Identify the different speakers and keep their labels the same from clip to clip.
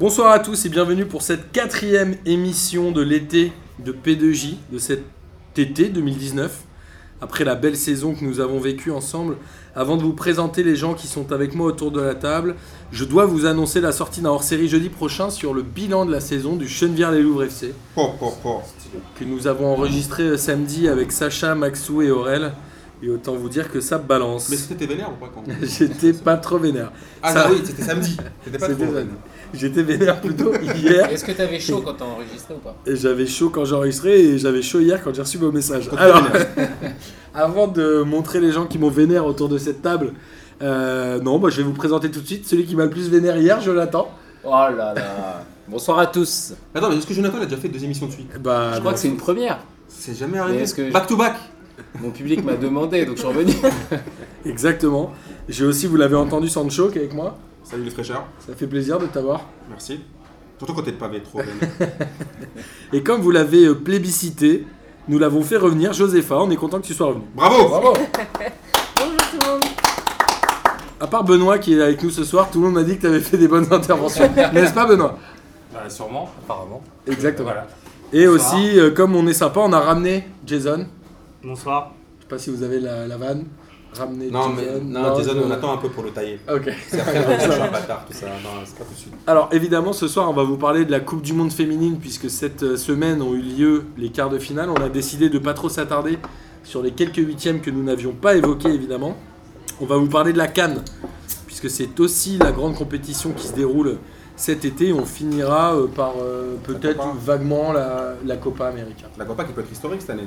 Speaker 1: Bonsoir à tous et bienvenue pour cette quatrième émission de l'été de P2J, de cet été 2019, après la belle saison que nous avons vécue ensemble. Avant de vous présenter les gens qui sont avec moi autour de la table, je dois vous annoncer la sortie d'un hors-série jeudi prochain sur le bilan de la saison du Chenevière-les-Louvres FC,
Speaker 2: Oh, oh, oh.
Speaker 1: que nous avons enregistré euh, samedi avec Sacha, Maxou et Aurel. Et autant vous dire que ça balance.
Speaker 2: Mais c'était vénère ou pas quand
Speaker 1: J'étais pas trop vénère.
Speaker 2: Ah
Speaker 1: Ça-
Speaker 2: non, oui, c'était samedi. C'était pas
Speaker 1: C'était
Speaker 2: trop.
Speaker 1: vénère. J'étais vénère plutôt hier.
Speaker 3: Est-ce que t'avais chaud quand t'as enregistré ou pas
Speaker 1: Et j'avais chaud quand j'ai enregistré et j'avais chaud hier quand j'ai reçu vos messages.
Speaker 2: Quand t'es
Speaker 1: Alors, avant de montrer les gens qui m'ont vénère autour de cette table, euh, non, bah, je vais vous présenter tout de suite celui qui m'a le plus vénère hier, Jonathan.
Speaker 3: Oh là là Bonsoir à tous
Speaker 2: Attends, mais est-ce que Jonathan a déjà fait deux émissions de suite
Speaker 1: Bah,
Speaker 3: Je crois
Speaker 1: non.
Speaker 3: que c'est une première.
Speaker 2: C'est jamais
Speaker 3: Mais
Speaker 2: arrivé.
Speaker 3: est-ce que-
Speaker 2: Back to back
Speaker 3: Mon public m'a demandé, donc je suis revenu.
Speaker 1: Exactement. J'ai aussi, vous l'avez entendu, Sancho qui est avec moi.
Speaker 2: Salut les fraîcheurs.
Speaker 1: Ça fait plaisir de t'avoir.
Speaker 2: Merci. Surtout quand t'es pavé trop. vénère.
Speaker 1: Et comme vous l'avez euh, plébiscité, nous l'avons fait revenir, Josépha. On est content que tu sois revenu.
Speaker 2: Bravo
Speaker 1: Bravo
Speaker 4: Bonjour tout le monde.
Speaker 1: À part Benoît qui est avec nous ce soir, tout le monde m'a dit que tu avais fait des bonnes interventions. N'est-ce pas, Benoît
Speaker 5: Bah, sûrement, apparemment.
Speaker 1: Exactement.
Speaker 5: Voilà.
Speaker 1: Et
Speaker 5: Bonsoir.
Speaker 1: aussi, euh, comme on est sympa, on a ramené Jason.
Speaker 5: Bonsoir.
Speaker 1: Je sais pas si vous avez la, la vanne. Ramener
Speaker 2: Non,
Speaker 1: Jason.
Speaker 2: mais non, Jason,
Speaker 1: je-
Speaker 2: on attend un peu pour le tailler.
Speaker 1: Ok.
Speaker 2: C'est après, on va dire, je suis un bâtard, tout ça. Non, c'est pas tout de suite.
Speaker 1: Alors évidemment, ce soir, on va vous parler de la Coupe du Monde féminine, puisque cette euh, semaine ont eu lieu les quarts de finale. On a décidé de pas trop s'attarder sur les quelques huitièmes que nous n'avions pas évoqués, évidemment. On va vous parler de la Cannes, puisque c'est aussi la grande compétition qui se déroule cet été. On finira euh, par euh, peut-être
Speaker 2: Copa.
Speaker 1: vaguement la, la Copa América.
Speaker 2: La Copa qui peut être historique cette année.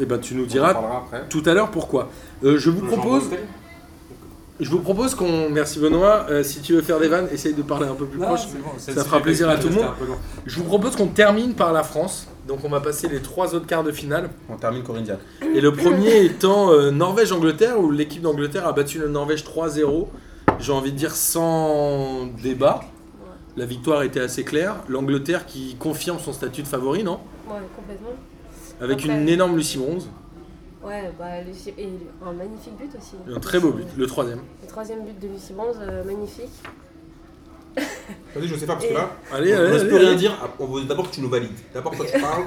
Speaker 1: Et ben, tu nous
Speaker 2: On en
Speaker 1: diras
Speaker 2: parlera après.
Speaker 1: tout à l'heure pourquoi. Euh, je vous propose... Je vous propose qu'on. Merci Benoît. Euh, si tu veux faire des vannes, essaye de parler un peu plus proche. Ça fera plaisir à tout le monde. Je vous propose qu'on termine par la France. Donc on va passer les trois autres quarts de finale.
Speaker 2: On termine Corinne Diacre.
Speaker 1: Et le premier étant euh, Norvège-Angleterre, où l'équipe d'Angleterre a battu la Norvège 3-0. J'ai envie de dire sans débat. La victoire était assez claire. L'Angleterre qui confirme son statut de favori, non
Speaker 4: Ouais, complètement.
Speaker 1: Avec
Speaker 4: Après.
Speaker 1: une énorme Lucie Bronze.
Speaker 4: Ouais, bah, Lucie- et un magnifique but aussi.
Speaker 1: Et un très beau but, le troisième.
Speaker 4: Le troisième but de Lucie Bronze, euh, magnifique.
Speaker 2: Vas-y, je sais pas, parce que là,
Speaker 1: Allez,
Speaker 2: on
Speaker 1: allez,
Speaker 2: ne peut
Speaker 1: allez.
Speaker 2: rien dire. Ah, On veut d'abord que tu nous valides. D'abord, toi, tu parles.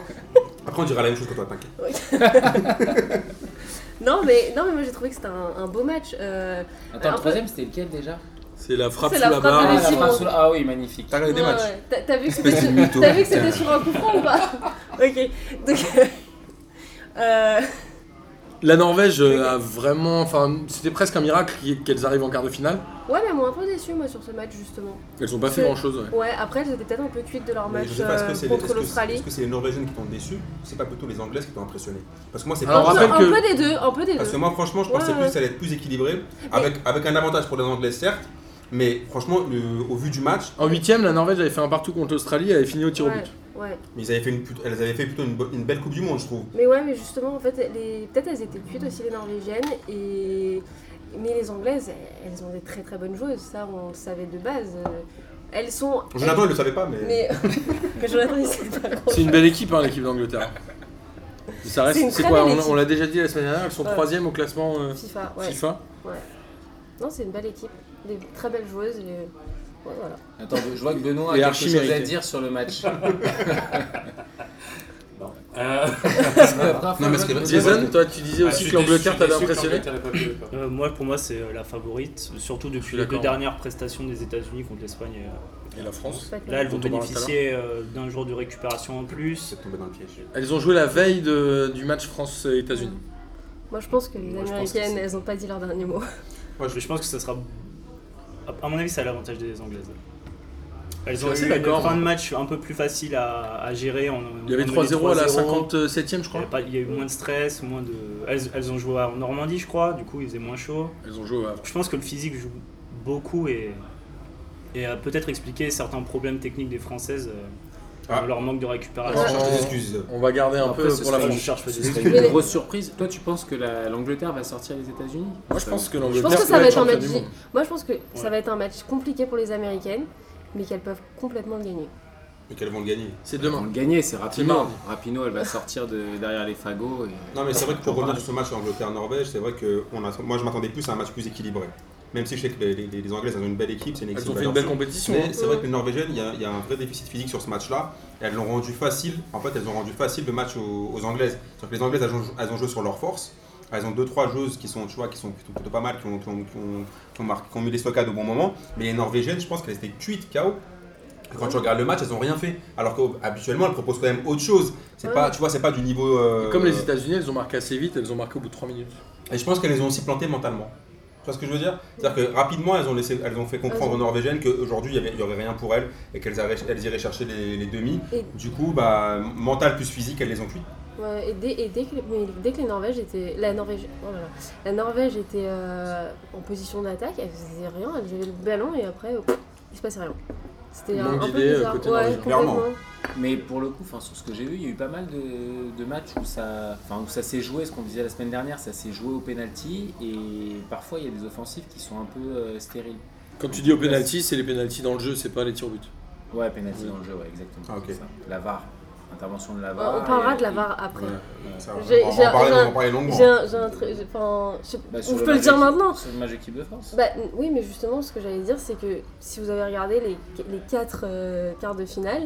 Speaker 2: Après, on dira la même chose que toi, t'inquiète.
Speaker 4: Non, mais, non, mais moi j'ai trouvé que c'était un, un beau match. euh,
Speaker 3: Attends, le troisième c'était lequel déjà
Speaker 1: C'est la frappe
Speaker 4: C'est
Speaker 1: sous
Speaker 4: la
Speaker 1: la
Speaker 4: frappe à
Speaker 1: barre.
Speaker 4: Ah,
Speaker 3: la
Speaker 4: si,
Speaker 3: phrase
Speaker 4: bon.
Speaker 3: sous la- Ah oui, magnifique.
Speaker 2: T'as regardé des
Speaker 4: ouais,
Speaker 2: matchs.
Speaker 4: ouais. T'as t'as vu que
Speaker 2: Espèce de
Speaker 4: c'était
Speaker 2: mytho.
Speaker 4: sur, t'as vu que c'était sur un coup franc ou pas Ok. Donc. euh,
Speaker 1: La Norvège euh, a vraiment. Enfin, c'était presque un miracle qui- qu'elles arrivent en quart de finale.
Speaker 4: ouais, mais moi un peu déçue moi sur ce match justement.
Speaker 1: Elles ont pas fait
Speaker 4: C'est-
Speaker 1: grand chose, ouais.
Speaker 4: Ouais, après j'étais peut-être un peu cuite de leur
Speaker 2: Mais
Speaker 4: match
Speaker 2: je sais pas, est-ce
Speaker 4: euh,
Speaker 2: que c'est les, est-ce
Speaker 4: contre
Speaker 2: que- est-ce
Speaker 4: l'Australie.
Speaker 2: que c'est les Norvégiens qui t'ont déçu C'est pas plutôt les Anglaises qui t'ont impressionné Parce que moi, c'est
Speaker 1: Alors,
Speaker 2: pas
Speaker 4: un, peu,
Speaker 1: rappelle
Speaker 4: un
Speaker 1: que-
Speaker 4: peu des deux, un peu des deux.
Speaker 2: Parce que moi, franchement, je pensais
Speaker 4: Ouais,
Speaker 2: plus
Speaker 4: ouais.
Speaker 2: que ça allait être plus équilibré. Avec, avec un avantage pour les Anglaises, certes. Mais franchement, le- au vu du match,
Speaker 1: En huitième, la Norvège avait fait un partout contre l'Australie et avait fini au tir au
Speaker 4: Ouais,
Speaker 1: but.
Speaker 4: ouais.
Speaker 2: ils avaient fait une, plut- elles avaient fait plutôt une, bo- une belle Coupe du Monde, je trouve.
Speaker 4: Mais ouais, mais justement, en fait, les... peut-être elles étaient cuites aussi, les Norvégiennes. Et... Mais les Anglaises, elles ont des très très bonnes joueuses, ça on le savait de base. Euh, Elles sont.
Speaker 2: Jonathan, il le savait pas, mais.
Speaker 4: Mais. mais Jonathan, il sait pas grand
Speaker 1: C'est une belle équipe, hein, l'équipe d'Angleterre. Ça reste,
Speaker 4: C'est une
Speaker 1: c'est
Speaker 4: très
Speaker 1: quoi
Speaker 4: belle
Speaker 1: on-
Speaker 4: équipe.
Speaker 1: On l'a déjà dit la semaine dernière, elles sont
Speaker 4: Ouais.
Speaker 1: troisième au classement euh,
Speaker 4: FIFA, ouais.
Speaker 1: FIFA.
Speaker 4: Non, c'est une belle équipe, des très belles joueuses. Et... Ouais, voilà.
Speaker 3: Attends, je vois que Benoît a
Speaker 1: Et
Speaker 3: quelque
Speaker 1: archi
Speaker 3: chose à
Speaker 1: mérité.
Speaker 3: dire sur le match.
Speaker 5: Euh,
Speaker 2: Non, mais ce qui est vrai-
Speaker 1: Jason, toi, tu disais
Speaker 5: ah, je
Speaker 1: aussi
Speaker 5: suis
Speaker 1: que l'Angleterre
Speaker 5: déçu- je
Speaker 1: t'avait
Speaker 5: suis déçu que
Speaker 1: impressionné.
Speaker 5: l'Angleterre n'ait pas pu le faire.
Speaker 6: Euh, moi, pour moi, c'est euh, la favorite, surtout
Speaker 1: Je suis
Speaker 6: depuis les deux
Speaker 1: d'accord. hein.
Speaker 6: dernières prestations des États-Unis contre l'Espagne. euh.
Speaker 1: Et la France.
Speaker 4: Faites-le.
Speaker 6: Là, elles vont
Speaker 1: Dont on parlera
Speaker 6: bénéficier euh, d'un jour de récupération en plus.
Speaker 2: C'est tombé dans le piège.
Speaker 1: Elles ont joué la veille de- du match France-États-Unis.
Speaker 4: Moi je pense que les
Speaker 6: Moi, je pense que
Speaker 4: Américaines,
Speaker 6: c'est-
Speaker 4: elles ont pas dit leur dernier mot.
Speaker 6: Mais je pense que ça sera. à- À mon avis, c'est à l'avantage des Anglaises. Elles ont
Speaker 1: assez
Speaker 6: eu
Speaker 1: d'accord.
Speaker 6: une fin de match un peu plus facile à, à gérer. en-
Speaker 1: Il y avait
Speaker 6: en menant
Speaker 1: 3-0 à la
Speaker 6: 3-0.
Speaker 1: 57ème, je
Speaker 6: Il y, a
Speaker 1: crois.
Speaker 6: pas- il y a eu moins de stress, moins de. Elles, elles ont joué en Normandie, je crois, du coup, il faisait moins chaud.
Speaker 1: Elles ont joué au Havre.
Speaker 6: Je pense que le physique joue beaucoup et, et a peut-être expliqué certains problèmes techniques des Françaises, euh,
Speaker 2: Ah.
Speaker 6: leur manque de récupération.
Speaker 2: Je cherche des excuses.
Speaker 1: On va garder un
Speaker 3: Après,
Speaker 1: peu
Speaker 3: ce
Speaker 1: pour la
Speaker 3: sera-
Speaker 6: On
Speaker 1: France.
Speaker 6: cherche pas
Speaker 3: Ce
Speaker 6: des
Speaker 3: serait
Speaker 6: excuses.
Speaker 3: une
Speaker 4: Mais-
Speaker 3: grosse surprise. Toi, tu penses que la- l'Angleterre va sortir les États-Unis
Speaker 1: Moi, je pense que
Speaker 4: Je
Speaker 1: l'Angleterre.
Speaker 4: pense que
Speaker 1: peut
Speaker 4: ça va être un
Speaker 1: championne
Speaker 4: match.
Speaker 1: du monde.
Speaker 4: Moi je pense que ça va être un match compliqué pour les Américaines, mais qu'elles peuvent complètement le gagner.
Speaker 2: Et qu'elles vont le gagner.
Speaker 1: C'est
Speaker 3: On
Speaker 1: demain.
Speaker 3: le gagner, c'est
Speaker 1: C'est
Speaker 3: Rapino.
Speaker 1: mardi.
Speaker 3: Rapino, elle va sortir de derrière les fagots. et-
Speaker 2: Non, mais c'est vrai que pour revenir sur ce match Angleterre-Norvège, c'est vrai que on a- moi, je m'attendais plus à un match plus équilibré. Même si je sais que les, les- les Anglaises, elles ont une belle équipe, c'est une
Speaker 1: Elles
Speaker 2: équipe
Speaker 1: ont fait une belle
Speaker 2: sûre.
Speaker 1: compétition.
Speaker 2: Mais
Speaker 1: hein.
Speaker 2: c'est vrai que les Norvégiennes, il y, a- il y a un vrai déficit physique sur ce match-là. Et Elles l'ont rendu facile. En fait, elles ont rendu facile le match aux, aux Anglaises. cest que les Anglaises, elles ont, elles ont joué sur leur force. Elles ont deux trois joueuses qui sont, tu vois, qui sont plutôt, plutôt pas mal, qui ont, qui ont- qui ont- qui ont marqué- qui ont mis les stockades au bon moment. Mais les Norvégiennes, je pense qu'elles étaient cuites KO. Et Quand tu regardes le match, elles ont rien fait. Alors qu'habituellement, elles proposent quand même autre chose. C'est
Speaker 4: Ouais.
Speaker 2: pas, tu vois, c'est pas du niveau. euh,
Speaker 1: Comme les États-Unis, elles ont marqué assez vite, elles ont marqué au bout de 3 minutes.
Speaker 2: et je pense qu'elles les ont aussi plantées mentalement. Tu vois ce que je veux dire C'est-à-dire que rapidement, elles ont, laissé, elles ont fait comprendre aux Norvégiennes qu'aujourd'hui, il n'y avait, il y aurait rien pour elles et qu'elles arrêt- elles iraient chercher les, les demi.
Speaker 4: Et-
Speaker 2: Du coup, bah, mental plus physique, elles les ont cuites.
Speaker 4: Ouais, et dès, et dès que, mais dès que les Norvèges étaient, la Norvège, oh là là, la Norvège était euh, en position d'attaque, elle faisait rien, elle avait le ballon et après, euh, pff, il se passait rien. C'était un,
Speaker 1: Manque
Speaker 4: un peu
Speaker 1: d'idées, euh,
Speaker 4: bizarre.
Speaker 1: côté
Speaker 4: ouais,
Speaker 1: norvégien.
Speaker 2: Clairement.
Speaker 4: complètement.
Speaker 3: Mais pour le coup, enfin, sur ce que j'ai vu, il y a eu pas mal de, de matchs où ça, enfin, où ça s'est joué, ce qu'on disait la semaine dernière, ça s'est joué au penalty et parfois il y a des offensives qui sont un peu euh, stériles.
Speaker 1: Quand tu dis au penalty, c'est les penalties dans le jeu, c'est pas les tirs au but.
Speaker 3: Ouais, penalty dans le jeu, ouais, exactement.
Speaker 2: Ah, ok.
Speaker 3: c'est ça. La VAR, intervention de la
Speaker 4: Ouais,
Speaker 3: VAR.
Speaker 4: on parlera
Speaker 3: et-
Speaker 4: de la
Speaker 3: et-
Speaker 4: VAR après.
Speaker 2: Ça, on,
Speaker 4: J'ai-
Speaker 2: va
Speaker 4: j'ai-
Speaker 2: en parler,
Speaker 4: j'ai
Speaker 2: on va
Speaker 4: un-
Speaker 2: en parler longuement.
Speaker 4: J'ai un, j'ai un truc, j'ai- enfin, je,
Speaker 3: Bah, sur
Speaker 4: on peut le
Speaker 3: match
Speaker 4: dire
Speaker 3: équipe-
Speaker 4: maintenant.
Speaker 3: Sur le match équipe de France.
Speaker 4: Bah, n- oui, mais justement, ce que j'allais dire, c'est que si vous avez regardé les, les quatre euh, quarts de finale,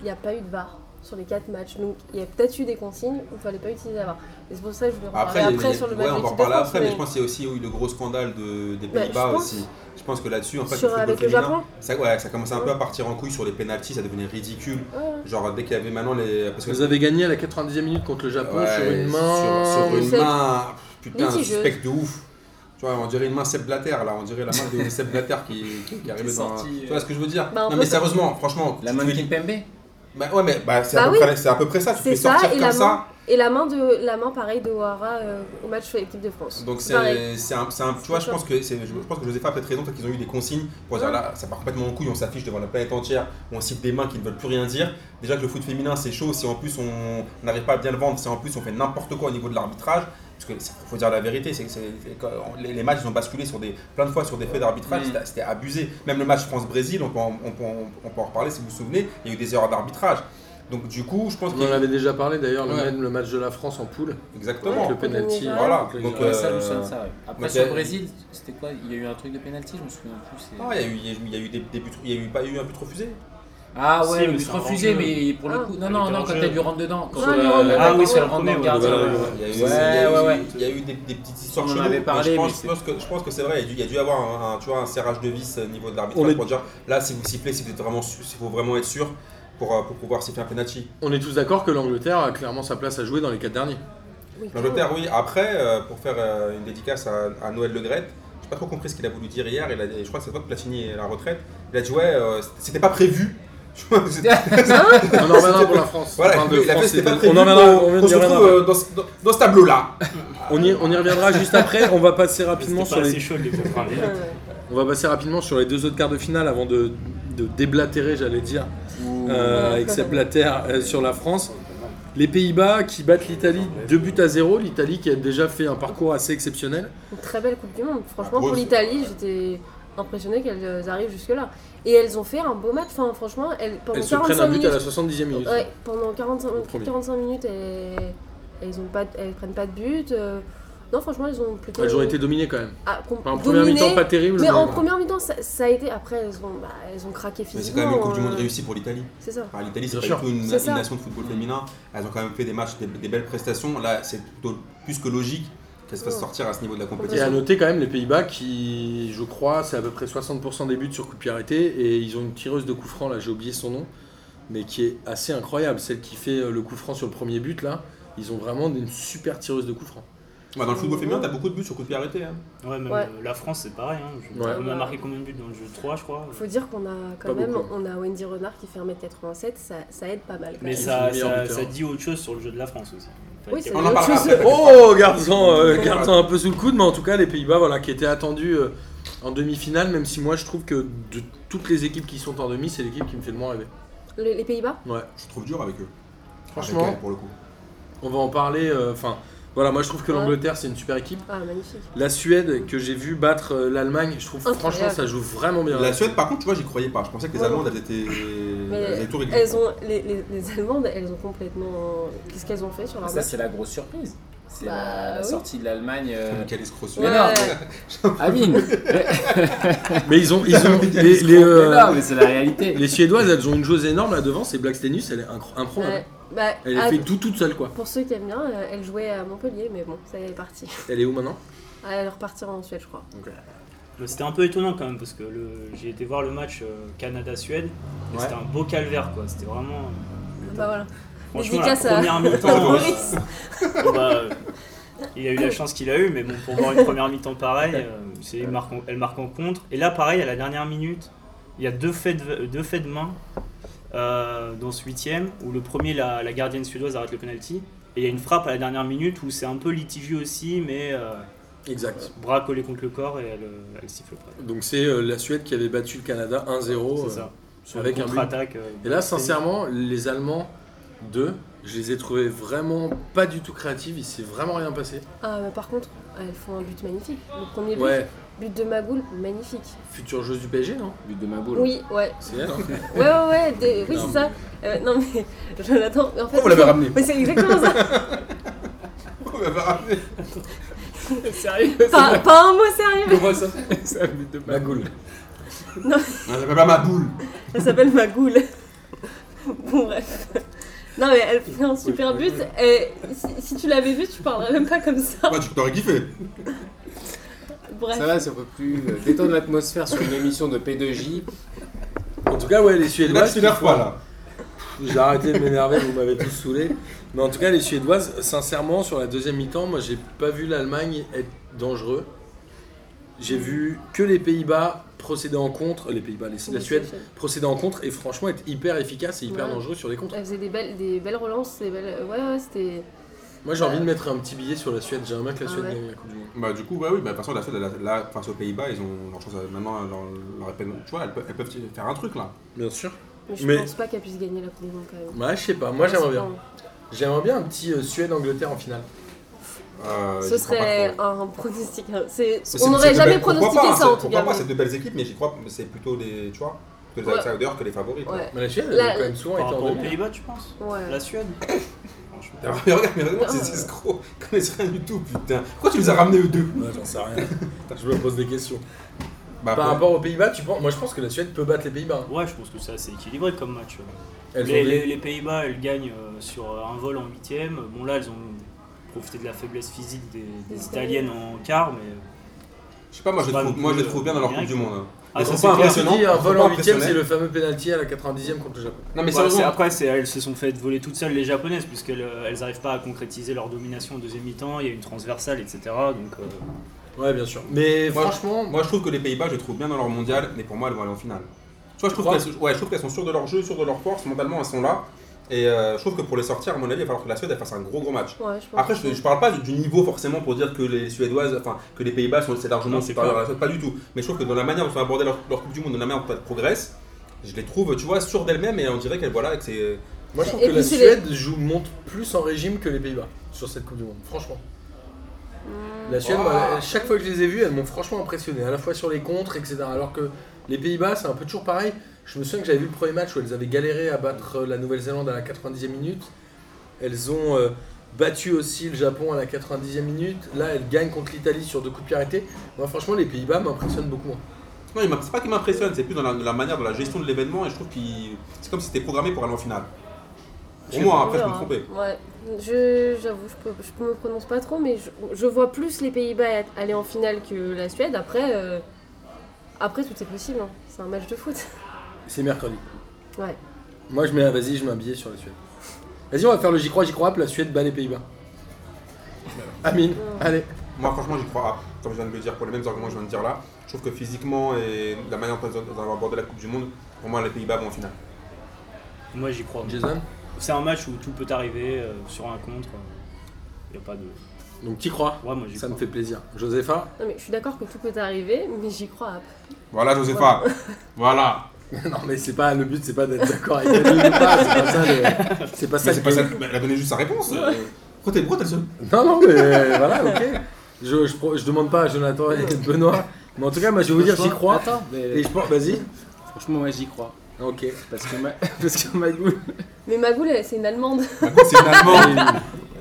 Speaker 4: il n'y a pas eu de VAR sur les quatre matchs. Donc, il y a peut-être eu des consignes où il ne fallait pas utiliser la VAR. Et c'est pour ça que je voulais en parler
Speaker 2: Après,
Speaker 4: après,
Speaker 2: il y a-
Speaker 4: sur le
Speaker 2: ouais,
Speaker 4: match
Speaker 2: on va en
Speaker 4: d'équipe de
Speaker 2: parler
Speaker 4: France,
Speaker 2: après, mais je pense qu'il y a aussi eu le gros scandale de- des
Speaker 4: Bah, je
Speaker 2: Pays-Bas
Speaker 4: pense.
Speaker 2: aussi. Je pense que là-dessus, en fait,
Speaker 4: sur,
Speaker 2: football
Speaker 4: avec le
Speaker 2: féminin,
Speaker 4: Japon.
Speaker 2: ça, ouais, ça commençait un peu à partir en couille sur les pénalties, ça devenait ridicule.
Speaker 4: Ouais, ouais.
Speaker 2: Genre, dès qu'il y avait maintenant les. Parce que
Speaker 1: Vous avez gagné à la 90e minute contre le Japon
Speaker 2: Ouais,
Speaker 1: sur une main.
Speaker 2: Sur, sur
Speaker 4: Mais
Speaker 2: une
Speaker 4: c'est-
Speaker 2: main. Putain,
Speaker 4: Litigeuse.
Speaker 2: suspect de ouf. Tu vois, on dirait une main Sepp Blatter là, on dirait la main de Sepp Blatter qui, qui, qui est arrivée
Speaker 3: Qui est
Speaker 2: dans.
Speaker 3: sortie,
Speaker 2: Tu vois ce que je veux dire
Speaker 4: Bah, en
Speaker 2: Non, mais
Speaker 4: fait-
Speaker 2: sérieusement, franchement.
Speaker 3: La
Speaker 2: tu
Speaker 3: main
Speaker 2: fais-
Speaker 3: de Kimpembe
Speaker 2: Bah, ouais, mais bah, c'est à,
Speaker 4: Bah
Speaker 2: peu
Speaker 4: oui.
Speaker 2: près- c'est à peu près ça. Tu
Speaker 4: C'est
Speaker 2: fais
Speaker 4: ça,
Speaker 2: sortir
Speaker 4: et
Speaker 2: comme
Speaker 4: la
Speaker 2: ça.
Speaker 4: Et la main, de, la main pareil, de O'Hara euh, au match sur l'équipe de France.
Speaker 2: Donc,
Speaker 4: Pareil.
Speaker 2: c'est c'est un, c'est un- Tu vois, je pense que, c'est- je je pense que Josepha a peut-être raison, peut-être qu'ils ont eu des consignes pour dire
Speaker 4: Ouais.
Speaker 2: là, ça part complètement en couille, on s'affiche devant la planète entière, on cite des mains qui ne veulent plus rien dire. Déjà que le foot féminin, c'est chaud, si en plus on on n'arrive pas à bien le vendre, si en plus on fait n'importe quoi au niveau de l'arbitrage. Parce que c'est- faut dire la vérité, c'est que c'est- c'est que euh, les, les matchs ils ont basculé sur des, plein de fois sur des faits d'arbitrage,
Speaker 3: Mm.
Speaker 2: c'était- c'était abusé. Même le match France-Brésil, on peut, en, on, peut en- on peut en reparler si vous vous souvenez, il y a eu des erreurs d'arbitrage. Donc du coup, je pense
Speaker 1: On en
Speaker 2: que.
Speaker 1: avait déjà parlé d'ailleurs, le
Speaker 2: Ouais.
Speaker 1: même le match de la France en poule,
Speaker 2: Exactement.
Speaker 1: avec le penalty.
Speaker 4: Ouais.
Speaker 2: Voilà.
Speaker 1: Avec le-
Speaker 2: Donc,
Speaker 3: Ouais,
Speaker 2: euh,
Speaker 3: ça, je me souviens de ça, ouais. Après,
Speaker 2: donc,
Speaker 3: sur
Speaker 2: euh,
Speaker 3: le Brésil, c'était quoi Il y a eu un truc de penalty, je me souviens plus. c'est-
Speaker 2: Ah, il y a eu, il y a eu- il y a eu des, des buts, il y a eu pas eu un but refusé
Speaker 3: Ah
Speaker 6: Si,
Speaker 3: ouais,
Speaker 6: mais
Speaker 3: mais
Speaker 6: c'est un
Speaker 3: refusé,
Speaker 6: hors-jeu.
Speaker 3: mais pour le
Speaker 4: Ah.
Speaker 3: coup. Non, non,
Speaker 6: Il était
Speaker 3: non, quand
Speaker 6: hors-jeu.
Speaker 3: elle lui rentre dedans. Quand
Speaker 4: Ah, il lui rentre
Speaker 3: euh,
Speaker 4: dedans.
Speaker 6: Ah oui, c'est le
Speaker 3: rentre dans le
Speaker 6: premier,
Speaker 3: gardien.
Speaker 1: ouais, ouais, ouais.
Speaker 2: Il y a eu,
Speaker 3: Ouais, ouais, ouais.
Speaker 2: il y a eu des, des petites histoires
Speaker 3: On en
Speaker 2: cheloues,
Speaker 3: avait
Speaker 2: mais
Speaker 3: parlé,
Speaker 2: je,
Speaker 3: mais
Speaker 2: pense,
Speaker 3: c'est-
Speaker 2: je pense que, je pense que c'est vrai. Il y a dû- il y a dû avoir un, un, tu vois, un serrage de vis au niveau de l'arbitrage
Speaker 1: On est-
Speaker 2: pour dire là, si vous sifflez, c'est peut-être vraiment, su- s'il faut vraiment être sûr pour, euh, pour pouvoir siffler un penalty.
Speaker 1: On est tous d'accord que l'Angleterre a clairement sa place à jouer dans les quatre derniers.
Speaker 4: Oui,
Speaker 2: L'Angleterre, oui. Après, euh, pour faire euh, une dédicace à, à Noël Le Gret, j'ai pas trop compris ce qu'il a voulu dire hier. Il a- et je crois que c'est toi que Platini est à la retraite. Il a dit ouais, euh, c'était pas prévu. Tu vois, c'était-
Speaker 1: On en reviendra pour la France.
Speaker 2: Voilà,
Speaker 1: Enfin, de
Speaker 2: il a fait
Speaker 1: France,
Speaker 2: c'était
Speaker 1: c'est-
Speaker 2: pas prévu.
Speaker 1: on, en reviendra-
Speaker 2: qu'on-
Speaker 1: on y
Speaker 2: qu'on se
Speaker 1: reviendra.
Speaker 2: retrouve euh, dans ce- dans- dans ce tableau-là.
Speaker 1: On y- on y reviendra juste après. On va passer
Speaker 6: C'était
Speaker 1: rapidement
Speaker 6: pas
Speaker 1: sur les
Speaker 6: assez chaud les
Speaker 4: Ouais,
Speaker 6: Australiens.
Speaker 4: ouais.
Speaker 1: On va passer rapidement sur les deux autres quarts de finale avant de, de déblatérer, j'allais dire,
Speaker 3: Ouh.
Speaker 1: euh, avec cette blatère euh, sur la France. Les Pays-Bas qui battent l'Italie 2 buts à 0. L'Italie qui a déjà fait un parcours assez exceptionnel.
Speaker 4: Une très belle Coupe du Monde. Franchement,
Speaker 2: Bravo,
Speaker 4: pour
Speaker 2: c'est-
Speaker 4: l'Italie, j'étais impressionnée qu'elles euh, arrivent jusque-là. Et elles ont fait un beau match. Enfin, franchement, elles, pendant
Speaker 1: Elles se
Speaker 4: 45
Speaker 1: prennent un but à
Speaker 4: minutes.
Speaker 1: la 70e minute.
Speaker 4: Ouais, pendant 45,
Speaker 1: Au premier.
Speaker 4: 45 minutes, elles, elles, ont pas, de- elles prennent pas de but. euh, non, franchement, elles ont plutôt.
Speaker 1: Elles ont été dominées quand même.
Speaker 4: Ah, com-
Speaker 1: Enfin, en première
Speaker 4: dominées.
Speaker 1: mi-temps, pas terrible.
Speaker 4: Mais en
Speaker 1: mais-
Speaker 4: première mi-temps, ça, ça a été. Après, elles ont, bah, elles ont craqué
Speaker 2: Mais c'est
Speaker 4: physiquement.
Speaker 2: quand même une Coupe du Monde
Speaker 4: euh,
Speaker 2: réussie pour l'Italie.
Speaker 4: C'est ça.
Speaker 2: Enfin, L'Italie, c'est
Speaker 1: Bien
Speaker 2: pas
Speaker 1: sûr.
Speaker 2: du tout une,
Speaker 4: C'est ça.
Speaker 2: une nation de football féminin. Elles ont quand même fait des matchs, des, des belles prestations. Là, c'est plutôt plus que logique qu'elles se fassent
Speaker 4: Ouais.
Speaker 2: sortir à ce niveau de la
Speaker 1: Et à
Speaker 2: compétition.
Speaker 1: noter quand même les Pays-Bas qui, je crois, c'est à peu près 60% des buts sur coup de pied arrêté et ils ont une tireuse de coup franc, là j'ai oublié son nom, mais qui est assez incroyable, celle qui fait euh, le coup franc sur le premier but là, ils ont vraiment une super tireuse de coup franc.
Speaker 2: Bah, dans le football féminin, t'as beaucoup de buts sur coup de pied arrêté. hein.
Speaker 6: Ouais, même
Speaker 4: Ouais.
Speaker 6: euh, la France, c'est pareil. Hein. Je-
Speaker 1: Ouais.
Speaker 6: On a marqué combien de buts dans le jeu 3, je crois.
Speaker 4: Faut dire qu'on a
Speaker 1: Pas
Speaker 4: quand même,
Speaker 1: beaucoup.
Speaker 4: on a Wendy Renard qui fait 1m87, ça, ça aide pas mal. Quand
Speaker 6: Mais
Speaker 1: Ils
Speaker 4: même.
Speaker 1: sont
Speaker 6: ça,
Speaker 1: les meilleurs
Speaker 6: ça,
Speaker 1: buteurs.
Speaker 6: ça dit autre chose sur le jeu de la France aussi.
Speaker 4: Oui, c'est
Speaker 2: On en
Speaker 4: autre
Speaker 2: parlera
Speaker 4: chose.
Speaker 2: après.
Speaker 1: Oh, gardons un peu sous le coude, mais en tout cas les Pays-Bas voilà, qui étaient attendus euh, en demi-finale, même si moi je trouve que de toutes les équipes qui sont en demi, c'est l'équipe qui me fait le moins rêver.
Speaker 4: Le- les Pays-Bas
Speaker 1: Ouais.
Speaker 2: Je trouve dur avec eux.
Speaker 1: Franchement.
Speaker 2: Avec elles, pour le coup.
Speaker 1: On va en parler, euh, enfin voilà, moi je trouve que
Speaker 4: Ouais.
Speaker 1: l'Angleterre c'est une super équipe.
Speaker 4: Ah, magnifique.
Speaker 1: La Suède que j'ai vu battre euh, l'Allemagne, je trouve
Speaker 4: Incroyable.
Speaker 1: franchement ça joue vraiment bien.
Speaker 2: La Suède, par contre, tu vois, j'y croyais pas. Je pensais que les
Speaker 4: Ouais.
Speaker 2: Allemandes, elles étaient. Elles avaient tout réglé.
Speaker 4: Elles ont, les, les- les Allemandes, elles ont complètement. Qu'est-ce qu'elles ont fait sur leur
Speaker 3: Ça,
Speaker 4: match
Speaker 3: c'est la grosse surprise. C'est
Speaker 4: Ah Bah,
Speaker 3: la, la
Speaker 4: oui.
Speaker 3: sortie de l'Allemagne.
Speaker 2: Comme
Speaker 3: euh,
Speaker 2: Michael Escrosso.
Speaker 4: Ouais.
Speaker 3: Mais non, Amine Mais-
Speaker 1: Mais ils ont. Ils ont les, les, euh,
Speaker 3: mais non, mais c'est la réalité.
Speaker 1: les Suédoises, elles ont une chose énorme là devant, c'est Black Stenius, elle est incro- improbable.
Speaker 4: Ouais. Bah,
Speaker 1: Elle
Speaker 4: ah,
Speaker 1: est fait tout toute seule quoi.
Speaker 4: Pour ceux qui aiment bien, euh, elle jouait à Montpellier, mais bon, ça y est, elle est partie.
Speaker 1: Elle est où maintenant
Speaker 4: Ah, Elle repartira en Suède, je crois.
Speaker 6: Mais C'était un peu étonnant quand même parce que le- j'ai été voir le match euh, Canada-Suède. et
Speaker 2: Ouais.
Speaker 6: C'était un beau calvaire quoi. C'était vraiment.
Speaker 4: Bah voilà.
Speaker 6: Franchement, la
Speaker 4: Dédicace à-
Speaker 6: première
Speaker 2: à
Speaker 6: mi-temps.
Speaker 4: Boris.
Speaker 6: euh, bon, bah, euh, il a eu la chance qu'il a eu, mais bon, pour voir une première mi-temps pareille, euh, c'est- il marque en- elle marque en contre. Et là, pareil, à la dernière minute, il y a deux faits de, deux faits de main euh, dans ce huitième, où le premier, la, la gardienne suédoise arrête le penalty. Et il y a une frappe à la dernière minute où c'est un peu litigieux aussi, mais euh,
Speaker 1: Exact.
Speaker 6: bras collés contre le corps et elle, euh, elle siffle près.
Speaker 1: Donc c'est euh, la Suède qui avait battu le Canada 1-0.
Speaker 6: C'est
Speaker 1: euh,
Speaker 6: ça. Sur
Speaker 1: avec
Speaker 6: avec
Speaker 1: un but.
Speaker 6: contre-attaque. euh,
Speaker 1: Et là, sincèrement, les Allemands, deux, je les ai trouvés vraiment pas du tout créatifs, il s'est vraiment rien passé.
Speaker 4: Ah, mais par contre, elles font un but magnifique. Le premier but,
Speaker 1: Ouais,
Speaker 4: but de Magoul, magnifique.
Speaker 1: future joueuse du PSG, non
Speaker 3: But de ma boule.
Speaker 4: Oui, ouais.
Speaker 1: C'est elle, hein
Speaker 4: Ouais, ouais, ouais. des- Oui,
Speaker 1: Non,
Speaker 4: c'est ça. Euh, non, mais Jonathan, en fait.
Speaker 1: Oh, vous l'avez ramené.
Speaker 4: Mais c'est exactement ça.
Speaker 2: On va ramener.
Speaker 6: Sérieux
Speaker 4: pas, pas un mot sérieux.
Speaker 1: Comment ça Magoul.
Speaker 2: Non, j'appelle pas ma boule.
Speaker 4: Elle s'appelle Magoul. bon, bref. Non, mais elle fait un super but. Et si, si tu l'avais vu, tu parlerais même pas comme ça.
Speaker 2: Moi, tu t'aurais kiffé.
Speaker 4: Bref.
Speaker 7: Ça va, ça peut plus euh, détendre l'atmosphère sur une émission de P2J.
Speaker 1: En tout cas, ouais, les
Speaker 2: Et là, tu
Speaker 1: Suédoises.
Speaker 2: t'énerves
Speaker 1: qui font-
Speaker 2: pas, là.
Speaker 1: J'ai arrêté de m'énerver, vous m'avez tous saoulé. Mais en tout cas, les Suédoises, sincèrement, sur la deuxième mi-temps, moi, j'ai pas vu l'Allemagne être dangereux. J'ai vu que les Pays-Bas procéder en contre, les Pays-Bas, les- la Suède procéder en contre et franchement être hyper efficace et hyper
Speaker 4: Ouais.
Speaker 1: dangereux sur les contres.
Speaker 4: Elle faisait des belles, des belles relances, des belles. euh, Ouais, ouais, c'était.
Speaker 1: Moi, j'ai envie de mettre un petit billet sur la Suède. J'aimerais bien que la
Speaker 4: Ah
Speaker 1: Suède
Speaker 4: ouais.
Speaker 1: gagne la Coupe du Monde.
Speaker 2: Bah, du coup, bah oui, bah, de toute façon, la Suède, elle a- là, face aux Pays-Bas, ils ont leur chance. euh, Maintenant, leur, leur épée- tu vois, elles peuvent, elles peuvent faire un truc, là.
Speaker 1: Bien sûr.
Speaker 4: Mais je
Speaker 1: Mais-
Speaker 4: pense pas qu'elle puisse gagner la Coupe du Monde quand même.
Speaker 1: Bah, je sais pas. Moi, j'aimerais
Speaker 4: C'est
Speaker 1: bien. J'aimerais bien un petit euh, Suède-Angleterre en finale.
Speaker 2: Euh,
Speaker 4: pas-
Speaker 2: j'y
Speaker 4: Ce
Speaker 2: crois pas
Speaker 4: serait
Speaker 2: trop.
Speaker 4: un pronostic. hein. C'est-
Speaker 2: C'est-
Speaker 4: On
Speaker 2: c'est
Speaker 4: n'aurait
Speaker 2: de
Speaker 4: jamais
Speaker 2: belles- pourquoi
Speaker 4: pronostiqué
Speaker 2: pas, hein,
Speaker 4: ça en
Speaker 2: c'est-
Speaker 4: tout
Speaker 2: Pourquoi
Speaker 4: cas.
Speaker 2: pas, c'est de belles équipes, mais j'y crois, mais c'est plutôt des, tu vois, que les
Speaker 4: Ouais.
Speaker 2: outsiders que les favoris. quoi.
Speaker 4: Ouais.
Speaker 1: Mais la Suède, elle
Speaker 4: La-
Speaker 1: a quand même souvent
Speaker 6: Par
Speaker 1: été en
Speaker 6: rapport aux
Speaker 1: demi.
Speaker 6: Pays-Bas, tu penses
Speaker 4: Ouais.
Speaker 6: La Suède Franchement.
Speaker 2: Mais regarde, mais regarde ces escrocs, ils connaissent rien du tout, putain. Pourquoi tu les as ramenés eux deux
Speaker 1: Ouais, j'en sais rien. je me pose des questions.
Speaker 2: Bah,
Speaker 1: Par
Speaker 2: pour-
Speaker 1: rapport aux Pays-Bas, tu penses Moi, je pense que la Suède peut battre les Pays-Bas.
Speaker 6: Ouais, je pense que c'est assez équilibré comme match.
Speaker 1: Elles
Speaker 6: les
Speaker 1: ont
Speaker 6: les-
Speaker 1: des-
Speaker 6: les Pays-Bas, elles gagnent euh, sur euh, un vol en huitième. Bon, là, elles ont profité de la faiblesse physique des, des
Speaker 4: Des
Speaker 6: Italiennes en quart, mais.
Speaker 2: Je sais pas, moi je les
Speaker 6: Bah,
Speaker 2: trouve,
Speaker 6: non
Speaker 2: moi, je
Speaker 6: plus,
Speaker 2: les trouve bien dans leur
Speaker 6: euh,
Speaker 2: Coupe du Monde. hein.
Speaker 6: Ah,
Speaker 1: Elles
Speaker 6: ça,
Speaker 1: sont
Speaker 6: c'est
Speaker 1: pas
Speaker 6: clair.
Speaker 2: impressionnant,
Speaker 1: impressionnées. Un vol
Speaker 2: elles sont
Speaker 1: en
Speaker 2: pas
Speaker 1: 8 c'est
Speaker 2: impressionnantes.
Speaker 1: le fameux penalty à la 90e contre le Japon.
Speaker 2: Non, mais
Speaker 6: Ouais, c'est-
Speaker 2: sérieusement,
Speaker 6: après, c'est- elles se sont fait voler toutes seules, les japonaises, puisqu'elles euh, elles n'arrivent pas à concrétiser leur domination en deuxième mi-temps. Il y a une transversale, etc. Donc, euh,
Speaker 1: Ouais, bien sûr. Mais
Speaker 2: Moi,
Speaker 1: franchement,
Speaker 2: moi je trouve que les Pays-Bas, je les trouve bien dans leur mondial, mais pour moi, elles vont aller en finale. Tu vois, je trouve
Speaker 1: crois
Speaker 2: qu'elles ouais, je trouve qu'elles sont sûres de leur jeu, sûres de leur force, mentalement elles sont là. Et euh, je trouve que pour les sortir, à mon avis, il va falloir que la Suède elle fasse un gros gros match.
Speaker 4: Ouais, je pense.
Speaker 2: Après, je, je parle pas du niveau forcément pour dire que les Suédoises, enfin que les Pays-Bas sont c'est largement
Speaker 6: Non, c'est
Speaker 2: supérieurs
Speaker 6: clair.
Speaker 2: à la Suède, pas du tout. Mais je trouve que dans la manière dont elles ont abordé leur, leur Coupe du Monde, dans la manière dont elles progressent, je les trouve, tu vois, sûres d'elles-mêmes et on dirait qu'elles voilà, que c'est. euh,
Speaker 1: moi, je trouve
Speaker 4: Et
Speaker 1: que
Speaker 4: puis,
Speaker 1: la
Speaker 4: c'est les-
Speaker 1: Suède joue, monte plus en régime que les Pays-Bas sur cette Coupe du Monde. Franchement.
Speaker 4: Hmm.
Speaker 1: La Suède,
Speaker 2: Oh.
Speaker 1: moi, chaque fois que je les ai vues, elles m'ont franchement impressionné, à la fois sur les contres, etc. Alors que les Pays-Bas, c'est un peu toujours pareil. Je me souviens que j'avais vu le premier match où elles avaient galéré à battre euh, la Nouvelle-Zélande à la 90e minute. Elles ont euh, battu aussi le Japon à la 90e minute. Là, elles gagnent contre l'Italie sur deux coups de pied arrêtés. Moi, franchement, les Pays-Bas m'impressionnent beaucoup moins.
Speaker 2: Non, il m'a- c'est pas qu'il m'impressionne, c'est plus dans la, la manière, dans la gestion de l'événement et je trouve que c'est comme si c'était programmé pour aller en finale. Pour moi, après,
Speaker 4: hein.
Speaker 2: je peux me tromper.
Speaker 4: Ouais, je, j'avoue, je, peux, je peux me prononce pas trop, mais je, je vois plus les Pays-Bas être- aller en finale que la Suède. Après, euh, après tout est possible, hein. c'est un match de foot.
Speaker 1: C'est mercredi.
Speaker 4: Ouais.
Speaker 1: Moi, je mets, vas-y, je mets un billet sur la Suède. Vas-y, on va faire le j'y crois, j'y crois, puis la Suède bat les Pays-Bas. Amine, allez.
Speaker 2: Moi, franchement, j'y crois pas. Comme je viens de le dire, pour les mêmes arguments que je viens de dire là, je trouve que physiquement et la manière dont elles ont abordé la Coupe du Monde, pour moi, les Pays-Bas vont en finale.
Speaker 6: moi, j'y crois.
Speaker 1: Jason,
Speaker 6: C'est un match où tout peut arriver euh, sur un contre. Il n'y a pas de.
Speaker 1: donc t'y crois
Speaker 6: Ouais, moi, j'y
Speaker 1: Ça me
Speaker 6: crois.
Speaker 1: fait plaisir. Josepha
Speaker 4: Non, mais je suis d'accord que tout peut arriver, mais j'y crois après.
Speaker 2: Voilà, Josepha. Voilà.
Speaker 1: Non mais c'est pas le but, c'est pas d'être d'accord avec elle ou pas, c'est pas ça. le- C'est pas ça.
Speaker 2: Ah, Mais c'est
Speaker 1: le
Speaker 2: pas ça,
Speaker 1: game.
Speaker 2: mais elle a donné juste sa réponse. euh. Pourquoi t'es pourquoi t'es le seul
Speaker 1: Non non mais voilà, ok. Je, je, pro- je demande pas à Jonathan et Benoît, mais en tout cas moi je vais vous dire j'y crois.
Speaker 7: Attends, mais
Speaker 1: Et je pense, vas-y.
Speaker 7: franchement, moi j'y crois.
Speaker 1: Ok.
Speaker 7: Parce que, ma... Parce que Magoul,
Speaker 4: Mais Magoul, elle, c'est une Allemande.
Speaker 2: C'est une Allemande.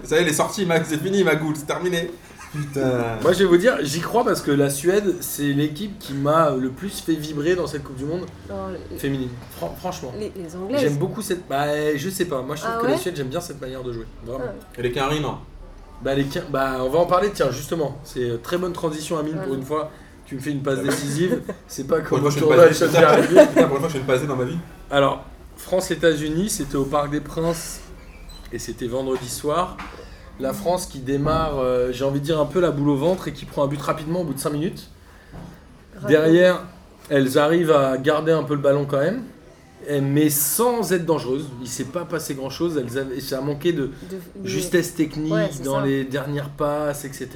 Speaker 2: Ça y est, il est sorti, Max, c'est fini, ma goule, c'est terminé. Putain.
Speaker 1: Moi, je vais vous dire, j'y crois parce que la Suède, c'est l'équipe qui m'a le plus fait vibrer dans cette Coupe du Monde
Speaker 4: Alors, les,
Speaker 1: féminine. Fran- franchement,
Speaker 4: les- les
Speaker 1: j'aime
Speaker 4: Anglaises.
Speaker 1: beaucoup cette. Bah, je sais pas. Moi, je trouve
Speaker 4: Ah
Speaker 1: que la
Speaker 4: ouais
Speaker 1: Suède, j'aime bien cette manière de jouer. Vraiment.
Speaker 4: Ah.
Speaker 2: Et les Canaries, non.
Speaker 1: Bah, les quin- bah, on va en parler. Tiens, justement, c'est euh, très bonne transition, Amine. Pour
Speaker 4: Voilà.
Speaker 1: une fois, tu me fais une passe décisive. C'est pas
Speaker 2: Pour
Speaker 1: comme
Speaker 2: une fois,
Speaker 1: au
Speaker 2: je suis
Speaker 1: tournoi
Speaker 2: passé.
Speaker 1: des
Speaker 2: Putain,
Speaker 1: Champions League.
Speaker 2: pour une fois, je suis une passée dans ma vie.
Speaker 1: Alors, France-États-Unis, c'était au Parc des Princes et c'était vendredi soir. La France qui démarre, euh, j'ai envie de dire, un peu la boule au ventre et qui prend un but rapidement au bout de 5 minutes. Derrière, elles arrivent à garder un peu le ballon quand même, et- mais sans être dangereuses. Il s'est pas passé grand-chose. Elles avaient, ça a manqué de
Speaker 4: De- de-
Speaker 1: justesse technique
Speaker 4: Ouais, c'est
Speaker 1: dans
Speaker 4: ça.
Speaker 1: les dernières passes, etc.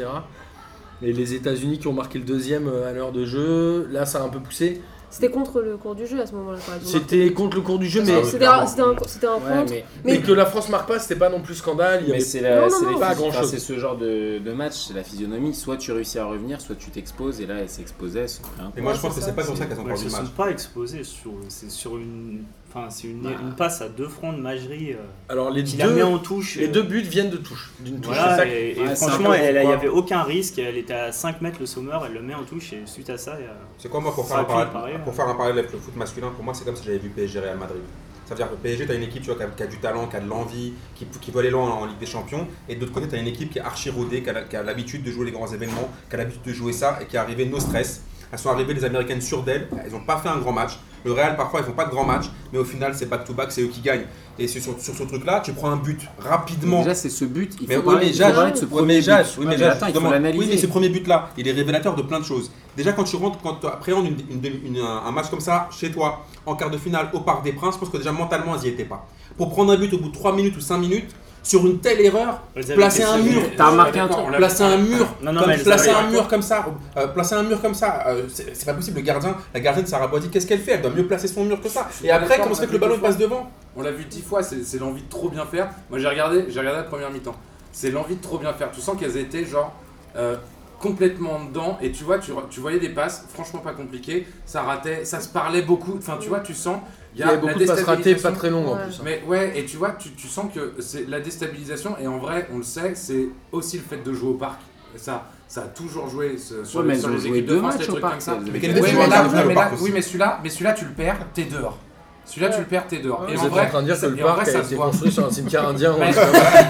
Speaker 1: Et les États-Unis qui ont marqué le deuxième euh, à l'heure de jeu, là ça a un peu poussé.
Speaker 4: C'était contre le cours du jeu à ce moment-là. quand elles ont marqué.
Speaker 1: C'était contre le cours du jeu, Ah, mais
Speaker 4: C'était- c'était un- C'était un, c'était un contre.
Speaker 7: mais,
Speaker 1: mais
Speaker 4: Mais-
Speaker 1: que la France marque pas, c'était pas non plus scandale. Il y
Speaker 7: mais
Speaker 1: avait-
Speaker 7: c'est
Speaker 4: Non,
Speaker 7: la-
Speaker 4: non,
Speaker 7: c'est
Speaker 4: non,
Speaker 7: les-
Speaker 1: pas
Speaker 7: enfin,
Speaker 1: grand-chose.
Speaker 7: c'est ce genre de, de match, c'est la physionomie. Soit tu réussis à revenir, soit tu t'exposes. Et là, elle hein. s'exposait. elles se sont fait un
Speaker 2: Et moi,
Speaker 4: Ouais,
Speaker 2: je pense que
Speaker 4: c'est ça.
Speaker 2: c'est pas pour ça qu'elles ont
Speaker 6: Elles
Speaker 2: perdu
Speaker 6: se
Speaker 2: le match.
Speaker 6: sont pas exposées sur, c'est sur une, enfin c'est
Speaker 1: Bah.
Speaker 6: une, une passe à deux francs de Magerie euh,
Speaker 1: Alors les
Speaker 6: qui la met
Speaker 1: deux,
Speaker 6: en touche.
Speaker 1: les
Speaker 6: euh,
Speaker 1: deux buts viennent de touche, d'une touche.
Speaker 6: Voilà,
Speaker 1: c'est ça que-
Speaker 6: et, et
Speaker 7: Ouais, c'est un
Speaker 6: franchement,
Speaker 7: peu
Speaker 6: elle- elle- il n'y
Speaker 7: pourquoi.
Speaker 6: avait aucun risque. Elle était à 5 mètres le sommeur, elle le met en touche et suite à ça, euh, il y a-
Speaker 2: C'est quoi moi pour
Speaker 6: Ça
Speaker 2: faire, un
Speaker 6: aurait pu
Speaker 2: parallèle,
Speaker 6: être pareil,
Speaker 2: pour
Speaker 6: hein.
Speaker 2: faire un parallèle avec le foot masculin Pour moi, c'est comme si j'avais vu PSG Real Madrid. Ça veut dire que PSG, t'as une équipe tu vois, qui, a, qui a du talent, qui a de l'envie, qui, qui veut aller loin en Ligue des Champions. Et de l'autre côté, t'as une équipe qui est archi rodée, qui a, la- qui a l'habitude de jouer les grands événements, qui a l'habitude de jouer ça et qui est arrivée no stress. Elles sont arrivées, les Américaines, sur d'elles. Elles n'ont pas fait un grand match. Le Real, parfois, ils font pas de grand match. Mais au final, c'est back-to-back, c'est eux qui gagnent. Et c'est sur, sur ce truc-là, tu prends un but
Speaker 7: Mais
Speaker 2: rapidement.
Speaker 7: Déjà, c'est ce but. Il
Speaker 2: Mais
Speaker 7: faut
Speaker 2: oui,
Speaker 7: parler,
Speaker 2: mais
Speaker 7: il faut
Speaker 2: Jade,
Speaker 7: parler de ce
Speaker 2: oui,
Speaker 7: premier
Speaker 2: mais
Speaker 7: but.
Speaker 2: Jade, oui,
Speaker 7: Ouais,
Speaker 2: mais
Speaker 7: mais
Speaker 2: Jade,
Speaker 7: attends, il faut
Speaker 2: justement.
Speaker 7: l'analyser.
Speaker 2: Oui, mais ce premier but-là, il est révélateur de plein de choses. Déjà, quand tu rentres, quand tu appréhendes une- une- une- un un match comme ça chez toi, en quart de finale au Parc des Princes, je pense que déjà mentalement, elles n'y étaient pas. Pour prendre un but au bout de 3 minutes ou 5 minutes, sur une telle erreur,
Speaker 6: elles avaient
Speaker 2: placer
Speaker 6: été-
Speaker 2: un mur,
Speaker 7: T'as remarqué un truc,
Speaker 5: On l'a-
Speaker 2: placer un mur,
Speaker 6: Non, non,
Speaker 2: comme-
Speaker 6: mais elles
Speaker 2: placer
Speaker 6: avaient-
Speaker 2: un mur comme ça, euh, placer un mur comme ça, euh, c'est c'est pas possible. Le gardien, la gardienne Sarah Boisy, qu'est-ce qu'elle fait Elle doit mieux placer son mur que ça.
Speaker 5: suis
Speaker 2: Et
Speaker 5: pas
Speaker 2: après,
Speaker 5: d'accord,
Speaker 2: comment se fait que
Speaker 5: mais
Speaker 2: le ballon
Speaker 5: deux
Speaker 2: passe devant
Speaker 5: On l'a vu dix fois, c'est c'est l'envie de trop bien faire. Moi j'ai regardé, j'ai regardé la première mi-temps. C'est l'envie de trop bien faire. Tu sens qu'elles étaient genre euh, complètement dedans et tu vois, tu, re- tu voyais des passes, franchement pas compliquées. Ça ratait, ça se parlait beaucoup. Enfin tu vois, tu sens.
Speaker 1: Il y avait
Speaker 5: la
Speaker 1: beaucoup de passes ratées, pas
Speaker 5: déstabilisation.
Speaker 1: très longues en
Speaker 4: Ouais.
Speaker 1: plus. hein.
Speaker 5: Mais ouais, et tu vois, tu, tu sens que c'est la déstabilisation, et en vrai, on le sait, c'est aussi le fait de jouer au parc. Ça, ça a toujours joué ce- sur,
Speaker 7: Ouais,
Speaker 5: les-
Speaker 7: mais
Speaker 5: sur
Speaker 7: elles ont
Speaker 5: les
Speaker 7: joué
Speaker 5: équipes de
Speaker 7: deux
Speaker 5: France,
Speaker 7: matchs
Speaker 5: les
Speaker 7: au
Speaker 5: trucs
Speaker 7: parc,
Speaker 5: comme ça.
Speaker 7: elles avaient
Speaker 2: Mais
Speaker 5: Oui,
Speaker 2: quelle
Speaker 7: fait
Speaker 5: mais
Speaker 2: décision
Speaker 7: deux
Speaker 5: là,
Speaker 2: elle a
Speaker 7: matchs.
Speaker 5: non, mais
Speaker 2: au
Speaker 5: là-
Speaker 2: parc aussi.
Speaker 5: oui, mais celui-là, mais celui-là, tu le perds, t'es dehors. Celui-là, tu le perds, t'es dehors.
Speaker 1: Vous
Speaker 5: Et
Speaker 1: êtes
Speaker 5: en
Speaker 1: en
Speaker 5: vrai,
Speaker 1: train de dire que
Speaker 5: ça-
Speaker 1: le
Speaker 5: et en
Speaker 1: parc
Speaker 5: vrai,
Speaker 1: a
Speaker 5: ça
Speaker 1: été
Speaker 5: se voit.
Speaker 1: construit sur un cimetière indien.
Speaker 5: Mais-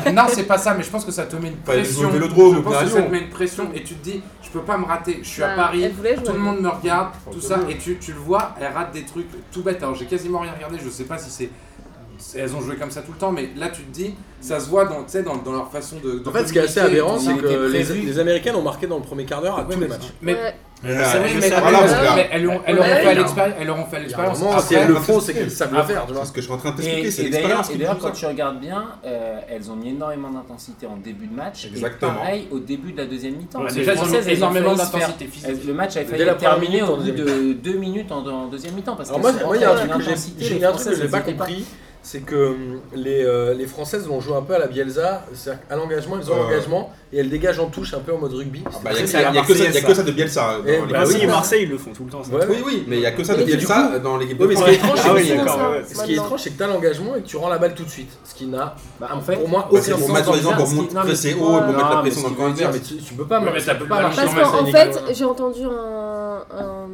Speaker 1: on-
Speaker 5: non, c'est pas ça, mais je pense que ça te met une
Speaker 2: Enfin, ils ont
Speaker 5: pression.
Speaker 2: le Vélodrome,
Speaker 5: je pense
Speaker 2: bien
Speaker 5: que ça
Speaker 2: sûr.
Speaker 5: te met une pression et tu te dis, je peux pas me rater. Je suis à
Speaker 4: Bah,
Speaker 5: Paris,
Speaker 4: elle voulait jouer.
Speaker 5: tout le monde me regarde, tout ça, et tu, tu le vois, elle rate des trucs tout bêtes. Alors j'ai quasiment rien regardé, je sais pas si c'est. c'est- Elles ont joué comme ça tout le temps, mais là tu te dis, ça se voit dans, tu sais, dans, dans leur façon de. de
Speaker 1: En fait, ce qui est assez
Speaker 5: communiquer,
Speaker 1: aberrant,
Speaker 5: tout
Speaker 1: c'est
Speaker 5: ça.
Speaker 7: Il était
Speaker 1: que les,
Speaker 7: prévu.
Speaker 1: les Américaines ont marqué dans le premier quart d'heure à
Speaker 5: Ouais,
Speaker 1: tous
Speaker 5: mais-
Speaker 1: les matchs.
Speaker 5: Mais,
Speaker 4: Ouais. Bah
Speaker 6: savais,
Speaker 2: Euh,
Speaker 5: mais-
Speaker 6: savais,
Speaker 5: mais-
Speaker 2: voilà, mon gars.
Speaker 5: mais elles l'ont elles l'auront
Speaker 4: Ouais.
Speaker 5: fait à l'expérience. Elles l'auront fait à
Speaker 1: Il y a un
Speaker 5: l'expérience.
Speaker 1: moment, si
Speaker 5: Après-
Speaker 1: elles le
Speaker 2: bah,
Speaker 1: font,
Speaker 2: c'est-
Speaker 1: c'est qu'elles savent le faire. tu vois.
Speaker 2: C'est ce que je suis en train de t'expliquer,
Speaker 7: Et,
Speaker 2: c'est
Speaker 7: et
Speaker 2: l'expérience
Speaker 7: d'ailleurs,
Speaker 2: qui
Speaker 7: et
Speaker 2: nous
Speaker 7: d'ailleurs,
Speaker 2: dit
Speaker 7: quand
Speaker 2: ça.
Speaker 7: tu regardes bien, euh, elles ont mis énormément d'intensité en début de match.
Speaker 2: Exactement.
Speaker 7: Et pareil au début de la deuxième mi-temps.
Speaker 6: Ouais,
Speaker 7: Les
Speaker 5: Déjà, elles ont mis
Speaker 7: Françaises, elles ont
Speaker 5: énormément
Speaker 7: failli se faire-
Speaker 5: d'intensité physique.
Speaker 7: elles- Le match a failli
Speaker 1: Dès la
Speaker 7: être
Speaker 1: première
Speaker 7: terminé
Speaker 1: minute,
Speaker 7: au
Speaker 1: en
Speaker 7: bout de deux minutes en, en deuxième mi-temps. Parce
Speaker 1: Alors
Speaker 7: qu'elles
Speaker 1: moi,
Speaker 7: sont
Speaker 1: moi, il y a
Speaker 7: rentrées
Speaker 1: un truc
Speaker 7: dans
Speaker 1: que j'ai-
Speaker 7: l'intensité,
Speaker 1: j'ai
Speaker 7: les
Speaker 1: un truc que
Speaker 7: Françaises,
Speaker 1: j'ai pas
Speaker 7: elles étaient
Speaker 1: compris, c'est que hum, les, euh, les Françaises l'ont joué un peu à la Bielsa, c'est-à-dire à l'engagement, elles ont
Speaker 2: Ouais.
Speaker 1: l'engagement et elles dégagent en touche un peu en mode rugby.
Speaker 2: Ah
Speaker 1: C'est
Speaker 2: bah, Il
Speaker 1: très
Speaker 2: n'y
Speaker 1: bizarre.
Speaker 2: a,
Speaker 6: bizarre,
Speaker 2: y a que ça- y a
Speaker 6: Marseille,
Speaker 2: que ça de Bielsa.
Speaker 1: Eh
Speaker 2: dans les
Speaker 1: bah
Speaker 6: Bah
Speaker 2: matchs.
Speaker 1: oui,
Speaker 6: oui, Marseille, ils le font tout le temps. ça.
Speaker 1: Ouais.
Speaker 2: Oui, oui, mais il n'y a que ça de
Speaker 4: Mais du
Speaker 2: Bielsa
Speaker 1: coup-
Speaker 2: euh, dans l'équipe
Speaker 1: Oui,
Speaker 2: de
Speaker 1: mais ce
Speaker 2: France.
Speaker 1: qui est étrange,
Speaker 6: Ah
Speaker 1: c'est
Speaker 6: oui,
Speaker 1: que-
Speaker 6: d'accord,
Speaker 4: ça,
Speaker 6: ouais, ouais.
Speaker 1: ce qui est
Speaker 4: maintenant.
Speaker 1: étrange, c'est que t'as l'engagement et que tu rends la balle tout de suite, ce qui n'a
Speaker 7: Bah, en fait,
Speaker 1: pour moi
Speaker 2: Bah,
Speaker 1: aucun
Speaker 2: c'est
Speaker 1: sens.
Speaker 2: pour mettre les gens pour
Speaker 7: ce qui-
Speaker 2: monter
Speaker 7: non, mais
Speaker 2: très
Speaker 7: ce qui-
Speaker 2: haut et pour
Speaker 7: non,
Speaker 2: mettre la
Speaker 7: mais
Speaker 2: pression
Speaker 7: ce
Speaker 2: dans le
Speaker 7: qu'il veut
Speaker 2: camp
Speaker 7: dire,
Speaker 2: adverse.
Speaker 1: Mais tu, tu peux pas,
Speaker 5: Ouais, mais
Speaker 1: marcher,
Speaker 5: ça
Speaker 1: tu
Speaker 5: peut
Speaker 1: peux pas
Speaker 5: pas
Speaker 1: marcher
Speaker 5: marcher
Speaker 4: Bah, Parce
Speaker 1: en Marseille.
Speaker 5: mais
Speaker 4: qu'en
Speaker 5: c'est
Speaker 4: fait,
Speaker 5: dégueulasse.
Speaker 4: j'ai entendu un- un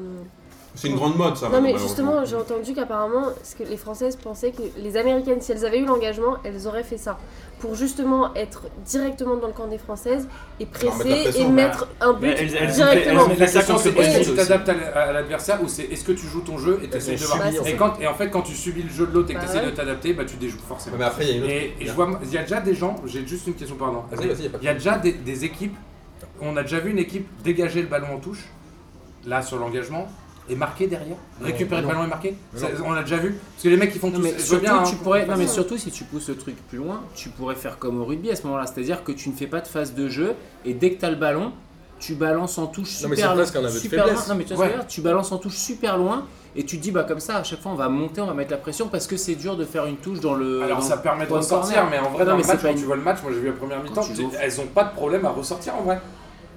Speaker 2: C'est une grande mode ça.
Speaker 4: Non mais
Speaker 2: malheureusement.
Speaker 4: justement, j'ai entendu qu'apparemment, ce que les Françaises pensaient que les Américaines, si elles avaient eu l'engagement, elles auraient fait ça pour justement être directement dans le camp des Françaises et
Speaker 2: Leur mettre la
Speaker 4: presser
Speaker 2: pression,
Speaker 4: et
Speaker 2: bah,
Speaker 4: mettre un
Speaker 6: Mais
Speaker 4: but
Speaker 6: elles, elles, elles,
Speaker 4: directement.
Speaker 5: Non, mais la
Speaker 6: ça
Speaker 5: question
Speaker 6: contre
Speaker 5: c'est
Speaker 6: le
Speaker 5: est-ce que tu
Speaker 6: Brésil aussi.
Speaker 5: t'adaptes à l- à l'adversaire ou c'est est-ce que tu joues ton jeu et t'essayes de
Speaker 1: Elles
Speaker 5: voir
Speaker 4: subissent,
Speaker 5: et,
Speaker 4: ouais.
Speaker 5: quand, et en fait quand tu subis le jeu de l'autre et que
Speaker 4: Bah
Speaker 5: t'essayes
Speaker 4: ouais.
Speaker 5: de t'adapter bah tu déjoues
Speaker 2: Ouais,
Speaker 5: forcément.
Speaker 2: Mais après, il y a une autre. Ah,
Speaker 5: Et, et je vois, il y a déjà des gens, j'ai juste une question pardon.
Speaker 2: Vas-y, vas-y, y a pas de
Speaker 5: Il y a déjà des, des équipes, on a déjà vu une équipe dégager le ballon en touche, là sur l'engagement, et marquer derrière, récupérer
Speaker 1: non.
Speaker 5: le ballon et marquer.
Speaker 1: Mais
Speaker 5: Ça, on l'a déjà vu, parce que les mecs ils font
Speaker 7: Non,
Speaker 5: tous.
Speaker 7: mais
Speaker 5: je veux
Speaker 7: surtout,
Speaker 5: bien, hein,
Speaker 7: tu pourrais,
Speaker 5: qu'on
Speaker 7: non, mais
Speaker 5: fasse ça.
Speaker 7: surtout, si tu pousses le truc plus loin, tu pourrais faire comme au rugby à ce moment-là. C'est-à-dire que tu ne fais pas de phase de jeu et dès que tu as le ballon, tu balances en touche
Speaker 1: Non, mais
Speaker 7: super,
Speaker 1: c'est presque un aveu de
Speaker 7: super loin.
Speaker 1: faiblesse.
Speaker 7: Non, mais tu, vois ce que je veux
Speaker 5: Ouais.
Speaker 7: dire tu balances en touche super loin et tu te dis, bah, comme ça, à chaque fois, on va monter, on va mettre la pression parce que c'est dur de faire une touche dans le.
Speaker 5: Alors
Speaker 7: dans
Speaker 5: ça
Speaker 7: Euh, le
Speaker 5: permet de
Speaker 7: point
Speaker 5: ressortir,
Speaker 7: corner.
Speaker 5: mais en vrai,
Speaker 7: Non,
Speaker 5: dans
Speaker 7: mais
Speaker 5: le
Speaker 7: c'est
Speaker 5: match,
Speaker 7: pas
Speaker 5: quand
Speaker 7: une-
Speaker 5: tu vois le match, moi j'ai vu la première mi-temps,
Speaker 7: tu
Speaker 5: tu-
Speaker 7: joues au-
Speaker 5: elles ont pas de problème à ressortir en vrai.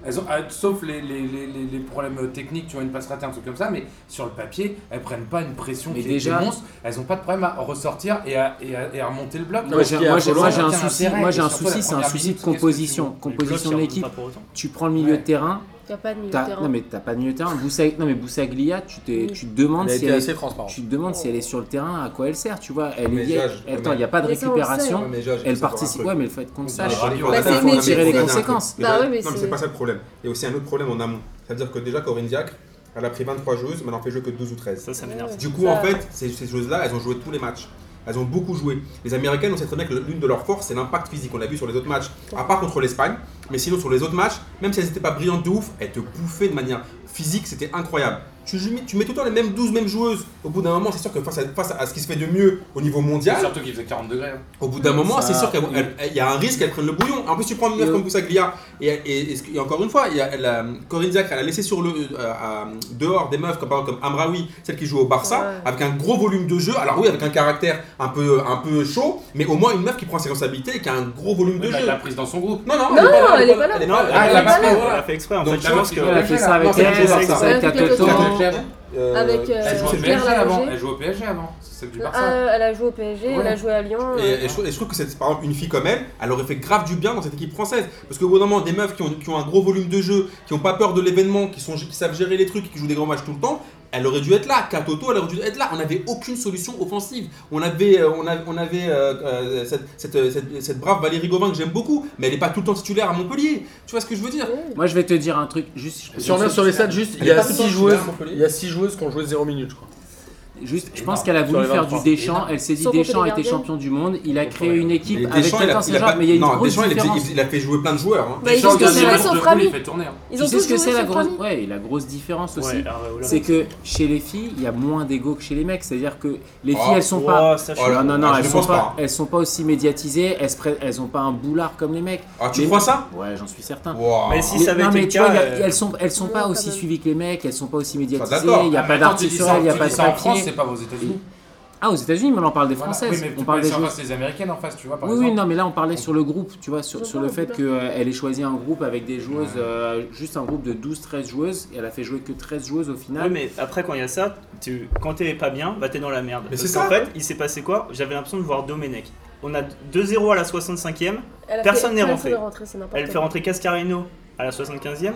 Speaker 5: Elles ont, ah, sauf les, les, les, les- les problèmes euh, techniques, tu vois, une passe ratée, un truc comme ça, mais sur le papier, elles prennent pas une pression
Speaker 7: Mais
Speaker 5: qui
Speaker 7: déjà-
Speaker 5: est monstre. Elles ont pas de problème à ressortir et à, et à- et à remonter le bloc.
Speaker 7: Moi, j'ai
Speaker 1: qu'il y a
Speaker 7: moi, j'ai-
Speaker 1: Apollo,
Speaker 7: moi, j'ai un
Speaker 5: aucun
Speaker 7: souci,
Speaker 5: intérêt,
Speaker 7: moi j'ai
Speaker 5: et
Speaker 7: un
Speaker 5: surtout,
Speaker 7: souci,
Speaker 5: la
Speaker 7: c'est un
Speaker 5: première
Speaker 7: souci
Speaker 5: minute,
Speaker 7: de
Speaker 5: qu'est-ce que tu
Speaker 7: composition.
Speaker 5: veux
Speaker 7: Composition de
Speaker 6: de
Speaker 7: l'équipe. Tu prends le milieu
Speaker 5: Ouais.
Speaker 7: de terrain,
Speaker 4: Il n'y a pas de milieu de
Speaker 7: t'as-
Speaker 4: terrain.
Speaker 7: non mais t'as pas de milieu de terrain. Boussa- Non mais Boussaglia, tu, t'es-
Speaker 4: Oui.
Speaker 7: tu te demandes
Speaker 1: Il a
Speaker 7: si
Speaker 1: été
Speaker 7: elle est-
Speaker 1: assez transparent.
Speaker 7: tu te demandes si elle est sur le terrain, à quoi elle sert, tu vois. Elle est
Speaker 2: Mais
Speaker 7: liée-
Speaker 2: Jage,
Speaker 7: elle-
Speaker 2: quand
Speaker 7: Attends, il n'y a pas de
Speaker 4: Mais ça, on le sait. hein.
Speaker 7: récupération.
Speaker 2: Ouais, mais Jage,
Speaker 7: Elle
Speaker 2: ça sera un
Speaker 7: participe,
Speaker 2: truc.
Speaker 7: ouais, mais le fait qu'on le
Speaker 2: On
Speaker 7: sache.
Speaker 2: dira-
Speaker 5: Bah,
Speaker 2: on dira-
Speaker 4: c'est
Speaker 2: on dira-
Speaker 4: le
Speaker 2: on
Speaker 4: métier,
Speaker 2: dira-
Speaker 4: les
Speaker 2: on dira-
Speaker 7: conséquences.
Speaker 2: on dira-
Speaker 4: Bah ouais, mais
Speaker 2: non, mais c'est
Speaker 4: c'est-
Speaker 2: pas ça le problème. Il y a aussi un autre problème en amont. Ça veut dire que déjà, Corinne Diacre, elle a pris 23 joueuses, mais elle en fait jouer que 12 ou 13.
Speaker 6: Ça, ça m'énerve.
Speaker 4: Ouais,
Speaker 2: Du
Speaker 4: ouais.
Speaker 2: coup,
Speaker 4: Ça-
Speaker 2: en fait, ces, ces joueuses-là, elles ont joué tous les matchs. Elles ont beaucoup joué. Les Américaines, on sait très bien que l'une de leurs forces, c'est l'impact physique. On l'a vu sur les autres matchs, à part contre l'Espagne. Mais sinon, sur les autres matchs, même si elles n'étaient pas brillantes de ouf, elles te bouffaient de manière physique. C'était incroyable. Tu, joues- tu mets tout le temps les mêmes 12 mêmes joueuses. Au bout d'un moment, c'est sûr que face à, face à ce qui se fait de mieux au niveau mondial,
Speaker 5: Surtout qu'il faisait 40 degrés. hein.
Speaker 2: au bout d'un moment,
Speaker 7: Ça,
Speaker 2: c'est sûr
Speaker 7: oui.
Speaker 2: qu'il y a un risque qu'elle prenne le bouillon. En plus, tu prends une meuf
Speaker 7: Et-
Speaker 2: comme Boussaglia. Et, et, et ce- et encore une fois, il y a- elle a- Corinne Diacre, elle a laissé sur le, euh, à- dehors des meufs comme, par exemple, comme Amraoui, celle qui joue au Barça,
Speaker 4: Ouais.
Speaker 2: avec un gros volume de jeu. Alors oui, avec un caractère un peu, un peu chaud, mais au moins une meuf qui prend ses responsabilités et qui a un gros volume de
Speaker 5: Bah,
Speaker 2: jeu.
Speaker 5: Elle l'a prise dans son groupe.
Speaker 2: Non, non,
Speaker 4: Non, elle est pas là.
Speaker 2: elle
Speaker 6: Non,
Speaker 2: est
Speaker 6: elle a
Speaker 2: pas là.
Speaker 6: pas
Speaker 5: là.
Speaker 6: fait- Ah, elle a fait exprès. En
Speaker 2: Donc,
Speaker 6: fait, je
Speaker 2: la
Speaker 6: pense
Speaker 2: meuf,
Speaker 6: que.
Speaker 7: Elle a fait ça
Speaker 2: Non,
Speaker 7: avec
Speaker 2: c'est
Speaker 7: elle, elle
Speaker 2: le
Speaker 7: a fait
Speaker 2: Barça.
Speaker 7: ça avec
Speaker 4: Ouais,
Speaker 7: Kato
Speaker 4: Kato
Speaker 7: Tom.
Speaker 4: Tom.
Speaker 5: Claire,
Speaker 2: Euh,
Speaker 4: Avec, euh,
Speaker 5: Elle jouait au
Speaker 4: Claire
Speaker 5: PSG avant.
Speaker 4: Larochet.
Speaker 5: Elle jouait au PSG avant. C'est celle du Barça.
Speaker 4: Euh, elle a joué au PSG, elle
Speaker 5: Voilà.
Speaker 4: a joué à Lyon.
Speaker 2: Et, et je, trouve- et je trouve que c'est par exemple une fille comme elle, elle aurait fait grave du bien dans cette équipe française. Parce qu'au bout d'un moment, des meufs qui ont, qui ont un gros volume de jeu, qui n'ont pas peur de l'événement, qui, sont, qui savent gérer les trucs, qui jouent des grands matchs tout le temps, elle aurait dû être là. Katoto, elle aurait dû être là. On n'avait aucune solution offensive. On avait, euh, on avait, on avait euh, euh, cette, cette, euh, cette- cette brave Valérie Gauvin que j'aime beaucoup, mais elle n'est pas tout le temps titulaire à Montpellier. Tu vois ce que je veux dire
Speaker 7: Moi je vais te dire un truc, juste je peux
Speaker 1: Si on
Speaker 7: dire
Speaker 1: revient
Speaker 7: ça,
Speaker 1: sur les stats, juste, il y
Speaker 2: Elle est
Speaker 1: a
Speaker 2: pas
Speaker 1: 6
Speaker 2: sortie,
Speaker 1: joueuses,
Speaker 2: là, Montpellier.
Speaker 1: il y a six joueuses qui ont joué 0 minutes, je crois.
Speaker 7: Juste, je
Speaker 5: énorme.
Speaker 7: pense qu'elle a
Speaker 1: Sur
Speaker 7: voulu
Speaker 1: les
Speaker 7: faire du
Speaker 1: 23.
Speaker 7: Deschamps. Elle s'est dit
Speaker 4: Sans compter
Speaker 7: Deschamps
Speaker 4: les
Speaker 7: était
Speaker 4: gardiens.
Speaker 7: champion du monde. Il a
Speaker 1: Sans
Speaker 7: créé
Speaker 1: compter les
Speaker 7: une
Speaker 2: Mais
Speaker 7: équipe avec
Speaker 2: Deschamps, il a-
Speaker 7: quelqu'un
Speaker 2: il a
Speaker 7: ses
Speaker 2: pas-
Speaker 7: genres, mais il y a une
Speaker 2: non,
Speaker 7: grosse
Speaker 2: Deschamps, il a-
Speaker 7: différence.
Speaker 2: il a fait jouer plein de joueurs. hein.
Speaker 4: Bah, ils
Speaker 5: Genre,
Speaker 4: ont
Speaker 5: il y a
Speaker 4: tous
Speaker 5: des
Speaker 4: joué
Speaker 5: meufs
Speaker 4: sauf
Speaker 5: de poule,
Speaker 4: Rami.
Speaker 5: il fait tourner. hein.
Speaker 4: Ils
Speaker 7: Tu
Speaker 4: ont
Speaker 7: sais
Speaker 4: tous
Speaker 7: ce que
Speaker 4: joué
Speaker 7: c'est la
Speaker 4: sauf
Speaker 7: grosse
Speaker 4: Rami.
Speaker 7: Ouais, et la grosse différence aussi,
Speaker 6: Ouais, Areola.
Speaker 7: c'est que chez les filles, il y a moins d'ego que chez les mecs. C'est-à-dire que les filles,
Speaker 2: Oh,
Speaker 7: elles sont
Speaker 6: Ouah,
Speaker 7: pas
Speaker 6: ça, je
Speaker 2: Oh là
Speaker 7: Non, non,
Speaker 2: Ah,
Speaker 7: non,
Speaker 2: je
Speaker 7: elles
Speaker 2: ne
Speaker 7: sont,
Speaker 2: pense
Speaker 7: pas,
Speaker 2: pas.
Speaker 7: elles sont pas aussi médiatisées, elles, se prennent- elles ont pas un boulard comme les mecs.
Speaker 2: Ah, tu
Speaker 7: Mais-
Speaker 2: crois ça
Speaker 7: Ouais, j'en suis certain.
Speaker 2: Wow.
Speaker 6: Mais si
Speaker 7: Mais-
Speaker 6: ça avait
Speaker 7: non,
Speaker 6: été
Speaker 7: mais
Speaker 6: le
Speaker 7: tu vois,
Speaker 6: cas,
Speaker 7: il y a-
Speaker 6: euh,
Speaker 7: elles sont, elles sont
Speaker 4: Non,
Speaker 7: pas
Speaker 4: quand
Speaker 7: aussi
Speaker 4: même.
Speaker 7: suivies que les mecs, elles sont pas aussi médiatisées,
Speaker 2: d'accord.
Speaker 7: il n'y a
Speaker 5: Ah,
Speaker 7: pas
Speaker 5: mais attends, tu
Speaker 7: d'article
Speaker 5: dis
Speaker 7: sur
Speaker 5: ça-
Speaker 7: elles, il n'y a
Speaker 5: tu
Speaker 7: pas
Speaker 5: dis
Speaker 7: de
Speaker 5: ça en France,
Speaker 7: papier.
Speaker 5: c'est pas aux États-Unis.
Speaker 7: Ah, aux États-Unis, mais là on parle des
Speaker 5: Voilà.
Speaker 7: Françaises,
Speaker 5: Oui, mais
Speaker 7: on
Speaker 5: tu
Speaker 7: parle
Speaker 5: parles
Speaker 7: des
Speaker 5: en
Speaker 7: joueuses.
Speaker 5: face des Américaines en face, tu vois. Par
Speaker 7: Oui, oui,
Speaker 5: exemple.
Speaker 7: non, mais là on parlait sur le groupe, tu vois, sur,
Speaker 4: Je
Speaker 7: sur le
Speaker 4: parle
Speaker 7: fait
Speaker 4: de
Speaker 7: qu'elle ait choisi un groupe avec des joueuses, euh, juste un groupe de 12-13 joueuses, et elle a fait jouer que 13 joueuses au
Speaker 6: Ouais,
Speaker 7: final.
Speaker 6: mais après, quand il y a ça, tu... quand t'es pas bien, bah t'es dans la merde.
Speaker 2: Mais
Speaker 6: Parce
Speaker 2: c'est
Speaker 6: qu'en
Speaker 2: ça.
Speaker 6: fait, il s'est passé quoi J'avais l'impression de voir Domenech. On a 2-0 à la 65e,
Speaker 4: Elle a
Speaker 6: Personne
Speaker 4: fait-
Speaker 6: n'est
Speaker 4: personne
Speaker 6: rentré.
Speaker 4: n'est rentré. c'est n'importe
Speaker 6: elle fait
Speaker 4: quoi.
Speaker 6: rentrer Cascarino à la 75e.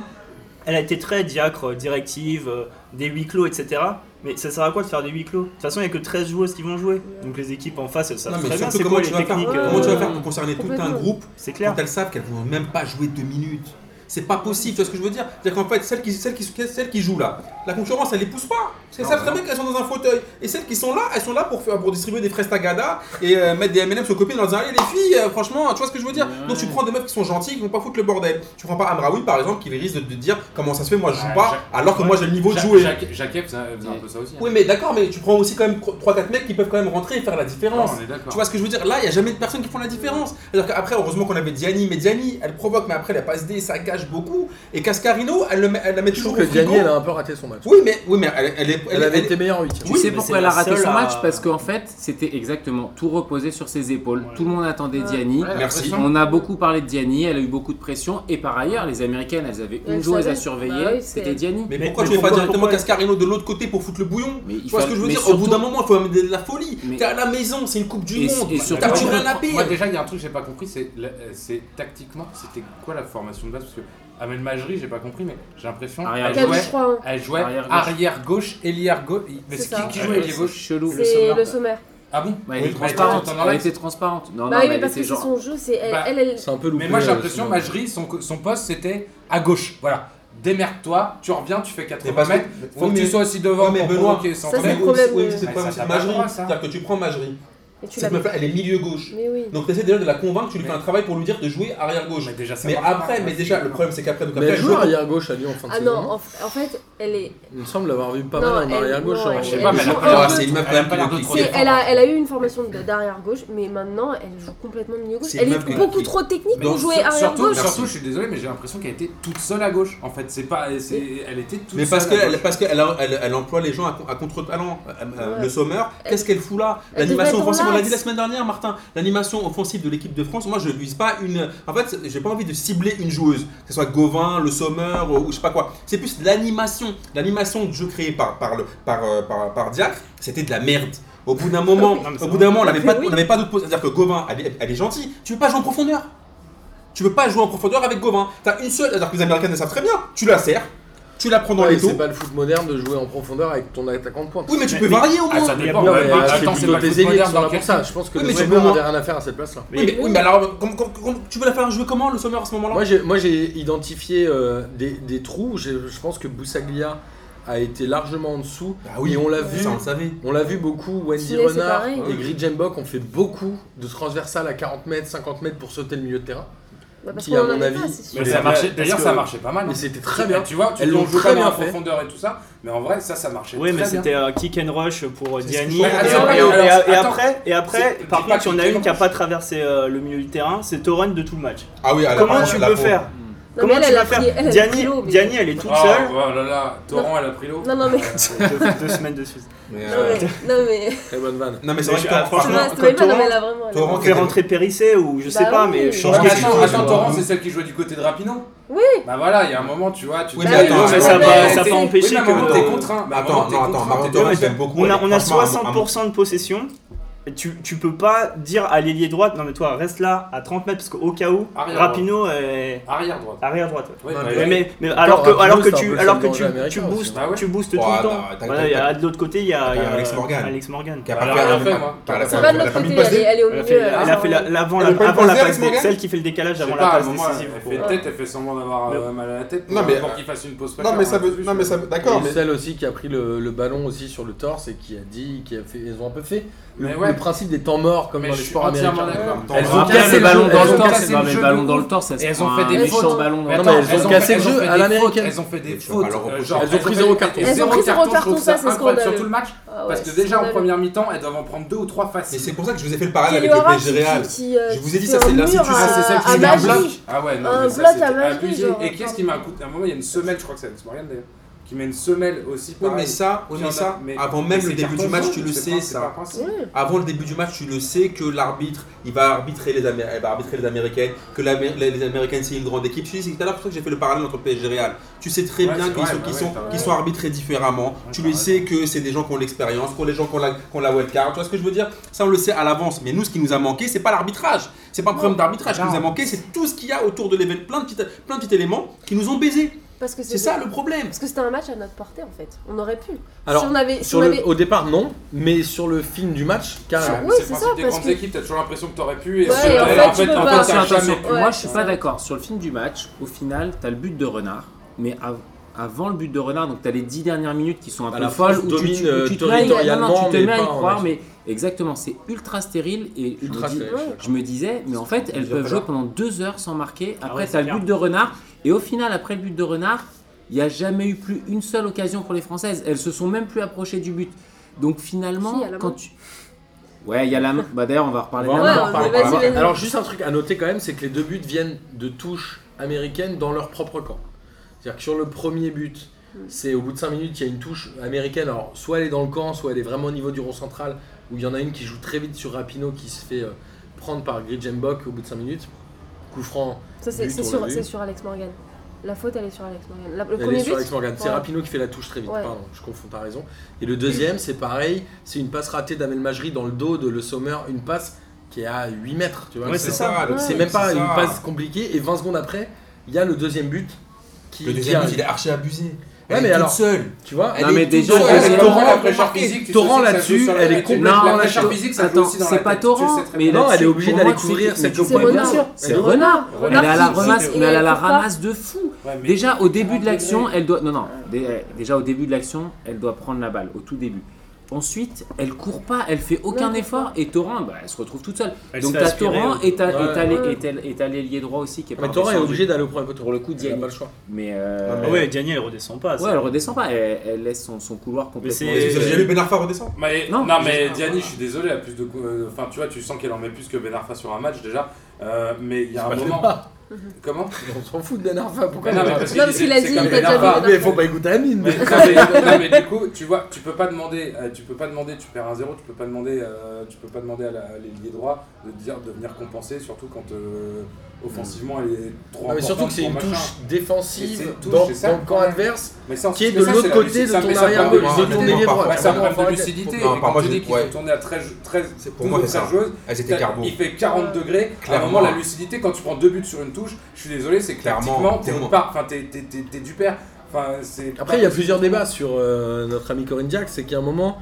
Speaker 6: Elle a été très diacre, euh, directive, euh, des huis clos, etc. Mais ça sert à quoi de faire des huis clos De toute façon, il n'y a que 13 joueuses qui vont jouer. Donc les équipes en face, elles
Speaker 2: Non,
Speaker 6: savent
Speaker 2: mais
Speaker 6: très bien
Speaker 2: surtout,
Speaker 6: c'est
Speaker 2: comment,
Speaker 6: quoi les
Speaker 2: tu vas faire,
Speaker 6: techniques. euh,
Speaker 2: comment tu vas faire pour concerner tout un
Speaker 4: Complètement.
Speaker 2: groupe
Speaker 6: C'est clair.
Speaker 2: quand elles savent qu'elles vont même pas jouer deux minutes. C'est pas possible, tu vois ce que je veux dire C'est-à-dire qu'en fait, celles qui, celles, qui, celles qui jouent là, la concurrence, elle les pousse pas. Parce qu'elles
Speaker 5: Non,
Speaker 2: savent
Speaker 5: non.
Speaker 2: très bien qu'elles sont dans un fauteuil. Et celles qui sont là, elles sont là pour, faire, pour distribuer des fraises tagada et euh, mettre des M&M's aux copines en disant Allez les filles, euh, franchement, tu vois ce que je veux dire Donc tu prends des meufs qui sont gentilles, qui vont pas foutre le bordel. Tu prends pas Amraoui par exemple, qui risque de te dire Comment ça se fait, moi je joue
Speaker 5: Ouais,
Speaker 2: pas,
Speaker 5: Jacques-
Speaker 2: alors que moi j'ai le niveau de
Speaker 5: Ja-
Speaker 2: jouer.
Speaker 5: Jacques- Jacquet faisait faisait un peu ça aussi. hein.
Speaker 2: Oui, mais d'accord, mais tu prends aussi quand même 3-4 mecs qui peuvent quand même rentrer et faire la
Speaker 5: Non,
Speaker 2: différence.
Speaker 5: on est d'accord.
Speaker 2: Tu vois ce que je veux dire Là, il n'y a jamais de personnes qui font la différence. Alors qu'après, heureusement qu'on avait Diani, mais Diani, elle provoque, mais après, la passe D, ça gâche beaucoup. Et Cascarino, elle, le met- elle la met
Speaker 1: Je
Speaker 2: toujours
Speaker 1: trouve
Speaker 2: au
Speaker 1: que
Speaker 2: frigo.
Speaker 1: Diani, elle a un peu raté son match.
Speaker 2: Oui, mais, oui, mais elle, elle est.
Speaker 1: Elle avait
Speaker 2: elle-
Speaker 1: été meilleure en 8
Speaker 7: Tu
Speaker 6: Oui,
Speaker 7: sais
Speaker 6: mais
Speaker 7: pourquoi
Speaker 6: c'est
Speaker 7: elle a
Speaker 6: la
Speaker 7: raté
Speaker 6: seule
Speaker 7: son
Speaker 6: à-
Speaker 7: match Parce qu'en fait, c'était exactement tout reposait sur ses épaules.
Speaker 6: Ouais.
Speaker 7: Tout le monde attendait
Speaker 4: Ouais.
Speaker 7: Diani.
Speaker 5: Ouais,
Speaker 2: Merci.
Speaker 5: l'impression-
Speaker 7: On a beaucoup parlé de Diani, elle a eu beaucoup de pression. Et par ailleurs, les Américaines, elles avaient une
Speaker 4: Elles
Speaker 7: joueuse à
Speaker 4: savaient.
Speaker 7: surveiller,
Speaker 4: Bah oui, c'est
Speaker 7: c'était
Speaker 4: elle.
Speaker 7: Diani.
Speaker 2: Mais,
Speaker 6: Mais-
Speaker 2: pourquoi
Speaker 6: mais
Speaker 2: tu ne fais pas
Speaker 6: pourquoi-
Speaker 2: directement
Speaker 6: pourquoi-
Speaker 2: Cascarino de l'autre côté pour foutre le bouillon
Speaker 7: Mais il
Speaker 2: Tu vois ce
Speaker 7: fallait-
Speaker 2: que je veux
Speaker 7: mais
Speaker 2: dire Au bout
Speaker 7: surtout-
Speaker 2: d'un moment, il faut amener de la folie.
Speaker 7: Mais-
Speaker 2: T'es à la maison, c'est une Coupe du
Speaker 7: Et-
Speaker 2: Monde.
Speaker 7: et surtout-
Speaker 2: T'as plus
Speaker 5: Moi,
Speaker 2: rien à
Speaker 5: Moi,
Speaker 2: perdre.
Speaker 5: déjà, il y a un truc que j'ai pas compris, c'est la- euh, c'est tactiquement, c'était quoi la formation de base Parce que Amel Majri, j'ai pas compris, mais j'ai l'impression
Speaker 7: Arrière
Speaker 5: qu'elle
Speaker 7: gauche.
Speaker 5: jouait,
Speaker 4: 4-3, hein.
Speaker 5: elle jouait
Speaker 7: Arrière gauche.
Speaker 5: arrière gauche, ailière gauche. Mais
Speaker 4: C'est
Speaker 5: c'est
Speaker 4: ça.
Speaker 5: qui, qui jouait ailier
Speaker 7: C'est
Speaker 5: gauche
Speaker 7: chelou.
Speaker 4: C'est le sommaire.
Speaker 5: Ah bon
Speaker 7: Bah, elle
Speaker 2: Oui,
Speaker 7: était transparente.
Speaker 5: transparente.
Speaker 7: Elle était transparente. Non, non,
Speaker 4: Bah oui,
Speaker 7: mais
Speaker 4: mais
Speaker 7: elle
Speaker 4: parce que
Speaker 7: était
Speaker 4: c'est
Speaker 7: genre.
Speaker 4: son jeu, c'est elle,
Speaker 5: Bah,
Speaker 4: elle, elle-
Speaker 1: C'est un peu loupé.
Speaker 5: Mais moi, j'ai
Speaker 1: euh,
Speaker 5: l'impression,
Speaker 1: sinon.
Speaker 5: Majri, son, co- son poste, c'était à gauche. Voilà. Démerde-toi, tu reviens, tu fais
Speaker 2: Mais
Speaker 5: 80
Speaker 2: parce que-
Speaker 5: mètres. Faut
Speaker 2: oui,
Speaker 5: que tu
Speaker 2: mais-
Speaker 5: sois aussi devant
Speaker 2: Ouais, mais
Speaker 5: pour
Speaker 2: Benoît,
Speaker 5: provoquer sans
Speaker 4: ça,
Speaker 2: Mais
Speaker 4: c'est
Speaker 5: faire.
Speaker 4: le
Speaker 2: oui,
Speaker 4: problème,
Speaker 2: oui,
Speaker 4: euh,
Speaker 2: c'est le problème,
Speaker 5: ça, ça
Speaker 2: c'est
Speaker 5: va
Speaker 2: Majri.
Speaker 5: droit, ça.
Speaker 2: C'est-à-dire que tu prends Majri.
Speaker 4: et tu l'as
Speaker 2: Cette meuf-là, elle est milieu gauche.
Speaker 4: Mais oui.
Speaker 2: Donc, t'essaies déjà de la convaincre, tu lui
Speaker 5: Mais-
Speaker 2: fais un travail pour lui dire de jouer arrière gauche.
Speaker 5: Mais déjà, ça
Speaker 2: Mais
Speaker 5: marche pas,
Speaker 2: après,
Speaker 5: quoi.
Speaker 2: mais déjà, le problème c'est qu'après, donc
Speaker 1: Mais
Speaker 2: après,
Speaker 1: elle
Speaker 2: elle
Speaker 1: joue
Speaker 2: joue-
Speaker 1: arrière gauche à Lyon en fin de
Speaker 4: Ah non,
Speaker 1: saison.
Speaker 4: en, en fait, elle est.
Speaker 1: Il me semble l'avoir vu pas
Speaker 4: Non,
Speaker 1: mal en
Speaker 4: elle-
Speaker 1: arrière gauche.
Speaker 4: non,
Speaker 1: en-
Speaker 4: elle-
Speaker 5: Je sais pas, mais elle a
Speaker 4: joue
Speaker 5: pas l'air
Speaker 4: un
Speaker 5: assez-
Speaker 4: peu-
Speaker 2: c'est une meuf
Speaker 5: elle a
Speaker 2: quand
Speaker 5: pas
Speaker 2: même
Speaker 5: l'air
Speaker 2: qui-
Speaker 5: de trop
Speaker 2: qui-
Speaker 4: c'est-
Speaker 5: défendre.
Speaker 4: elle, a, elle a eu une formation de- d'arrière gauche, mais maintenant elle joue complètement milieu gauche.
Speaker 2: C'est
Speaker 4: Elle
Speaker 2: une
Speaker 4: est
Speaker 2: meuf qui-
Speaker 4: beaucoup
Speaker 2: qui-
Speaker 4: trop technique pour
Speaker 5: Donc,
Speaker 4: jouer
Speaker 5: sur-
Speaker 4: arrière
Speaker 5: surtout,
Speaker 4: gauche.
Speaker 5: surtout, je suis désolé, mais j'ai l'impression qu'elle était toute seule à gauche. En fait, c'est pas, c'est- elle était toute
Speaker 2: Mais
Speaker 5: seule.
Speaker 2: parce
Speaker 5: à gauche.
Speaker 2: qu'elle parce qu'elle a- elle, elle emploie les gens à, con- à contre-talent. Euh, euh,
Speaker 4: Ouais.
Speaker 2: Le Sommer, qu'est-ce qu'elle fout là
Speaker 4: Elle devrait
Speaker 2: L'animation
Speaker 4: être en
Speaker 2: offensive, on l'a dit la semaine dernière, Martin, l'animation offensive de l'équipe de France, moi je ne vise pas une. En fait, c'est- j'ai pas envie de cibler une joueuse, que ce soit Gauvin, Le Sommer ou je sais pas quoi. C'est plus l'animation, l'animation de jeu créée par, par, le, par, euh, par, par Diacre, c'était de la merde. Au bout d'un moment,
Speaker 6: Non, mais c'est
Speaker 2: au bout d'un moment, on n'avait pas,
Speaker 4: Oui.
Speaker 2: on n'avait pas d'autre pos- C'est-à-dire que Gauvin, elle, est- elle est gentille. Tu veux pas jouer en profondeur. Tu veux pas jouer en profondeur avec Gauvin. T'as une seule. C'est-à-dire que les Américains le savent très bien. Tu la serres, tu la prends dans
Speaker 1: Ouais,
Speaker 2: les dos.
Speaker 1: c'est pas le foot moderne de jouer en profondeur avec ton attaquant de pointe.
Speaker 2: Oui, mais tu
Speaker 6: Mais-
Speaker 2: peux
Speaker 6: mais-
Speaker 2: varier au moins.
Speaker 5: Ah, ça
Speaker 6: Mais
Speaker 5: dépend.
Speaker 1: Non,
Speaker 6: Ouais,
Speaker 1: mais
Speaker 6: bah,
Speaker 1: c'est
Speaker 5: attends, c'est
Speaker 1: plutôt
Speaker 5: pas le
Speaker 1: tes
Speaker 5: foot
Speaker 1: ailiers qui
Speaker 5: moderne
Speaker 1: sont
Speaker 5: dans
Speaker 1: là pour
Speaker 5: quel
Speaker 1: ça. Je pense que
Speaker 2: Oui,
Speaker 1: le
Speaker 2: mais tu
Speaker 1: Sommer
Speaker 2: peux-
Speaker 1: n'a rien à faire à cette place-là.
Speaker 2: Oui, mais, oui, mais alors, comment- comment- comment- tu veux la faire jouer comment le sommet à ce moment-là
Speaker 1: Moi, j'ai- Moi, j'ai identifié euh, des, des trous. Je, je pense que Boussaglia a été largement en dessous.
Speaker 2: Bah
Speaker 1: et on l'a vu.
Speaker 2: Ça, on le savait.
Speaker 1: On l'a vu beaucoup. Wendy
Speaker 4: Siné, c'est
Speaker 1: Renard
Speaker 4: pareil.
Speaker 1: et Grid Jembok ont fait beaucoup de transversales à 40 mètres, 50 mètres pour sauter le milieu de terrain.
Speaker 4: Bah, parce
Speaker 1: Qui,
Speaker 4: qu'on
Speaker 1: à
Speaker 4: en
Speaker 1: mon
Speaker 4: avait
Speaker 1: avis,
Speaker 4: pas, c'est
Speaker 5: Mais
Speaker 4: sûr.
Speaker 6: Mais
Speaker 5: ça
Speaker 6: après,
Speaker 5: marchait-
Speaker 6: parce
Speaker 5: D'ailleurs,
Speaker 6: que-
Speaker 5: ça marchait pas mal. hein.
Speaker 1: Et c'était très bien.
Speaker 5: Tu vois, tu
Speaker 1: Elles l'ont
Speaker 5: l'ont joué
Speaker 1: très
Speaker 5: pas mal en
Speaker 1: bien fait.
Speaker 5: profondeur et tout ça, mais en vrai, ça, ça marchait.
Speaker 6: Oui, mais
Speaker 5: très bien.
Speaker 6: c'était un kick and rush pour euh,
Speaker 2: C'est ce que
Speaker 6: Diani.
Speaker 2: je
Speaker 6: Et,
Speaker 2: comprends.
Speaker 6: et-
Speaker 5: Alors,
Speaker 6: et- et
Speaker 5: attends.
Speaker 6: après, et après
Speaker 5: C'est-
Speaker 6: par
Speaker 5: dis pas
Speaker 6: contre, il y en a
Speaker 5: kick and
Speaker 6: une qui a
Speaker 5: rush.
Speaker 6: pas traversé euh, le milieu du terrain, c'est Torren de tout le match.
Speaker 2: Ah oui, alors,
Speaker 6: Comment
Speaker 2: par
Speaker 6: tu
Speaker 2: contre, la
Speaker 6: peux
Speaker 2: pauvre.
Speaker 6: faire
Speaker 4: Non, mais
Speaker 6: Comment
Speaker 4: elle,
Speaker 6: tu
Speaker 4: elle a
Speaker 6: vas
Speaker 4: pris- elle, elle
Speaker 6: faire
Speaker 4: a
Speaker 6: Diani,
Speaker 4: pris l'eau, mais-
Speaker 6: Diani, elle est toute
Speaker 2: Ah,
Speaker 5: Oh,
Speaker 6: seule.
Speaker 5: oh là là, Torrent, elle a pris l'eau.
Speaker 4: Non, non, mais.
Speaker 6: deux, deux semaines de suite.
Speaker 2: Mais,
Speaker 4: Non,
Speaker 2: euh,
Speaker 4: mais. Non, mais.
Speaker 1: Très bonne vanne.
Speaker 2: Non, mais c'est vrai
Speaker 6: Mais
Speaker 2: que
Speaker 6: je- ah,
Speaker 2: par- par
Speaker 6: franchement,
Speaker 2: contre,
Speaker 4: Non,
Speaker 6: quand
Speaker 4: c'était même pas
Speaker 6: Torrent-
Speaker 4: non, mais là, vraiment. elle a-
Speaker 2: Torrent-
Speaker 6: Faire rentrer Périssé ou je sais
Speaker 4: Bah
Speaker 6: pas,
Speaker 4: oui.
Speaker 6: mais
Speaker 5: Non,
Speaker 6: change
Speaker 5: mais
Speaker 6: quelque
Speaker 5: attends,
Speaker 6: chose.
Speaker 5: attends,
Speaker 6: quoi.
Speaker 5: Torrent, c'est celle qui jouait du côté de Rapino
Speaker 4: Oui.
Speaker 5: Bah voilà, il y a un moment, tu vois, tu
Speaker 2: Oui,
Speaker 5: te
Speaker 2: mais
Speaker 5: dis,
Speaker 2: attends,
Speaker 5: ouais,
Speaker 2: mais
Speaker 5: ouais,
Speaker 2: ça a
Speaker 5: ouais,
Speaker 2: pas-
Speaker 5: ouais,
Speaker 6: ça a
Speaker 5: t'es-
Speaker 6: pas empêché
Speaker 5: oui, mais à un
Speaker 6: que-
Speaker 5: moment, t'es contraint. Mais à un moment,
Speaker 2: Attends,
Speaker 5: t'es
Speaker 2: non, attends,
Speaker 5: contraint,
Speaker 2: Marion
Speaker 5: t'es
Speaker 2: Torres,
Speaker 5: contraint.
Speaker 2: je l'aime beaucoup.
Speaker 6: On a,
Speaker 2: elle est
Speaker 6: on a
Speaker 2: franchement un- un-
Speaker 6: 60% de possession. Tu, tu peux pas dire à l'ailier droite, non mais toi reste là à 30 mètres parce qu'au cas où,
Speaker 5: Arrière
Speaker 6: Rapino est
Speaker 5: Arrière droite.
Speaker 6: arrière droite.
Speaker 5: Oui,
Speaker 1: Non,
Speaker 5: bah,
Speaker 1: mais-
Speaker 6: Mais,
Speaker 5: oui.
Speaker 6: mais, mais alors, que,
Speaker 1: Rapinoe,
Speaker 6: alors que
Speaker 1: c'est un peu
Speaker 6: tu,
Speaker 1: le
Speaker 6: alors que
Speaker 1: symbol
Speaker 6: tu,
Speaker 1: américain
Speaker 6: tu
Speaker 1: aussi.
Speaker 6: boostes,
Speaker 5: Bah ouais.
Speaker 6: tu boostes
Speaker 2: Oh,
Speaker 6: tout le
Speaker 2: attends,
Speaker 6: temps.
Speaker 2: attends,
Speaker 6: Voilà, il y a-
Speaker 2: attends.
Speaker 6: de l'autre côté, il y a, il y a
Speaker 2: Alex Morgan.
Speaker 6: Alex Morgan.
Speaker 2: qui a
Speaker 5: Bah,
Speaker 2: pas
Speaker 5: elle a
Speaker 2: fait-
Speaker 5: rien
Speaker 2: elle a
Speaker 5: fait, moi.
Speaker 2: pas- elle a
Speaker 4: C'est pas
Speaker 2: elle
Speaker 4: de
Speaker 2: a
Speaker 4: l'autre
Speaker 2: pas mis
Speaker 4: côté,
Speaker 2: de
Speaker 4: elle
Speaker 2: passe
Speaker 4: est-
Speaker 2: dé-
Speaker 4: elle est au
Speaker 6: Elle a
Speaker 4: milieu.
Speaker 6: fait,
Speaker 4: euh,
Speaker 6: elle a fait la- l'avant
Speaker 2: Elle
Speaker 6: la,
Speaker 2: a pas eu le
Speaker 6: avant la
Speaker 2: buzzer,
Speaker 6: passe,
Speaker 2: Morgan
Speaker 6: celle qui fait le décalage
Speaker 5: Je sais
Speaker 6: avant la
Speaker 5: pas, à un
Speaker 6: passe
Speaker 5: moment, elle
Speaker 6: décisive.
Speaker 5: fait tête, elle fait semblant d'avoir euh, mal à la tête.
Speaker 2: Non,
Speaker 5: pour-
Speaker 2: mais-
Speaker 5: Pour qu'il fasse une pause
Speaker 2: Non, mais ça veut. Non, mais ça veut- D'accord,
Speaker 1: Et
Speaker 2: mais.
Speaker 1: celle aussi qui a pris le, le ballon aussi sur le torse et qui a dit, qui a fait, elles ont un peu fait le,
Speaker 5: Mais ouais.
Speaker 1: le principe des temps morts comme
Speaker 5: Mais
Speaker 1: dans
Speaker 5: je
Speaker 1: les
Speaker 5: suis
Speaker 1: sports
Speaker 5: entièrement
Speaker 1: américains.
Speaker 5: d'accord.
Speaker 2: Attends,
Speaker 7: Elles
Speaker 2: Elles
Speaker 7: ont
Speaker 2: ont
Speaker 7: cassé le ballon dans le torse. Non, mais
Speaker 5: jeu
Speaker 7: le
Speaker 5: de
Speaker 7: ballon
Speaker 5: ouf.
Speaker 7: dans le torse,
Speaker 5: Et
Speaker 7: elles
Speaker 5: elles ont fait des
Speaker 4: méchants
Speaker 5: fautes.
Speaker 4: ballons.
Speaker 5: Mais
Speaker 1: Non,
Speaker 5: attends,
Speaker 1: mais elles ont cassé
Speaker 5: fait-
Speaker 1: le
Speaker 5: elles
Speaker 1: jeu
Speaker 5: fait
Speaker 1: à
Speaker 5: des
Speaker 1: l'américaine.
Speaker 5: fautes, Elles ont fait des
Speaker 2: Tu vas pas
Speaker 5: fautes.
Speaker 2: leur reprocher.
Speaker 5: euh, genre,
Speaker 1: Elles ont pris
Speaker 5: fait-
Speaker 1: zéro carton.
Speaker 5: et
Speaker 4: Elles ont pris zéro
Speaker 5: je trouve
Speaker 4: carton, ça, c'est
Speaker 5: incroyable sur
Speaker 4: scandaleux.
Speaker 5: tout le match.
Speaker 4: ah ouais,
Speaker 5: Parce que
Speaker 4: c'est
Speaker 5: déjà en
Speaker 4: scandaleux.
Speaker 5: première mi-temps, elles doivent en prendre deux ou trois
Speaker 2: Mais
Speaker 5: faciles.
Speaker 2: c'est pour ça que je vous ai fait le parallèle
Speaker 4: Kelly
Speaker 2: avec le
Speaker 4: O'Hara
Speaker 2: PSG
Speaker 4: qui-
Speaker 2: Real.
Speaker 4: qui, euh,
Speaker 2: Je vous ai dit,
Speaker 4: fait
Speaker 2: ça,
Speaker 4: un
Speaker 2: c'est de
Speaker 4: mur
Speaker 2: l'institution.
Speaker 4: à-
Speaker 2: Ah, c'est celle qui
Speaker 4: à
Speaker 2: met un
Speaker 4: Bali.
Speaker 2: bloc.
Speaker 5: Ah ouais, non,
Speaker 4: Un
Speaker 5: mais ça,
Speaker 4: bloc à
Speaker 5: c'était
Speaker 4: Madrid,
Speaker 5: abusé.
Speaker 4: genre.
Speaker 5: Et qu'est-ce qui m'a coûté À un moment, il y a une semelle, je crois que c'est Alex Morgan d'ailleurs, qui met une semelle aussi.
Speaker 2: Oui, mais
Speaker 5: pareil.
Speaker 2: ça, oui,
Speaker 5: Qui en
Speaker 2: mais
Speaker 5: a-
Speaker 2: ça,
Speaker 5: mais-
Speaker 2: avant
Speaker 5: mais
Speaker 2: même
Speaker 5: c'est
Speaker 2: le début
Speaker 5: carton
Speaker 2: du match,
Speaker 5: jaune,
Speaker 2: tu le
Speaker 5: c'est
Speaker 2: sais,
Speaker 5: pas- c'est pas
Speaker 2: ça.
Speaker 5: principe.
Speaker 2: Avant le début du match, tu le sais que l'arbitre, il va arbitrer les, Amé- elle va arbitrer les Américaines, que l'Amé- les, les Américaines c'est une grande équipe. Je te dis, c'est tout à l'heure pour ça que j'ai fait le parallèle entre PSG et Real. Tu sais très
Speaker 5: Ouais,
Speaker 2: bien
Speaker 5: c'est
Speaker 2: qu'ils
Speaker 5: vrai,
Speaker 2: sont,
Speaker 5: bah
Speaker 2: qu'ils
Speaker 5: ouais,
Speaker 2: sont,
Speaker 5: t'as
Speaker 2: qu'ils
Speaker 5: raison.
Speaker 2: sont arbitrés différemment. tu
Speaker 5: t'as
Speaker 2: le
Speaker 5: raison.
Speaker 2: sais que c'est des gens qui ont l'expérience, qui ont les gens qui ont la, qui ont la wildcard. Tu vois ce que je veux dire Ça, on le sait à l'avance. Mais nous, ce qui nous a manqué, c'est pas l'arbitrage. C'est pas un problème d'arbitrage. Ce qui nous a manqué, c'est tout ce qu'il y a autour de l'événement, plein de petits, plein de petits éléments qui nous ont baisés.
Speaker 4: Parce que
Speaker 2: C'est ça le problème.
Speaker 4: Parce que c'était un match à notre portée en fait. On aurait pu.
Speaker 1: Alors,
Speaker 4: si on avait. Si
Speaker 1: Sur
Speaker 4: on
Speaker 1: le-
Speaker 4: avait...
Speaker 1: au départ, non, mais sur le film du match, carrément.
Speaker 5: Ouais,
Speaker 4: Oui,
Speaker 5: mais
Speaker 4: c'est
Speaker 5: le
Speaker 4: ça,
Speaker 5: principe des
Speaker 4: parce
Speaker 5: grandes
Speaker 4: que-
Speaker 5: équipes, t'as toujours l'impression que t'aurais pu. et
Speaker 4: Ouais,
Speaker 5: c'est-
Speaker 4: et en fait, tu peux
Speaker 5: t'as-
Speaker 4: pas.
Speaker 5: t'as
Speaker 4: Attention,
Speaker 5: jamais-
Speaker 4: Ouais,
Speaker 7: Moi, je suis
Speaker 4: c'est
Speaker 7: pas
Speaker 4: ça.
Speaker 7: d'accord. Sur le film du match, au final, t'as le but de Renard, mais av- avant le but de Renard, donc t'as les 10 dernières minutes qui sont un
Speaker 1: Ah,
Speaker 7: peu
Speaker 1: la
Speaker 7: folles
Speaker 1: France
Speaker 7: où tu- tu-
Speaker 1: domine, euh,
Speaker 7: tu te mets à y- non, non,
Speaker 1: territorialement,
Speaker 7: tu te
Speaker 1: mais
Speaker 7: mets à y
Speaker 1: pas en
Speaker 7: croire,
Speaker 1: action.
Speaker 7: mais exactement, c'est ultra stérile et je
Speaker 1: Ultra
Speaker 7: me
Speaker 1: stérile, je
Speaker 7: dis-
Speaker 1: suis d'accord.
Speaker 7: Je me disais, mais en fait, elles
Speaker 1: Plusieurs
Speaker 7: peuvent jouer
Speaker 1: fois.
Speaker 7: pendant deux heures sans marquer. Après,
Speaker 6: ouais,
Speaker 7: t'as
Speaker 6: c'est
Speaker 7: le
Speaker 6: clair.
Speaker 7: but de Renard, et au final, après le but de Renard, il n'y a jamais eu plus une seule occasion pour les Françaises. Elles se sont même plus approchées du but. Donc finalement,
Speaker 4: Si, il y a la
Speaker 7: quand
Speaker 4: main.
Speaker 7: tu Ouais, il y a la main. Bah d'ailleurs, on va reparler de
Speaker 1: Ouais,
Speaker 7: la main.
Speaker 4: ouais, on va- vas-y, vas-y.
Speaker 1: Alors juste un truc à noter quand même, c'est que les deux buts viennent de touches américaines dans leur propre camp. C'est-à-dire que sur le premier but, c'est au bout de 5 minutes, il y a une touche américaine. Alors soit elle est dans le camp, soit elle est vraiment au niveau du rond central, où il y en a une qui joue très vite sur Rapino, qui se fait euh, prendre par Gridgenbach au bout de 5 minutes. Coup franc,
Speaker 4: Ça, c'est
Speaker 1: But,
Speaker 4: c'est
Speaker 1: on l'a
Speaker 4: sur,
Speaker 1: vu.
Speaker 4: c'est sur Alex Morgan. La faute, elle est sur Alex Morgan. La- le
Speaker 1: elle
Speaker 4: premier
Speaker 1: est sur
Speaker 4: but,
Speaker 1: Alex Morgan. C'est
Speaker 4: ouais.
Speaker 1: Rapino qui fait la touche très vite,
Speaker 4: Ouais.
Speaker 1: pardon, je confonds, t'as raison. Et le deuxième, c'est pareil, c'est une passe ratée d'Amel Majri dans le dos de Le Sommer, une passe qui est à 8 mètres, tu vois.
Speaker 6: Ouais,
Speaker 1: c'est-
Speaker 6: c'est
Speaker 2: le
Speaker 4: Ouais.
Speaker 1: C'est
Speaker 2: truc,
Speaker 1: même pas
Speaker 2: c'est
Speaker 1: une
Speaker 2: ça.
Speaker 1: passe compliquée et 20 secondes après, il y a le deuxième but qui,
Speaker 2: Le
Speaker 1: qui
Speaker 2: deuxième but,
Speaker 1: arrive.
Speaker 2: il est archi abusé.
Speaker 1: Ouais,
Speaker 2: Elle
Speaker 1: mais
Speaker 2: est toute
Speaker 1: alors-
Speaker 2: seule.
Speaker 1: Tu vois
Speaker 2: Elle
Speaker 7: Non,
Speaker 2: est
Speaker 7: mais
Speaker 2: toute
Speaker 7: déjà,
Speaker 2: seule.
Speaker 7: le
Speaker 2: Elle est
Speaker 1: deuxième-
Speaker 2: complètement
Speaker 1: Torrent,
Speaker 5: la
Speaker 2: après
Speaker 5: pression
Speaker 2: marquée.
Speaker 5: physique, tu
Speaker 1: Torrent,
Speaker 5: sais que ça
Speaker 1: là-dessus,
Speaker 5: joue sur la
Speaker 1: elle est
Speaker 5: tête.
Speaker 1: complètement
Speaker 5: La
Speaker 1: lâchée.
Speaker 5: pression physique, ça joue
Speaker 7: Attends,
Speaker 5: aussi dans la
Speaker 7: c'est pas
Speaker 5: tête, tu le sais
Speaker 7: Torrent, mais
Speaker 5: très bien.
Speaker 1: Non,
Speaker 7: là-dessus,
Speaker 1: elle est obligée
Speaker 7: pour
Speaker 1: d'aller
Speaker 7: moi, c'est-
Speaker 1: courir,
Speaker 7: mais
Speaker 1: cette
Speaker 7: tu sais,
Speaker 1: Copa.
Speaker 7: bien sûr,
Speaker 1: Elle
Speaker 7: C'est
Speaker 1: est-
Speaker 7: Renard. Elle
Speaker 4: Renard
Speaker 7: a la
Speaker 4: qui- qui-
Speaker 7: ramasse,
Speaker 4: qui-
Speaker 7: mais elle a la
Speaker 4: qui-
Speaker 7: ramasse de fou.
Speaker 5: Ouais, mais-
Speaker 7: Déjà au début de l'action, elle doit non non, dé- euh, déjà au début de l'action, elle doit prendre la balle au tout début. Ensuite, elle court pas, elle fait aucun
Speaker 4: Non, elle court
Speaker 7: effort et Torrent, bah, elle se retrouve toute seule.
Speaker 6: Elle hein.
Speaker 7: Donc
Speaker 6: se fait
Speaker 7: t'as
Speaker 6: aspirer,
Speaker 5: hein.
Speaker 7: Torrent
Speaker 6: ouais.
Speaker 7: et t'as et
Speaker 1: Ouais.
Speaker 7: t'as les-
Speaker 4: Ouais.
Speaker 7: et t'as- et t'as l'ailier droit aussi qui est pas
Speaker 1: Mais Torrent est
Speaker 7: redescendu.
Speaker 1: obligé d'aller au premier poteau.
Speaker 7: Pour le coup,
Speaker 1: Il a
Speaker 7: Diani.
Speaker 1: pas le choix.
Speaker 7: Mais euh,
Speaker 2: Non,
Speaker 6: Ah ouais, Diani, elle redescend pas. ça.
Speaker 7: ouais, elle redescend pas, elle, elle laisse son, son couloir complètement.
Speaker 6: c'est-
Speaker 2: J'ai jamais vu Ben Arfa redescendre.
Speaker 5: Mais-
Speaker 7: Non,
Speaker 5: non,
Speaker 7: je sais
Speaker 5: mais
Speaker 7: pas.
Speaker 5: Diani, je suis désolé, elle a plus de. cou- euh, Enfin, tu vois, tu sens qu'elle en met plus que Ben Arfa sur un match déjà. Euh, mais il y a un
Speaker 1: pas le
Speaker 5: moment.
Speaker 1: débat.
Speaker 5: Comment
Speaker 1: On s'en fout de Ben Arfa, pourquoi
Speaker 5: Mais non, mais parce qu'il
Speaker 4: parce qu'il a
Speaker 5: c'est
Speaker 4: dit,
Speaker 5: comme
Speaker 4: il
Speaker 5: Ben
Speaker 4: t'a
Speaker 5: Arfa.
Speaker 4: déjà dit.
Speaker 1: Mais faut pas écouter Amine.
Speaker 5: Mais,
Speaker 1: mais-
Speaker 5: non, mais- non, mais du coup, tu vois, tu peux pas demander, euh, tu peux pas demander, tu perds un zéro, tu peux pas demander, euh, tu peux pas demander à, la- à l'ailier droit de dire de venir compenser, surtout quand euh, offensivement elle est trop
Speaker 1: Non, mais surtout
Speaker 5: importante
Speaker 1: que c'est
Speaker 5: pour
Speaker 1: une
Speaker 5: machin.
Speaker 1: touche
Speaker 5: C'est
Speaker 1: défensive
Speaker 5: une touche,
Speaker 1: dans,
Speaker 5: c'est ça,
Speaker 1: dans le camp
Speaker 5: quand même.
Speaker 1: adverse
Speaker 5: Mais ça,
Speaker 1: qui est
Speaker 5: mais
Speaker 1: de
Speaker 5: ça,
Speaker 1: l'autre
Speaker 5: c'est la
Speaker 1: côté
Speaker 5: lucidité.
Speaker 1: de
Speaker 5: Ça, mais
Speaker 1: ton
Speaker 5: ça, c'est un
Speaker 1: arrière
Speaker 5: problème
Speaker 1: gauche,
Speaker 5: de-
Speaker 1: de ton
Speaker 2: honnêtement,
Speaker 1: ailier
Speaker 2: parfois,
Speaker 1: droit.
Speaker 5: Ouais, c'est un problème de
Speaker 2: Parfois,
Speaker 5: lucidité.
Speaker 2: non,
Speaker 5: et quand
Speaker 2: parfois,
Speaker 5: tu dis
Speaker 2: j'ai-
Speaker 5: qu'ils
Speaker 2: ouais.
Speaker 5: ont tourné à 13, 13
Speaker 2: C'est- pour moi, c'est ça.
Speaker 5: joueuses,
Speaker 2: Elles étaient carbo.
Speaker 5: il fait 40 degrés. À un
Speaker 2: Clairement.
Speaker 5: moment, la lucidité, quand tu prends deux buts sur une touche, je suis désolé, c'est
Speaker 2: Clairement,
Speaker 5: clairement t'es
Speaker 2: clairement.
Speaker 5: au part. Enfin, t'es t'es- t'es- t'es du père. Enfin, c'est
Speaker 1: Après, il y a plusieurs débats sur euh, notre ami Corinne Diac, c'est qu'à un moment,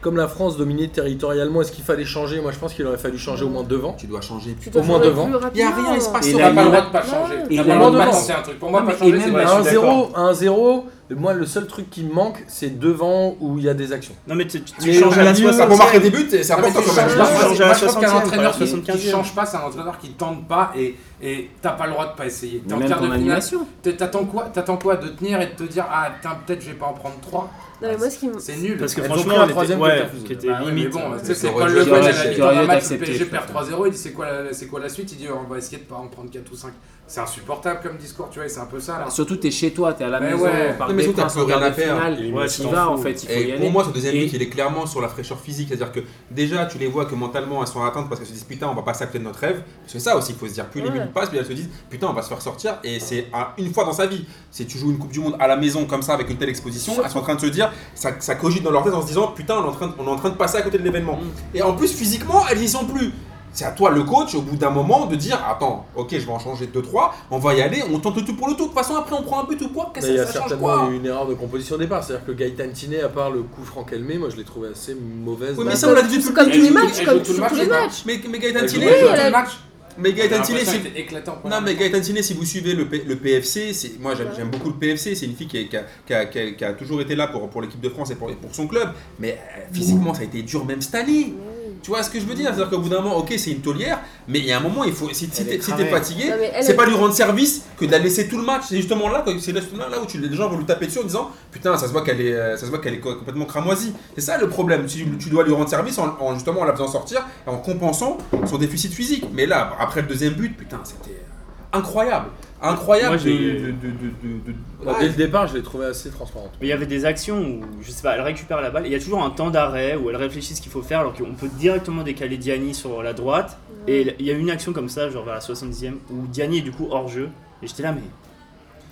Speaker 1: comme la France dominait territorialement, est-ce qu'il fallait changer Moi, je pense qu'il aurait fallu changer au moins devant.
Speaker 2: Tu dois changer. puis-
Speaker 4: Tu dois
Speaker 1: Au moins
Speaker 4: jouer
Speaker 1: devant.
Speaker 4: plus
Speaker 2: Il y a
Speaker 4: rapidement.
Speaker 2: rien, il se passe
Speaker 7: Et
Speaker 5: On
Speaker 2: rien.
Speaker 5: n'a pas le droit de pas changer.
Speaker 4: Ouais.
Speaker 5: On n'a
Speaker 7: Et
Speaker 5: pas
Speaker 1: la
Speaker 5: le droit de
Speaker 1: nuance.
Speaker 5: pas tenter un truc. Pour moi,
Speaker 7: Non,
Speaker 5: pas
Speaker 7: mais
Speaker 5: changer,
Speaker 7: et
Speaker 5: c'est
Speaker 7: même
Speaker 5: pas
Speaker 1: À
Speaker 7: la-
Speaker 5: changer.
Speaker 1: 1-0, à 1-0, moi, le seul truc qui me manque, c'est devant où il y a des actions.
Speaker 6: Non, mais tu, tu
Speaker 1: Mais
Speaker 6: changes à la
Speaker 1: au milieu,
Speaker 2: Ça peut
Speaker 6: 60
Speaker 2: marquer des buts, et c'est
Speaker 5: Non, mais
Speaker 2: important
Speaker 5: tu
Speaker 2: quand
Speaker 5: changes
Speaker 2: même.
Speaker 6: change
Speaker 5: pas,
Speaker 6: pas,
Speaker 5: c'est-
Speaker 6: change à la
Speaker 5: moi, je trouve qu'un
Speaker 6: 60e,
Speaker 5: entraîneur
Speaker 1: bah,
Speaker 6: pas
Speaker 5: qui-
Speaker 6: la
Speaker 5: qui
Speaker 6: 75e.
Speaker 5: change pas, c'est un entraîneur qui tente pas et et t'as pas le droit de pas essayer. T'es en
Speaker 7: Même
Speaker 5: quart
Speaker 7: ton
Speaker 5: de finale.
Speaker 7: animation.
Speaker 5: T'es- T'attends quoi T'attends quoi de tenir et de te dire ah putain peut-être je vais pas en prendre 3
Speaker 4: Non, mais moi, ce qui me.
Speaker 5: C'est nul.
Speaker 6: Parce que
Speaker 1: Elles ont
Speaker 6: franchement,
Speaker 1: pris la
Speaker 6: on était-
Speaker 1: troisième
Speaker 6: ouais,
Speaker 1: que t'as
Speaker 6: qui était
Speaker 5: Bah ouais, mais
Speaker 6: limite.
Speaker 5: bon,
Speaker 6: euh,
Speaker 5: tu sais, c'est
Speaker 2: c'est
Speaker 5: quand
Speaker 2: Roger
Speaker 5: le
Speaker 2: Giraud,
Speaker 5: match,
Speaker 2: c'est
Speaker 5: elle a dit dans
Speaker 7: Giraud
Speaker 5: un match, le
Speaker 7: d'accepter,
Speaker 5: PSG
Speaker 7: je
Speaker 5: perd
Speaker 7: préfère.
Speaker 5: 3-0, il dit c'est quoi, la- c'est quoi la suite Il dit on va essayer de pas en prendre 4 ou 5. C'est insupportable comme discours, tu vois, et c'est un peu ça là.
Speaker 7: Surtout, t'es chez toi, t'es à la
Speaker 5: Mais
Speaker 7: maison,
Speaker 5: ouais.
Speaker 7: par
Speaker 2: Non, mais
Speaker 7: des
Speaker 2: surtout, t'as
Speaker 7: princes en
Speaker 2: plus rien
Speaker 7: quart de
Speaker 2: à faire.
Speaker 7: finale.
Speaker 6: Ouais,
Speaker 7: Tu
Speaker 6: tu
Speaker 7: y
Speaker 6: t'en
Speaker 7: vas, en
Speaker 6: fous.
Speaker 7: fait, il faut y
Speaker 2: Et
Speaker 7: aller.
Speaker 2: pour moi, ce deuxième
Speaker 7: Et-
Speaker 2: but, il est clairement sur la fraîcheur physique. C'est-à-dire que déjà, tu les vois que mentalement, elles sont atteintes parce qu'elles se disent putain, on va passer à côté de notre rêve. Parce que ça aussi, il faut se dire, plus les
Speaker 4: Ouais.
Speaker 2: minutes passent, plus elles se disent putain, on va se faire sortir. Et c'est un- une fois dans sa vie. Si tu joues une Coupe du Monde à la maison comme ça, avec une telle exposition, elles sont en train de se dire, ça, ça cogite dans leur tête en se disant putain, on est en train de, on est en train de passer à côté de l'événement.
Speaker 7: Mm.
Speaker 2: Et en plus, physiquement, elles y sont plus. C'est à toi, le coach, au bout d'un moment, de dire Attends, ok, je vais en changer 2-3, on va y aller, on tente le tout pour le tout. De toute façon, après, on prend un but ou quoi Qu'est-ce
Speaker 1: Mais il y
Speaker 2: que
Speaker 1: a
Speaker 2: ça change quoi
Speaker 1: certainement eu une erreur de composition au départ. C'est-à-dire que Gaëtan Tinet, à part le coup Franck Elmé, moi je l'ai trouvé assez mauvaise.
Speaker 2: Oui,
Speaker 1: dans
Speaker 2: mais
Speaker 1: la
Speaker 2: ça, on l'a dit
Speaker 4: C'est
Speaker 2: depuis
Speaker 4: comme
Speaker 2: le
Speaker 4: tous
Speaker 2: début.
Speaker 4: les
Speaker 5: joue-
Speaker 4: matchs,
Speaker 5: elle
Speaker 4: comme
Speaker 5: joue tout
Speaker 4: sur
Speaker 5: le match,
Speaker 4: tous les
Speaker 5: maintenant.
Speaker 4: matchs.
Speaker 2: hein. Mais, mais Gaëtan
Speaker 5: Elle joue
Speaker 2: Tillet, euh,
Speaker 5: tout
Speaker 4: elle a-
Speaker 5: le match.
Speaker 2: mais Gaëtan
Speaker 5: J'ai
Speaker 2: Tillet,
Speaker 5: l'impression
Speaker 2: si,
Speaker 5: qu'elle était éclatante,
Speaker 2: non, mais Gaëtan Tillet, si vous suivez le, P- le PFC, c'est, moi j'aime,
Speaker 4: Ouais.
Speaker 2: j'aime beaucoup le PFC, c'est une fille qui, est- qui a, qui a- qui a- qui a toujours été là pour, pour l'équipe de France et pour, et pour son club, mais euh, physiquement ça a été dur même cette année.
Speaker 4: Mais oui.
Speaker 2: Tu vois ce que je veux dire C'est-à-dire qu'au bout d'un moment, ok, c'est une taulière, mais il y a un moment, il faut, si, si
Speaker 6: Elle
Speaker 2: t'es,
Speaker 6: est
Speaker 2: si t'es
Speaker 6: cramée.
Speaker 2: fatigué,
Speaker 4: Non, mais elle,
Speaker 2: c'est
Speaker 4: elle-
Speaker 2: pas lui rendre service que de la laisser tout le match. C'est justement là, que- c'est justement là où tu, les gens vont lui taper dessus en disant Putain, ça se voit qu'elle est, euh, ça se voit qu'elle est co- complètement cramoisie. C'est ça le problème. Tu, tu dois lui rendre service en, en justement en la faisant sortir, en compensant son déficit physique. Mais là, après le deuxième but, putain, c'était euh, incroyable. Incroyable.
Speaker 6: Moi, j'ai-
Speaker 2: de- de- de- de- de- de-
Speaker 1: Moi,
Speaker 2: Ouais,
Speaker 1: Dès le départ, je l'ai trouvé assez transparente.
Speaker 6: Mais il y avait des actions où, je sais pas, elle récupère la balle, et il y a toujours un temps d'arrêt où elle réfléchit ce qu'il faut faire, alors qu'on peut directement décaler Diani sur la droite. Et il y a eu une action comme ça, genre vers la 70e, où Diani est du coup hors jeu. Et j'étais là, mais.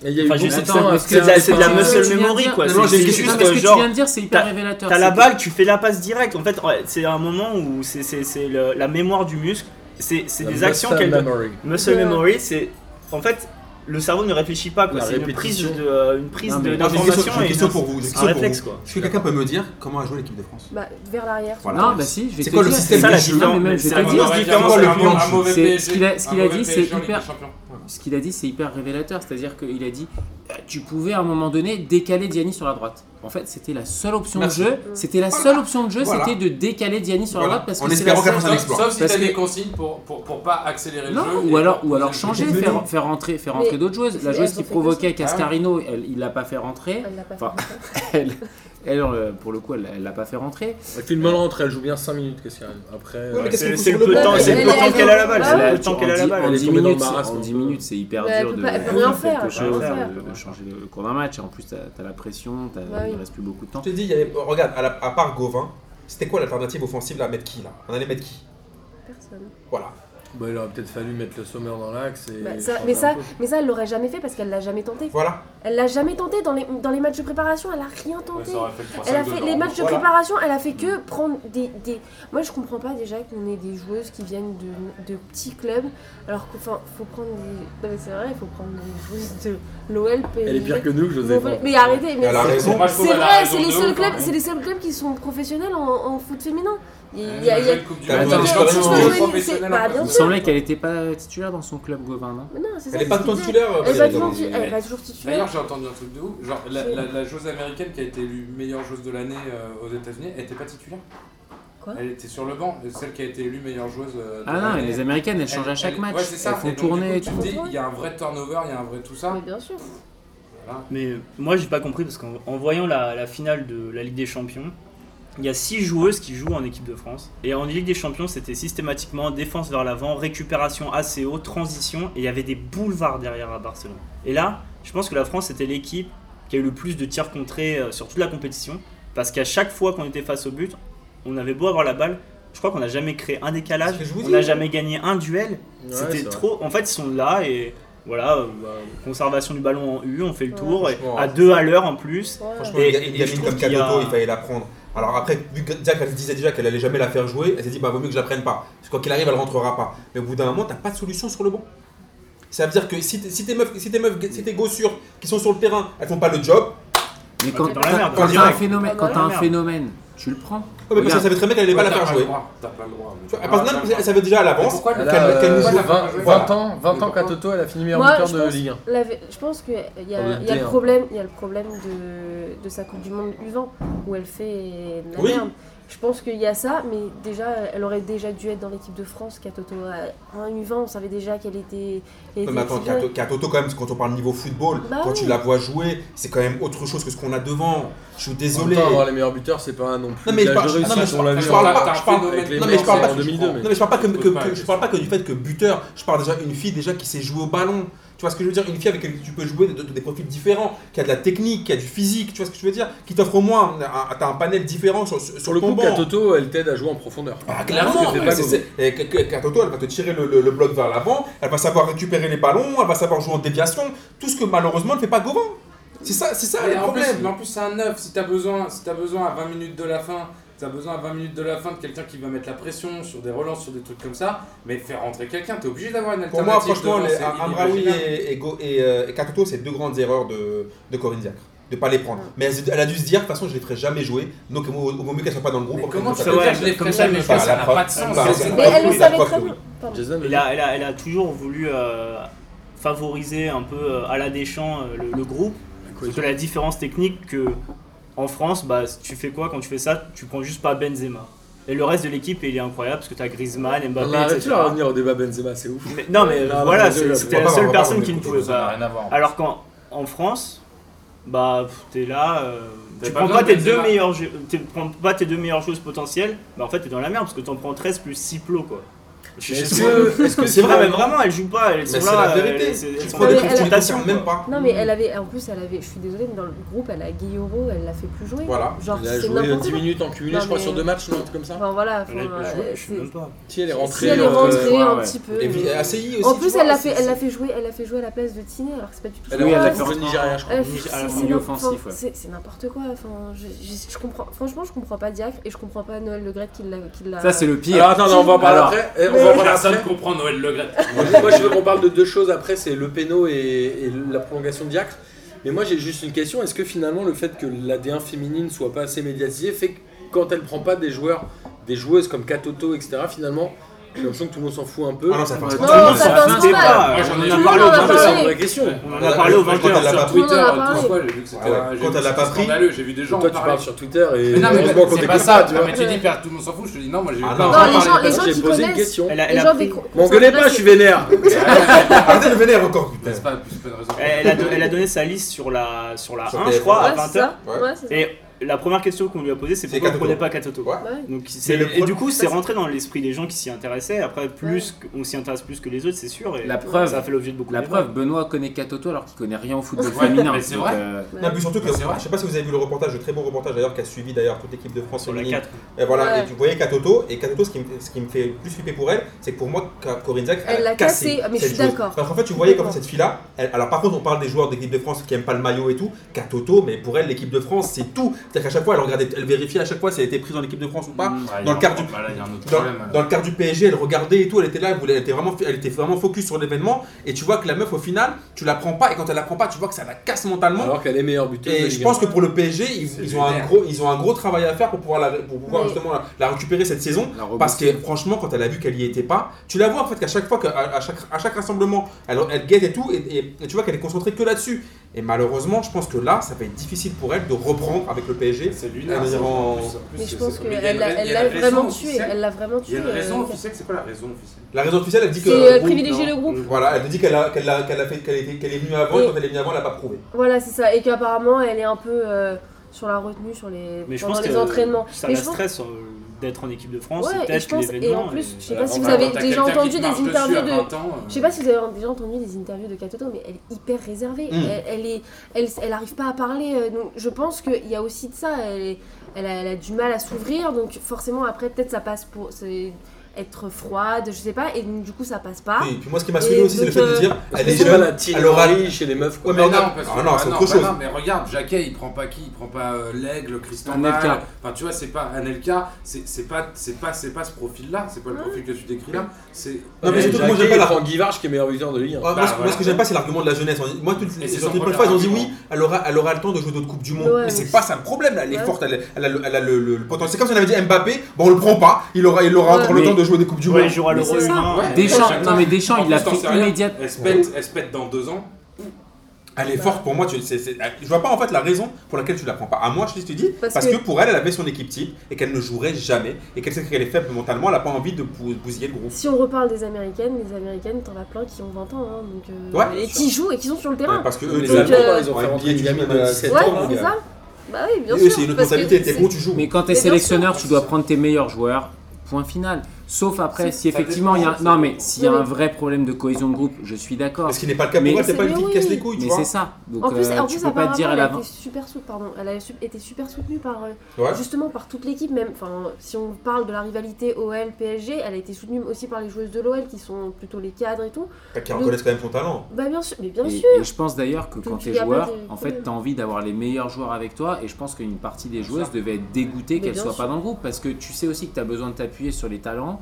Speaker 1: Et il y a eu
Speaker 6: Enfin,
Speaker 1: beaucoup
Speaker 6: je sais
Speaker 1: de
Speaker 6: que
Speaker 1: temps
Speaker 6: ça-
Speaker 1: à
Speaker 6: c'est de
Speaker 1: faire
Speaker 6: la-
Speaker 1: des
Speaker 6: c'est de
Speaker 1: passes.
Speaker 6: la muscle
Speaker 7: Tu viens de
Speaker 6: memory,
Speaker 7: dire-
Speaker 6: quoi.
Speaker 7: Non,
Speaker 6: C'est-
Speaker 7: non,
Speaker 6: c'est
Speaker 7: mais
Speaker 6: juste,
Speaker 7: non, mais ce que
Speaker 6: genre,
Speaker 7: tu viens de dire, c'est hyper
Speaker 6: t'as-
Speaker 7: révélateur.
Speaker 6: T'as
Speaker 7: c'est
Speaker 6: la
Speaker 7: que-
Speaker 6: balle, tu fais la passe directe. En fait, ouais, c'est un moment où c'est- c'est c'est le- la mémoire du muscle. C'est c'est
Speaker 1: La
Speaker 6: des actions
Speaker 1: muscle
Speaker 6: qu'elle donne.
Speaker 1: memory.
Speaker 6: Muscle
Speaker 4: Ouais.
Speaker 6: memory, c'est. En fait, le cerveau ne réfléchit pas, quoi.
Speaker 1: La
Speaker 6: C'est une prise
Speaker 1: répétition.
Speaker 6: de- euh, une prise
Speaker 7: Non, mais
Speaker 6: de-
Speaker 2: moi, j'ai une question-
Speaker 6: d'information
Speaker 2: j'ai une
Speaker 6: et
Speaker 2: question
Speaker 6: une-
Speaker 2: pour vous. j'ai une
Speaker 6: un
Speaker 2: question pour
Speaker 6: réflexe,
Speaker 2: vous.
Speaker 6: quoi.
Speaker 2: Est-ce que quelqu'un peut me dire comment a joué l'équipe de France
Speaker 4: Bah, vers l'arrière.
Speaker 2: Voilà.
Speaker 7: Non, bah si, je vais
Speaker 2: C'est
Speaker 7: te
Speaker 2: quoi le
Speaker 7: dire.
Speaker 2: système
Speaker 6: Ça, la
Speaker 2: de jeu
Speaker 7: Non, mais même, je vais
Speaker 6: C'est
Speaker 7: te
Speaker 6: la
Speaker 7: dire.
Speaker 2: grosse différence, le plan de
Speaker 7: jeu. C'est- ce qu'il a- ce qu'il a dit, c'est hyper- Ce qu'il a dit, c'est hyper révélateur. C'est-à-dire qu'il a dit euh, tu pouvais à un moment donné décaler Diani sur la droite. En fait, c'était la seule option
Speaker 5: Merci.
Speaker 7: de jeu. C'était la
Speaker 2: Voilà.
Speaker 7: seule option de jeu,
Speaker 2: Voilà.
Speaker 7: c'était de décaler Diani sur
Speaker 2: Voilà.
Speaker 7: la droite parce
Speaker 2: En
Speaker 7: que c'est la
Speaker 2: espérant
Speaker 7: seule.
Speaker 2: qu'elle fasse un exploit.
Speaker 5: Sauf si
Speaker 7: Parce
Speaker 5: t'as
Speaker 7: que-
Speaker 5: des consignes pour, pour, pour pas accélérer le jeu.
Speaker 7: Non,
Speaker 5: et-
Speaker 7: ou alors, ou alors
Speaker 5: et-
Speaker 7: changer,
Speaker 5: et-
Speaker 7: faire, faire rentrer, faire rentrer
Speaker 4: Mais-
Speaker 7: d'autres joueuses. La
Speaker 4: mais
Speaker 7: joueuse qui
Speaker 4: elles ont fait que
Speaker 7: provoquait
Speaker 5: ça.
Speaker 7: Cascarino, elle, il l'a pas fait rentrer.
Speaker 4: Elle l'a pas
Speaker 7: Enfin,
Speaker 4: fait.
Speaker 7: Elle, elle, euh, pour le coup, elle, elle l'a pas fait rentrer.
Speaker 1: Elle fait une bonne rentrée, elle joue bien 5 minutes. Qu'est-ce qu'il y a Après.
Speaker 2: Ouais, mais
Speaker 1: euh,
Speaker 2: qu'est-ce
Speaker 6: C'est
Speaker 2: qu'il
Speaker 6: c'est
Speaker 2: faut
Speaker 6: le
Speaker 2: sur
Speaker 6: peu de
Speaker 2: banc
Speaker 6: temps, c'est le peu de temps qu'elle a la balle.
Speaker 4: Ah
Speaker 6: C'est
Speaker 7: Elle
Speaker 6: le
Speaker 7: a-
Speaker 6: peu de temps qu'elle a
Speaker 7: en
Speaker 6: la
Speaker 7: dix- En
Speaker 6: balle.
Speaker 1: Elle est
Speaker 7: 10
Speaker 1: tombée dans le
Speaker 7: minutes,
Speaker 1: marasme,
Speaker 7: en
Speaker 1: un
Speaker 7: 10
Speaker 1: peu.
Speaker 7: minutes, c'est hyper
Speaker 4: Mais elle
Speaker 7: dur
Speaker 4: peut
Speaker 7: de,
Speaker 4: pas- elle peut
Speaker 7: de
Speaker 4: rien
Speaker 7: faire quelque
Speaker 4: faire, elle peut
Speaker 7: chose,
Speaker 4: rien
Speaker 7: de-
Speaker 4: faire.
Speaker 7: de changer le cours d'un match. En plus, t'as t'as la pression, t'as-
Speaker 4: Bah oui.
Speaker 7: il reste plus beaucoup de temps.
Speaker 2: Je te dis, il y avait- oh, regarde, à, la- à part Gauvin, c'était quoi l'alternative offensive là à mettre qui là On allait mettre qui
Speaker 4: Personne.
Speaker 2: Voilà.
Speaker 1: Bah, il aurait peut-être fallu mettre le sommer dans l'axe. et
Speaker 4: Bah, ça-
Speaker 1: changer
Speaker 4: mais,
Speaker 1: un
Speaker 4: ça,
Speaker 1: peu.
Speaker 4: mais ça, elle l'aurait jamais fait parce qu'elle l'a jamais tenté.
Speaker 2: Voilà.
Speaker 4: Elle l'a jamais tenté dans les, dans les matchs de préparation, elle a rien
Speaker 5: Ouais,
Speaker 4: tenté.
Speaker 5: ça aurait fait le 3-5
Speaker 4: Elle a
Speaker 5: de
Speaker 4: fait les
Speaker 5: Laurent.
Speaker 4: matchs de
Speaker 2: Voilà.
Speaker 4: préparation, elle a fait que prendre des, des- Moi je comprends pas déjà qu'on ait des joueuses qui viennent de, de petits clubs alors qu'il faut prendre des. Non mais c'est vrai, il faut prendre des joueuses de l'OL,
Speaker 1: Elle est pire que nous, José.
Speaker 4: Mais arrêtez, mais
Speaker 2: Elle a
Speaker 4: c'est-
Speaker 2: raison.
Speaker 5: Moi, je trouve
Speaker 4: c'est
Speaker 5: qu'elle a
Speaker 4: vrai,
Speaker 5: raison
Speaker 4: c'est les
Speaker 5: de
Speaker 4: seuls
Speaker 5: ouf,
Speaker 4: clubs,
Speaker 5: hein.
Speaker 4: c'est les seuls clubs qui sont professionnels en, en foot féminin. Il
Speaker 5: Elle
Speaker 4: y a-
Speaker 5: a
Speaker 4: il y a-
Speaker 5: joué une Coupe du
Speaker 2: T'as
Speaker 5: Monde,
Speaker 2: pas
Speaker 5: elle
Speaker 2: dit
Speaker 5: est
Speaker 2: que
Speaker 5: dans
Speaker 2: c'est
Speaker 5: une
Speaker 2: une
Speaker 5: équipe
Speaker 4: joueuse,
Speaker 5: professionnelle,
Speaker 4: bah,
Speaker 5: en fait.
Speaker 4: bien
Speaker 7: Il me
Speaker 4: sûr.
Speaker 7: semblait qu'elle était pas titulaire dans son club Gauvin, non
Speaker 4: Mais non, c'est ça.
Speaker 2: Elle est pas
Speaker 4: c'est
Speaker 2: tout
Speaker 4: que-
Speaker 2: titulaire.
Speaker 4: Elle est pas tout le temps
Speaker 2: Valérie.
Speaker 4: tu- elle va toujours titulaire.
Speaker 5: D'ailleurs, j'ai entendu un truc de ouf. Genre, la, la, la joueuse américaine qui a été élue meilleure joueuse de l'année euh, aux États-Unis, elle était pas titulaire.
Speaker 4: Quoi
Speaker 5: Elle était sur le banc, celle qui a été élue meilleure joueuse. euh, de
Speaker 7: Ah non,
Speaker 5: l'année.
Speaker 7: et les Américaines, elles changent à
Speaker 5: Elle-
Speaker 7: chaque
Speaker 5: elle-
Speaker 7: match.
Speaker 5: Ouais, c'est ça.
Speaker 7: Elles font
Speaker 5: Et donc, du
Speaker 7: tourner et
Speaker 5: coup,
Speaker 7: tout.
Speaker 5: Tu te dis, il y a un vrai turnover, il y a un vrai tout ça.
Speaker 4: Mais bien sûr.
Speaker 5: Voilà.
Speaker 6: euh, Mais moi, j'ai pas compris parce qu'en en voyant la, la finale de la Ligue des Champions, Il y a 6 joueuses qui jouent en équipe de France. Et en Ligue des Champions, c'était systématiquement défense vers l'avant, récupération assez haut, transition. Et il y avait des boulevards derrière à Barcelone. Et là, je pense que la France était l'équipe qui a eu le plus de tirs contrés euh, sur toute la compétition. Parce qu'à chaque fois qu'on était face au but, on avait beau avoir la balle. Je crois qu'on n'a jamais créé un décalage,
Speaker 3: C'est ce que je vous
Speaker 6: on
Speaker 3: dis.
Speaker 6: n'a jamais gagné un duel.
Speaker 1: Ouais, c'est
Speaker 6: C'était
Speaker 1: vrai.
Speaker 6: trop. En fait, ils sont là et voilà, euh, bah, conservation du ballon en U, on fait le
Speaker 4: Ouais.
Speaker 6: tour, et
Speaker 2: Franchement,
Speaker 6: à deux à l'heure en plus.
Speaker 4: Ouais.
Speaker 2: Franchement,
Speaker 6: Et-
Speaker 2: une ga-
Speaker 6: et
Speaker 2: une
Speaker 6: je
Speaker 2: gamine
Speaker 6: trouve
Speaker 2: comme
Speaker 6: qu'il y a-
Speaker 2: Kakoto, il fallait la prendre. Alors après, vu que Jack elle se disait déjà qu'elle allait jamais la faire jouer, elle s'est dit bah vaut mieux que je la prenne pas. Parce que quoi qu'il arrive, elle rentrera pas. Mais au bout d'un moment, t'as pas de solution sur le banc. Ça veut dire que si, t'es- si tes meufs, si tes meufs, si tes gossures qui sont sur le terrain, elles font pas le job. oh,
Speaker 7: Mais quand,
Speaker 6: Ah, t'es dans
Speaker 7: quand,
Speaker 6: la merde.
Speaker 7: quand
Speaker 2: Dans
Speaker 7: t'as un
Speaker 2: la
Speaker 7: phénomène,
Speaker 4: merde.
Speaker 7: quand t'as un
Speaker 6: Merde.
Speaker 7: phénomène, tu le prends.
Speaker 2: Ouais, mais parce que
Speaker 7: Regarde.
Speaker 2: ça fait très bien qu'elle allait pas la faire jouer.
Speaker 5: T'as pas le droit. mais-
Speaker 2: Tu vois, elle
Speaker 1: Ah,
Speaker 2: pense- non, elle savait déjà à l'avance.
Speaker 5: Pourquoi
Speaker 2: qu'elle-
Speaker 5: le-
Speaker 1: Elle a,
Speaker 2: qu'elle- qu'elle nous
Speaker 1: euh,
Speaker 2: joue.
Speaker 1: 20, 20 ans, 20 ans qu'à Toto, elle a fini meilleure
Speaker 4: Moi,
Speaker 1: buteur
Speaker 4: je
Speaker 1: de
Speaker 4: pense-
Speaker 1: Ligue 1.
Speaker 4: La vé- je pense qu'il y, a-
Speaker 1: En
Speaker 4: il y a
Speaker 1: VT,
Speaker 4: le
Speaker 1: hein.
Speaker 4: problème, il y a le problème de, de sa Coupe du Monde U20 où elle fait de la
Speaker 2: Oui.
Speaker 4: merde. Je pense qu'il y a ça, mais déjà, elle aurait déjà dû être dans l'équipe de France. Katoto, à un U20, on savait déjà qu'elle était.
Speaker 2: Non,
Speaker 4: qu'elle était
Speaker 2: mais attends,
Speaker 4: très bien.
Speaker 2: Kato- Katoto, quand même, quand on parle niveau football,
Speaker 4: Bah
Speaker 2: quand
Speaker 4: oui.
Speaker 2: tu la vois jouer, c'est quand même autre chose que ce qu'on a devant. Je suis désolé.
Speaker 1: En même temps, avoir les meilleurs buteurs, c'est pas non plus
Speaker 2: Non, mais
Speaker 1: gage
Speaker 2: je parle-
Speaker 1: de réussite,
Speaker 2: non, mais je
Speaker 1: on l'a
Speaker 2: parle-
Speaker 1: vu
Speaker 2: je parle
Speaker 1: hein,
Speaker 2: pas- je parle pas-
Speaker 1: avec les
Speaker 2: non, mais
Speaker 1: mecs,
Speaker 2: je parle
Speaker 1: c'est
Speaker 2: pas
Speaker 1: en
Speaker 2: de
Speaker 1: 2002. mais-
Speaker 2: Non mais je parle pas que,
Speaker 5: Pose
Speaker 2: que-
Speaker 5: pas la
Speaker 2: que- je
Speaker 5: question.
Speaker 2: parle pas que du fait que buteur, je parle déjà une fille déjà qui sait jouer au ballon. Tu vois ce que je veux dire Une fille avec laquelle tu peux jouer de- de- des profils différents, qui a de la technique, qui a du physique, tu vois ce que je veux dire Qui t'offre au moins, un- un- t'as un panel différent sur, sur,
Speaker 1: Sur le
Speaker 2: ton
Speaker 1: coup,
Speaker 2: banc.
Speaker 1: Katoto, elle t'aide à jouer en profondeur.
Speaker 2: Ah,
Speaker 1: Bah, Parce
Speaker 2: clairement,
Speaker 1: que c'est pas
Speaker 2: c'est- c'est- eh, que- que- Katoto, elle va te tirer le, le- le bloc vers l'avant, elle va savoir récupérer les ballons, elle va savoir jouer en déviation, tout ce que malheureusement ne fait pas Gauvin. C'est ça, c'est ça
Speaker 5: Ah, Mais
Speaker 2: le
Speaker 5: en plus,
Speaker 2: problème.
Speaker 5: mais en plus, c'est un 9. Si t'as besoin, si t'as besoin à 20 minutes de la fin, si t'as besoin à 20 minutes de la fin de quelqu'un qui va mettre la pression sur des relances, sur des trucs comme ça, mais faire rentrer quelqu'un, t'es obligé d'avoir une
Speaker 2: Pour
Speaker 5: alternative.
Speaker 2: moi, franchement,
Speaker 5: devant,
Speaker 2: les-
Speaker 5: c'est
Speaker 2: Amraoui
Speaker 5: inimaginable.
Speaker 2: et, et, Go- et, euh, et Katoto, c'est deux grandes erreurs de, de Corinne Diacre. De pas les prendre.
Speaker 4: Mm.
Speaker 2: Mais elle, elle a dû se dire, de toute façon, je les ferai jamais jouer. Donc, au, au- au mieux qu'elle soit pas dans le groupe.
Speaker 5: Mais
Speaker 2: pour
Speaker 5: comment
Speaker 2: que-
Speaker 5: tu
Speaker 6: ça
Speaker 5: peux
Speaker 6: ouais,
Speaker 5: dire je les
Speaker 6: comme
Speaker 5: ferai
Speaker 6: ça,
Speaker 5: jamais
Speaker 6: mais
Speaker 5: jouer,
Speaker 2: ça,
Speaker 5: Ça
Speaker 2: la
Speaker 5: n'a
Speaker 2: preuve-
Speaker 5: pas de sens.
Speaker 2: bah,
Speaker 5: c'est-
Speaker 2: c'est-
Speaker 5: c'est-
Speaker 4: Mais
Speaker 2: Bah,
Speaker 4: elle le
Speaker 2: oui, la
Speaker 4: savait
Speaker 2: preuve
Speaker 4: très
Speaker 2: que-
Speaker 4: bien. Pardon.
Speaker 1: Jason,
Speaker 6: Elle a, elle a- elle a toujours voulu euh, favoriser un peu euh, à la Deschamps euh, le, le groupe. Parce que la différence technique que en France, bah, tu fais quoi quand tu fais ça Tu prends juste pas Benzema. Et le reste de l'équipe, il est incroyable parce que t'as Griezmann,
Speaker 1: on
Speaker 6: Mbappé,
Speaker 1: arrête
Speaker 6: etc.
Speaker 1: à revenir au débat Benzema, c'est ouf.
Speaker 6: Mais- non mais
Speaker 1: Non,
Speaker 6: voilà,
Speaker 1: non,
Speaker 6: c'est-
Speaker 1: désolé,
Speaker 6: c'était
Speaker 2: on va
Speaker 6: la
Speaker 2: pas- on
Speaker 6: seule
Speaker 2: va pas
Speaker 6: personne
Speaker 2: revenir
Speaker 6: qui ne
Speaker 2: au
Speaker 6: pouvait
Speaker 2: débat.
Speaker 5: Ça n'a
Speaker 6: pas.
Speaker 5: rien à voir.
Speaker 6: Alors qu'en en France, bah pff, t'es là, euh,
Speaker 5: T'as
Speaker 6: tu
Speaker 5: pas
Speaker 6: prends
Speaker 5: besoin
Speaker 6: pas
Speaker 5: de
Speaker 6: tes
Speaker 5: Benzema.
Speaker 6: deux meilleurs, jeux- tu prends pas tes deux meilleures choses potentielles, bah en fait t'es dans la merde parce que t'en prends 13 plus 6 plots quoi. Je- je sais
Speaker 1: Est-ce
Speaker 6: pas.
Speaker 1: que est-ce que
Speaker 6: C'est vrai, mais
Speaker 1: finalement-
Speaker 6: vraiment, elles jouent pas, elles
Speaker 2: Mais
Speaker 6: sont
Speaker 2: c'est
Speaker 6: là.
Speaker 2: la vérité.
Speaker 6: elles- elles-
Speaker 2: Tu
Speaker 6: elles sont
Speaker 2: prends des
Speaker 4: Mais
Speaker 6: là
Speaker 2: trucs
Speaker 6: des
Speaker 2: qui ne
Speaker 6: présentations,
Speaker 2: concernent même
Speaker 6: quoi.
Speaker 2: pas.
Speaker 4: Non mais elle avait, en plus elle avait, je suis désolée mais dans le groupe elle a Guillaume, elle l'a fait plus jouer.
Speaker 2: Voilà.
Speaker 4: Genre
Speaker 1: Elle a
Speaker 4: c'est
Speaker 1: joué
Speaker 4: n'importe
Speaker 1: 10
Speaker 4: quoi.
Speaker 1: minutes en cumulé,
Speaker 4: Non,
Speaker 1: je crois,
Speaker 4: mais-
Speaker 1: sur deux matchs, non, un truc comme ça.
Speaker 4: Enfin voilà, enfin,
Speaker 6: Elle a pas joué,
Speaker 4: euh,
Speaker 6: je sais
Speaker 4: c'est-
Speaker 6: même pas.
Speaker 1: Si elle est rentrée.
Speaker 4: si elle est
Speaker 1: euh,
Speaker 4: rentrée un
Speaker 7: ouais,
Speaker 4: petit peu.
Speaker 2: Et puis,
Speaker 4: mais-
Speaker 2: et ACI aussi.
Speaker 4: En
Speaker 2: tu
Speaker 4: plus
Speaker 2: vois,
Speaker 4: elle l'a
Speaker 2: c'est-
Speaker 4: fait, elle
Speaker 2: c'est-
Speaker 4: l'a fait jouer, elle l'a fait jouer à la place de Tiné alors que c'est pas du tout.
Speaker 1: Elle
Speaker 4: son
Speaker 1: a
Speaker 7: Oui, elle l'a
Speaker 4: rôle.
Speaker 7: fait
Speaker 1: rencontré le Nigeria, je crois.
Speaker 4: Euh,
Speaker 6: Ni-
Speaker 4: c'est-
Speaker 6: à la
Speaker 4: c'est
Speaker 6: milieu
Speaker 4: n'im-
Speaker 7: offensif,
Speaker 4: enfin,
Speaker 7: ouais.
Speaker 4: c'est- c'est n'importe quoi. Enfin, je, je- je comprends. Franchement, je comprends pas Diacre et je comprends pas Noël Le Gret qui l'a. qui l'a-
Speaker 7: Ça, c'est le pire.
Speaker 1: Alors attends, Ah, non, on va en parler
Speaker 7: Alors,
Speaker 1: après. Eh, on
Speaker 4: mais-
Speaker 1: va en parler
Speaker 5: Personne
Speaker 1: après.
Speaker 5: ne comprend Noël Le Gret.
Speaker 1: Moi, moi, je veux qu'on parle de deux choses après, c'est le péno et, et la prolongation de Diacre. Mais moi, j'ai juste une question. Est-ce que finalement, le fait que la D1 féminine soit pas assez médiatisée fait que quand elle prend pas des joueurs, des joueuses comme Katoto, etc., finalement, j'ai l'impression que tout le monde s'en fout un peu.
Speaker 2: Ah non, ça fait un
Speaker 4: Non,
Speaker 2: scandale.
Speaker 4: Oh, ça fait un
Speaker 6: C'était
Speaker 4: scandale.
Speaker 6: pas-
Speaker 5: Moi, j'en ai
Speaker 6: on en
Speaker 5: eu
Speaker 4: parlé
Speaker 6: a
Speaker 4: au
Speaker 1: Non, mais
Speaker 4: vendredi.
Speaker 1: c'est une vraie question.
Speaker 6: On en a parlé au
Speaker 2: Moi, quand elle l'a
Speaker 5: Sur
Speaker 2: pas
Speaker 4: tout
Speaker 2: pris-
Speaker 4: le monde
Speaker 5: Twitter,
Speaker 4: en a
Speaker 5: tout
Speaker 4: parlé.
Speaker 5: ce fois, j'ai vu que c'était
Speaker 2: Ouais,
Speaker 5: un- j'ai
Speaker 2: quand
Speaker 5: vu que
Speaker 2: elle l'a
Speaker 5: c'était
Speaker 2: pas pris-
Speaker 5: scandaleux, J'ai vu des
Speaker 1: Toi,
Speaker 5: gens en
Speaker 1: tu
Speaker 5: parler.
Speaker 1: parles sur Twitter et
Speaker 5: Mais non, mais
Speaker 1: heureusement qu'on
Speaker 5: c'est
Speaker 1: t'écoute
Speaker 5: pas
Speaker 1: pas,
Speaker 5: ça.
Speaker 1: tu
Speaker 5: Non,
Speaker 1: vois.
Speaker 5: mais tu dis, Pierre, tout le monde s'en fout. Je te dis, non, moi, j'ai vu
Speaker 2: Ah
Speaker 5: pas
Speaker 2: non.
Speaker 5: en
Speaker 4: Non, les
Speaker 5: parler.
Speaker 4: gens, les
Speaker 1: Moi,
Speaker 4: gens
Speaker 1: j'ai
Speaker 4: qui
Speaker 1: posé une
Speaker 4: connaissent.
Speaker 1: question.
Speaker 6: Elle a,
Speaker 4: Les
Speaker 6: elle a
Speaker 4: gens
Speaker 6: pris-
Speaker 4: des con-
Speaker 1: M'engueulez pas,
Speaker 4: conservateurs,
Speaker 1: je suis vénère.
Speaker 2: Arrêtez de vénère encore, putain.
Speaker 5: C'est pas c'est pas une raison.
Speaker 2: Eh,
Speaker 6: elle a, don- elle a donné sa liste sur la, sur la
Speaker 2: Sur
Speaker 6: 1, je crois,
Speaker 4: c'est-
Speaker 6: à
Speaker 4: Ouais, c'est
Speaker 6: 20h.
Speaker 4: ça.
Speaker 2: Ouais.
Speaker 4: Ouais, c'est ça.
Speaker 6: Et la première question qu'on lui a posée, c'est
Speaker 2: C'est
Speaker 6: pourquoi vous
Speaker 2: Katoto.
Speaker 6: prenez pas Katoto
Speaker 2: Ouais.
Speaker 4: Ouais.
Speaker 6: Donc, c'est-
Speaker 2: le
Speaker 6: Et
Speaker 2: pro-
Speaker 6: du coup, c'est rentré dans l'esprit des gens qui s'y intéressaient. Après, plus on s'y intéresse plus que les autres, c'est sûr. Et
Speaker 7: La preuve.
Speaker 6: Ça a fait l'objet de beaucoup
Speaker 7: La
Speaker 6: de
Speaker 7: preuve, Benoît connaît Katoto alors qu'il connaît rien au football
Speaker 5: Ouais,
Speaker 7: féminin.
Speaker 5: mais c'est
Speaker 7: Donc,
Speaker 5: vrai.
Speaker 7: euh,
Speaker 4: Ouais.
Speaker 2: Non, mais surtout que,
Speaker 5: Ouais, c'est vrai.
Speaker 2: je sais pas si vous avez vu le reportage, le très beau reportage d'ailleurs qui a suivi d'ailleurs toute l'équipe de France
Speaker 6: sur la
Speaker 2: féminine.
Speaker 6: 4.
Speaker 2: Et voilà,
Speaker 4: Ouais.
Speaker 2: et tu voyais Katoto, et Katoto, ce qui, me- ce qui me fait le plus flipper pour elle, c'est que pour moi, Ka- Corinne Zach,
Speaker 4: Elle l'a cassé, ah, mais je
Speaker 2: cette
Speaker 4: suis
Speaker 2: chose.
Speaker 4: d'accord.
Speaker 2: Parce qu'en fait, tu voyais comme
Speaker 4: D'accord.
Speaker 2: cette fille-là, elle- alors par contre, on parle des joueurs d'équipe de France qui aiment pas le maillot et tout, Katoto, mais pour elle, l'équipe de France, c'est tout. C'est-à-dire qu'à chaque fois, elle regardait, elle vérifiait à chaque fois si elle était prise dans l'équipe de France ou pas.
Speaker 5: Ah, il y a
Speaker 2: Dans le
Speaker 5: un-
Speaker 2: quart du-
Speaker 5: bah là, il y a un autre
Speaker 2: Dans,
Speaker 5: problème, là.
Speaker 2: dans le quart du PSG, elle regardait et tout, elle était là, elle, voulait- elle était, vraiment, elle était vraiment focus sur l'événement, et tu vois que la meuf, au final, tu la prends pas, et quand elle la prend pas, tu vois que ça la casse mentalement.
Speaker 1: Alors qu'elle est meilleure buteuse. de
Speaker 2: Et je
Speaker 1: Ligue
Speaker 2: pense
Speaker 1: 1.
Speaker 2: que pour le PSG, ils,
Speaker 5: C'est
Speaker 2: ils ont un
Speaker 5: lunaire.
Speaker 2: gros, ils ont un gros travail à faire pour pouvoir, la, pour pouvoir
Speaker 4: Mais-
Speaker 2: justement la, la récupérer cette saison.
Speaker 7: la rebond-
Speaker 2: Parce que franchement, quand elle a vu qu'elle y était pas, tu la vois en fait qu'à chaque fois, que, à, à chaque, à chaque rassemblement, elle, elle guette et tout, et, et- et tu vois qu'elle est concentrée que là-dessus. Et malheureusement, je pense que là, ça va être difficile pour elle de reprendre avec le PSG.
Speaker 5: C'est lunaire.
Speaker 2: Elle est
Speaker 5: ça.
Speaker 2: en-
Speaker 5: En plus, en plus,
Speaker 4: Mais je
Speaker 5: c'est-
Speaker 4: pense
Speaker 5: c'est- Mais il y a
Speaker 4: qu'elle
Speaker 5: une
Speaker 4: l'a
Speaker 5: ra- il
Speaker 4: elle
Speaker 5: y a
Speaker 4: l'a
Speaker 5: une raison
Speaker 4: vraiment tuée.
Speaker 5: officielle.
Speaker 4: Elle l'a vraiment
Speaker 5: Il y
Speaker 4: tuée.
Speaker 5: a une raison
Speaker 4: euh,
Speaker 5: officielle. C'est quoi la raison officielle
Speaker 2: La raison officielle, elle dit que.
Speaker 4: C'est euh,
Speaker 2: oui,
Speaker 4: privilégier
Speaker 2: non.
Speaker 4: le groupe.
Speaker 2: Voilà, elle te dit qu'elle a, qu'elle a, qu'elle a fait, qu'elle était- qu'elle est venue avant, et
Speaker 4: Et-
Speaker 2: quand elle est venue avant, elle n'a pas prouvé.
Speaker 4: Voilà, c'est ça. Et qu'apparemment, elle est un peu. euh, sur la retenue, sur les,
Speaker 6: Mais je
Speaker 4: pendant
Speaker 6: pense
Speaker 4: les
Speaker 6: que
Speaker 4: entraînements.
Speaker 6: ça
Speaker 4: Mais
Speaker 6: la
Speaker 4: je pense-
Speaker 6: stresse euh, d'être en équipe de France,
Speaker 4: Ouais,
Speaker 6: et
Speaker 4: et je
Speaker 6: peut-être
Speaker 4: pense, et en
Speaker 6: l'événement.
Speaker 4: plus, je sais
Speaker 5: Voilà,
Speaker 4: pas si
Speaker 5: on
Speaker 4: vous
Speaker 5: va-
Speaker 4: avez
Speaker 5: quand t'as
Speaker 4: déjà
Speaker 5: quelqu'un
Speaker 4: entendu
Speaker 5: qui te
Speaker 4: des
Speaker 5: marche dessus à
Speaker 4: interviews de,
Speaker 5: 20 ans, euh,
Speaker 4: Je sais pas si vous avez déjà entendu des interviews de Katoto, mais elle est hyper réservée.
Speaker 2: Mm.
Speaker 4: Elle, elle est, elle, elle arrive pas à parler. euh, Donc je pense qu'il y a aussi de ça. Elle, est- elle, a, elle a du mal à s'ouvrir. Donc forcément après peut-être ça passe pour c'est être froide, je sais pas. Et donc du coup ça passe pas.
Speaker 2: Et puis moi, ce qui m'a saoulé aussi, c'est le fait
Speaker 4: euh,
Speaker 2: de dire elle est
Speaker 1: C'est pas
Speaker 2: jeune,
Speaker 1: la Thierry
Speaker 2: elle aura.
Speaker 1: Henry chez les meufs. Quoi.
Speaker 2: Ouais,
Speaker 5: Mais
Speaker 2: mais
Speaker 5: non,
Speaker 2: regarde-
Speaker 5: parce que-
Speaker 2: Ah non,
Speaker 5: ah
Speaker 2: c'est
Speaker 5: non,
Speaker 2: autre
Speaker 5: bah
Speaker 2: chose.
Speaker 5: non, mais regarde, Jacquet, il prend pas qui Il prend pas euh, l'aigle, Christian
Speaker 7: Anelka.
Speaker 5: Ball. Enfin, tu vois, c'est pas Anelka, c'est c'est pas, c'est pas, c'est pas ce profil-là, c'est pas
Speaker 4: Ah.
Speaker 5: le profil que tu décris là. C'est
Speaker 2: Non, mais
Speaker 1: Et
Speaker 2: surtout que moi,
Speaker 1: Jacquet,
Speaker 2: j'aime pas la-
Speaker 1: Franck Guivarch qui est meilleur buteur de Ligue 1.
Speaker 2: Ah, moi,
Speaker 5: Bah,
Speaker 2: ce- moi,
Speaker 5: voilà.
Speaker 2: ce que j'aime pas, c'est l'argument de la jeunesse. On dit- Moi, toutes,
Speaker 5: Et c'est
Speaker 2: sur
Speaker 5: son
Speaker 2: toutes les
Speaker 5: premier
Speaker 2: fois, ils ont dit
Speaker 5: argument.
Speaker 2: oui, elle aura, elle aura le temps de jouer d'autres Coupes du Monde.
Speaker 4: Ouais,
Speaker 2: mais c'est
Speaker 4: mais
Speaker 2: pas ça le problème, là. Elle est
Speaker 4: Ouais.
Speaker 2: forte, elle, a- elle a, le, elle a le- le- le potentiel. C'est comme si on avait dit Mbappé, bon, on le prend pas, il aura, il aura
Speaker 4: Ouais.
Speaker 2: encore le
Speaker 6: Mais-
Speaker 2: temps de jouer des Coupes du
Speaker 6: Ouais,
Speaker 2: Monde.
Speaker 6: j'aurai
Speaker 4: Mais
Speaker 6: le
Speaker 4: c'est
Speaker 6: rôle
Speaker 4: ça.
Speaker 6: humain.
Speaker 5: Ouais.
Speaker 7: Deschamps,
Speaker 5: Jacquet.
Speaker 7: non mais Deschamps,
Speaker 5: En
Speaker 7: il l'a
Speaker 5: plus, t'en
Speaker 7: pris
Speaker 5: sais rien.
Speaker 7: immédiatement.
Speaker 5: Elle se pète, elle se pète dans deux ans.
Speaker 2: Elle est forte pour moi. Tu, c'est- c'est- je vois pas en fait la raison pour laquelle tu la prends pas. À moi, je te dis, parce,
Speaker 4: Parce
Speaker 2: que...
Speaker 4: que-
Speaker 2: pour elle, elle avait son équipe type et qu'elle ne jouerait jamais et qu'elle sait qu'elle est faible mentalement, elle a pas envie de bou- bousiller le groupe.
Speaker 4: Si on reparle des Américaines, les Américaines t'en as plein qui ont 20 ans hein, donc, euh,
Speaker 2: Ouais, bien
Speaker 4: et qui jouent et qui sont sur le
Speaker 2: Ouais,
Speaker 4: terrain.
Speaker 2: Parce que eux,
Speaker 1: Les
Speaker 2: tu-
Speaker 4: Donc,
Speaker 1: Allemands,
Speaker 4: euh,
Speaker 1: ils ont
Speaker 2: ouais,
Speaker 1: fait rentrer une
Speaker 2: tu-
Speaker 1: gamine
Speaker 2: euh,
Speaker 1: de 17
Speaker 4: Ouais,
Speaker 1: ans, mon
Speaker 4: c'est
Speaker 1: gars.
Speaker 4: ça. Bah oui, bien
Speaker 2: eux,
Speaker 4: sûr.
Speaker 2: c'est une autre
Speaker 4: parce que
Speaker 2: mentalité. T'es
Speaker 4: c'est-
Speaker 2: bon, tu joues.
Speaker 7: Mais quand t'es
Speaker 4: Mais bien sûr.
Speaker 7: sélectionneur, tu dois prendre tes meilleurs joueurs. Point final. Sauf après,
Speaker 5: Ça-
Speaker 7: si
Speaker 5: ça
Speaker 7: effectivement il y a,
Speaker 5: dépend, ça
Speaker 7: non mais
Speaker 5: dépend.
Speaker 7: s'il y a
Speaker 4: Oui,
Speaker 7: un
Speaker 4: oui.
Speaker 7: vrai problème de cohésion de groupe, je suis d'accord.
Speaker 2: Ce qui n'est pas le cas
Speaker 7: Mais-
Speaker 2: pour elle, c'est pas
Speaker 4: Mais
Speaker 2: une fille qui
Speaker 4: oui.
Speaker 2: casse les couilles, tu
Speaker 7: Mais
Speaker 2: vois.
Speaker 7: c'est ça. Donc
Speaker 4: En plus,
Speaker 7: euh,
Speaker 4: en
Speaker 7: tu
Speaker 4: plus
Speaker 7: peux pas te
Speaker 4: apparemment,
Speaker 7: dire à
Speaker 4: elle a
Speaker 7: l'avant.
Speaker 4: été super sou- pardon, elle a su- été super soutenue par euh,
Speaker 2: Ouais.
Speaker 4: justement par toute l'équipe même enfin si on parle de la rivalité OL PSG elle a été soutenue aussi par les joueuses de l'OL qui sont plutôt les cadres et tout
Speaker 2: Et puis, reconnaissent quand même son talent.
Speaker 4: bah bien sûr mais bien
Speaker 7: Et,
Speaker 4: sûr
Speaker 7: et je pense d'ailleurs que
Speaker 4: Donc,
Speaker 7: quand
Speaker 4: tu
Speaker 7: t'es
Speaker 4: gardes
Speaker 7: joueur,
Speaker 4: des
Speaker 7: en fait,
Speaker 4: problèmes.
Speaker 7: t'as envie d'avoir les meilleurs joueurs avec toi. Et je pense qu'une partie des joueuses devait être dégoûtée
Speaker 4: Mais
Speaker 7: qu'elles
Speaker 4: bien
Speaker 7: soient
Speaker 4: sûr.
Speaker 7: pas dans le groupe parce que tu sais aussi que t'as besoin de t'appuyer sur les talents.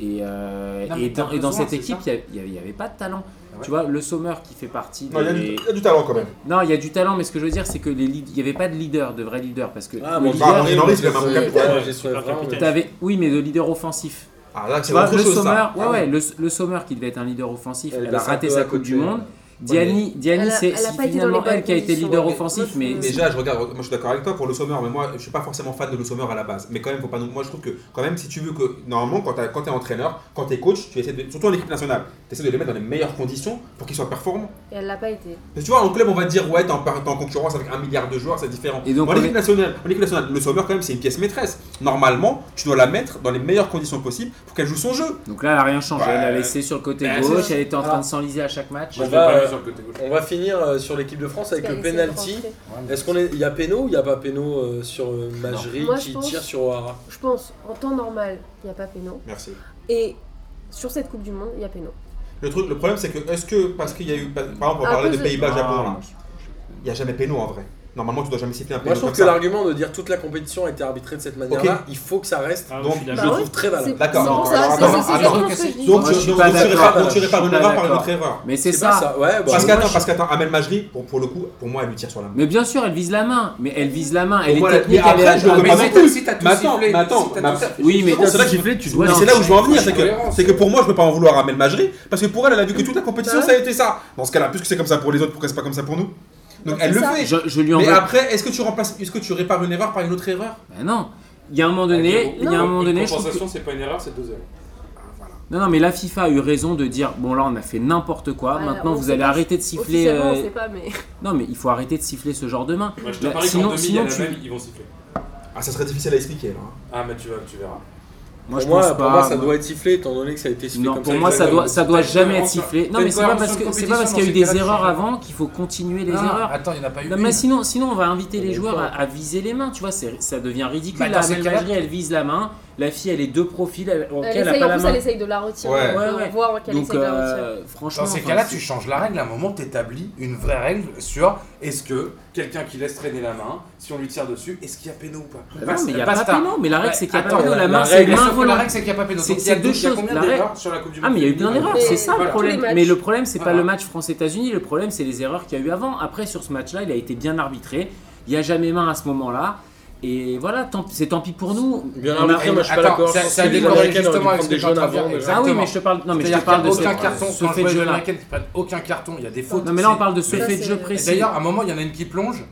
Speaker 7: Et, euh,
Speaker 5: Non, mais
Speaker 7: et,
Speaker 5: t'as
Speaker 7: dans, et dans
Speaker 5: besoin,
Speaker 7: cette
Speaker 5: c'est
Speaker 7: équipe, il n'y avait, pas de talent.
Speaker 5: Ah ouais.
Speaker 7: Tu vois, le Sommer qui fait partie.
Speaker 2: Non, il y a
Speaker 7: des-
Speaker 2: du- il y a du talent quand même.
Speaker 7: Non, il y a du talent, mais ce que je veux dire, c'est que les lead- il n'y avait pas de leader, de vrai leader, parce que
Speaker 1: Ah,
Speaker 7: le
Speaker 1: mon
Speaker 2: Dieu,
Speaker 7: leader,
Speaker 2: Henry, Henry, c'est quand même un
Speaker 1: Ouais,
Speaker 2: capitaine.
Speaker 1: j'ai souhaité
Speaker 6: Super
Speaker 1: vraiment-
Speaker 6: capitaine.
Speaker 7: t'avais- oui, mais de leader offensif.
Speaker 2: Ah là,
Speaker 7: Tu
Speaker 2: c'est
Speaker 7: vois,
Speaker 2: autre
Speaker 7: le
Speaker 2: chose.
Speaker 7: Sommer,
Speaker 2: ça. Ah
Speaker 7: ouais, ouais, le, le Sommer qui devait être un leader offensif,
Speaker 1: Elle
Speaker 7: elle, a
Speaker 1: passe un
Speaker 7: raté
Speaker 1: peu à
Speaker 7: sa Coupe
Speaker 1: côté,
Speaker 7: du
Speaker 1: ouais.
Speaker 7: Monde.
Speaker 1: Ouais,
Speaker 7: Diani, Diani,
Speaker 4: Elle a-
Speaker 7: c'est
Speaker 4: elle a
Speaker 7: c'est
Speaker 4: pas été dans les
Speaker 7: finalement
Speaker 4: bonnes
Speaker 7: elle qui a été
Speaker 4: conditions,
Speaker 7: leader
Speaker 4: ouais.
Speaker 7: offensif,
Speaker 4: Moi,
Speaker 7: mais
Speaker 4: je-
Speaker 2: Déjà, je regarde, moi je suis d'accord avec toi pour le Sommer, mais moi je suis pas forcément fan de le Sommer à la base. Mais quand même, faut pas nous- moi je trouve que quand même, si tu veux que normalement, quand t'as- quand t'es entraîneur, quand t'es coach, tu essaies de, surtout en équipe nationale, t'essaies de les mettre dans les meilleures conditions pour qu'ils soient performants.
Speaker 4: et elle l'a pas été
Speaker 2: Parce que tu vois, en club, on va dire ouais, t'es en, par- t'es en concurrence avec un milliard de joueurs, c'est différent.
Speaker 7: Et donc,
Speaker 2: en
Speaker 7: on
Speaker 2: équipe
Speaker 7: est-
Speaker 2: nationale, en équipe nationale, le Sommer quand même, c'est une pièce maîtresse. Normalement, tu dois la mettre dans les meilleures conditions possibles pour qu'elle joue son jeu.
Speaker 7: donc là, elle a rien changé. Elle l'a
Speaker 5: Ouais.
Speaker 7: laissé sur le côté
Speaker 5: Bah,
Speaker 7: gauche,
Speaker 5: c'est-
Speaker 7: elle était en train
Speaker 5: Ah.
Speaker 7: de s'enliser à chaque match.
Speaker 5: Moi, je
Speaker 1: On
Speaker 5: l'ai
Speaker 1: va,
Speaker 5: pas
Speaker 1: euh,
Speaker 5: vu sur le côté gauche.
Speaker 1: On va finir euh, sur l'équipe de France avec
Speaker 4: Parce
Speaker 1: le
Speaker 4: qu'elle essaie de
Speaker 1: penalty.
Speaker 4: rentrer.
Speaker 1: Est-ce qu'on est, il y a péno ou il y a pas péno euh, sur euh, Majri
Speaker 4: Non. Moi, je
Speaker 1: qui
Speaker 4: pense-
Speaker 1: tire sur O'Hara
Speaker 4: je pense en temps normal il y a pas péno
Speaker 2: Merci.
Speaker 4: et sur cette coupe du monde il y a péno
Speaker 2: Le truc, le problème, c'est que est-ce que parce qu'il y a eu, par exemple, on
Speaker 4: Ah,
Speaker 2: parlait de
Speaker 4: cause de-
Speaker 2: Pays-Bas, Japon, là,
Speaker 7: Ah,
Speaker 2: il y a jamais péno en vrai. Normalement, tu dois jamais siffler un
Speaker 1: Moi,
Speaker 2: péno
Speaker 1: je trouve
Speaker 2: comme
Speaker 1: que
Speaker 2: ça.
Speaker 1: l'argument de dire toute la compétition a été arbitrée de cette manière-là, il faut que ça reste.
Speaker 6: Ah,
Speaker 2: Donc,
Speaker 6: je suis
Speaker 2: je
Speaker 1: je
Speaker 4: Bah
Speaker 1: le
Speaker 6: d'accord.
Speaker 4: ouais.
Speaker 1: trouve très
Speaker 4: c'est
Speaker 1: valable.
Speaker 2: D'accord,
Speaker 4: c'est pour
Speaker 2: alors,
Speaker 4: ça c'est-
Speaker 2: attends,
Speaker 4: c'est c'est
Speaker 2: alors,
Speaker 4: exactement ce que je dis
Speaker 2: Donc,
Speaker 7: Moi,
Speaker 2: tu,
Speaker 7: je suis
Speaker 2: donc,
Speaker 7: pas
Speaker 2: donc tu
Speaker 7: d'accord.
Speaker 2: répares- donc tu
Speaker 7: Je suis
Speaker 2: répares une
Speaker 7: pas
Speaker 2: erreur par une
Speaker 7: d'accord. Bah,
Speaker 2: autre erreur.
Speaker 7: Mais c'est
Speaker 1: C'est pas
Speaker 7: ça.
Speaker 1: ça. Ouais, bah,
Speaker 2: Parce
Speaker 1: moi,
Speaker 2: qu'attends,
Speaker 1: je-
Speaker 2: parce qu'attends, Amel Majri, pour, pour le coup, pour moi, elle lui tire sur la main.
Speaker 7: Mais bien sûr, elle vise la main, mais elle vise la main. Elle
Speaker 2: moi,
Speaker 7: est
Speaker 2: la-
Speaker 7: technique,
Speaker 2: mais
Speaker 7: elle est
Speaker 2: après, je le
Speaker 7: ah,
Speaker 2: remets
Speaker 7: mais
Speaker 2: pas
Speaker 7: c'est-
Speaker 2: sur-
Speaker 5: attends, si t'as tout
Speaker 2: Mais attends,
Speaker 5: sifflé,
Speaker 2: mais attends,
Speaker 5: si t'as
Speaker 2: ma-
Speaker 5: tout ça-
Speaker 7: Oui, mais
Speaker 2: C'est ça qui-
Speaker 7: sifflé, tu
Speaker 2: Mais
Speaker 7: dois.
Speaker 2: c'est là où je veux en venir, c'est que,
Speaker 5: cohérence.
Speaker 2: c'est que pour moi, je peux pas en vouloir à Amel Majri, parce que pour elle, elle a vu que toute la compétition, ça a été ça. Dans ce cas-là, puisque c'est comme ça pour les autres, pourquoi c'est pas comme ça pour nous Donc
Speaker 4: Donc,
Speaker 2: elle
Speaker 4: c'est
Speaker 2: le
Speaker 4: ça.
Speaker 2: fait.
Speaker 7: Je, je lui en
Speaker 2: Mais
Speaker 7: veux.
Speaker 2: après, est-ce que tu remplaces, est-ce que tu répares une erreur par une autre erreur
Speaker 7: Bah non. Il y a un moment donné, il y a un moment donné,
Speaker 5: Ah, Une
Speaker 7: je trouve que-
Speaker 5: compensation, c'est pas une erreur, c'est deux erreurs.
Speaker 7: Non, non, mais la FIFA a eu raison de dire bon là on a fait n'importe quoi.
Speaker 4: Voilà,
Speaker 7: Maintenant
Speaker 4: on
Speaker 7: vous
Speaker 4: sait
Speaker 7: allez
Speaker 4: pas.
Speaker 7: arrêter de siffler.
Speaker 4: officiellement on
Speaker 7: euh,
Speaker 4: sait pas mais
Speaker 7: Non, mais il faut arrêter de siffler ce genre de main.
Speaker 5: Moi, je te
Speaker 7: Bah,
Speaker 5: parie
Speaker 7: sinon-
Speaker 5: qu'en demi, il y
Speaker 7: sinon,
Speaker 5: a la
Speaker 7: tu-
Speaker 5: même, ils vont siffler.
Speaker 2: Ah, ça serait difficile à expliquer. là, hein.
Speaker 5: Ah, mais tu vas, tu verras.
Speaker 7: Moi je
Speaker 1: pour, moi,
Speaker 7: pense
Speaker 1: pour
Speaker 7: pas.
Speaker 1: moi, ça
Speaker 7: moi.
Speaker 1: doit être sifflé étant donné que ça a été sifflé
Speaker 7: Non,
Speaker 1: comme
Speaker 7: pour
Speaker 1: ça.
Speaker 7: moi ça doit, ça doit
Speaker 5: T'as une
Speaker 7: jamais être
Speaker 5: cohérence,
Speaker 7: sifflé.
Speaker 5: t'as
Speaker 7: Non,
Speaker 5: une
Speaker 7: mais c'est pas
Speaker 5: cohérence
Speaker 7: parce
Speaker 5: sur
Speaker 7: que
Speaker 5: une
Speaker 7: c'est pas parce qu'il y a eu
Speaker 5: compétition,
Speaker 7: des
Speaker 5: dans ces
Speaker 7: erreurs
Speaker 5: cas-là,
Speaker 7: avant qu'il faut continuer les
Speaker 5: Non,
Speaker 8: Ah,
Speaker 7: erreurs.
Speaker 5: Attends, il n'y en a pas eu.
Speaker 7: Non,
Speaker 5: une.
Speaker 7: mais sinon, sinon on va inviter
Speaker 1: Il y en a
Speaker 7: les joueurs
Speaker 1: pas.
Speaker 7: à, à viser les mains, tu vois, c'est- ça devient ridicule.
Speaker 5: Bah, dans
Speaker 7: la
Speaker 5: ces
Speaker 7: Amel
Speaker 5: cas-là-
Speaker 7: Majri, elle vise la main, la fille elle est deux profils, elle, ok,
Speaker 4: elle
Speaker 7: elle a
Speaker 4: Euh, essaye
Speaker 7: pas
Speaker 4: en
Speaker 7: la
Speaker 4: plus elle
Speaker 7: main.
Speaker 4: essaye de la retirer
Speaker 2: Ouais.
Speaker 4: on
Speaker 7: Ouais, ouais.
Speaker 4: peut voir qu'elle
Speaker 7: Donc
Speaker 4: essaye de la retirer
Speaker 7: euh, franchement,
Speaker 8: Dans ces
Speaker 7: enfin,
Speaker 8: cas-là,
Speaker 7: c'est-
Speaker 8: tu changes la règle. À un moment, tu établis une vraie règle sur
Speaker 5: Est-ce que quelqu'un qui laisse traîner la main, si on lui tire dessus, est-ce qu'il y a péno ou pas
Speaker 7: Bah Non, mais il n'y a pas
Speaker 8: basta.
Speaker 7: péno, mais la règle
Speaker 8: Ouais,
Speaker 7: c'est qu'il n'y a pas
Speaker 8: attends,
Speaker 7: péno,
Speaker 1: la-
Speaker 7: la
Speaker 1: la
Speaker 7: main c'est
Speaker 1: règle,
Speaker 7: une main
Speaker 8: Sauf que la
Speaker 7: volante.
Speaker 8: règle, c'est qu'il n'y a pas péno.
Speaker 7: C'est-
Speaker 8: Donc, il y
Speaker 7: c'est
Speaker 8: a
Speaker 7: deux
Speaker 8: il y a
Speaker 7: choses.
Speaker 8: combien
Speaker 7: La
Speaker 5: d'erreurs
Speaker 7: règle-
Speaker 5: sur la Coupe du
Speaker 7: Ah
Speaker 5: Monde
Speaker 7: mais il y a eu plein
Speaker 5: féminine
Speaker 7: d'erreurs,
Speaker 4: Mais
Speaker 7: c'est ça
Speaker 4: tous
Speaker 7: le
Speaker 4: les
Speaker 7: problème.
Speaker 4: matchs.
Speaker 7: Mais le problème c'est pas
Speaker 5: Voilà.
Speaker 7: le match France-États-Unis, le problème c'est les erreurs qu'il y a eu avant. Après sur ce match-là, il a été bien arbitré, il n'y a jamais main à ce moment-là. Et voilà, tant- c'est tant pis pour nous.
Speaker 1: Bien
Speaker 7: On a-
Speaker 1: arbitré, moi je suis pas
Speaker 8: Attends,
Speaker 1: d'accord.
Speaker 8: ça-
Speaker 1: Je pense
Speaker 8: ça
Speaker 1: que
Speaker 8: a
Speaker 1: les
Speaker 8: décorrélé
Speaker 1: Américains auraient dû
Speaker 8: justement avec
Speaker 1: prendre
Speaker 8: ce
Speaker 1: des
Speaker 8: que j'étais
Speaker 1: jeunes
Speaker 8: en train de
Speaker 1: avant.
Speaker 8: dire.
Speaker 1: déjà.
Speaker 7: Ah oui,
Speaker 8: Exactement.
Speaker 7: mais je te parle, non, mais je
Speaker 8: C'est-à-dire
Speaker 7: te parle
Speaker 8: qu'il
Speaker 7: de
Speaker 8: y a
Speaker 7: ce,
Speaker 8: aucun carton
Speaker 7: ce
Speaker 8: sur le
Speaker 7: fait de
Speaker 8: joueur
Speaker 7: jeu-là.
Speaker 8: américain qui prennent aucun carton. Il y a des fautes.
Speaker 7: Non, mais là on
Speaker 8: c'est-
Speaker 7: parle de ce
Speaker 4: Ça,
Speaker 7: fait de
Speaker 4: c'est-
Speaker 7: jeu
Speaker 4: Et
Speaker 8: Et
Speaker 7: précis.
Speaker 8: D'ailleurs, à un moment, il y en a une qui plonge et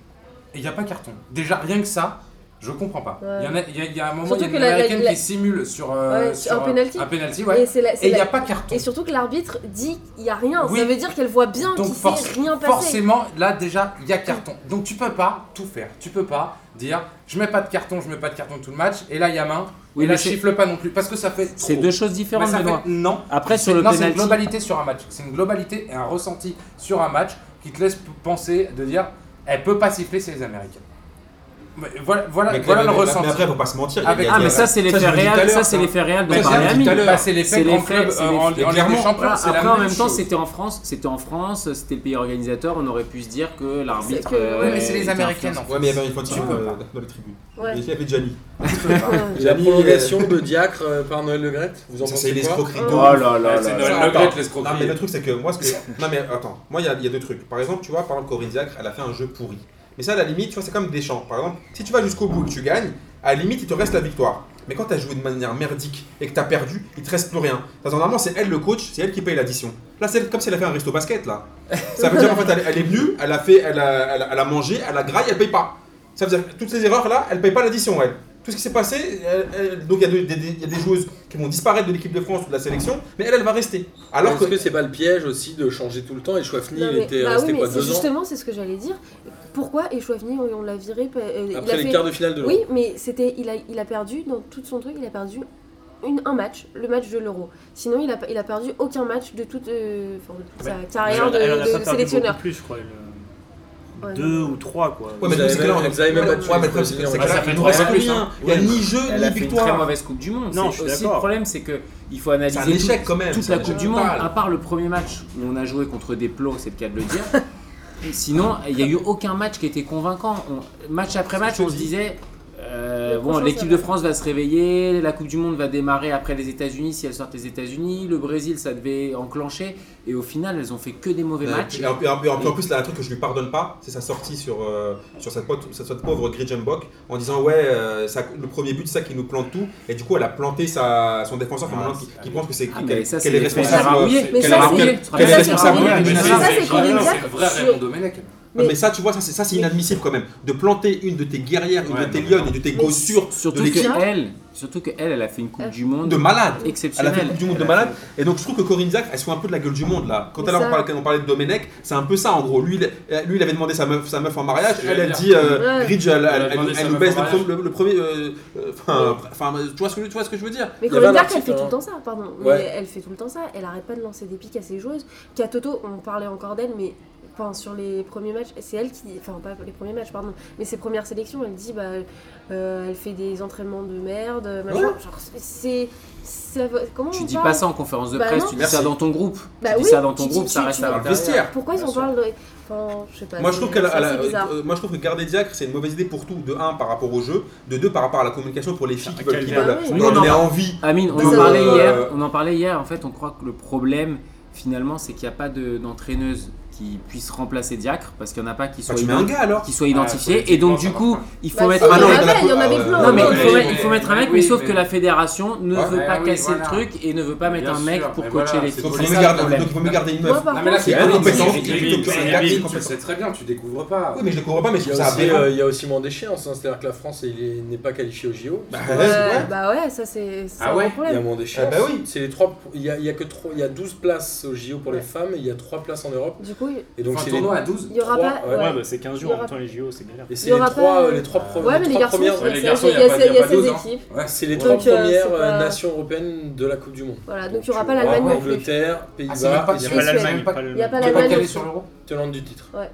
Speaker 8: il n'y a pas carton. Déjà, rien que ça,
Speaker 5: Je comprends pas.
Speaker 4: Ouais.
Speaker 5: Il y en a- il y, a- il y a un moment, il
Speaker 4: Surtout
Speaker 5: y a
Speaker 4: que
Speaker 5: une
Speaker 4: la- la-
Speaker 5: américaine
Speaker 4: la-
Speaker 5: qui simule sur, euh,
Speaker 4: Ouais,
Speaker 5: sur
Speaker 4: un penalty.
Speaker 5: un penalty, ouais.
Speaker 4: Et, c'est la- c'est
Speaker 5: Et il n'y
Speaker 4: la-
Speaker 5: a pas carton.
Speaker 4: et surtout que l'arbitre dit qu'il n'y a rien.
Speaker 5: Oui.
Speaker 4: Ça veut dire qu'elle voit bien
Speaker 5: Donc
Speaker 4: qu'il
Speaker 5: force-
Speaker 4: s'est rien passé.
Speaker 5: Forcément, là déjà, il y a carton. Donc tu peux pas tout faire. Tu peux pas dire je mets pas de carton, je mets pas de carton tout le match. Et là, il y a main.
Speaker 7: Oui,
Speaker 5: et là,
Speaker 7: mais
Speaker 5: je
Speaker 7: c'est-
Speaker 5: siffle pas non plus. Parce que ça fait.
Speaker 7: C'est
Speaker 5: trop.
Speaker 7: deux choses
Speaker 5: Mais
Speaker 7: différentes,
Speaker 5: ça
Speaker 7: Benoît.
Speaker 5: fait- Non.
Speaker 7: Après, sur
Speaker 5: C'est-
Speaker 7: le
Speaker 5: non, c'est une
Speaker 7: penalty,
Speaker 5: globalité sur un match. C'est une globalité et un ressenti sur un match qui te laisse p- penser de dire elle peut pas siffler, c'est les Américains. Mais Voilà, voilà,
Speaker 2: Mais
Speaker 5: voilà le
Speaker 2: mais- mais
Speaker 5: ressenti.
Speaker 2: après, faut pas se mentir. il y a-
Speaker 5: Avec-
Speaker 2: il y a-
Speaker 7: Ah, mais ça, c'est l'effet
Speaker 2: je l'ai dit tout à
Speaker 7: réel, ça,
Speaker 2: l'heure,
Speaker 7: c'est l'effet réel de
Speaker 5: Mais c'est
Speaker 7: Miami.
Speaker 5: tout à l'heure. Bah, c'est
Speaker 7: C'est
Speaker 5: l'effet qu'en
Speaker 7: l'effet,
Speaker 5: club,
Speaker 7: c'est
Speaker 5: euh, en- en Ligue
Speaker 2: l'effet.
Speaker 5: des
Speaker 2: Clairement.
Speaker 5: Champions,
Speaker 7: Voilà,
Speaker 5: c'est la
Speaker 7: après, en
Speaker 5: même
Speaker 7: même temps,
Speaker 5: chose.
Speaker 7: c'était en France, c'était en France, c'était le pays organisateur, on aurait pu se dire que l'arbitre.
Speaker 4: C'est que-
Speaker 7: euh,
Speaker 4: Ouais,
Speaker 5: mais c'est les
Speaker 7: était
Speaker 5: Américaines,
Speaker 7: influencé.
Speaker 2: Ouais, mais il y avait une fois de
Speaker 7: Tu
Speaker 2: tir,
Speaker 7: peux
Speaker 2: euh, dans les tribunes.
Speaker 4: Ouais.
Speaker 2: Et il y avait Gianni.
Speaker 4: Ouais.
Speaker 1: La
Speaker 2: Gianni,
Speaker 7: euh,
Speaker 1: prolongation de Diacre euh, par Noël Le Gret, vous en
Speaker 2: euh, ça, C'est
Speaker 1: pensez quoi
Speaker 2: l'escroquerie
Speaker 4: Oh
Speaker 2: de
Speaker 4: là
Speaker 2: ouf.
Speaker 7: là là
Speaker 5: C'est
Speaker 7: là.
Speaker 5: Noël
Speaker 2: là.
Speaker 5: Le Gret,
Speaker 2: Non, mais
Speaker 5: l'escroquerie.
Speaker 2: le truc, c'est que moi, ce que. non, mais attends, moi, il y, a- il y a deux trucs. Par exemple, tu vois, par exemple, Corinne Diacre, elle a fait un jeu pourri. Mais ça, à la limite, tu vois, c'est comme Deschamps. Par exemple, si tu vas jusqu'au bout et que tu gagnes, à la limite, il te reste la victoire. Mais quand tu as joué de manière merdique et que tu as perdu, il te reste plus rien. Parce que normalement, c'est elle le coach, c'est elle qui paye l'addition. Là, c'est comme si elle a fait un resto basket, là. Ça veut dire, en fait, elle, elle est venue, elle a, fait, elle, a, elle a- elle a mangé, elle a graille, elle paye pas. Ça veut dire que toutes ces erreurs-là, elle paye pas l'addition, elle. Tout ce qui s'est passé, elle- elle- donc il y, a de- des- des- il y a des joueuses qui vont disparaître de l'équipe de France ou de la sélection, mais elle, elle va rester. Alors
Speaker 1: Est-ce
Speaker 2: que
Speaker 1: que c'est pas le piège aussi de changer tout le temps Et Chouafny,
Speaker 4: Non,
Speaker 1: il
Speaker 4: mais-
Speaker 1: était
Speaker 4: bah
Speaker 1: resté
Speaker 4: oui, mais
Speaker 1: quoi,
Speaker 4: c'est
Speaker 1: deux ans
Speaker 4: justement, c'est ce que j'allais dire. Pourquoi Echouafni, on on l'a viré pa- euh, il a
Speaker 1: Après les
Speaker 4: fait-
Speaker 1: quarts de finale de l'Euro.
Speaker 4: Oui, mais c'était, il a, il a perdu dans tout son truc, il a perdu une, un match, le match de l'Euro. Sinon, il a, il a perdu aucun match de toute, euh, enfin, de toute sa carrière de,
Speaker 6: Elle en a
Speaker 4: de
Speaker 6: pas perdu
Speaker 4: sélectionneur.
Speaker 6: beaucoup plus, je crois. elle, euh,
Speaker 4: Ouais,
Speaker 6: Deux ou trois, quoi.
Speaker 2: Ouais,
Speaker 1: Vous
Speaker 2: mais le
Speaker 1: avez
Speaker 2: truc, c'est que là,
Speaker 1: même-
Speaker 2: on est-
Speaker 1: vous avez même
Speaker 4: Ouais,
Speaker 1: battu
Speaker 2: Ouais, mais
Speaker 1: les
Speaker 2: le problème, c'est que
Speaker 1: Brésiliens.
Speaker 2: c'est que
Speaker 7: Ouais,
Speaker 2: là,
Speaker 7: ça fait
Speaker 2: il nous
Speaker 7: trois
Speaker 2: reste
Speaker 7: fois
Speaker 2: plus
Speaker 7: plus,
Speaker 2: rien.
Speaker 7: hein.
Speaker 2: Il n'y a ni jeu,
Speaker 7: Elle
Speaker 2: ni
Speaker 7: a fait une très
Speaker 2: victoire.
Speaker 7: mauvaise Coupe du Monde.
Speaker 6: Non,
Speaker 7: C'est
Speaker 6: je suis
Speaker 7: aussi
Speaker 6: d'accord.
Speaker 7: le problème, c'est que il faut
Speaker 2: C'est
Speaker 7: analyser
Speaker 2: un
Speaker 7: tout-
Speaker 2: échec quand même.
Speaker 7: toute
Speaker 2: c'est un
Speaker 7: la Coupe
Speaker 2: échec
Speaker 7: du Monde,
Speaker 2: total.
Speaker 7: à part le premier match où on a joué contre des plots, c'est le cas de le dire. Sinon, il n'y a eu aucun match qui était convaincant. On- match après match, on se disait euh,
Speaker 4: Le
Speaker 7: bon,
Speaker 4: prochain,
Speaker 7: l'équipe
Speaker 4: ça
Speaker 7: de
Speaker 4: va.
Speaker 7: France va se réveiller, la Coupe du Monde va démarrer après les États-Unis si elles sortent les États-Unis, le Brésil ça devait enclencher, et au final elles ont fait que des mauvais
Speaker 2: Ouais,
Speaker 7: matchs.
Speaker 2: Et en, et en- et en- en plus, là, un truc que je lui pardonne pas, c'est sa sortie sur, euh, sur cette, pote- sur cette pauvre Grijenbok en disant Ouais, euh, ça- le premier but, c'est ça qui nous plante tout. Et du coup, elle a planté sa, son défenseur féminin qui, qui pense que c'est
Speaker 7: Ah,
Speaker 2: qu'elle-
Speaker 7: mais ça, c'est Ah
Speaker 2: qu'elle est
Speaker 7: les
Speaker 2: responsable.
Speaker 7: Ferrari.
Speaker 2: euh,
Speaker 4: Mais
Speaker 2: qu'elle
Speaker 4: ça,
Speaker 2: est-
Speaker 4: c'est-
Speaker 2: qu'elle-
Speaker 7: ça,
Speaker 2: qu'elle
Speaker 4: c'est
Speaker 2: est responsable.
Speaker 4: Ferrari.
Speaker 2: Ouais, mais
Speaker 4: Mais
Speaker 2: c'est-
Speaker 4: ça,
Speaker 2: c'est-
Speaker 4: c'est Colin
Speaker 5: C'est
Speaker 4: Jack.
Speaker 5: le vrai
Speaker 4: Je-
Speaker 5: Raymond Domenech.
Speaker 2: Non,
Speaker 4: Mais-
Speaker 2: mais ça, tu vois, ça, c'est, ça, c'est inadmissible quand même. De planter une de tes guerrières, une
Speaker 5: Ouais,
Speaker 2: de tes
Speaker 5: mais
Speaker 2: lionnes, une de tes
Speaker 4: Mais
Speaker 2: gossures de
Speaker 7: Surtout que,
Speaker 2: l'équipe
Speaker 7: elle, surtout que elle, elle a fait une Coupe
Speaker 4: Elle-
Speaker 7: du Monde
Speaker 2: de malade. Elle a
Speaker 7: exceptionnelle.
Speaker 2: fait une Coupe du Monde de
Speaker 7: Elle a
Speaker 2: malade. Et donc je trouve que Corinne Zach, elle se fout un peu de la gueule du monde là. Quand
Speaker 4: Mais
Speaker 2: elle
Speaker 4: ça-
Speaker 2: on, parlait, quand on parlait de Domenech, c'est un peu ça en gros. Lui, il, euh, lui, il avait demandé sa meuf, sa meuf en mariage.
Speaker 5: C'est
Speaker 2: Elle a
Speaker 5: bien.
Speaker 2: dit euh,
Speaker 4: Ouais.
Speaker 2: Ridge, elle,
Speaker 5: a
Speaker 2: elle- elle-
Speaker 5: demandé
Speaker 2: elle
Speaker 5: sa
Speaker 2: nous
Speaker 5: meuf
Speaker 2: baisse
Speaker 5: en
Speaker 2: le,
Speaker 5: mariage.
Speaker 2: premier- le premier. euh, euh, Enfin, enfin, tu, vois ce que, tu vois ce que je veux dire
Speaker 4: Mais
Speaker 1: Il y avait
Speaker 4: Colin
Speaker 1: un
Speaker 4: Jack, elle
Speaker 1: article,
Speaker 4: fait tout
Speaker 1: hein.
Speaker 4: le temps ça, pardon. Mais
Speaker 1: Ouais.
Speaker 4: elle fait tout le temps ça. Elle arrête pas de lancer des pics à ses joueuses. Katoto, on parlait encore d'elle, mais enfin, sur les premiers matchs, c'est elle qui. Enfin, pas les premiers matchs, pardon. Mais ses premières sélections, elle dit, bah, euh, elle fait des entraînements de merde, machin.
Speaker 2: Ouais.
Speaker 4: Genre, c'est. ça va- Comment
Speaker 7: Tu
Speaker 4: on
Speaker 7: dis
Speaker 4: parle
Speaker 7: pas ça en conférence de
Speaker 4: Bah
Speaker 7: presse,
Speaker 4: non.
Speaker 7: tu dis
Speaker 2: Merci.
Speaker 7: ça dans ton groupe.
Speaker 4: Bah
Speaker 7: tu dis
Speaker 4: oui,
Speaker 7: ça dans ton
Speaker 4: tu dis-
Speaker 7: groupe,
Speaker 4: tu-
Speaker 7: ça
Speaker 4: tu-
Speaker 7: reste
Speaker 4: tu-
Speaker 7: à
Speaker 2: Dans le
Speaker 7: l'intérieur.
Speaker 2: vestiaire.
Speaker 4: Pourquoi ils en parlent de- Enfin, je sais pas.
Speaker 2: Moi je
Speaker 4: Bah, c'est-
Speaker 2: trouve qu'elle a-
Speaker 4: ça,
Speaker 2: elle a-
Speaker 4: c'est bizarre.
Speaker 2: euh, moi je trouve que garder Diacre c'est une mauvaise idée pour tout de un par rapport au jeu, de deux par rapport à la communication pour les filles qui veulent qui
Speaker 4: calvaire.
Speaker 2: veulent
Speaker 4: Ah oui.
Speaker 2: qui
Speaker 7: Oui,
Speaker 2: veulent
Speaker 7: on en
Speaker 2: donner
Speaker 7: parle.
Speaker 2: envie.
Speaker 7: Amine, on
Speaker 2: de-
Speaker 7: en parlait
Speaker 2: euh,
Speaker 7: hier. On en parlait hier. En fait, on croit que le problème, finalement, c'est qu'il n'y a pas de- d'entraîneuse qui puisse remplacer Diacre parce qu'il n'y en a pas qui
Speaker 2: Enfin,
Speaker 7: soit,
Speaker 2: Bah, tu mets un
Speaker 7: ident-
Speaker 2: gars alors
Speaker 7: qui soit
Speaker 5: Ah,
Speaker 7: identifié.
Speaker 5: politiquement,
Speaker 7: et donc,
Speaker 5: ça
Speaker 7: du
Speaker 5: va
Speaker 7: coup,
Speaker 5: pas.
Speaker 7: il faut
Speaker 4: Bah,
Speaker 7: mettre
Speaker 4: si,
Speaker 7: un
Speaker 4: il y en
Speaker 2: non,
Speaker 7: mec.
Speaker 2: mais-
Speaker 4: avait, il y en
Speaker 2: Ah,
Speaker 4: avait
Speaker 2: ouais.
Speaker 4: plein.
Speaker 7: Non, mais
Speaker 4: plein
Speaker 7: il
Speaker 4: de
Speaker 7: faut,
Speaker 4: gens.
Speaker 7: mettre- il faut mettre un mec,
Speaker 5: mais-
Speaker 7: mais,
Speaker 5: oui,
Speaker 7: sauf
Speaker 5: mais-
Speaker 7: que la fédération ne
Speaker 2: Ouais.
Speaker 7: veut pas
Speaker 5: Ouais, oui,
Speaker 7: casser
Speaker 5: voilà.
Speaker 7: le truc et ne veut pas mettre
Speaker 5: Bien
Speaker 7: un mec
Speaker 5: sûr,
Speaker 7: pour
Speaker 5: mais
Speaker 7: coacher
Speaker 5: voilà,
Speaker 7: les
Speaker 5: c'est
Speaker 7: filles.
Speaker 2: Donc
Speaker 5: pour
Speaker 2: il faut
Speaker 7: C'est ça
Speaker 2: mieux
Speaker 7: le
Speaker 2: garder-
Speaker 7: problème.
Speaker 2: donc, il faut mieux garder une
Speaker 4: Moi,
Speaker 2: meuf.
Speaker 4: par
Speaker 5: Non, mais là,
Speaker 4: contre, euh,
Speaker 5: c'est
Speaker 1: C'est
Speaker 5: incompétent.
Speaker 2: incompétent.
Speaker 5: C'est
Speaker 2: C'est
Speaker 5: Gabi, tu
Speaker 2: incompétent.
Speaker 5: le sais très bien, tu découvres pas.
Speaker 2: Oui mais je le comprends pas mais je
Speaker 1: Il y,
Speaker 2: trouve
Speaker 1: a
Speaker 2: ça
Speaker 1: aussi, euh,
Speaker 2: aberrant.
Speaker 1: il y a aussi moins d'échéances, hein. c'est-à-dire que la France il- n'est pas qualifiée au JO.
Speaker 2: Bah,
Speaker 1: Il
Speaker 2: ouais,
Speaker 4: euh,
Speaker 2: ouais.
Speaker 4: Bah ouais, ça c'est c'est
Speaker 5: Ah ouais,
Speaker 4: un vrai
Speaker 1: y a
Speaker 4: problème.
Speaker 1: moins d'échéances.
Speaker 2: Ah bah oui.
Speaker 1: C'est les trois. Il y a, il y a que trois. Il y a 12 places au JO pour les
Speaker 4: Ouais.
Speaker 1: femmes. et Il y a 3 places en Europe.
Speaker 4: Du coup, il
Speaker 1: Et donc
Speaker 5: Enfin,
Speaker 1: c'est les
Speaker 5: tournoi à 12.
Speaker 4: il y aura
Speaker 1: Trois,
Speaker 4: pas.
Speaker 1: ouais.
Speaker 6: Ouais,
Speaker 4: ouais.
Speaker 6: bah c'est 15 jours en même temps, les JO, c'est galère.
Speaker 1: Et c'est
Speaker 4: Il y
Speaker 1: les
Speaker 4: aura
Speaker 1: trois,
Speaker 4: pas-
Speaker 1: euh, les trois, pro-
Speaker 4: Ouais,
Speaker 1: les
Speaker 4: mais les
Speaker 1: trois
Speaker 4: garçons,
Speaker 1: premières,
Speaker 4: c'est-
Speaker 5: Ouais, les
Speaker 4: c'est-
Speaker 5: garçons,
Speaker 4: il y
Speaker 5: y
Speaker 4: a,
Speaker 5: a pas-
Speaker 4: ces-
Speaker 5: y a
Speaker 4: il y a
Speaker 5: pas
Speaker 4: ces
Speaker 5: deux ans.
Speaker 4: équipes.
Speaker 5: Ouais.
Speaker 1: c'est les
Speaker 4: Donc,
Speaker 1: trois
Speaker 4: euh, c'est
Speaker 1: premières euh,
Speaker 4: pas-
Speaker 1: nations européennes de la Coupe du Monde.
Speaker 4: Voilà, donc il y aura
Speaker 1: tu
Speaker 4: pas
Speaker 1: auras
Speaker 4: l'Allemagne non plus.
Speaker 1: Angleterre,
Speaker 5: Ah, c'est même
Speaker 1: Pays-Bas,
Speaker 5: pas
Speaker 1: et il y
Speaker 4: sûr.
Speaker 1: a
Speaker 6: Pas
Speaker 1: la
Speaker 6: l'Allemagne,
Speaker 5: pas-
Speaker 6: pas
Speaker 4: Il y a
Speaker 6: l'Allemagne.
Speaker 4: pas
Speaker 5: T'es pas
Speaker 4: l'Allemagne.
Speaker 5: calé sur l'euro
Speaker 1: tenante du titre.
Speaker 4: Ouais.
Speaker 1: Allemagne,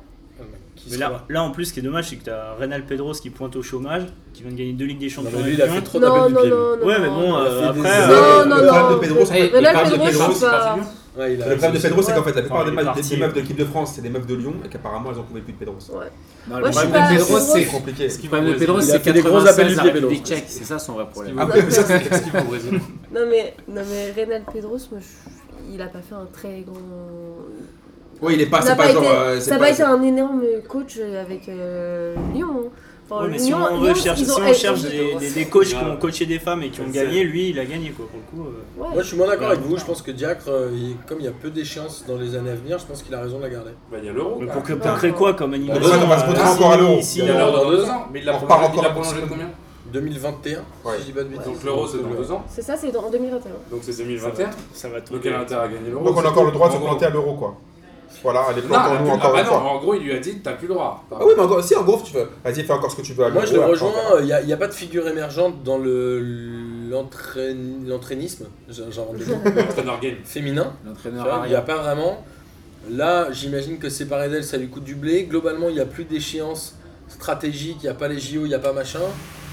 Speaker 1: qui
Speaker 6: Mais
Speaker 1: se
Speaker 6: là,
Speaker 1: croit.
Speaker 6: là, en plus, ce qui est dommage, c'est que t'as Reynal Pedros qui pointe au chômage, qui vient de gagner deux Ligues des
Speaker 1: Non,
Speaker 6: Champions.
Speaker 1: mais Bah, lui
Speaker 6: avec
Speaker 1: il a
Speaker 6: Lyon.
Speaker 1: fait trop
Speaker 4: Non,
Speaker 1: d'appels
Speaker 4: non,
Speaker 1: du pied.
Speaker 4: non, non.
Speaker 6: Ouais, mais bon,
Speaker 1: Il a
Speaker 6: euh,
Speaker 1: fait des
Speaker 6: après.
Speaker 1: années.
Speaker 6: euh,
Speaker 4: Non, non,
Speaker 2: le problème
Speaker 4: non.
Speaker 2: de Pedro, c'est
Speaker 7: Hey,
Speaker 2: que- le
Speaker 4: Ronald
Speaker 2: problème de
Speaker 4: Pedro,
Speaker 2: Pedro,
Speaker 4: je
Speaker 2: c'est
Speaker 4: pense pas.
Speaker 1: Ouais, il a-
Speaker 2: Le problème de Pedro, c'est qu'en fait, la plupart
Speaker 6: Enfin,
Speaker 2: des,
Speaker 6: il est
Speaker 2: meufs-
Speaker 6: parti,
Speaker 2: des meufs de
Speaker 6: ouais.
Speaker 2: l'équipe de France, c'est des meufs de Lyon, et qu'apparemment, elles ont trouvé plus de Pedro.
Speaker 4: Ouais.
Speaker 7: Non,
Speaker 4: Moi,
Speaker 7: Le
Speaker 4: je suis
Speaker 7: problème
Speaker 4: pas
Speaker 7: de
Speaker 4: assez
Speaker 7: Pedro,
Speaker 4: grosse.
Speaker 7: c'est
Speaker 2: C'est compliqué.
Speaker 7: le problème de
Speaker 1: Il
Speaker 7: Pedro,
Speaker 1: a
Speaker 7: c'est
Speaker 1: fait des gros
Speaker 7: 96
Speaker 1: appels du
Speaker 7: la
Speaker 1: pied,
Speaker 7: République
Speaker 1: Pedro.
Speaker 7: tchèque. C'est ça son vrai problème.
Speaker 2: Ah, mais ça, c'est-
Speaker 5: Qu'est-ce qu'il faut au Brésil
Speaker 4: Non mais, non mais Reynald Pedros, moi, je- il a pas fait un très grand.
Speaker 2: Ouais, il est pas,
Speaker 4: Ça n'a
Speaker 2: c'est
Speaker 4: pas,
Speaker 2: pas genre.
Speaker 4: été,
Speaker 2: euh,
Speaker 4: ça
Speaker 2: c'est
Speaker 4: a pas été
Speaker 2: c'est-
Speaker 4: un énorme coach avec euh, Lyon. hein. Enfin,
Speaker 6: Ouais, mais si on,
Speaker 4: Lyon-
Speaker 6: veut
Speaker 4: Lyon,
Speaker 6: chercher-
Speaker 4: ils ont-
Speaker 6: si on
Speaker 4: eh,
Speaker 6: cherche
Speaker 4: ils-
Speaker 6: des, des- des coachs qui
Speaker 5: grave.
Speaker 6: ont coaché des femmes et qui ont
Speaker 5: C'est-
Speaker 6: gagné, lui, il a gagné, quoi, pour le coup. euh.
Speaker 4: ouais.
Speaker 1: Moi, je suis moins d'accord avec vous. Je pense que Diacre, euh, il- comme il y a peu d'échéances dans les années à venir, je pense qu'il a raison de la garder.
Speaker 5: Bah, il y a l'euro.
Speaker 6: Mais
Speaker 5: quand
Speaker 6: pour,
Speaker 5: même.
Speaker 6: que, pour créer quoi comme animation
Speaker 2: Bah, on va se
Speaker 6: euh,
Speaker 2: retrouver
Speaker 6: si-
Speaker 2: encore à l'Euro.
Speaker 6: si-
Speaker 5: Il y a l'euro dans deux ans. Mais il l'a
Speaker 2: On repart
Speaker 5: prolongé- il l'a
Speaker 2: encore
Speaker 5: prolongé de combien
Speaker 1: 2021,
Speaker 2: Ouais.
Speaker 1: si je dis pas de bêtises.
Speaker 5: Donc l'euro, c'est dans deux ans.
Speaker 4: C'est ça, c'est dans- en 2021.
Speaker 5: Donc c'est 2021.
Speaker 6: Ça va
Speaker 5: Donc euh,
Speaker 6: tomber.
Speaker 5: elle a intérêt à gagner l'euro.
Speaker 2: Donc on
Speaker 5: c'est
Speaker 2: a encore
Speaker 5: tout.
Speaker 2: le droit de
Speaker 5: En
Speaker 2: se
Speaker 5: gros.
Speaker 2: planter à l'euro, quoi. Voilà, allez,
Speaker 5: Non, elle a
Speaker 2: plantons-nous
Speaker 5: plus-
Speaker 2: encore
Speaker 5: ah
Speaker 2: une
Speaker 5: bah non,
Speaker 2: fois.
Speaker 5: en gros, il lui a dit t'as plus le droit.
Speaker 2: Ah oui, mais encore, si, en gros, tu veux. Vas-y, fais encore ce que tu veux à l'euro.
Speaker 1: Moi, je le
Speaker 2: après, on verra.
Speaker 1: rejoins. Il n'y a, il y a pas de figure émergente dans le l'entraîn- l'entraînisme, j'ai- j'invente des mots,
Speaker 5: Trainer game.
Speaker 1: féminin. Tu
Speaker 3: L'entraîneur
Speaker 1: vois, Il n'y a
Speaker 3: arrière.
Speaker 1: pas vraiment. Là, j'imagine que séparé d'elle, ça lui coûte du blé. Globalement, il n'y a plus d'échéance stratégique. Il n'y a pas les JO, il n'y a pas machin.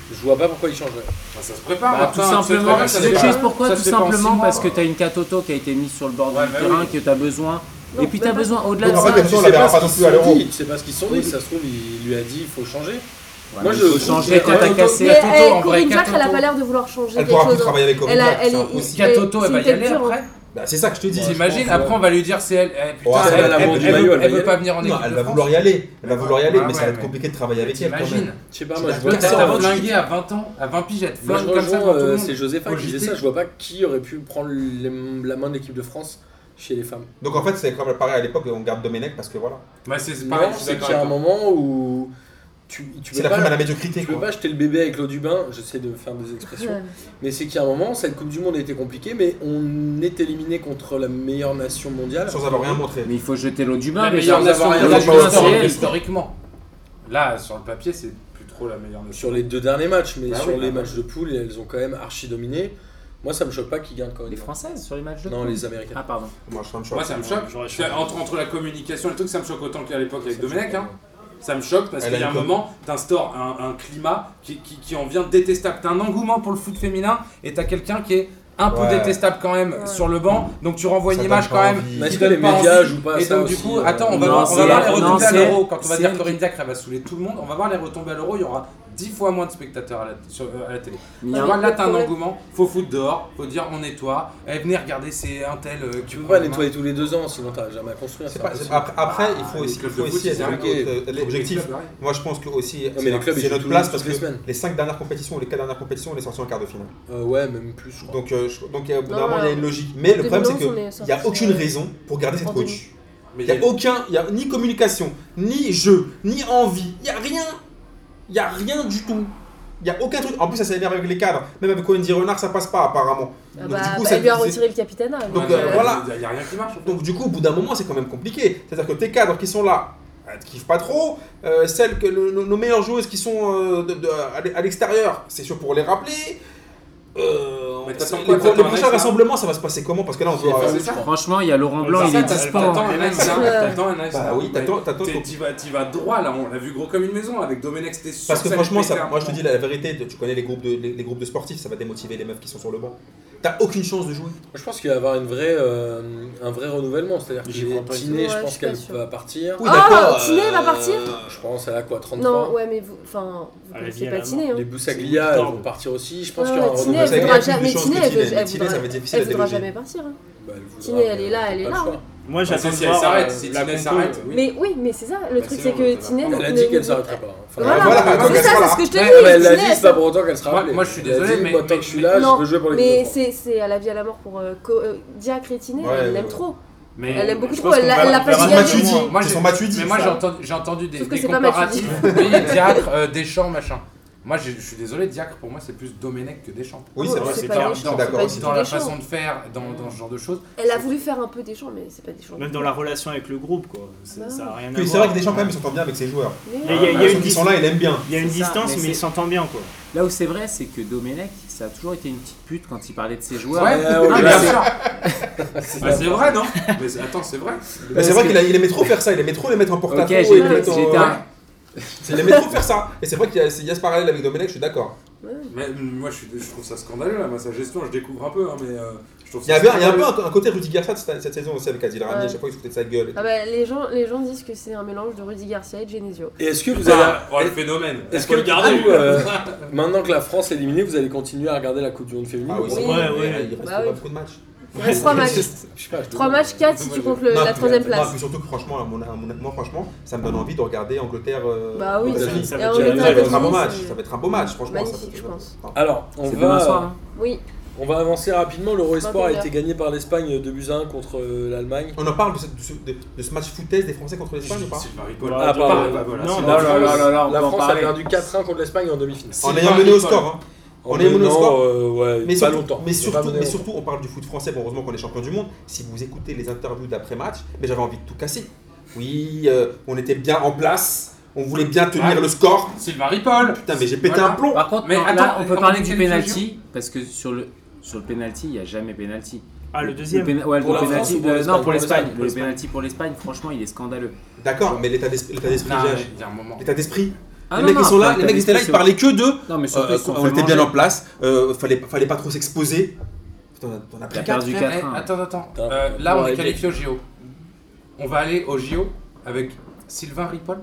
Speaker 1: Je vois pas pourquoi il changerait.
Speaker 5: Bah, ça se prépare.
Speaker 7: Bah,
Speaker 5: enfin,
Speaker 7: tout
Speaker 5: ce
Speaker 7: simplement,
Speaker 5: travail, ça se
Speaker 7: tu
Speaker 5: prépare.
Speaker 7: sais pourquoi
Speaker 5: Ça
Speaker 7: Tout
Speaker 5: se fait pas en six
Speaker 7: simplement
Speaker 5: mois.
Speaker 7: parce que t'as une catoto qui a été mise sur le bord
Speaker 5: Ouais,
Speaker 7: du
Speaker 5: bah
Speaker 7: terrain,
Speaker 5: oui.
Speaker 7: que t'as besoin.
Speaker 4: Non,
Speaker 7: et puis
Speaker 4: mais
Speaker 7: t'as
Speaker 4: pas-
Speaker 7: besoin, au-delà de
Speaker 2: Non,
Speaker 7: ça,
Speaker 2: mais-
Speaker 1: Tu
Speaker 2: on
Speaker 1: sais
Speaker 2: la
Speaker 1: pas
Speaker 2: verra
Speaker 1: ce
Speaker 2: pas
Speaker 1: qu'ils
Speaker 2: non
Speaker 1: se
Speaker 2: plus à
Speaker 1: sont
Speaker 2: l'Euro.
Speaker 1: dit. Tu sais pas ce qu'ils se sont dit. Ça se trouve, il lui a dit il faut changer. Moi,
Speaker 7: il
Speaker 1: je-
Speaker 7: faut
Speaker 1: je-
Speaker 7: changer
Speaker 1: je-
Speaker 7: quand t'as
Speaker 1: ouais,
Speaker 7: cassé.
Speaker 4: Mais
Speaker 7: la
Speaker 4: eh,
Speaker 7: Toto, en vrai,
Speaker 4: Corinne Jacques, elle a pas
Speaker 7: Catoto.
Speaker 4: l'air de vouloir changer
Speaker 2: Elle pourra
Speaker 4: quelque
Speaker 2: plus
Speaker 4: chose. hein.
Speaker 2: travailler avec
Speaker 4: Elle a-
Speaker 2: Omidyar,
Speaker 4: elle
Speaker 2: c'est
Speaker 4: est-
Speaker 2: impossible.
Speaker 4: c'est-
Speaker 7: Catoto,
Speaker 4: c'est
Speaker 7: elle va
Speaker 4: une
Speaker 7: y aller
Speaker 4: tête dure,
Speaker 7: après.
Speaker 4: hein.
Speaker 2: Bah, c'est ça que je te dis.
Speaker 5: T'imagines,
Speaker 1: pense, ouais.
Speaker 5: après on va lui dire c'est elle. eh,
Speaker 2: Oh,
Speaker 5: putain,
Speaker 2: ça,
Speaker 5: elle,
Speaker 1: elle a
Speaker 5: elle-
Speaker 1: vendu
Speaker 5: elle
Speaker 1: le maillot,
Speaker 5: veut,
Speaker 1: elle
Speaker 5: elle
Speaker 1: va y
Speaker 5: veut
Speaker 1: aller.
Speaker 5: pas venir en équipe.
Speaker 2: Non, elle
Speaker 5: de
Speaker 2: va
Speaker 5: France.
Speaker 2: vouloir y aller. Elle va vouloir y aller,
Speaker 5: Ah,
Speaker 2: mais ça va
Speaker 5: ouais,
Speaker 2: être
Speaker 5: mais-
Speaker 2: compliqué de travailler avec elle quand
Speaker 5: T'imagines
Speaker 2: même.
Speaker 1: Je sais pas,
Speaker 2: Tu
Speaker 1: moi
Speaker 2: l'as
Speaker 1: je vois
Speaker 5: Comme
Speaker 1: pas.
Speaker 5: ça,
Speaker 1: ça.
Speaker 5: on
Speaker 1: Moi,
Speaker 5: flingué à 20 ans, à 20 pigettes.
Speaker 1: je
Speaker 5: Flingue comme ça pour
Speaker 1: rejoins,
Speaker 5: tout le
Speaker 1: euh,
Speaker 5: monde.
Speaker 1: c'est Josepha
Speaker 5: Au
Speaker 1: qui
Speaker 5: JT.
Speaker 1: disait ça. Je vois pas qui aurait pu prendre les- la main de l'équipe de France chez les femmes.
Speaker 2: Donc en fait, c'est comme pareil à l'époque, on garde Domenech parce que voilà.
Speaker 5: Bah, c'est
Speaker 1: Non,
Speaker 5: pareil, je suis
Speaker 1: c'est
Speaker 5: d'accord
Speaker 1: qu'il y a un
Speaker 5: avec toi.
Speaker 1: moment où tu, tu
Speaker 2: C'est
Speaker 1: peux
Speaker 2: la
Speaker 1: pas,
Speaker 2: prime à la médiocrité,
Speaker 1: tu peux
Speaker 2: quoi.
Speaker 1: pas jeter le bébé avec l'eau du bain. J'essaie de faire des expressions. Mais c'est qu'il y a un moment, cette Coupe du Monde a été compliquée, mais on est éliminé contre la meilleure nation mondiale.
Speaker 2: Sans avoir rien montré.
Speaker 7: Mais il faut jeter l'eau du
Speaker 5: La
Speaker 7: bain. déjà.
Speaker 5: meilleure nation
Speaker 1: rien
Speaker 5: mondiale,
Speaker 1: à
Speaker 5: historiquement,
Speaker 1: voir.
Speaker 5: historiquement. Là, sur le papier, c'est plus trop la meilleure nation.
Speaker 1: Sur les deux derniers matchs, mais
Speaker 5: Bah
Speaker 1: sur
Speaker 5: oui,
Speaker 1: les
Speaker 5: bah
Speaker 1: matchs de poule, elles ont quand même archi dominé. Moi, ça me choque pas qu'ils gagnent quand même.
Speaker 7: Les Françaises sur les matchs de
Speaker 1: Non,
Speaker 7: poule.
Speaker 1: les Américaines.
Speaker 7: Ah, pardon.
Speaker 2: Moi, je me choque.
Speaker 5: Moi, ça me choque.
Speaker 6: J'aurais
Speaker 5: C'est-
Speaker 6: changé.
Speaker 5: Entre, entre la communication et le truc, ça me choque autant qu'à l'époque avec
Speaker 2: Ça me
Speaker 5: Domenech.
Speaker 2: choque,
Speaker 5: hein. Ça me choque parce
Speaker 2: Elle
Speaker 5: qu'il y
Speaker 2: a
Speaker 5: a un
Speaker 2: une com-
Speaker 5: moment, t'instaures un, un climat qui, qui, qui en vient détestable. T'as un engouement pour le foot féminin et t'as quelqu'un qui est un peu
Speaker 2: Ouais.
Speaker 5: détestable quand même
Speaker 4: Ouais.
Speaker 5: sur le banc. Donc tu renvoies
Speaker 2: Ça
Speaker 5: une
Speaker 2: donne
Speaker 5: image
Speaker 2: pas
Speaker 5: quand même.
Speaker 2: envie.
Speaker 5: qui
Speaker 1: Mais est-ce que
Speaker 5: donne
Speaker 1: les
Speaker 5: pas
Speaker 1: médias
Speaker 5: envie.
Speaker 1: jouent pas à
Speaker 5: Et
Speaker 1: ça
Speaker 5: donc du
Speaker 1: aussi,
Speaker 5: coup,
Speaker 1: euh,
Speaker 5: attends, on va,
Speaker 7: non,
Speaker 5: voir, on va
Speaker 7: c'est-
Speaker 5: voir les
Speaker 7: non,
Speaker 5: retombées à
Speaker 7: c'est-
Speaker 5: l'euro. Quand on va
Speaker 7: c'est
Speaker 5: dire
Speaker 7: elle
Speaker 5: que Corinne Diacre, elle va saouler tout le monde, on va voir les retombées à l'euro, il y aura 10 fois moins de spectateurs à la, sur- euh, à la télé.
Speaker 7: Mais il y
Speaker 5: Tu
Speaker 7: a un-
Speaker 5: vois, là, t'as un
Speaker 4: Ouais.
Speaker 5: engouement, faut foutre dehors, faut dire on nettoie, eh, venez regarder, c'est un tel. euh,
Speaker 1: Tu
Speaker 5: qui
Speaker 1: peux
Speaker 5: prend
Speaker 1: pas
Speaker 5: la main.
Speaker 1: nettoyer tous les deux ans, sinon t'arrives jamais à construire.
Speaker 2: C'est
Speaker 1: c'est Bah,
Speaker 2: pas- c'est-
Speaker 1: impossible.
Speaker 2: après, après, il faut
Speaker 5: les
Speaker 2: aussi, il
Speaker 5: clubs
Speaker 2: faut
Speaker 5: de
Speaker 2: aussi
Speaker 5: foot,
Speaker 2: être
Speaker 5: c'est
Speaker 2: avec
Speaker 1: compliqué.
Speaker 2: euh, l'objectif. Moi, je pense que aussi,
Speaker 1: mais
Speaker 2: c'est
Speaker 1: les clubs, ils
Speaker 2: c'est
Speaker 1: jouent
Speaker 2: notre
Speaker 1: tous
Speaker 2: place
Speaker 1: les- toutes
Speaker 2: parce que
Speaker 1: les semaines.
Speaker 2: les 5 dernières compétitions ou les 4 dernières compétitions, on est sortis en quart de finale.
Speaker 1: Euh, ouais, même plus. je crois.
Speaker 2: Donc, euh, je- donc euh,
Speaker 4: Non,
Speaker 2: normalement, il y a
Speaker 4: euh,
Speaker 2: une logique. Mais le problème, c'est
Speaker 4: 2011, on est
Speaker 2: qu'il n'y a
Speaker 4: sortis,
Speaker 2: aucune
Speaker 4: euh,
Speaker 2: raison pour garder cette
Speaker 4: en
Speaker 2: coach.
Speaker 5: Mais
Speaker 2: Il n'y a aucun, il y a ni communication, ni jeu, ni envie, il n'y a rien. Il n'y a rien du tout. Il n'y a aucun truc. En plus, ça s'énerve avec les cadres. Même avec Wendy Renard, ça passe pas apparemment.
Speaker 4: Ah bah,
Speaker 2: du coup,
Speaker 4: bah,
Speaker 2: ça
Speaker 4: elle lui a
Speaker 2: disait-
Speaker 4: retiré le hein. capitana. donc,
Speaker 2: Donc,
Speaker 5: Ouais,
Speaker 2: euh,
Speaker 5: ouais,
Speaker 2: voilà.
Speaker 5: Il n'y a rien qui marche. en fait.
Speaker 2: Donc du coup, au bout d'un moment, c'est quand même compliqué. C'est-à-dire que tes cadres qui sont là, bah, elles te kiffent pas trop. Euh, celles que le- nos, nos meilleures joueuses qui sont euh, de- de- à l'e- à l'extérieur, c'est sûr pour les rappeler. Euh,
Speaker 5: Mais t'attends
Speaker 2: les
Speaker 5: quoi,
Speaker 2: pro-
Speaker 5: t'attends
Speaker 2: les
Speaker 5: un
Speaker 2: prochains
Speaker 5: mec, là
Speaker 2: rassemblements, ça va se passer comment Parce que là, on
Speaker 1: C'est
Speaker 2: va.
Speaker 1: facile.
Speaker 5: C'est ça.
Speaker 7: Franchement, il y a Laurent Blanc,
Speaker 6: Ouais,
Speaker 7: il est
Speaker 5: Ça, t'as-
Speaker 7: dispo.
Speaker 5: T'attends
Speaker 7: hein.
Speaker 5: un ex, là.
Speaker 4: Ouais.
Speaker 5: T'attends un ex,
Speaker 2: Bah
Speaker 5: là.
Speaker 2: oui, t'attends, t'attends.
Speaker 5: T'es- T'y vas, t'y vas droit là, on l'a vu gros comme une maison là, avec Domenech, c'était sûr.
Speaker 2: Parce que
Speaker 5: ça lui
Speaker 2: franchement,
Speaker 5: pétait
Speaker 2: ça,
Speaker 5: un
Speaker 2: moi je te
Speaker 5: moment.
Speaker 2: dis la vérité, tu connais les groupes de, les, les groupes de sportifs, ça va démotiver les meufs qui sont sur le banc. T'as aucune chance de jouer.
Speaker 1: Je pense qu'il va y avoir une vraie, euh, un vrai renouvellement. C'est-à-dire
Speaker 6: J'y
Speaker 1: que
Speaker 6: crois pas.
Speaker 1: Tiné, je
Speaker 4: Ouais, je
Speaker 1: pense
Speaker 4: suis pas
Speaker 1: qu'elle
Speaker 4: sûre.
Speaker 1: va partir.
Speaker 4: Oui, d'accord, Tiné Oh,
Speaker 2: euh,
Speaker 4: va partir
Speaker 1: Je pense, elle a quoi, 33
Speaker 4: Non, ouais, mais vous, enfin, vous
Speaker 6: À la vie,
Speaker 4: connaissez
Speaker 6: à
Speaker 4: pas
Speaker 6: la
Speaker 4: Tiné.
Speaker 1: Les
Speaker 4: Hein.
Speaker 1: Boussaglia,
Speaker 6: C'est
Speaker 1: elles
Speaker 6: une
Speaker 1: vont
Speaker 6: torde.
Speaker 1: partir aussi. Je pense
Speaker 4: Ouais,
Speaker 1: qu'il y aura
Speaker 4: ouais,
Speaker 1: un
Speaker 4: Tiné,
Speaker 1: renouvellement.
Speaker 2: Boussaglia,
Speaker 4: elle voudra
Speaker 2: il y a
Speaker 4: jamais.
Speaker 2: plus
Speaker 4: Mais
Speaker 2: de chances
Speaker 4: Tiné,
Speaker 2: que
Speaker 4: elle,
Speaker 2: Tiné,
Speaker 4: veut-
Speaker 2: mais
Speaker 4: elle
Speaker 2: Tiné,
Speaker 4: voudra-
Speaker 2: ça va être difficile à
Speaker 4: elle voudra
Speaker 2: déloger.
Speaker 4: jamais partir. hein.
Speaker 1: Bah, elle voudra,
Speaker 4: Tiné, elle est là,
Speaker 1: mais
Speaker 4: elle est
Speaker 1: pas le
Speaker 4: là. hein.
Speaker 1: choix.
Speaker 6: Moi,
Speaker 5: Bah,
Speaker 6: j'attends de
Speaker 5: si elle
Speaker 6: voir.
Speaker 5: s'arrête,
Speaker 6: euh,
Speaker 5: si
Speaker 6: la
Speaker 5: Tinet
Speaker 6: compo,
Speaker 5: s'arrête,
Speaker 6: euh,
Speaker 5: oui.
Speaker 4: Mais oui, mais c'est ça. Le truc,
Speaker 5: sinon,
Speaker 4: c'est
Speaker 5: elle
Speaker 4: que
Speaker 5: va pas
Speaker 4: Tiné.
Speaker 5: prendre.
Speaker 1: Elle a
Speaker 4: ne-
Speaker 1: dit qu'elle
Speaker 4: ne-
Speaker 1: s'arrêterait pas. hein. Enfin,
Speaker 2: Voilà,
Speaker 4: Voilà, mais
Speaker 2: maintenant
Speaker 4: c'est
Speaker 2: qu'elle
Speaker 4: ça,
Speaker 2: sera
Speaker 4: c'est ce que je te
Speaker 5: là.
Speaker 4: dis.
Speaker 1: Ouais, mais elle l'a
Speaker 4: Tiné,
Speaker 1: dit, c'est pas pour autant qu'elle sera
Speaker 5: Moi-
Speaker 1: rappelée.
Speaker 5: moi, je suis
Speaker 1: Elle a
Speaker 5: désolé,
Speaker 1: dit,
Speaker 5: mais-
Speaker 1: moi, tant
Speaker 5: mais-
Speaker 1: que je suis là,
Speaker 4: Non,
Speaker 1: je veux jouer pour les
Speaker 4: Mais
Speaker 1: deux.
Speaker 4: c'est c'est à la vie à la mort pour euh, co- euh, Diacre et Tiné.
Speaker 2: Ouais,
Speaker 4: elle l'aime
Speaker 2: ouais.
Speaker 4: trop.
Speaker 6: mais
Speaker 4: Elle aime beaucoup
Speaker 6: je
Speaker 4: trop,
Speaker 6: pense
Speaker 4: elle
Speaker 6: qu'on
Speaker 4: l'a-
Speaker 6: va-
Speaker 4: elle l'a
Speaker 6: on
Speaker 4: pas
Speaker 6: verra
Speaker 4: signalé.
Speaker 6: plus loin.
Speaker 2: Mathuidi,
Speaker 5: Moi,
Speaker 2: c'est
Speaker 5: j'ai-
Speaker 2: son Matuidi.
Speaker 5: Mais moi
Speaker 2: ça.
Speaker 5: j'ai entendu, j'ai entendu des,
Speaker 4: Sauf que
Speaker 5: des
Speaker 4: c'est pas
Speaker 5: comparatifs,
Speaker 4: Matuidi.
Speaker 5: oui, Diacre, euh, Deschamps, machin. Moi j'ai- je suis désolé, Diacre pour moi c'est plus Domenech que Deschamps.
Speaker 2: Oui, c'est
Speaker 4: Oh,
Speaker 2: vrai.
Speaker 6: c'est
Speaker 4: pas
Speaker 6: clair.
Speaker 4: méchant,
Speaker 2: Je suis
Speaker 4: c'est
Speaker 2: d'accord
Speaker 4: pas
Speaker 2: aussi.
Speaker 4: du tout
Speaker 5: Dans la
Speaker 4: méchant.
Speaker 5: façon de faire, dans, dans ce genre de choses.
Speaker 4: Elle a voulu faire un peu des champs, mais c'est pas des champs.
Speaker 6: euh, Même dans la relation avec le groupe, quoi. C'est-
Speaker 4: Bah.
Speaker 6: Ça a rien à
Speaker 2: Puis
Speaker 6: voir.
Speaker 2: c'est vrai que Deschamps quand même, ils s'entendent bien avec ses joueurs.
Speaker 4: Mais
Speaker 6: Il y a-
Speaker 4: ouais.
Speaker 6: il y a
Speaker 2: Ceux
Speaker 6: une
Speaker 2: qui sont là, ils aiment bien.
Speaker 6: Il y a une
Speaker 7: C'est ça,
Speaker 6: distance,
Speaker 7: mais
Speaker 6: mais
Speaker 7: c'est-
Speaker 6: il s'entend bien, quoi.
Speaker 7: Là où c'est vrai, c'est que Domenech, ça a toujours été une petite pute quand il parlait de ses joueurs.
Speaker 5: Ouais,
Speaker 1: ouais,
Speaker 5: mais
Speaker 1: ouais.
Speaker 5: bien sûr. Bah, C'est vrai, non Mais c'est- attends, c'est vrai.
Speaker 2: Mais c'est vrai qu'il a- il aimait trop faire ça, il aimait trop les mettre en porte-à-faux.
Speaker 7: Ok,
Speaker 2: et
Speaker 7: j'ai
Speaker 2: les mettre en-
Speaker 7: j'étais un-
Speaker 2: Il aimait trop faire ça. Et c'est vrai qu'il y, a- il y a ce parallèle avec Domenech, je suis d'accord.
Speaker 5: Mais mm, moi je, suis, je trouve ça scandaleux là, moi sa gestion, je découvre un peu, hein, mais euh, je trouve
Speaker 2: Il y
Speaker 5: ça
Speaker 2: avait, il y avait
Speaker 5: scandaleux.
Speaker 2: un, un côté Rudy Garcia de cette, cette saison aussi avec Adil Rami,
Speaker 4: Ouais.
Speaker 2: à chaque fois il se foutait de sa gueule. et tout.
Speaker 4: Ah bah, les gens, les gens disent que c'est un mélange de Rudy Garcia et de Genesio.
Speaker 1: Et est-ce que vous allez.
Speaker 5: Ah, oh, le phénomène.
Speaker 1: Est-ce
Speaker 5: Faut
Speaker 1: que
Speaker 5: le garder,
Speaker 1: vous,
Speaker 5: lui.
Speaker 1: euh, maintenant que la France est éliminée, vous allez continuer à regarder la Coupe du Monde féminine
Speaker 2: Ah oui,
Speaker 1: ou pas
Speaker 2: c'est
Speaker 4: Oui.
Speaker 2: vrai,
Speaker 6: Ouais, ouais.
Speaker 2: il reste
Speaker 4: Bah
Speaker 2: pas
Speaker 4: oui.
Speaker 2: beaucoup de matchs.
Speaker 4: Il reste 3 matchs. 3 matchs, 4 si tu comptes le-
Speaker 2: Non,
Speaker 4: la
Speaker 2: mais-
Speaker 4: troisième
Speaker 2: non,
Speaker 4: place.
Speaker 2: mais surtout que franchement, là, mon- mon- moi franchement, ça me donne envie de regarder Angleterre. euh,
Speaker 4: Bah oui,
Speaker 2: États-Unis.
Speaker 4: ça-
Speaker 2: ça,
Speaker 4: et en
Speaker 2: va être- ça va être un
Speaker 4: États-Unis,
Speaker 2: bon match.
Speaker 4: c'est-
Speaker 2: Ça va être un beau match, franchement. ça
Speaker 4: Magnifique,
Speaker 2: peut-
Speaker 4: je pense.
Speaker 2: Non.
Speaker 1: Alors, on
Speaker 7: C'est demain
Speaker 1: va,
Speaker 7: soir. hein.
Speaker 4: Oui,
Speaker 1: on va avancer rapidement. L'Euro Espoir a
Speaker 4: 21.
Speaker 1: été gagné par l'Espagne 2 buts à 1 contre euh, l'Allemagne.
Speaker 2: On en parle de, ce- de ce- de- de ce match foutaise des Français contre l'Espagne ou pas
Speaker 5: Sylvain Ripoll.
Speaker 1: Ah,
Speaker 6: du-
Speaker 1: pardon.
Speaker 5: bah, voilà,
Speaker 6: Non,
Speaker 5: c'est
Speaker 6: non,
Speaker 5: bon.
Speaker 7: Oh là là là là, on
Speaker 1: La
Speaker 7: peut en
Speaker 1: France a
Speaker 7: parler.
Speaker 1: perdu 4-1 contre l'Espagne en demi-finale.
Speaker 2: En
Speaker 5: Sylvain
Speaker 2: ayant mené au
Speaker 5: Ripoll.
Speaker 2: score. hein. On
Speaker 1: En
Speaker 2: est mené au
Speaker 1: menant,
Speaker 2: score.
Speaker 1: euh, ouais,
Speaker 2: Mais
Speaker 1: pas
Speaker 2: surtout,
Speaker 1: longtemps.
Speaker 2: mais,
Speaker 1: Pas
Speaker 2: surtout,
Speaker 1: mené
Speaker 2: mais
Speaker 1: longtemps.
Speaker 2: surtout, on parle du foot français. Bon, heureusement qu'on est champion du monde. Si vous écoutez les interviews d'après-match, mais j'avais envie de tout casser. Oui, euh, on était bien en place. On voulait bien tenir
Speaker 5: Ouais.
Speaker 2: le score.
Speaker 5: Sylvain Ripoll.
Speaker 2: Putain, mais j'ai pété
Speaker 5: Voilà.
Speaker 2: un plomb.
Speaker 7: Par contre,
Speaker 5: Mais
Speaker 7: non,
Speaker 5: attends,
Speaker 7: là, on peut
Speaker 5: on
Speaker 7: parler
Speaker 5: dit
Speaker 7: du
Speaker 5: quelle
Speaker 7: penalty parce que sur le sur le penalty, il n'y a jamais penalty.
Speaker 6: Ah, le deuxième.
Speaker 7: péna- ouais, le
Speaker 1: Pour la
Speaker 7: penalty-
Speaker 1: France ou pour
Speaker 7: euh,
Speaker 1: l'Espagne
Speaker 7: non, pour l'Espagne.
Speaker 1: Pour
Speaker 7: Le
Speaker 1: l'Espagne.
Speaker 7: penalty pour l'Espagne, franchement, il est scandaleux.
Speaker 2: D'accord, mais l'état d'esprit, l'état d'esprit,
Speaker 5: Non, mais
Speaker 2: Gage.
Speaker 5: il y a un moment.
Speaker 2: l'état d'esprit.
Speaker 7: Ah
Speaker 2: les
Speaker 7: non,
Speaker 2: mecs ils
Speaker 7: non,
Speaker 2: sont là,
Speaker 7: après,
Speaker 2: les mecs
Speaker 7: t'as
Speaker 2: étaient là, ils
Speaker 7: des
Speaker 2: parlaient que d'eux.
Speaker 7: Non, mais surtout,
Speaker 2: Euh,
Speaker 7: ils se sont
Speaker 2: on
Speaker 7: fait
Speaker 2: était
Speaker 7: manger.
Speaker 2: bien en place. Euh, fallait, fallait pas trop s'exposer. Putain, on a- on a
Speaker 7: Il
Speaker 2: pris
Speaker 7: a
Speaker 2: quatre.
Speaker 7: perdu
Speaker 5: Eh,
Speaker 7: 4
Speaker 5: eh, Attends, attends.
Speaker 1: Putain.
Speaker 5: Euh, là, on
Speaker 1: Ouais,
Speaker 5: est qualifié au JO. On va aller au JO avec Sylvain Ripoll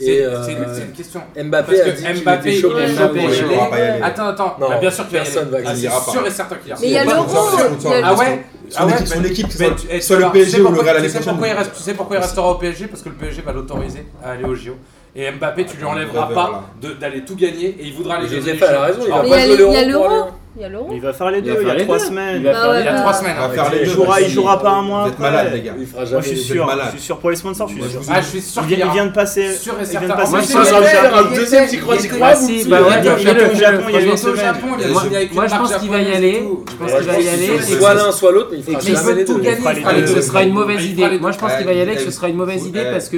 Speaker 1: Et,
Speaker 5: C'est
Speaker 1: euh,
Speaker 5: c'est une, c'est une question.
Speaker 1: Mbappé
Speaker 5: Parce
Speaker 1: a
Speaker 5: que
Speaker 1: dit qu'il
Speaker 5: Mbappé,
Speaker 1: était chaud pour
Speaker 5: il est
Speaker 1: le
Speaker 5: chaud
Speaker 1: Japon.
Speaker 5: pour
Speaker 2: Ouais, on
Speaker 5: y aller.
Speaker 2: va pas y aller.
Speaker 5: Attends, attends.
Speaker 1: Non,
Speaker 5: Bah, bien sûr qu'il va y aller.
Speaker 1: personne va y
Speaker 5: Ah,
Speaker 1: aller.
Speaker 5: c'est
Speaker 2: Il ira
Speaker 5: sûr
Speaker 2: pas.
Speaker 5: et certain qu'il y
Speaker 4: Mais il y
Speaker 5: ira.
Speaker 4: a
Speaker 2: pas
Speaker 4: l'euro,
Speaker 2: de sortie,
Speaker 4: il y a
Speaker 2: on
Speaker 5: Ah
Speaker 2: sort.
Speaker 5: ouais
Speaker 2: Son
Speaker 5: ah ouais,
Speaker 2: équipe, son
Speaker 5: mais-
Speaker 2: équipe,
Speaker 5: mais
Speaker 2: soit-
Speaker 5: tu- eh,
Speaker 2: soit le
Speaker 5: alors,
Speaker 2: PSG
Speaker 5: tu
Speaker 2: ou
Speaker 5: sais
Speaker 2: le
Speaker 5: pourquoi-
Speaker 2: Real
Speaker 5: tu sais
Speaker 2: l'année
Speaker 5: pourquoi il
Speaker 2: prochaine.
Speaker 5: reste- Tu sais pourquoi il restera au PSG Parce que le PSG va l'autoriser à aller au JO. Et Mbappé, tu lui
Speaker 2: Attends,
Speaker 5: enlèveras
Speaker 2: Mbappé,
Speaker 5: pas de- d'aller tout gagner et il voudra aller
Speaker 1: Mais
Speaker 5: les
Speaker 1: Joseph a la raison, il va pas
Speaker 4: mais il y a
Speaker 1: jouer
Speaker 4: les- il y a
Speaker 1: l'Euro pour
Speaker 4: l'euro.
Speaker 1: aller.
Speaker 4: Il y a l'euro.
Speaker 6: Il va faire les
Speaker 7: Il va
Speaker 6: deux, il y
Speaker 7: faire
Speaker 6: a
Speaker 7: les
Speaker 6: trois
Speaker 7: deux.
Speaker 6: semaines.
Speaker 7: Il va faire
Speaker 4: ouais,
Speaker 7: les
Speaker 5: Il y a
Speaker 4: bah,
Speaker 5: trois semaines.
Speaker 2: On va
Speaker 5: après.
Speaker 2: faire les
Speaker 6: Il
Speaker 2: deux.
Speaker 6: jouera-
Speaker 2: vas-y.
Speaker 6: il jouera pas un mois
Speaker 2: Vous êtes
Speaker 6: après.
Speaker 2: malades, les gars.
Speaker 1: Il fera
Speaker 6: Moi,
Speaker 1: jamais.
Speaker 6: je suis
Speaker 1: les-
Speaker 2: vous êtes
Speaker 6: sûr. hein,
Speaker 2: malade.
Speaker 6: Je suis sûr pour les sponsors. Je suis
Speaker 2: Moi, je
Speaker 6: sûr.
Speaker 2: vous
Speaker 5: Ah, je suis sûr
Speaker 6: Il
Speaker 5: qu'il
Speaker 6: vient, il
Speaker 5: ira.
Speaker 6: vient de passer.
Speaker 5: Sûr et
Speaker 6: Il vient de
Speaker 5: certain.
Speaker 6: passer.
Speaker 5: Moi,
Speaker 1: Si
Speaker 5: je
Speaker 1: ça
Speaker 5: suis
Speaker 1: va
Speaker 5: sûr.
Speaker 1: faire un
Speaker 5: Il
Speaker 1: deuxième,
Speaker 5: était-
Speaker 1: j'y crois,
Speaker 5: il
Speaker 1: j'y
Speaker 5: était-
Speaker 1: crois.
Speaker 7: Ah si, bah ouais,
Speaker 5: Il y a
Speaker 7: bien
Speaker 5: eu
Speaker 7: sûr,
Speaker 5: le
Speaker 7: fais-le, fais-le,
Speaker 5: Japon, il y a eu
Speaker 7: fais-le,
Speaker 5: le Japon, il y a
Speaker 7: Moi-
Speaker 5: eu avec
Speaker 7: moi,
Speaker 5: une
Speaker 7: je
Speaker 5: marque
Speaker 7: pense qu'il va y aller.
Speaker 5: japonaise et tout.
Speaker 7: Je
Speaker 1: Ouais, je
Speaker 7: pense qu'il va
Speaker 1: pense
Speaker 7: y
Speaker 1: qu'il
Speaker 7: aller.
Speaker 1: faut- C'est
Speaker 7: et-
Speaker 1: soit l'un, soit l'autre, mais il
Speaker 5: Et
Speaker 1: fera
Speaker 5: qu'il
Speaker 1: jamais
Speaker 5: veut
Speaker 1: les
Speaker 5: tout
Speaker 1: deux.
Speaker 5: gagner, il fera
Speaker 7: Et
Speaker 5: les
Speaker 7: que
Speaker 5: deux.
Speaker 7: ce sera une mauvaise
Speaker 5: Il fera
Speaker 7: idée.
Speaker 5: les
Speaker 7: Moi, je
Speaker 5: deux.
Speaker 7: pense qu'il va y aller, que ce sera une mauvaise
Speaker 2: Ouais.
Speaker 7: idée parce que.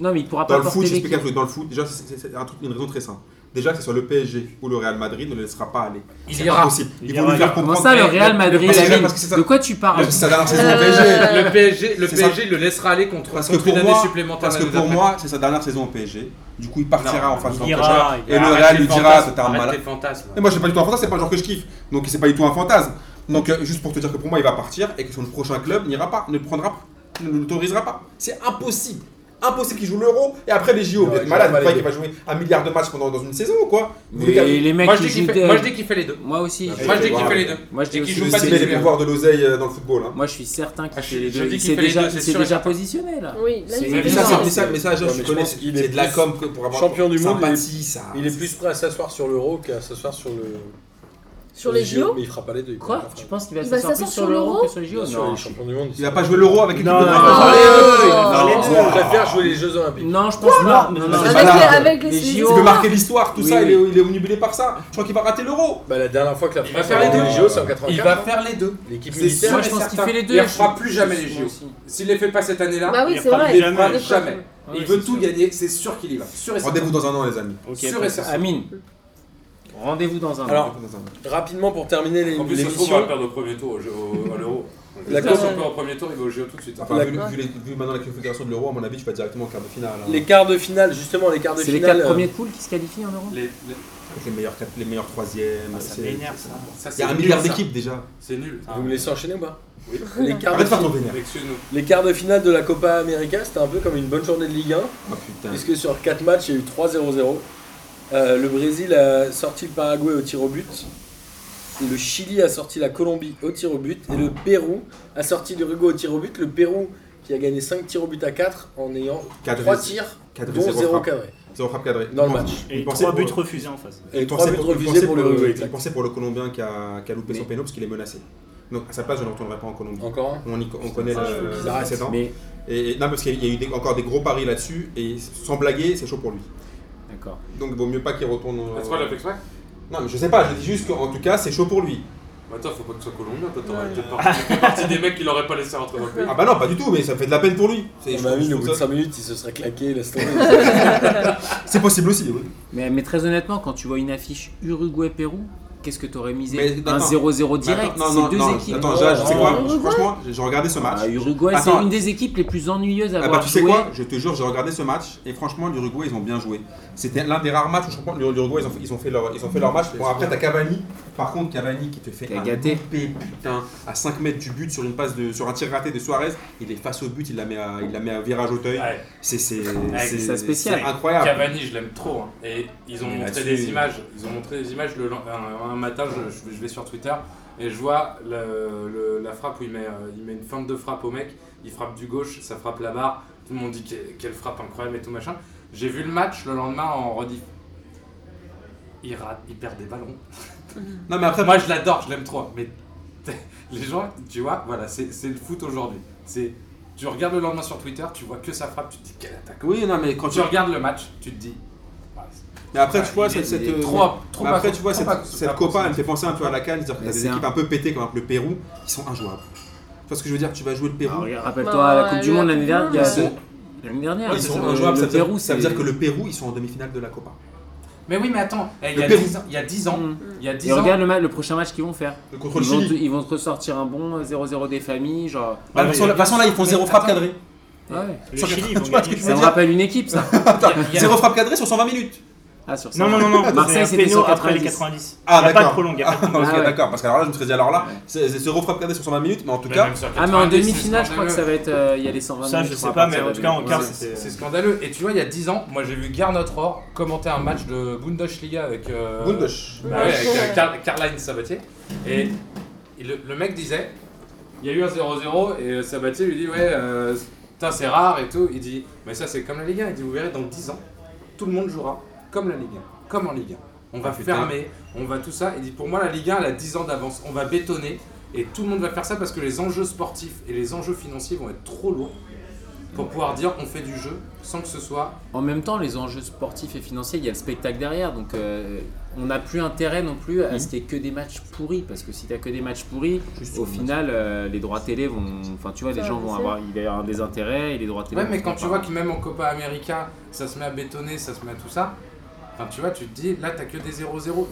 Speaker 7: Non, mais il pourra
Speaker 2: Dans
Speaker 7: pas
Speaker 2: le foot,
Speaker 7: porter
Speaker 2: j'explique un
Speaker 7: l'équipe.
Speaker 2: truc. Dans le foot, déjà, c'est- c'est c'est un truc, une raison très simple. Déjà, que ce soit le PSG ou le Real Madrid, ne le laissera pas aller.
Speaker 5: Il
Speaker 2: C'est
Speaker 5: ira.
Speaker 2: impossible.
Speaker 6: Il
Speaker 2: Ils vont
Speaker 6: ira.
Speaker 2: lui faire
Speaker 7: Comment
Speaker 2: comprendre.
Speaker 7: ça, le
Speaker 2: Eh,
Speaker 7: Real Madrid
Speaker 2: parce que-
Speaker 7: Amine
Speaker 2: parce que c'est ça-
Speaker 7: De quoi tu parles
Speaker 2: Parce que C'est sa dernière saison au PSG.
Speaker 4: Euh,
Speaker 5: Le PSG, le
Speaker 2: C'est ça.
Speaker 5: PSG le laissera aller contre,
Speaker 2: Parce que
Speaker 5: contre
Speaker 2: pour
Speaker 5: une
Speaker 2: moi-
Speaker 5: année supplémentaire.
Speaker 2: Parce que pour moi, c'est sa dernière saison au PSG. Du coup, il partira
Speaker 5: Non,
Speaker 2: en face de
Speaker 6: il ira, il
Speaker 2: Et le Real lui dira t'es un malade.
Speaker 5: fantasme.
Speaker 2: Et moi, j'ai pas du tout un fantasme, c'est pas le genre que je kiffe. Donc, c'est pas du tout un fantasme. Donc, euh, juste pour te dire que pour moi, il va partir et que son prochain club n'ira pas, ne le prendra pas, ne l'autorisera pas. C'est impossible. Impossible qu'il joue l'euro et après les JO.
Speaker 1: Ouais,
Speaker 2: Vous êtes
Speaker 1: je
Speaker 2: malade,
Speaker 1: vois
Speaker 2: vous
Speaker 1: pas les
Speaker 2: croyez qu'il va jouer un milliard de matchs pendant dans une saison ou quoi Vous voulez
Speaker 7: Mais
Speaker 2: dire-
Speaker 7: les mecs
Speaker 5: Moi je
Speaker 7: qui
Speaker 5: dis qu'il
Speaker 7: jouent.
Speaker 5: fait-
Speaker 7: de-
Speaker 5: moi, je dis qu'il fait les deux.
Speaker 7: Moi aussi.
Speaker 2: Moi,
Speaker 7: je-
Speaker 5: Moi je dis qu'il
Speaker 2: voir.
Speaker 5: fait les deux.
Speaker 7: Moi, je dis
Speaker 5: Et qu'il
Speaker 7: aussi-
Speaker 5: joue pas
Speaker 2: Sous-estimer les
Speaker 5: titulaire.
Speaker 2: pouvoirs de l'oseille euh, dans le football. hein.
Speaker 7: Moi, je suis certain qu'il
Speaker 5: Ah, je-
Speaker 7: fait les
Speaker 5: je
Speaker 7: deux.
Speaker 5: dis
Speaker 7: Il
Speaker 5: qu'il
Speaker 7: s'est
Speaker 5: fait les
Speaker 7: déjà,
Speaker 5: deux, c'est
Speaker 7: il s'est
Speaker 5: sûr et
Speaker 7: déjà
Speaker 5: certain.
Speaker 7: positionné là.
Speaker 4: Oui, là,
Speaker 7: C'est
Speaker 4: il est
Speaker 2: Mais
Speaker 7: évident.
Speaker 2: ça,
Speaker 4: dedans.
Speaker 2: c'est- mais ça, mais ça, je
Speaker 1: Non, mais
Speaker 2: je
Speaker 1: je
Speaker 2: connais.
Speaker 1: pense qu'il est
Speaker 2: C'est de la
Speaker 1: plus
Speaker 2: com pour avoir
Speaker 1: champion du monde,
Speaker 2: Sympathie, ça.
Speaker 1: Il est plus prêt à s'asseoir sur l'euro qu'à s'asseoir sur le.
Speaker 4: Sur les JO
Speaker 1: Mais il fera pas les deux. il
Speaker 7: Quoi
Speaker 1: fera pas.
Speaker 7: Tu penses qu'il va
Speaker 4: Il va
Speaker 7: s'asseoir plus sur l'euro que sur les JO
Speaker 1: Bien sûr, il
Speaker 7: Non.
Speaker 1: est champion du monde.
Speaker 2: Il va pas jouer l'euro avec l'équipe
Speaker 6: Non,
Speaker 2: de
Speaker 6: non,
Speaker 2: France.
Speaker 6: non.
Speaker 1: On préfère jouer les Jeux Olympiques.
Speaker 7: Non, je pense pas. Non, non,
Speaker 2: c'est
Speaker 4: Avec
Speaker 2: pas
Speaker 4: les-
Speaker 2: là.
Speaker 4: Avec les
Speaker 7: Les
Speaker 4: les
Speaker 7: JO.
Speaker 2: Il
Speaker 4: histoires.
Speaker 2: veut marquer l'histoire, tout
Speaker 7: Oui,
Speaker 2: ça,
Speaker 7: oui.
Speaker 2: Il, est, il est omnibulé par ça. Je crois qu'il va rater l'euro.
Speaker 1: Bah, la dernière fois que la
Speaker 5: Il
Speaker 1: France
Speaker 5: va
Speaker 1: a
Speaker 5: faire les
Speaker 1: gagné
Speaker 5: deux.
Speaker 1: JO, c'est en 95.
Speaker 5: Il va faire les deux.
Speaker 1: L'équipe
Speaker 5: C'est
Speaker 1: militaire.
Speaker 5: sûr
Speaker 7: Moi,
Speaker 5: et
Speaker 7: je pense qu'il
Speaker 5: certain.
Speaker 7: fait les deux.
Speaker 5: Il ne
Speaker 7: Je-
Speaker 5: fera plus jamais les
Speaker 7: Moi
Speaker 5: JO.
Speaker 7: aussi.
Speaker 5: S'il les fait pas cette année-là,
Speaker 4: Bah oui,
Speaker 6: Il
Speaker 4: c'est
Speaker 6: fera
Speaker 4: vrai.
Speaker 6: les
Speaker 5: il ne fera
Speaker 6: Jamais.
Speaker 5: jamais.
Speaker 7: Ouais,
Speaker 5: Il
Speaker 7: ouais,
Speaker 5: veut
Speaker 7: c'est
Speaker 5: tout
Speaker 7: sûr.
Speaker 5: gagner, c'est sûr qu'il y va. Sûr et certain.
Speaker 2: Rendez-vous dans un an, les amis.
Speaker 6: Ok,
Speaker 5: Sûr
Speaker 6: après.
Speaker 5: et certain.
Speaker 7: Amine, rendez-vous dans un.
Speaker 1: Alors,
Speaker 7: an.
Speaker 2: Rendez-vous dans un an.
Speaker 1: Rapidement pour terminer l'é-
Speaker 5: En plus, ça se trouve, on va
Speaker 1: l'émission.
Speaker 5: le perdre au premier tour au jeu- au- à l'euro.
Speaker 1: La
Speaker 5: La course
Speaker 4: Coupe-
Speaker 5: encore au premier tour, il va au JO tout de suite.
Speaker 2: Enfin,
Speaker 1: La-
Speaker 2: vu, vu les- vu maintenant la configuration de l'euro, à mon avis, tu vas directement en quart de finale. hein.
Speaker 1: Les quarts de finale, justement, les quarts de
Speaker 7: C'est les
Speaker 1: finale.
Speaker 7: quatre
Speaker 1: euh,
Speaker 7: premiers de poule qui se qualifient en euro.
Speaker 5: Les- les-
Speaker 2: Avec les meilleurs, quatre- les meilleurs troisièmes.
Speaker 6: Ah, Ça
Speaker 2: c'est-
Speaker 6: m'énerve ça.
Speaker 5: ça,
Speaker 2: Il y
Speaker 5: c'est
Speaker 2: a un
Speaker 5: nul,
Speaker 2: milliard
Speaker 5: ça.
Speaker 2: d'équipes déjà.
Speaker 5: C'est nul.
Speaker 1: Vous me laissez enchaîner ou pas
Speaker 5: Oui.
Speaker 1: les quarts, de
Speaker 2: Arrête de faire ton
Speaker 1: finale,
Speaker 2: vénère.
Speaker 5: Excuse-nous.
Speaker 1: les quarts de finale de la Copa América, c'était un peu comme une bonne journée de Ligue 1,
Speaker 2: Oh putain.
Speaker 1: puisque sur 4 matchs, il y a eu 3-0-0. Euh, le Brésil a sorti le Paraguay au tir au but. Et le Chili a sorti la Colombie au tir au but. Et le Pérou a sorti l'Uruguay au tir au but. Le Pérou qui a gagné 5 tirs au but à 4 en ayant
Speaker 2: Cadré.
Speaker 1: 3 tirs,
Speaker 2: Cadré,
Speaker 1: dont
Speaker 2: zéro
Speaker 1: 0
Speaker 2: frappe.
Speaker 1: cadré.
Speaker 2: Zéro frappe cadrée.
Speaker 1: Dans le
Speaker 2: Vous
Speaker 1: match.
Speaker 2: pensez-
Speaker 6: Et
Speaker 2: vous pensez
Speaker 6: trois buts
Speaker 2: pour-
Speaker 6: refusés en face.
Speaker 1: Et
Speaker 2: vous
Speaker 1: 3
Speaker 2: pensez
Speaker 1: buts
Speaker 2: pour- vous
Speaker 1: refusés
Speaker 2: pensez
Speaker 1: pour l'Uruguay.
Speaker 2: Vous
Speaker 1: exact.
Speaker 2: pensez pour le Colombien qui a, qui a loupé son péno parce qu'il est menacé. Donc à sa place, je ne retournerai pas en Colombie.
Speaker 1: Encore un
Speaker 2: On, y- on connaît
Speaker 4: Ah,
Speaker 2: le
Speaker 4: ils arrêtent.
Speaker 2: précédent.
Speaker 7: Mais
Speaker 2: Et, et- non, parce qu'il y a eu des- encore des gros paris là-dessus. Et sans blaguer, c'est chaud pour lui.
Speaker 7: d'accord.
Speaker 2: Donc vaut mieux pas qu'il retourne. euh,
Speaker 5: T'as trop la flex ouais
Speaker 2: Non, mais je sais pas, je dis juste qu'en tout cas, c'est chaud pour lui.
Speaker 5: Bah attends, faut pas que tu sois colombien, toi t'aurais été parti- t'es parti des mecs qui l'auraient pas laissé rentrer dans le pays.
Speaker 2: Ah bah non, pas du tout, mais ça fait de la peine pour lui. C'est je
Speaker 1: On a
Speaker 2: trouve- je
Speaker 1: mis au
Speaker 2: trouve
Speaker 1: bah bout de
Speaker 2: ça-
Speaker 1: 5 minutes, il se serait claqué, laisse tomber.
Speaker 2: C'est possible aussi, oui.
Speaker 7: Mais, mais très honnêtement, quand tu vois une affiche Uruguay-Pérou, qu'est-ce que t'aurais misé
Speaker 2: Mais
Speaker 7: Un
Speaker 2: attends.
Speaker 7: 0-0
Speaker 2: Mais
Speaker 7: direct
Speaker 2: attends,
Speaker 7: C'est deux équipes.
Speaker 2: Attends, Jade, tu sais quoi
Speaker 4: Uruguay.
Speaker 2: Franchement, j'ai j'ai regardé ce match.
Speaker 7: Ah, Uruguay, c'est
Speaker 2: Attends.
Speaker 7: une des équipes les plus ennuyeuses à
Speaker 2: Ah bah
Speaker 7: avoir
Speaker 2: tu sais
Speaker 7: joué.
Speaker 2: quoi, je te jure, j'ai regardé ce match et franchement l'Uruguay ils ont bien joué. C'était l'un des rares matchs où je comprends l'Uruguay ils ont, fait- ils ont fait leur ils ont fait leur match. Bon après t'as Cavani, par contre Cavani qui te fait
Speaker 7: Qui a
Speaker 2: un
Speaker 7: gâté.
Speaker 2: loupé, putain à 5 mètres du but sur une passe de sur un tir raté de Suarez, il est face au but, il la met à, il la met à virage au teuil.
Speaker 5: Ouais,
Speaker 2: C'est c'est
Speaker 7: c'est ça spécial.
Speaker 2: c'est incroyable.
Speaker 5: Cavani, je l'aime trop. hein. Et ils ont
Speaker 2: Mais
Speaker 5: montré
Speaker 2: là-dessus,
Speaker 5: des
Speaker 2: il-
Speaker 5: euh, images. Ils ont montré des images le lend- un, un matin. Je, je vais- je vais sur Twitter. Et je vois le- le- la frappe où il met, euh, il met une feinte de frappe au mec, il frappe du gauche, ça frappe la barre, tout le monde dit que- quelle frappe incroyable et tout machin. J'ai vu le match le lendemain en rediff. Il rate, il perd des ballons. non mais après moi je l'adore, je l'aime trop. Mais les gens, tu vois, voilà, c'est c'est le foot aujourd'hui. C'est tu regardes le lendemain sur Twitter, tu vois que ça frappe, tu te dis quelle attaque.
Speaker 2: Oui, non, mais quand
Speaker 5: Quand tu regardes le match, tu te dis. ouais,
Speaker 2: Mais après,
Speaker 5: Ouais,
Speaker 2: tu vois,
Speaker 5: il est-
Speaker 2: cette. cette,
Speaker 5: il est
Speaker 2: euh,
Speaker 5: trop- trop
Speaker 2: mais après,
Speaker 5: pas-
Speaker 2: tu vois,
Speaker 5: trop
Speaker 2: cette,
Speaker 5: pas-
Speaker 2: cette
Speaker 5: pas-
Speaker 2: Copa, elle me fait penser un peu à la Cannes. C'est-à-dire qu'il y a
Speaker 7: Mais
Speaker 2: des
Speaker 7: c'est
Speaker 2: équipes
Speaker 7: un-
Speaker 2: un peu pétées, comme le Pérou, qui sont injouables. Tu vois ce que je veux dire Tu vas jouer le Pérou.
Speaker 7: Alors, Ah, regarde, Rappelle-toi,
Speaker 4: Bah,
Speaker 7: la Coupe du
Speaker 4: la
Speaker 7: Monde l'année
Speaker 4: Coupe du
Speaker 7: dernière. il y a
Speaker 4: Monde,
Speaker 7: deux-
Speaker 4: ouais.
Speaker 7: L'année dernière,
Speaker 2: Ils
Speaker 7: le-
Speaker 2: sont
Speaker 7: le-
Speaker 2: injouables.
Speaker 7: euh, le
Speaker 2: ça, veut dire-
Speaker 7: Pérou,
Speaker 2: ça veut
Speaker 7: c'est-
Speaker 2: dire que le Pérou, ils sont en demi-finale de la Copa.
Speaker 5: Mais oui, mais attends, eh, il y,
Speaker 2: Le
Speaker 5: a
Speaker 2: Pérou.
Speaker 5: 10 ans- il y a 10 ans,
Speaker 7: Mm.
Speaker 5: il y a 10
Speaker 7: Et
Speaker 5: ans.
Speaker 7: regarde le, ma- le prochain match qu'ils vont faire.
Speaker 2: Contre
Speaker 7: Ils
Speaker 2: le
Speaker 7: vont, te,
Speaker 2: Chili.
Speaker 7: ils vont te ressortir un bon 0-0 des familles. Genre...
Speaker 2: Bah, De toute façon, là- de toute façon, là, ils font zéro frappe
Speaker 5: Attends.
Speaker 2: cadrée.
Speaker 5: Ah
Speaker 7: Ouais.
Speaker 6: Le Chili, ils
Speaker 2: Tu
Speaker 6: vont
Speaker 2: vois ce que je
Speaker 6: gagner.
Speaker 2: veux
Speaker 7: Ça me
Speaker 2: dire
Speaker 7: rappelle une équipe, ça.
Speaker 5: Il y a-
Speaker 2: Zéro frappe cadrée sur 120 minutes.
Speaker 7: Ah, sur ça.
Speaker 6: Non, non, non, non.
Speaker 7: Marseille,
Speaker 6: c'est
Speaker 7: c'était
Speaker 6: un péno
Speaker 7: sur
Speaker 6: après les
Speaker 7: 90.
Speaker 6: 90.
Speaker 2: Ah,
Speaker 6: il n'y a pas de
Speaker 2: d'accord.
Speaker 6: prolong, il n'y a pas de
Speaker 2: Ah,
Speaker 6: prolong.
Speaker 2: ok,
Speaker 7: Ah ouais.
Speaker 2: d'accord. Parce que alors là, je me serais dit, alors là, c'est c'est zéro frappe cadrée sur 120 minutes, mais en tout
Speaker 5: Mais
Speaker 2: cas,
Speaker 5: même sur
Speaker 7: Ah, mais en
Speaker 5: 90,
Speaker 7: demi-finale,
Speaker 5: c'est
Speaker 7: je crois que ça va être. euh, Il y a les 120
Speaker 6: Ça,
Speaker 7: minutes, je
Speaker 6: je sais
Speaker 7: crois,
Speaker 6: pas,
Speaker 7: à
Speaker 6: Ah, mais
Speaker 7: partir
Speaker 6: en
Speaker 7: de-
Speaker 6: tout cas, en
Speaker 7: ouais,
Speaker 6: quart,
Speaker 7: c'est-
Speaker 5: C'est
Speaker 6: c'était.
Speaker 5: scandaleux. Et tu vois, il y a 10 ans, moi j'ai vu Garnot Rohr commenter un match de Bundesliga avec. euh,
Speaker 2: Bundes.
Speaker 5: Bah ouais, avec euh, Karl- Karl-Heinz Sabatier. Et il- le, le mec disait il y a eu un 0-0 et euh, Sabatier lui dit Ouais, euh, putain, c'est rare et tout. Il dit Mais ça, c'est comme la Ligue 1. Il dit Vous verrez, dans 10 ans, tout le monde jouera comme la Ligue 1, comme en Ligue 1. On va
Speaker 2: Ah, putain.
Speaker 5: fermer, on va tout ça. Il dit Pour moi, la Ligue 1, elle a 10 ans d'avance. On va bétonner et tout le monde va faire ça parce que les enjeux sportifs et les enjeux financiers vont être trop lourds pour pouvoir dire on fait du jeu sans que ce soit
Speaker 7: En même temps, les enjeux sportifs et financiers, il y a le spectacle derrière. Donc, euh, on n'a plus intérêt non plus à ce qu'il n'y ait que des matchs pourris. Parce que si tu as que des matchs pourris, au final, euh, les droits télé vont. Enfin, tu vois, les
Speaker 4: Ça
Speaker 7: gens
Speaker 4: va
Speaker 7: vont
Speaker 4: baisser.
Speaker 7: avoir. Il va y avoir des intérêts et les droits télé.
Speaker 5: Ouais,
Speaker 7: vont
Speaker 5: mais
Speaker 7: se
Speaker 5: quand
Speaker 7: faire
Speaker 5: tu
Speaker 7: par-
Speaker 5: vois que même en Copa América, ça se met à bétonner, ça se met à tout ça. Enfin, tu vois, tu te dis, là, t'as que des 0-0.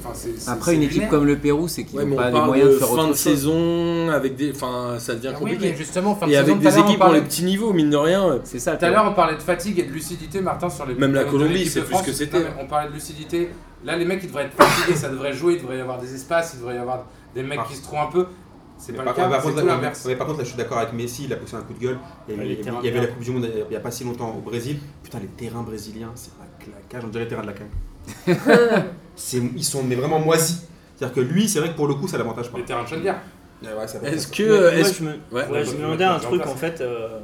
Speaker 5: Enfin, c'est- c'est-
Speaker 7: Après,
Speaker 5: c'est
Speaker 7: une équipe
Speaker 5: lunaire.
Speaker 7: comme le Pérou, c'est qu'ils
Speaker 1: Ouais,
Speaker 7: n'ont
Speaker 1: mais
Speaker 7: pas
Speaker 1: on
Speaker 7: les
Speaker 1: parle
Speaker 7: moyens
Speaker 1: de
Speaker 7: de faire
Speaker 1: fin
Speaker 7: autre
Speaker 1: de
Speaker 7: chose.
Speaker 1: saison, avec des, enfin, ça devient
Speaker 5: Ah Oui,
Speaker 1: compliqué.
Speaker 5: mais justement, fin de
Speaker 1: et
Speaker 5: saison,
Speaker 1: avec
Speaker 5: tout à
Speaker 1: des
Speaker 5: l'heure, on
Speaker 1: équipes pour les
Speaker 5: parlait-
Speaker 1: petits niveaux, mine de rien.
Speaker 7: C'est ça. le
Speaker 5: Tout à
Speaker 7: Pérou.
Speaker 5: l'heure, on parlait de fatigue et de lucidité, Martin, sur les euh,
Speaker 1: Même la
Speaker 5: de
Speaker 1: Colombie,
Speaker 5: l'équipe
Speaker 1: c'est
Speaker 5: de
Speaker 1: plus
Speaker 5: France.
Speaker 1: que c'était.
Speaker 5: Non, mais On parlait de lucidité. Là, les mecs, ils devraient être fatigués, ça devrait jouer, il devrait y avoir des espaces, il devrait y avoir des mecs
Speaker 2: Ah.
Speaker 5: qui se trouvent un peu. C'est
Speaker 2: Mais
Speaker 5: pas
Speaker 2: par,
Speaker 5: le cas,
Speaker 2: par
Speaker 5: c'est
Speaker 2: contre,
Speaker 5: tout
Speaker 2: là,
Speaker 5: l'inverse.
Speaker 2: mais par contre, là, je suis d'accord avec Messi, il a poussé un coup de gueule. Il y
Speaker 6: Ouais,
Speaker 2: avait, il
Speaker 6: les
Speaker 2: y avait-
Speaker 6: terrains
Speaker 2: il y avait
Speaker 6: verts.
Speaker 2: la Coupe du Monde il n'y a pas si longtemps au Brésil. Putain, les terrains brésiliens, c'est un claquage, on dirait les terrains de la Cannes. C'est- ils sont mais vraiment moisis. C'est-à-dire que lui, c'est vrai que pour le coup, ça l'avantage pas.
Speaker 5: Les terrains de Chandler.
Speaker 2: Ouais, ouais, ça l'avantage
Speaker 1: Est-ce
Speaker 2: pas.
Speaker 1: que.
Speaker 6: Mais moi,
Speaker 1: est-ce-
Speaker 6: je me,
Speaker 1: Ouais.
Speaker 6: euh, ouais, je me demandais un truc en fait. euh,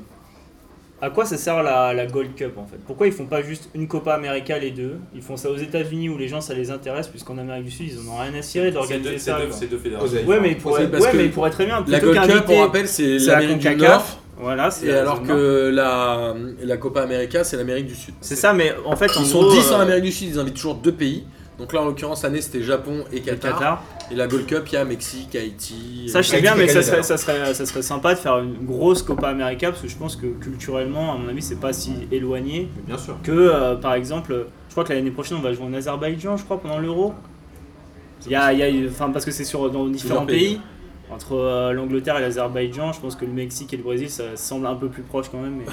Speaker 6: à quoi ça sert la, la Gold Cup en fait Pourquoi ils font pas juste une Copa América les deux Ils font ça aux États-Unis où les gens ça les intéresse, puisqu'en Amérique du Sud ils en ont rien à cirer
Speaker 5: C'est deux-
Speaker 6: d'organiser
Speaker 5: c'est
Speaker 6: ça.
Speaker 5: deux-
Speaker 6: quoi.
Speaker 5: c'est deux
Speaker 2: Oseille.
Speaker 5: fédérations.
Speaker 6: Ouais, mais ils pourraient,
Speaker 1: Parce que
Speaker 6: ouais, mais ils pourraient très bien.
Speaker 1: La
Speaker 6: plutôt
Speaker 1: Gold Cup,
Speaker 6: qu'inviter-
Speaker 1: on rappelle, c'est
Speaker 6: c'est la
Speaker 1: l'Amérique du
Speaker 6: CONCACAF,
Speaker 1: Nord.
Speaker 6: Voilà, c'est
Speaker 1: Et
Speaker 6: la
Speaker 1: alors
Speaker 6: zone nord.
Speaker 1: que la, la Copa América, c'est l'Amérique du Sud.
Speaker 6: C'est ça, mais en fait, en
Speaker 1: Ils sont
Speaker 6: gros,
Speaker 1: 10 en
Speaker 6: euh,
Speaker 1: Amérique du Sud, ils invitent toujours deux pays. Donc là, en l'occurrence, l'année, c'était Japon et
Speaker 6: le
Speaker 1: Qatar.
Speaker 6: Qatar.
Speaker 1: Et la Gold Cup, il y a Mexique, Haïti. euh,
Speaker 6: Ça, je sais
Speaker 2: Haïti
Speaker 6: bien,
Speaker 2: et
Speaker 6: mais ça
Speaker 2: Canada.
Speaker 6: serait, ça, serait, ça serait sympa de faire une grosse Copa América parce que je pense que culturellement, à mon avis, c'est pas si éloigné
Speaker 2: Mais Bien sûr.
Speaker 6: que, euh, par exemple, je crois que l'année prochaine, on va jouer en Azerbaïdjan, je crois, pendant l'Euro. Il y a, il y a- enfin, parce que c'est sur dans différents
Speaker 1: Plusieurs pays,
Speaker 6: pays. Entre euh, l'Angleterre et l'Azerbaïdjan, je pense que le Mexique et le Brésil, ça semble un peu plus proche quand même. Mais,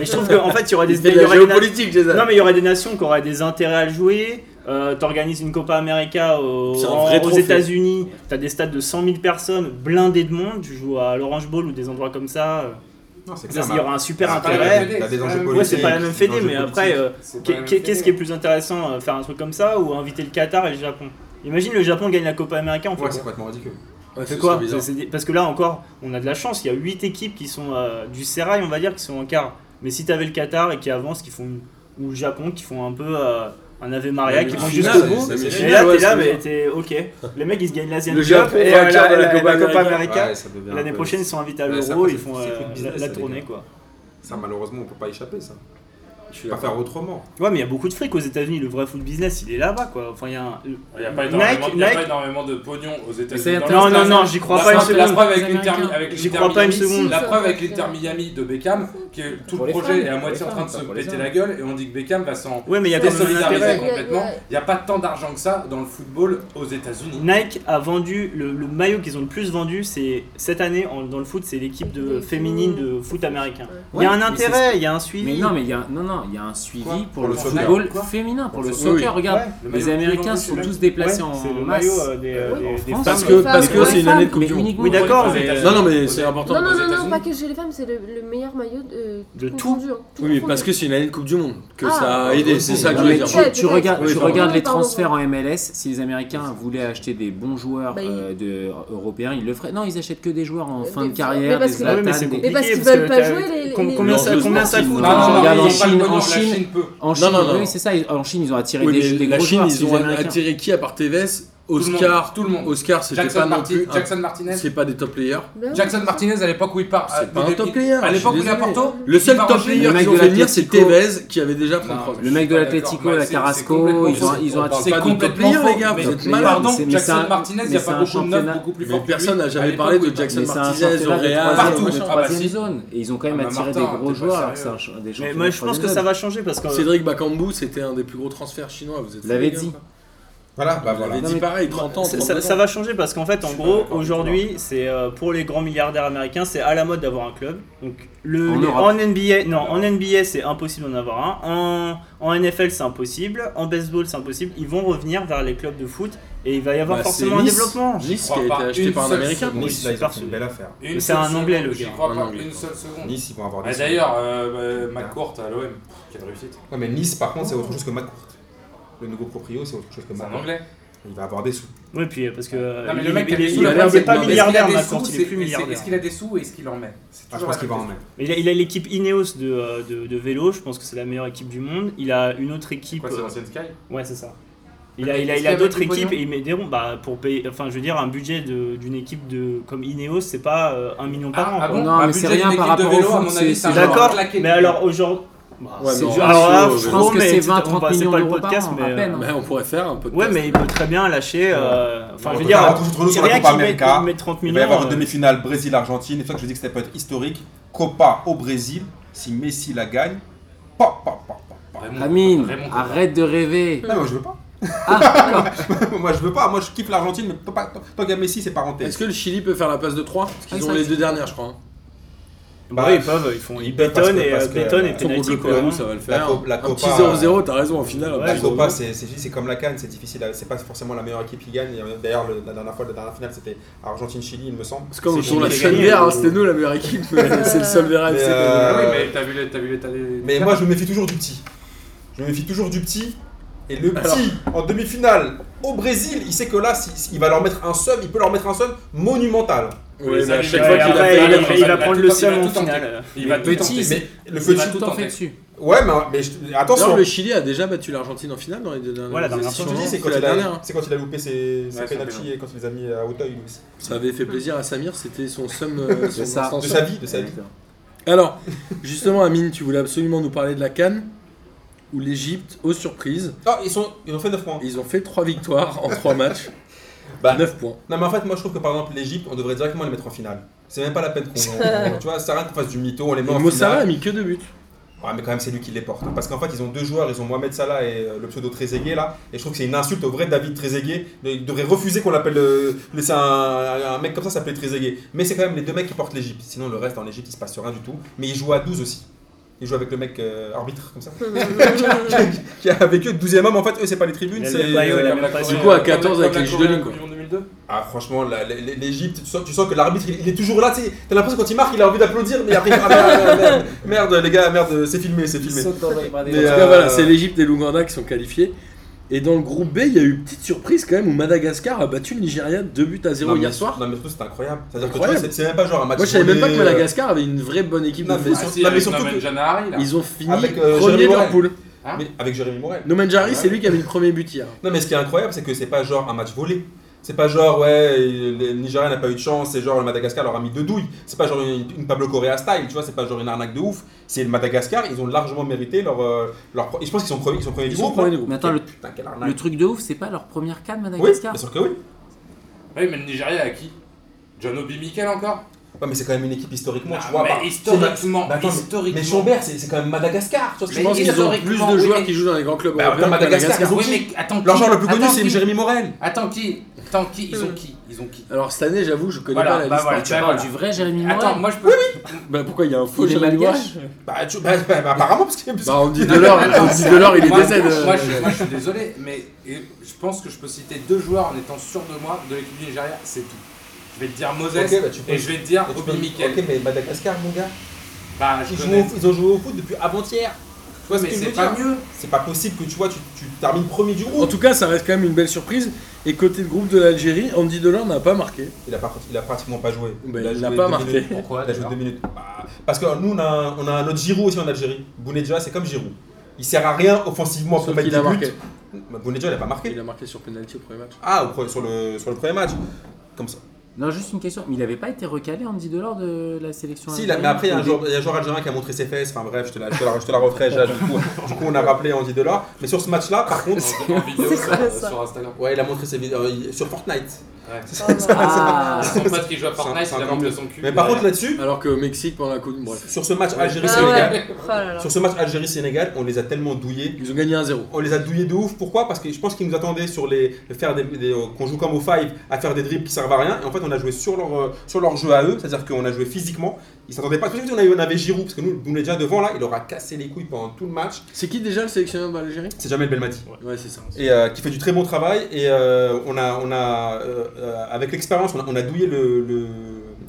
Speaker 6: mais je trouve qu'en fait, il y aurait des,
Speaker 1: Il fait
Speaker 6: il
Speaker 1: de
Speaker 6: y
Speaker 1: la
Speaker 6: aurait des na-
Speaker 1: géopolitique, Jason.
Speaker 6: non, mais il y aurait des nations qui auraient des intérêts à le jouer. Euh, T'organises une Copa América au-
Speaker 1: C'est un
Speaker 6: en-
Speaker 1: vrai
Speaker 6: aux
Speaker 1: trophée.
Speaker 6: États-Unis. T'as des stades de 100 000 personnes blindées de monde. Tu joues à l'Orange Bowl ou des endroits comme ça.
Speaker 2: Non, c'est
Speaker 6: Ça,
Speaker 2: clair.
Speaker 6: il y aura un super
Speaker 5: Ah, C'est pas la
Speaker 6: intérêt.
Speaker 5: même fédé,
Speaker 2: T'as des
Speaker 5: c'est pas
Speaker 2: enjeux
Speaker 5: la même-
Speaker 6: Ouais, c'est pas la même
Speaker 2: politique,
Speaker 6: fédé, mais
Speaker 2: enjeux
Speaker 6: après, euh,
Speaker 5: c'est pas la
Speaker 6: qu'est-
Speaker 5: même
Speaker 6: qu'est- qu'est-ce qui est
Speaker 5: fédé.
Speaker 6: plus intéressant euh, Faire un truc comme ça ou inviter le Qatar et le Japon Imagine le Japon gagne la Copa América, on fait
Speaker 2: Ouais, c'est
Speaker 6: quoi
Speaker 2: complètement ridicule.
Speaker 1: Ouais,
Speaker 6: On fait
Speaker 1: ce
Speaker 6: quoi
Speaker 1: serait bizarre.
Speaker 6: C'est- c'est- Parce que là encore, on a de la chance. Il y a 8 équipes qui sont euh, du Serail, on va dire, qui sont en quart. Mais si t'avais le Qatar et qui avance, qui font une- ou le Japon, qui font un peu euh, un Ave Maria, qui vont jusqu'au
Speaker 1: finale,
Speaker 6: bout.
Speaker 1: c'est- c'est-
Speaker 6: Et là,
Speaker 1: ouais,
Speaker 6: t'es là,
Speaker 1: c'est
Speaker 6: mais
Speaker 1: bien.
Speaker 6: t'es ok. Les mecs, ils se gagnent l'Asian
Speaker 1: Le
Speaker 6: Cup
Speaker 1: Japon va
Speaker 6: et euh,
Speaker 1: quart de
Speaker 6: la,
Speaker 1: la
Speaker 6: la-
Speaker 1: Copa
Speaker 6: la Copa
Speaker 1: América.
Speaker 6: América.
Speaker 2: Ouais, ça devient un
Speaker 6: L'année
Speaker 2: peu-
Speaker 6: prochaine, ils sont invités à
Speaker 2: Ouais, ça,
Speaker 6: l'Euro,
Speaker 2: c'est-
Speaker 6: ils font
Speaker 2: c'est
Speaker 6: euh,
Speaker 2: plus business,
Speaker 6: la- la
Speaker 2: ça,
Speaker 6: tournée,
Speaker 2: les
Speaker 6: quoi.
Speaker 2: Ça, malheureusement, on peut pas y échapper, ça.
Speaker 1: Je
Speaker 2: On
Speaker 1: suis
Speaker 2: peut pas
Speaker 1: d'accord.
Speaker 2: faire autrement.
Speaker 6: Ouais, mais il y a beaucoup de fric aux États-Unis. Le vrai foot business, il est là-bas, quoi. Enfin, il y a un.
Speaker 5: Il n'y a, pas
Speaker 6: Nike-
Speaker 5: énormément- il y a
Speaker 6: Nike-
Speaker 5: pas énormément de pognon aux
Speaker 7: c'est
Speaker 5: États-Unis. dans le
Speaker 6: Non, non,
Speaker 5: stade.
Speaker 6: non, j'y crois pas
Speaker 5: la
Speaker 6: une
Speaker 5: preuve- la
Speaker 6: seconde.
Speaker 5: preuve avec
Speaker 7: Les
Speaker 5: l'Inter-
Speaker 7: Américains.
Speaker 5: avec
Speaker 6: J'y
Speaker 5: l'Inter
Speaker 6: crois pas une
Speaker 5: Miami,
Speaker 6: seconde.
Speaker 5: La
Speaker 4: Ça,
Speaker 5: preuve avec
Speaker 4: c'est
Speaker 5: l'Inter
Speaker 4: clair.
Speaker 5: Miami de Beckham, que tout
Speaker 7: Pour
Speaker 5: le
Speaker 7: les
Speaker 5: projet
Speaker 7: femmes,
Speaker 5: est à
Speaker 7: pour
Speaker 5: moitié
Speaker 7: les
Speaker 5: en train de
Speaker 7: femmes,
Speaker 5: se
Speaker 7: pas pour les
Speaker 5: péter
Speaker 7: hommes.
Speaker 5: la gueule et on dit que Beckham va s'en
Speaker 6: Ouais, mais il y a quand même un
Speaker 5: désolidariser
Speaker 6: intérêt.
Speaker 5: complètement. Il n'y a pas tant d'argent que ça dans le football aux États-Unis.
Speaker 6: Nike a vendu le, le maillot qu'ils ont le plus vendu, c'est cette année en- dans le foot, c'est l'équipe de
Speaker 4: Les
Speaker 6: féminine
Speaker 4: filles.
Speaker 6: de foot américain. Il
Speaker 7: Ouais,
Speaker 6: y a un
Speaker 7: mais
Speaker 6: intérêt, il y a un suivi.
Speaker 7: Mais non, mais il y a. Non, non, Non, il y a un suivi
Speaker 2: Quoi
Speaker 7: pour,
Speaker 2: Pour
Speaker 7: le,
Speaker 2: le soccer.
Speaker 7: football
Speaker 5: Quoi
Speaker 7: féminin, pour le
Speaker 1: Oui,
Speaker 7: soccer.
Speaker 1: oui.
Speaker 7: Regarde,
Speaker 5: Ouais, le
Speaker 7: les
Speaker 5: maillot
Speaker 7: Américains
Speaker 5: bleu,
Speaker 7: sont
Speaker 5: blanc,
Speaker 7: tous déplacés
Speaker 6: Ouais,
Speaker 7: en
Speaker 6: c'est le
Speaker 7: masse.
Speaker 6: maillot euh, des, euh,
Speaker 7: Oui,
Speaker 6: des-
Speaker 7: en
Speaker 6: des
Speaker 7: France,
Speaker 6: femmes.
Speaker 1: Parce que,
Speaker 4: femmes,
Speaker 1: parce que
Speaker 4: les
Speaker 1: c'est une année de
Speaker 4: femmes,
Speaker 1: Coupe du Monde. Euh,
Speaker 7: uniquement
Speaker 6: Oui,
Speaker 7: pour les
Speaker 6: d'accord,
Speaker 7: femmes.
Speaker 6: mais-
Speaker 1: Non, non, mais c'est important.
Speaker 4: Non,
Speaker 1: pour
Speaker 4: non,
Speaker 1: les
Speaker 4: non, non,
Speaker 1: États-Unis.
Speaker 4: pas que chez les femmes, c'est le, le meilleur maillot de,
Speaker 6: De tout.
Speaker 4: confondu, hein,
Speaker 1: Oui, mais
Speaker 4: confondu.
Speaker 1: parce que c'est une année de Coupe du Monde que
Speaker 4: Ah.
Speaker 1: ça a aidé, c'est ça que
Speaker 7: Non,
Speaker 1: je veux
Speaker 7: mais
Speaker 1: dire.
Speaker 7: tu, tu
Speaker 4: Ouais,
Speaker 7: regardes,
Speaker 1: ouais,
Speaker 7: tu
Speaker 1: pardon.
Speaker 7: regardes les
Speaker 4: Pardon,
Speaker 7: transferts en MLS. Si les Américains voulaient acheter des bons joueurs
Speaker 4: Bah, ils-
Speaker 7: euh, de- européens, ils le feraient. Non, ils achètent que des joueurs en
Speaker 4: Des-
Speaker 7: fin de
Speaker 4: mais
Speaker 7: carrière, des
Speaker 4: parce que-
Speaker 6: Ah oui, mais
Speaker 7: Zlatan,
Speaker 6: c'est
Speaker 7: des-
Speaker 6: compliqué,
Speaker 4: Mais parce qu'ils
Speaker 6: que
Speaker 4: veulent pas
Speaker 6: t'as-
Speaker 4: jouer, les-
Speaker 6: com-
Speaker 4: les-
Speaker 6: Combien, ça,
Speaker 1: les-
Speaker 6: combien ça
Speaker 7: Non,
Speaker 6: coûte
Speaker 7: non,
Speaker 6: hein,
Speaker 7: non,
Speaker 6: regarde
Speaker 7: en
Speaker 6: en
Speaker 7: Chine,
Speaker 6: Chine,
Speaker 7: en
Speaker 5: en
Speaker 7: Chine.
Speaker 5: Chine peut.
Speaker 7: En
Speaker 1: Non,
Speaker 7: Chine,
Speaker 1: non, non.
Speaker 7: oui, c'est ça. ils- En Chine, ils ont attiré
Speaker 1: Oui,
Speaker 7: des,
Speaker 1: mais
Speaker 7: des
Speaker 1: la
Speaker 7: gros
Speaker 1: Chine,
Speaker 7: joueurs. c'est
Speaker 1: ils
Speaker 7: les
Speaker 1: ont
Speaker 7: Américains.
Speaker 1: attiré qui à part Tevez
Speaker 5: le monde,
Speaker 1: Oscar,
Speaker 5: tout le monde.
Speaker 1: Oscar, c'était
Speaker 5: Jackson,
Speaker 1: pas non
Speaker 5: Marti-
Speaker 1: plus. un-
Speaker 5: Jackson Martinez.
Speaker 1: C'est pas des top players.
Speaker 4: Mais Bah oui,
Speaker 5: Jackson
Speaker 4: c'est ça.
Speaker 5: Martinez à l'époque où il part.
Speaker 1: C'est
Speaker 5: euh,
Speaker 1: pas un
Speaker 5: de-
Speaker 1: top
Speaker 5: il-
Speaker 1: player.
Speaker 5: À
Speaker 1: je suis
Speaker 5: l'époque où il est à
Speaker 1: désolé.
Speaker 5: Porto,
Speaker 1: Le seul
Speaker 5: il part en
Speaker 1: top
Speaker 5: Chine.
Speaker 1: player
Speaker 7: Le mec
Speaker 1: qu'ils ont
Speaker 7: de
Speaker 1: fait venir, c'est
Speaker 7: l'Atlético.
Speaker 1: Tevez qui avait déjà 33
Speaker 5: mais
Speaker 7: Le mec de
Speaker 5: Ouais,
Speaker 7: l'Atletico,
Speaker 5: d'accord,
Speaker 7: la
Speaker 5: c'est- c'est
Speaker 7: Carrasco,
Speaker 5: complètement
Speaker 7: ils ont,
Speaker 5: faux.
Speaker 7: ils ont
Speaker 5: On parle
Speaker 7: attiré.
Speaker 5: pas
Speaker 1: C'est
Speaker 5: de top
Speaker 1: complètement
Speaker 5: player,
Speaker 1: faux. les gars, vous
Speaker 5: mais-
Speaker 1: êtes
Speaker 5: mais
Speaker 1: malades.
Speaker 5: Pardon,
Speaker 7: Mais c'est- mais c'est
Speaker 5: Jackson
Speaker 7: un-
Speaker 5: Martinez,
Speaker 7: mais
Speaker 5: il n'y a
Speaker 7: c'est
Speaker 5: pas
Speaker 7: un
Speaker 5: beaucoup de neufs
Speaker 7: championnat.
Speaker 5: beaucoup plus
Speaker 1: Mais
Speaker 5: forts. que lui.
Speaker 1: personne n'a
Speaker 5: À
Speaker 1: jamais
Speaker 5: l'époque
Speaker 1: parlé
Speaker 5: où
Speaker 1: de
Speaker 5: il part.
Speaker 1: Jackson
Speaker 7: Mais c'est un
Speaker 1: Martinez au
Speaker 7: championnat de
Speaker 1: Real.
Speaker 5: Partout.
Speaker 7: troisième- de
Speaker 5: Ah bah
Speaker 7: troisième
Speaker 5: si.
Speaker 7: zone. Et ils ont quand même
Speaker 5: Ah bah
Speaker 7: attiré
Speaker 5: Martin,
Speaker 7: des gros
Speaker 5: t'es pas
Speaker 7: joueurs. alors que
Speaker 5: sérieux.
Speaker 7: c'est un- des
Speaker 6: Mais
Speaker 7: championnats
Speaker 6: moi,
Speaker 7: de
Speaker 6: je pense
Speaker 7: troisième
Speaker 6: que ça
Speaker 7: zone.
Speaker 6: va changer parce que.
Speaker 1: Cédric Bakambu, c'était un des plus gros transferts chinois. Vous êtes fous,
Speaker 7: l'avez
Speaker 1: les gars,
Speaker 7: dit.
Speaker 1: quoi.
Speaker 2: Voilà, bah
Speaker 6: Ah,
Speaker 1: Vous
Speaker 2: voilà.
Speaker 1: l'avez
Speaker 7: Non,
Speaker 1: dit
Speaker 7: mais-
Speaker 1: pareil, 30 ans.
Speaker 6: Ça, ça-
Speaker 1: 32
Speaker 6: ça
Speaker 1: ans.
Speaker 6: va changer parce qu'en fait, en
Speaker 5: suis pas
Speaker 6: gros,
Speaker 5: d'accord,
Speaker 6: aujourd'hui, c'est euh, pour les grands milliardaires américains, c'est à la mode d'avoir un club. Donc, le,
Speaker 7: En
Speaker 6: les-
Speaker 7: Europe.
Speaker 6: NBA, non, en NBA, c'est impossible d'en avoir un. En, en NFL, c'est impossible. En baseball, c'est impossible. Ils vont revenir vers les clubs de foot et il va y avoir
Speaker 1: Bah, c'est
Speaker 6: forcément un
Speaker 1: Nice.
Speaker 6: développement.
Speaker 1: Nice qui
Speaker 5: crois
Speaker 1: a été
Speaker 5: pas
Speaker 1: acheté
Speaker 5: une
Speaker 1: par un
Speaker 5: seule
Speaker 1: américain.
Speaker 6: seconde.
Speaker 2: Nice, là, ils ont fait
Speaker 6: Super-
Speaker 2: une belle affaire.
Speaker 5: Une
Speaker 6: C'est un
Speaker 5: seule
Speaker 6: Anglais,
Speaker 5: seconde,
Speaker 6: le
Speaker 5: j'y
Speaker 6: gars.
Speaker 5: crois
Speaker 1: Un
Speaker 5: pas
Speaker 1: Anglais,
Speaker 5: une
Speaker 1: quoi.
Speaker 5: seule seconde.
Speaker 2: Nice, ils vont avoir
Speaker 5: Ah,
Speaker 2: des.
Speaker 5: D'ailleurs, euh, euh, McCourt à l'OM, quelle réussite.
Speaker 2: Ouais, mais Nice, par contre, c'est autre chose que McCourt. Le nouveau proprio, c'est autre chose que
Speaker 5: C'est un
Speaker 2: McCourt.
Speaker 5: anglais.
Speaker 2: Il va avoir des sous. Ah,
Speaker 6: Oui, puis euh, parce que. euh,
Speaker 5: Non, mais
Speaker 6: il-
Speaker 5: le mec,
Speaker 6: il-
Speaker 5: a des
Speaker 6: il-
Speaker 5: sous,
Speaker 6: il
Speaker 5: le
Speaker 1: a l'air
Speaker 5: problème,
Speaker 6: n'est pas
Speaker 5: c'est-
Speaker 6: milliardaire,
Speaker 5: est-ce qu'il a des
Speaker 6: Macron,
Speaker 5: sous,
Speaker 6: il est
Speaker 5: c'est-
Speaker 6: plus
Speaker 5: c'est-
Speaker 6: milliardaire.
Speaker 5: Est-ce qu'il a des sous et est-ce qu'il en met C'est
Speaker 2: Ah, je
Speaker 5: toujours
Speaker 2: pense
Speaker 5: la
Speaker 2: qu'il va en
Speaker 5: question.
Speaker 2: mettre.
Speaker 6: Il a il a l'équipe Ineos de, euh, de, de vélo, je pense que c'est la meilleure équipe du monde. Il a une autre équipe.
Speaker 5: Quoi, c'est
Speaker 6: euh,
Speaker 5: l'ancienne Sky
Speaker 6: Ouais, c'est ça. Il a,
Speaker 5: Mais
Speaker 6: il
Speaker 5: est-ce
Speaker 6: a, il a
Speaker 5: qu'il y a
Speaker 6: d'autres
Speaker 5: du pognon
Speaker 6: équipes et il met des ronds. Bah, pour payer, enfin, je veux dire, un budget de- d'une équipe de, comme Ineos, c'est pas euh, un million par an.
Speaker 5: Ah, ah
Speaker 6: quoi.
Speaker 5: bon
Speaker 7: Non,
Speaker 5: Un
Speaker 7: mais c'est
Speaker 5: budget
Speaker 7: rien
Speaker 5: d'une
Speaker 7: par
Speaker 5: équipe de
Speaker 7: rapport au
Speaker 5: vélo, à
Speaker 7: foot,
Speaker 5: mon
Speaker 7: c'est-
Speaker 5: avis, c'est
Speaker 7: c'est
Speaker 5: un
Speaker 7: genre
Speaker 6: D'accord,
Speaker 5: claqué.
Speaker 6: mais alors aujourd'hui. Bah,
Speaker 1: Ouais,
Speaker 6: c'est-
Speaker 1: mais on-
Speaker 6: alors là,
Speaker 1: on-
Speaker 6: je
Speaker 1: on-
Speaker 6: pense
Speaker 7: on-
Speaker 6: que
Speaker 7: on-
Speaker 6: c'est
Speaker 7: on-
Speaker 6: 20-30
Speaker 7: on-
Speaker 6: millions
Speaker 7: on-
Speaker 6: pas le
Speaker 7: on-
Speaker 6: podcast,
Speaker 7: on- on-
Speaker 6: mais.
Speaker 7: à peine,
Speaker 6: euh,
Speaker 7: hein.
Speaker 1: Mais on pourrait faire un podcast.
Speaker 6: Ouais, mais il peut très bien lâcher. euh, Enfin, je veux
Speaker 2: on
Speaker 6: dire,
Speaker 2: va rentrer sur nous sur la
Speaker 6: rien
Speaker 2: Copa
Speaker 6: qu'il mette,
Speaker 2: América.
Speaker 6: il met 30
Speaker 2: Il
Speaker 6: millions.
Speaker 2: va y avoir une
Speaker 6: euh,
Speaker 2: demi-finale Brésil-Argentine. Et c'est pour ça que je dis que ça peut être historique. Copa au Brésil, si Messi la gagne. Pa, pa, pa, pa, pa.
Speaker 5: Raymond,
Speaker 7: hein. Amine,
Speaker 5: Raymond,
Speaker 7: arrête de
Speaker 1: Mmh.
Speaker 7: rêver.
Speaker 2: Non, moi je veux pas.
Speaker 1: Ah,
Speaker 2: moi je veux pas. Moi je kiffe l'Argentine, mais pas- pas- tant qu'il y a Messi, c'est parenté.
Speaker 1: Est-ce que le Chili peut faire la place de 3 Parce
Speaker 7: Ah,
Speaker 1: qu'ils
Speaker 7: ça,
Speaker 1: ont les
Speaker 7: c'est-
Speaker 1: deux dernières, je crois. hein.
Speaker 6: bah,
Speaker 2: Bah,
Speaker 6: ils peuvent, ils font. Ils
Speaker 2: ils peuvent parce
Speaker 6: bétonnent
Speaker 2: que-
Speaker 6: et
Speaker 2: parce
Speaker 6: euh,
Speaker 2: que,
Speaker 6: bétonnent
Speaker 2: euh,
Speaker 6: et
Speaker 2: ils
Speaker 1: Sauf contre
Speaker 6: penalty.
Speaker 1: le
Speaker 6: quoi.
Speaker 1: Pérou, hein. ça va le
Speaker 2: La,
Speaker 1: faire.
Speaker 2: co- la
Speaker 1: Un petit
Speaker 2: Copa,
Speaker 1: 0-0, t'as raison, en finale. un
Speaker 6: Ouais,
Speaker 2: la
Speaker 1: petit
Speaker 2: Copa,
Speaker 1: 0-0.
Speaker 2: c'est c'est difficile, c'est comme la Cannes, c'est difficile. à- C'est pas forcément la meilleure équipe qui gagne. Et euh, D'ailleurs, le- la dernière fois, la dernière finale, c'était Argentine-Chili, il me semble.
Speaker 1: Parce qu'on
Speaker 6: c'est
Speaker 1: sur la
Speaker 6: compliqué à
Speaker 1: chaîne
Speaker 6: gagner,
Speaker 1: verte,
Speaker 6: euh,
Speaker 1: c'était nous la meilleure équipe. mais C'est le seul verre
Speaker 2: Mais,
Speaker 1: FC.
Speaker 5: Ah
Speaker 2: euh,
Speaker 5: Oui, mais t'as vu le- t'as vu l'état des.
Speaker 2: Mais moi, je me méfie toujours du petit. Je me méfie toujours du petit. Et le petit, en demi-finale, au Brésil, il sait que là, si- si- il va leur mettre un seum, il peut leur mettre un seum monumental.
Speaker 1: Ouais, mais à chaque
Speaker 6: Ouais,
Speaker 1: fois qu'il a
Speaker 6: après,
Speaker 1: fait
Speaker 6: il
Speaker 1: la
Speaker 6: va-
Speaker 1: même-
Speaker 6: il va
Speaker 5: tout
Speaker 6: prendre le
Speaker 5: tenté, il
Speaker 6: seul
Speaker 5: a
Speaker 6: en
Speaker 5: tout tenté.
Speaker 6: finale.
Speaker 5: Il va
Speaker 7: Mais
Speaker 5: tout
Speaker 7: petit,
Speaker 5: tenter.
Speaker 2: Mais le
Speaker 7: Il va
Speaker 2: petit.
Speaker 7: tout en fait dessus.
Speaker 2: Ouais, mais, mais je- attention.
Speaker 1: Non, le Chili a déjà battu l'Argentine en finale dans les deux dernières.
Speaker 6: Ouais, la
Speaker 2: Ce
Speaker 6: dernière
Speaker 1: éditions,
Speaker 2: que je
Speaker 1: non
Speaker 2: dis, c'est quand,
Speaker 1: C'est la
Speaker 2: il a-
Speaker 1: dernière. hein.
Speaker 2: c'est quand il a loupé ses, ses
Speaker 5: Ouais, c'est
Speaker 2: penalties
Speaker 5: un peu
Speaker 2: et quand il les a mis à Auteuil. lui.
Speaker 1: Ça avait fait plaisir à Samir, c'était son somme. euh, son
Speaker 7: C'est ça.
Speaker 1: instant
Speaker 2: De
Speaker 1: somme.
Speaker 2: sa vie, de sa vie.
Speaker 1: Alors, justement, Amine, tu voulais absolument nous parler de la Cannes où l'Egypte, aux surprises,
Speaker 2: Ah, ils, sont, ils ont fait 9 points.
Speaker 1: ils ont fait 3 victoires en 3 matchs,
Speaker 2: Bah,
Speaker 1: 9 points.
Speaker 2: Non, mais en fait, moi je trouve que par exemple, l'Egypte, on devrait directement les mettre en finale. C'est même pas la peine qu'on. tu vois, ça sert à rien qu'on fasse du mytho, on les met
Speaker 1: Et
Speaker 2: en
Speaker 1: Mossala a
Speaker 2: finale.
Speaker 1: mis que 2 buts.
Speaker 2: Ouais, mais quand même, c'est lui qui les porte. hein. Parce qu'en fait, ils ont deux joueurs, ils ont Mohamed Salah et euh, le pseudo Trezeguet là. Et je trouve que c'est une insulte au vrai David Trezeguet. Il devrait refuser qu'on l'appelle. euh, laisser un, un mec comme ça s'appeler Trezeguet. Mais c'est quand même les deux mecs qui portent l'Egypte. Sinon, le reste en Egypte, il se passe rien du tout. Mais ils jouent à 12 aussi. Ils jouent avec le mec euh, arbitre, comme ça.
Speaker 4: Ah,
Speaker 2: qui a avec eux, 12 e homme. En fait, eux, c'est pas les tribunes,
Speaker 6: Il a
Speaker 2: c'est.
Speaker 6: le maillot, il a
Speaker 5: Comme Ah, la
Speaker 6: même pas
Speaker 5: Corée-
Speaker 1: Du coup, à
Speaker 5: comme la-
Speaker 1: 14 avec
Speaker 5: comme
Speaker 1: les
Speaker 5: la Corée
Speaker 1: Jeux de
Speaker 5: en
Speaker 1: Lyon,
Speaker 5: Coupe du Monde 2002.
Speaker 2: Ah franchement, la- la- la- l'Egypte, tu sens, tu sens que l'arbitre, il, il est toujours là, tu sais, t'as l'impression quand il marque, il a envie d'applaudir, mais après, ah, merde, merde, merde, les gars, merde, c'est filmé, c'est filmé.
Speaker 1: En tout
Speaker 2: Mais,
Speaker 1: cas,
Speaker 2: euh,
Speaker 1: voilà, c'est l'Egypte et l'Ouganda qui sont qualifiés. Et dans le groupe B, il y a eu une petite surprise quand même où Madagascar a battu le Nigeria 2 buts à 0
Speaker 2: Non, mais-
Speaker 1: hier soir.
Speaker 2: Non mais surtout, c'est incroyable. C'est-à-dire que tu
Speaker 1: Incroyable.
Speaker 2: vois, c'est- c'est même pas genre un match.
Speaker 1: Moi, je savais même pas que
Speaker 2: volé, euh,
Speaker 1: Madagascar avait une vraie bonne équipe de
Speaker 2: Non, mais-
Speaker 1: foot.
Speaker 5: Ah,
Speaker 2: sur-
Speaker 5: si,
Speaker 2: non, mais
Speaker 5: avec
Speaker 2: surtout
Speaker 5: Naman
Speaker 2: que-
Speaker 5: Janahary, là.
Speaker 1: Ils ont fini
Speaker 2: Avec, euh,
Speaker 1: premier
Speaker 2: Jérémy
Speaker 1: de leur
Speaker 2: Morel.
Speaker 1: poule.
Speaker 5: Hein
Speaker 2: euh, mais avec Jérémy Morel.
Speaker 1: Nomanjari, c'est lui qui a mis le premier but hier.
Speaker 2: Non mais ce qui est incroyable, c'est que c'est pas genre un match volé. C'est pas genre, ouais, le Nigeria n'a pas eu de chance, c'est genre le Madagascar leur a mis deux douilles. C'est pas genre une, une Pablo Correa style, tu vois, c'est pas genre une arnaque de ouf. C'est le Madagascar, ils ont largement mérité leur. euh, leur pro- et je pense qu'ils sont premiers, ils sont premiers
Speaker 1: Ils
Speaker 2: du
Speaker 1: sont
Speaker 2: groupe.
Speaker 1: premiers
Speaker 2: hein.
Speaker 1: du groupe.
Speaker 7: Mais attends, le,
Speaker 2: Putain, quelle
Speaker 7: le
Speaker 2: arnaque.
Speaker 7: truc de ouf, c'est pas leur première canne
Speaker 2: Oui,
Speaker 7: Madagascar
Speaker 2: bien sûr que oui.
Speaker 5: Oui, mais le Nigeria à qui John Obi Mikel encore
Speaker 2: Ouais, mais c'est quand même une équipe historiquement,
Speaker 5: Non,
Speaker 2: tu vois.
Speaker 5: mais
Speaker 2: bah,
Speaker 5: historiquement,
Speaker 2: c'est- bah, attends, mais-
Speaker 5: historiquement.
Speaker 2: Mais Chambert, c'est c'est quand même Madagascar. Tu vois,
Speaker 1: Je
Speaker 2: c'est-
Speaker 1: pense
Speaker 5: Mais
Speaker 1: qu'ils ont plus
Speaker 5: historiquement,
Speaker 1: de
Speaker 5: oui,
Speaker 1: joueurs
Speaker 5: mais-
Speaker 1: qui jouent dans les grands clubs
Speaker 2: Bah,
Speaker 1: européens que
Speaker 2: Madagascar,
Speaker 1: Madagascar.
Speaker 2: ils ont
Speaker 5: Oui,
Speaker 2: qui
Speaker 5: mais attends,
Speaker 2: Leur
Speaker 5: qui
Speaker 2: joueur le plus connu,
Speaker 5: Attends,
Speaker 2: c'est
Speaker 5: qui
Speaker 2: Jérémy Morel.
Speaker 5: Attends, qui Attends, qui Ils ont qui Ils ont qui
Speaker 1: Alors cette année, j'avoue, je connais
Speaker 5: Voilà,
Speaker 1: pas la
Speaker 5: bah
Speaker 1: liste.
Speaker 5: voilà.
Speaker 7: Tu parles
Speaker 5: voilà.
Speaker 7: du vrai Jérémy Morel
Speaker 5: Attends, moi je peux.
Speaker 1: Bah pourquoi il y a un faux
Speaker 7: Il est
Speaker 1: Jérémy
Speaker 7: malgache.
Speaker 1: Wash
Speaker 2: Bah, tu- bah, bah, bah, apparemment, parce qu'il
Speaker 1: Bah on dit Delors, on dit Delors, il est euh,
Speaker 5: Moi,
Speaker 1: décédé.
Speaker 5: Moi, je, moi, je suis désolé, mais et je pense que je peux citer deux joueurs en étant sûr de moi de l'équipe du Nigeria, c'est tout. Je vais te dire Moses
Speaker 2: Ok, bah, tu peux-
Speaker 5: et je vais te dire
Speaker 2: Et tu peux-
Speaker 5: Obi Mikel.
Speaker 2: Ok, mais Madagascar, mon gars.
Speaker 5: Bah, je
Speaker 2: Ils, jouent
Speaker 5: connais.
Speaker 2: au foot- ils ont joué au foot depuis avant-hier. Tu vois ce
Speaker 5: mais
Speaker 2: que je
Speaker 5: c'est
Speaker 2: veux
Speaker 5: pas
Speaker 2: dire
Speaker 5: mieux.
Speaker 2: C'est pas possible que tu vois, tu, tu termines premier du
Speaker 1: En
Speaker 2: groupe.
Speaker 1: tout cas, ça reste quand même une belle surprise. Et côté de groupe de l'Algérie, Andy Delors n'a pas marqué.
Speaker 2: Il a, part- il a pratiquement pas joué.
Speaker 1: Bah,
Speaker 2: a
Speaker 1: il
Speaker 2: joué
Speaker 1: n'a pas
Speaker 2: deux
Speaker 1: marqué.
Speaker 2: minutes.
Speaker 8: Pourquoi
Speaker 2: Il a joué
Speaker 8: d'ailleurs
Speaker 2: deux minutes. Bah, parce que nous, on a, un- on a un autre Giroud aussi en Algérie. Bounedja, c'est comme Giroud. Il sert à rien offensivement pour
Speaker 1: Sauf
Speaker 2: mettre
Speaker 1: qu'il a
Speaker 2: des buts.
Speaker 1: marqué.
Speaker 2: Bah, Bounedja, il a pas marqué.
Speaker 1: Il a marqué sur penalty au premier match.
Speaker 2: Ah, au pre- sur, le, sur le premier match. Comme ça.
Speaker 7: Non, juste une question. Mais il n'avait pas été recalé, Andy Delors, de la sélection
Speaker 2: Si, là, mais
Speaker 7: algérienne
Speaker 2: après, il y a un
Speaker 7: Au
Speaker 2: joueur il y a un joueur algérien qui a montré ses fesses. Enfin bref, je te la, je te la, je te la referai. Jade. Du coup, du coup, on a rappelé Andy Delors. Mais sur ce match-là, par contre,
Speaker 5: En vidéo
Speaker 4: C'est
Speaker 5: sur,
Speaker 4: quoi,
Speaker 5: sur
Speaker 4: ça
Speaker 5: Instagram.
Speaker 2: ouais, il a montré ses vidéos euh, sur Fortnite.
Speaker 5: Ouais.
Speaker 7: Ah,
Speaker 5: Son pote qui joue à Fortnite,
Speaker 2: c'est
Speaker 5: il a
Speaker 2: un
Speaker 5: montré son cul.
Speaker 2: Mais par contre, là-dessus,
Speaker 1: Alors que au Mexique pendant la Coupe. Bref.
Speaker 2: sur ce match
Speaker 4: Ah
Speaker 2: Algérie-Sénégal,
Speaker 4: ouais. Oh là là.
Speaker 2: sur ce match Algérie-Sénégal, on les a tellement douillés.
Speaker 1: Ils ont gagné 1-0.
Speaker 2: On les a douillés de ouf. Pourquoi Parce que je pense qu'ils nous attendaient sur les faire des, des- euh, qu'on joue comme au five à faire des dribbles qui servent à rien. Et en fait, on a joué sur leur euh, sur leur jeu à eux, c'est-à-dire qu'on a joué physiquement. Ils s'attendaient pas. Tout de suite, on, a eu- on avait Giroud parce que nous, on est déjà devant là. Il aura cassé les couilles pendant tout le match.
Speaker 1: C'est qui déjà le sélectionneur de l'Algérie
Speaker 2: C'est jamais le Belmadi.
Speaker 1: Ouais, c'est ça.
Speaker 2: et euh, qui fait du très bon travail. Et euh, on a, on a euh, euh, avec l'expérience, on a, on a douillé le, le,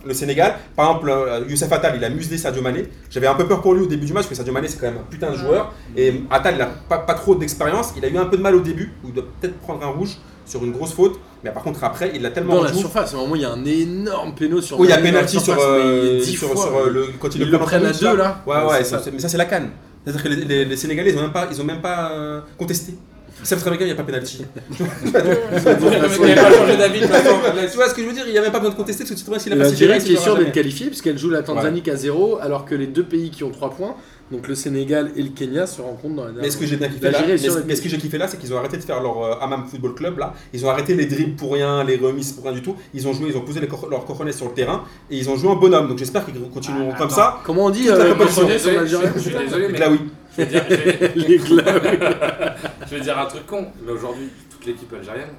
Speaker 2: le Sénégal. Par exemple, euh, Youssef Attal, il a muselé Sadio Mané. J'avais un peu peur pour lui au début du match, parce que Sadio Mané, c'est quand même un putain de joueur. Et Attal, il n'a pas, pas trop d'expérience. Il a eu un peu de mal au début, où il doit peut-être prendre un rouge sur une grosse faute. Mais par contre, après, il l'a tellement
Speaker 1: Dans la
Speaker 2: rejoué.
Speaker 1: surface, à un moment, il y a un énorme péno sur
Speaker 2: Oh, il y a
Speaker 1: Mané dans la
Speaker 2: penalty sur,
Speaker 1: surface, mais il
Speaker 2: euh,
Speaker 1: est dix
Speaker 2: sur,
Speaker 1: fois,
Speaker 2: sur,
Speaker 1: ouais.
Speaker 2: euh, le quand il
Speaker 1: Ils
Speaker 2: le
Speaker 1: le
Speaker 2: prend en
Speaker 1: prennent à
Speaker 2: penalty, là.
Speaker 1: deux là.
Speaker 2: Ouais, ouais,
Speaker 1: c'est
Speaker 2: ça,
Speaker 1: ça.
Speaker 2: c'est- mais ça c'est la canne. C'est-à-dire que les, les- les Sénégalais, ils ont même pas, ils ont même pas euh, contesté. Ils savent très bien qu'il n'y a pas pénalty.
Speaker 5: il n'a pas changé d'avis de toute façon.
Speaker 2: tu vois ce que je veux dire Il n'y a même pas besoin de contester parce que tu te vois s'il a passé
Speaker 1: L'Algérie
Speaker 2: direct,
Speaker 1: qui est
Speaker 2: il saura
Speaker 1: sûre d'être
Speaker 2: jamais.
Speaker 1: qualifiée puisqu'elle joue la Tanzanique à 0 alors que les deux pays qui ont 3 points, donc le Sénégal et le Kenya, se rencontrent dans la dernière.
Speaker 2: Mais ce que j'ai bien kiffé là,
Speaker 1: L'Algérie est sûre
Speaker 2: mais-
Speaker 1: d'être
Speaker 2: mais ce que j'ai kiffé là, c'est qu'ils ont arrêté de faire leur euh, Amam Football Club là. Ils ont arrêté les dribbles pour rien, les remises pour rien du tout. Ils ont joué, ils ont posé les cor- leurs coronets sur le terrain et ils ont joué en bonhomme. Donc j'espère qu'ils continueront comme ça.
Speaker 1: Comment on dit
Speaker 2: Toute la
Speaker 1: euh,
Speaker 2: compétition.
Speaker 1: coordonnée sur l'Algérie
Speaker 5: Je suis désolé, Ah, mais
Speaker 2: Là oui.
Speaker 5: je vais dire- je vais-
Speaker 1: Les glaves.
Speaker 5: je vais dire un truc con. Mais aujourd'hui, toute l'équipe algérienne,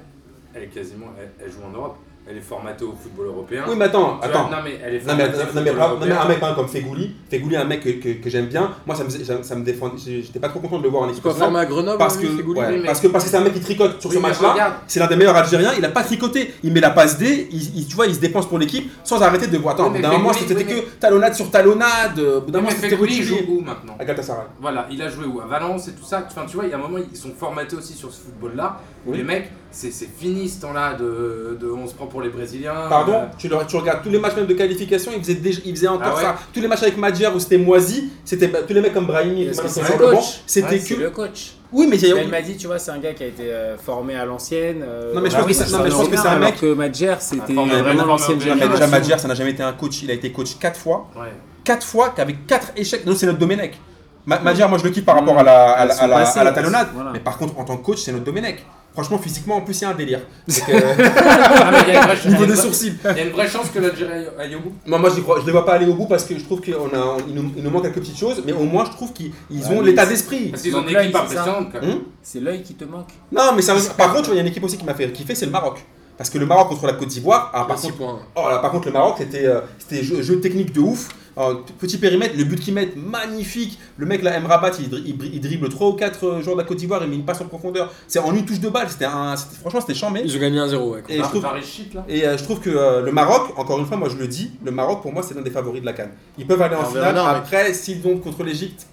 Speaker 5: elle est quasiment, elle, elle joue en Europe. Elle est formatée au football européen.
Speaker 2: Oui, mais attends,
Speaker 5: Tu vois,
Speaker 2: attends.
Speaker 5: Non mais elle est
Speaker 2: Non mais,
Speaker 5: formatée
Speaker 2: non,
Speaker 5: au
Speaker 2: mais,
Speaker 5: football
Speaker 2: non, mais
Speaker 5: européen.
Speaker 2: un mec hein, comme Fegouli, Fegouli un mec que, que- que j'aime bien, moi ça me, ça, ça me défend, j'étais pas trop content de le voir en équipe
Speaker 1: Quoi,
Speaker 2: nationale,
Speaker 1: format à Grenoble hein,
Speaker 2: parce que,
Speaker 1: lui, c'est Gouli
Speaker 2: ouais,
Speaker 5: mais-
Speaker 2: parce que parce que c'est un mec qui tricote sur
Speaker 5: Oui,
Speaker 2: ce
Speaker 5: mais
Speaker 2: match-là,
Speaker 5: regarde,
Speaker 2: C'est l'un des meilleurs Algériens, il a pas tricoté, il met la passe D, il, il- tu vois, il se dépense pour l'équipe sans arrêter de voir. Attends,
Speaker 5: Oui, mais
Speaker 2: d'un moment
Speaker 5: Fegouli,
Speaker 2: c'était
Speaker 5: oui,
Speaker 2: que talonnade sur talonnade, euh, au bout d'un
Speaker 5: Non,
Speaker 2: moment
Speaker 5: mais
Speaker 2: c'était
Speaker 5: Fegouli, il joue
Speaker 2: retiré.
Speaker 5: où maintenant
Speaker 2: À Galatasaray.
Speaker 5: Voilà, il a joué où À Valence et tout ça. Enfin, tu vois, il y a un moment, ils sont formatés aussi sur ce football-là.
Speaker 2: Oui.
Speaker 5: Les mecs, c'est c'est fini ce temps-là de, de on se prend pour les Brésiliens.
Speaker 2: Pardon,
Speaker 5: Euh,
Speaker 2: tu, le- tu regardes tous les matchs même de qualification, ils faisaient, déjà, ils faisaient encore
Speaker 5: Ah ouais
Speaker 2: ça. Tous les matchs avec Madjer où c'était moisi, c'était bah, tous les mecs comme Brahimi,
Speaker 7: Parce que
Speaker 2: maintenant,
Speaker 7: c'est
Speaker 2: ils
Speaker 7: un
Speaker 2: sont sur le
Speaker 7: coach.
Speaker 2: banc, c'était
Speaker 7: Ouais,
Speaker 2: que.
Speaker 7: c'est le coach.
Speaker 2: Oui, mais il y a-
Speaker 7: Elle m'a dit, tu vois, c'est un gars qui a été euh, formé à l'ancienne. euh,
Speaker 2: Non, mais je
Speaker 7: au
Speaker 2: pense que
Speaker 7: Barça
Speaker 2: c'est- non, mais je pense que c'est un
Speaker 7: alors
Speaker 2: mec-
Speaker 7: que Madjer, c'était
Speaker 5: formé-
Speaker 7: vraiment
Speaker 5: formé
Speaker 7: l'ancienne
Speaker 5: au Barça.
Speaker 2: Déjà,
Speaker 7: génération.
Speaker 2: Madjer, ça n'a jamais été un coach, il a été coach 4 fois.
Speaker 5: Ouais.
Speaker 2: 4 fois qu'avec 4 échecs. Non, c'est notre Domenech. Ma Madjer, moi je le kiffe par rapport à la, à la- à la-
Speaker 7: Elles sont
Speaker 2: à la
Speaker 7: passées,
Speaker 2: talonnade.
Speaker 7: voilà.
Speaker 2: Mais par contre, en tant que coach, c'est notre Domenech. Franchement, physiquement, en plus, c'est un délire. Donc, euh,
Speaker 5: Ah, mais il y a une vraie-
Speaker 2: niveau
Speaker 5: il y a une
Speaker 2: des
Speaker 5: vraie-
Speaker 2: sourcils.
Speaker 5: Il y a une vraie chance que l'Algérie aille aille au bout.
Speaker 2: Moi, moi je ne les vois pas aller au bout parce que je trouve qu'il nous, il nous manque quelques petites choses, mais au moins, je trouve qu'ils ils ont
Speaker 7: Ouais,
Speaker 2: l'état
Speaker 7: mais
Speaker 2: d'esprit. Hmm
Speaker 5: Parce qu'ils ont
Speaker 7: Donc
Speaker 5: une
Speaker 7: là,
Speaker 5: équipe
Speaker 7: ils- c'est ça.
Speaker 5: impressionnante. quand même.
Speaker 7: C'est l'œil qui te manque.
Speaker 2: Non, mais ça, par contre, tu vois, il y a une équipe aussi qui m'a fait kiffer, c'est le Maroc. Parce que le Maroc contre la Côte d'Ivoire, ah, par,
Speaker 1: Six
Speaker 2: contre,
Speaker 1: points.
Speaker 2: oh là, par contre, le Maroc, c'était euh, c'était jeu, jeu technique de ouf. Alors, p- petit périmètre, le but qu'ils mettent, magnifique. Le mec, là, Mrabat, il, dri- il bri- il dribble 3 ou 4 joueurs de la Côte d'Ivoire, il met une passe en profondeur. C'est en une touche de balle, c'était un- c'était- franchement, c'était chambé.
Speaker 1: Ils ont gagné 1-0, ouais. quoi.
Speaker 2: Et je
Speaker 5: Par-
Speaker 2: trouve,
Speaker 5: par les shit, là.
Speaker 2: et euh, je trouve que euh, le Maroc, encore une fois, moi je le dis, le Maroc pour moi c'est l'un des favoris de la Cannes. Ils peuvent aller en
Speaker 1: On verra
Speaker 2: finale.
Speaker 1: bien, mais- Hmm.
Speaker 2: Après, s'ils vont contre l'Égypte,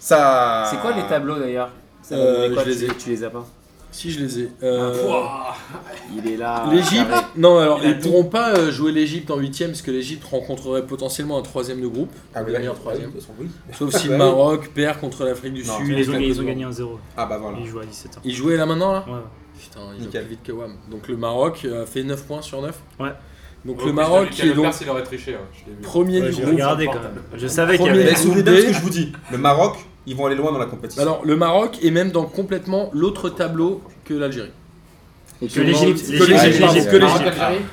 Speaker 2: ça.
Speaker 7: C'est quoi les tableaux d'ailleurs Ça va
Speaker 1: Euh,
Speaker 7: donner quoi,
Speaker 1: je les
Speaker 7: tu-
Speaker 1: ai.
Speaker 7: Tu les as pas
Speaker 1: Si je les ai. Euh,
Speaker 5: Pouah.
Speaker 7: Il est là.
Speaker 1: L'Égypte,
Speaker 7: Ah, carré.
Speaker 1: non, alors
Speaker 5: Il a
Speaker 1: ils
Speaker 5: tout.
Speaker 1: pourront pas euh, jouer l'Égypte en huitième parce que l'Égypte rencontrerait potentiellement un troisième de groupe,
Speaker 2: Ah, oui,
Speaker 1: le meilleur
Speaker 2: oui,
Speaker 1: troisième.
Speaker 2: de toute façon, oui.
Speaker 1: Sauf si
Speaker 2: Bah
Speaker 1: le
Speaker 2: oui.
Speaker 1: Maroc perd contre l'Afrique du
Speaker 2: Non,
Speaker 1: Sud.
Speaker 2: mais
Speaker 6: Ils ont,
Speaker 1: contre-
Speaker 6: ils ont gagné un 0
Speaker 2: Ah bah voilà.
Speaker 6: Ils jouent à 17 ans.
Speaker 1: Ils jouaient là maintenant là
Speaker 6: Ouais.
Speaker 1: Putain, ils
Speaker 2: Nickel.
Speaker 1: ont plus vite que WAM. Donc le Maroc euh, fait 9 points sur 9.
Speaker 6: Ouais.
Speaker 1: Donc
Speaker 5: Au
Speaker 1: le
Speaker 5: plus,
Speaker 1: Maroc qui
Speaker 5: Oh, Lucas
Speaker 1: est donc
Speaker 5: Leclerc, s'il aurait triché, hein, je l'ai vu.
Speaker 1: premier
Speaker 6: Ouais,
Speaker 1: du
Speaker 6: J'ai
Speaker 1: groupe.
Speaker 6: regardé quand même. Je savais qu'il y
Speaker 1: Premier.
Speaker 6: avait.
Speaker 2: Mais souvenez bien de ce que je vous dis. Le Maroc, ils vont aller loin dans la compétition.
Speaker 1: Alors le Maroc est même dans complètement l'autre tableau que l'Algérie.
Speaker 7: Et
Speaker 6: Que
Speaker 7: que
Speaker 6: l'Égypte.
Speaker 1: Que l'Égypte,
Speaker 6: l'Égypte,
Speaker 1: pardon,
Speaker 6: l'Égypte.
Speaker 1: que l'Égypte.
Speaker 5: Maroc-Algérie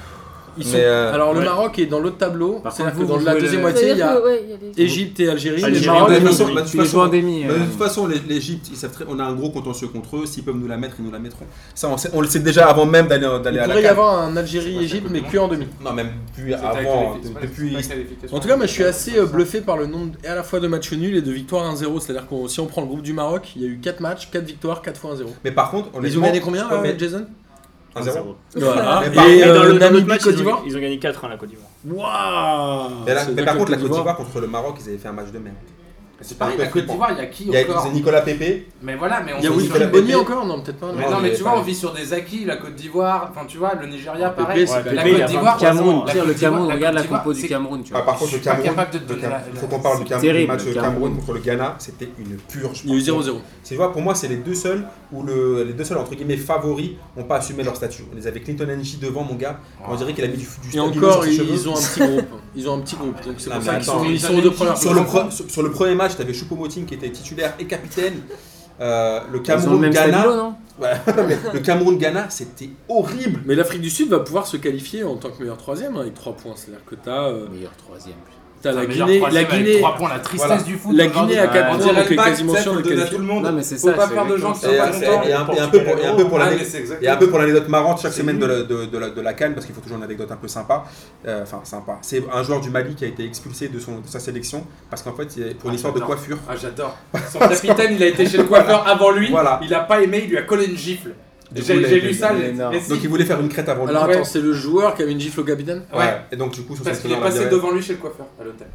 Speaker 1: Ils
Speaker 2: Mais,
Speaker 1: sont-
Speaker 2: euh,
Speaker 1: Alors le
Speaker 6: ouais.
Speaker 1: Maroc est dans l'autre tableau,
Speaker 7: Par
Speaker 1: c'est-à-dire que
Speaker 7: contre,
Speaker 1: dans
Speaker 7: vous
Speaker 1: la
Speaker 7: jouez
Speaker 1: deuxième
Speaker 7: le-
Speaker 1: moitié, il y a
Speaker 4: que, ouais, il y a les-
Speaker 1: Égypte et Algérie.
Speaker 6: Algérie,
Speaker 1: Les
Speaker 6: J'ai
Speaker 1: Maroc,
Speaker 2: de toute
Speaker 6: demi.
Speaker 2: façon, de toute
Speaker 7: Tu les
Speaker 2: façon-
Speaker 7: joues en demi.
Speaker 2: de
Speaker 7: euh,
Speaker 2: toute façon, les- l'Égypte, ils savent très- on a un gros contentieux contre eux. S'ils peuvent nous la mettre, ils nous la mettront. Ça, on, sait- on le sait déjà avant même d'aller
Speaker 1: il
Speaker 2: d'aller à la
Speaker 1: pourrait y
Speaker 2: CAN.
Speaker 1: avoir un Algérie-Égypte, mais que en demi.
Speaker 2: Non, même plus
Speaker 5: C'est avec
Speaker 2: avant.
Speaker 5: les- c'est pas les-
Speaker 2: Depuis.
Speaker 5: c'est pas les qualifications.
Speaker 1: En tout cas, moi je suis assez euh, bluffé par le nombre et à la fois de matchs nuls et de victoires 1-0. C'est-à-dire que si on prend le groupe du Maroc, il y a eu 4 matchs, 4 victoires, 4 fois 1-0.
Speaker 2: Mais par contre, on
Speaker 1: Ils ont gagné combien, euh, Ah, là, Jason
Speaker 6: Un
Speaker 2: 1-0.
Speaker 6: zéro.
Speaker 1: Voilà.
Speaker 2: Mais par
Speaker 1: Et
Speaker 6: Mais dans
Speaker 1: euh,
Speaker 6: le dans l'autre
Speaker 1: Namibie,
Speaker 6: match,
Speaker 1: Côte
Speaker 6: ils ont-
Speaker 1: d'Ivoire
Speaker 6: ils ont gagné 4-1 la Côte d'Ivoire.
Speaker 1: Waouh
Speaker 2: Mais, là-
Speaker 1: C'est
Speaker 2: mais
Speaker 1: bien
Speaker 2: par
Speaker 1: que
Speaker 2: contre, la Côte d'Ivoire contre le Maroc, ils avaient fait un match de merde. C'est
Speaker 5: Pareil, la Côte d'Ivoire, il y a qui
Speaker 2: Il y a c'est
Speaker 5: encore
Speaker 2: Nicolas Pépé.
Speaker 5: Mais voilà, mais on
Speaker 1: Il y a
Speaker 5: vit
Speaker 2: Wilfried
Speaker 5: sur
Speaker 1: Wilfried
Speaker 5: la-
Speaker 2: Bonny
Speaker 1: Bonny encore Non, peut-être pas.
Speaker 5: Mais
Speaker 2: Non,
Speaker 5: non,
Speaker 2: il
Speaker 5: mais
Speaker 2: est
Speaker 5: tu
Speaker 2: pas
Speaker 5: vois, on
Speaker 2: là.
Speaker 5: vit sur des acquis, la Côte d'Ivoire, enfin tu vois, le Nigeria,
Speaker 1: Pépé,
Speaker 5: pareil.
Speaker 1: c'est
Speaker 6: Ouais,
Speaker 5: La
Speaker 1: Pépé,
Speaker 6: il y
Speaker 5: Côte
Speaker 6: a vingt-
Speaker 5: d'Ivoire,
Speaker 7: Cameroun,
Speaker 5: la
Speaker 7: pire
Speaker 5: Côte
Speaker 7: le
Speaker 5: d'Ivoire,
Speaker 7: Cameroun,
Speaker 5: la
Speaker 7: regarde la
Speaker 5: Côte d'Ivoire,
Speaker 7: compo du
Speaker 5: c'est-
Speaker 7: Cameroun, tu
Speaker 2: Ah,
Speaker 7: vois.
Speaker 2: par contre,
Speaker 5: Je
Speaker 2: le
Speaker 5: suis pas
Speaker 2: Cameroun.
Speaker 5: capable de te
Speaker 2: le
Speaker 5: donner
Speaker 2: Cam-
Speaker 5: la-
Speaker 2: Faut qu'on parle du
Speaker 7: C'est
Speaker 2: Cameroun. Le
Speaker 7: terrible,
Speaker 2: match
Speaker 7: le
Speaker 2: Cameroun,
Speaker 7: Cameroun.
Speaker 2: contre le Ghana, c'était une purge.
Speaker 1: Il y a eu 0-0.
Speaker 2: C'est tu vois, pour moi, c'est les deux seuls où le- les deux seuls entre guillemets favoris n'ont pas assumé leur statut. On les avait Clinton NJ devant, mon gars.
Speaker 5: Ah.
Speaker 2: On dirait qu'il a mis du, du
Speaker 1: Et
Speaker 2: stabilo
Speaker 1: encore,
Speaker 2: sur ses
Speaker 1: ils,
Speaker 2: cheveux.
Speaker 1: ils ont un petit groupe. Ils ont un petit groupe, donc c'est
Speaker 2: Non,
Speaker 1: pour
Speaker 2: mais
Speaker 1: ça qu'ils
Speaker 2: attends.
Speaker 1: sont, ils sont aux deux premières.
Speaker 2: sur, le
Speaker 1: places.
Speaker 2: pre- sur- sur le premier match, t'avais Choupo-Moting qui était titulaire et capitaine. Euh, le
Speaker 7: Ils ont le
Speaker 2: Cameroun
Speaker 7: même stabilo,
Speaker 2: Ghana,
Speaker 7: non
Speaker 2: le Cameroun Ghana, c'était horrible.
Speaker 1: Mais l'Afrique du Sud va pouvoir se qualifier en tant que meilleur troisième hein, avec 3 points. C'est-à-dire que t'as euh,
Speaker 7: Meilleur troisième. putain.
Speaker 1: t'as la
Speaker 5: Enfin, meilleur
Speaker 1: Guinée, la
Speaker 5: troisième avec
Speaker 1: Guinée,
Speaker 5: trois hein. points, la tristesse
Speaker 2: Voilà.
Speaker 5: du foot.
Speaker 1: la Guinée à
Speaker 5: aujourd'hui.
Speaker 7: Ouais,
Speaker 1: 4
Speaker 7: on
Speaker 1: points, donc
Speaker 2: le
Speaker 1: est
Speaker 2: pack,
Speaker 1: quasiment
Speaker 2: ça,
Speaker 1: sûr
Speaker 2: faut
Speaker 1: de
Speaker 2: le donner à
Speaker 1: qualifier.
Speaker 2: tout le monde.
Speaker 7: Non, mais c'est
Speaker 5: Faut
Speaker 7: ça.
Speaker 5: pas
Speaker 7: c'est
Speaker 5: faire de gens qui sont
Speaker 2: Et,
Speaker 5: pas
Speaker 2: euh,
Speaker 5: contents.
Speaker 2: et un, et un peu pour, et un peu pour
Speaker 5: Ah,
Speaker 2: l'anecdote-
Speaker 5: mais c'est
Speaker 2: Et un
Speaker 5: exactement.
Speaker 2: peu pour l'anecdote marrante, chaque semaine de la, de, de la, de la Cannes, parce qu'il faut toujours une anecdote un peu sympa. euh, Enfin, sympa. C'est un joueur du Mali qui a été expulsé de, son, de sa sélection parce qu'en fait, il- pour une
Speaker 5: Ah,
Speaker 2: histoire de
Speaker 5: j'adore.
Speaker 2: coiffure.
Speaker 5: Ah, j'adore. Son capitaine, il a été chez le coiffeur avant lui.
Speaker 2: Voilà.
Speaker 5: Il a pas aimé, il lui a collé une gifle.
Speaker 2: Du coup,
Speaker 5: J'ai
Speaker 2: il a
Speaker 5: j'ai
Speaker 2: été-
Speaker 5: lu ça.
Speaker 7: il est
Speaker 5: j'ai-
Speaker 7: énorme.
Speaker 5: mais si.
Speaker 2: Donc, il voulait faire une crête avant lui.
Speaker 1: Alors
Speaker 5: Ouais.
Speaker 1: attends, c'est le joueur qui avait une gifle au capitaine
Speaker 5: ouais.
Speaker 2: Et donc, du coup, son
Speaker 5: Parce qu'il
Speaker 2: sélectionneur
Speaker 5: est
Speaker 2: l'a
Speaker 5: passé
Speaker 2: viré.
Speaker 5: devant lui chez le coiffeur à l'hôtel.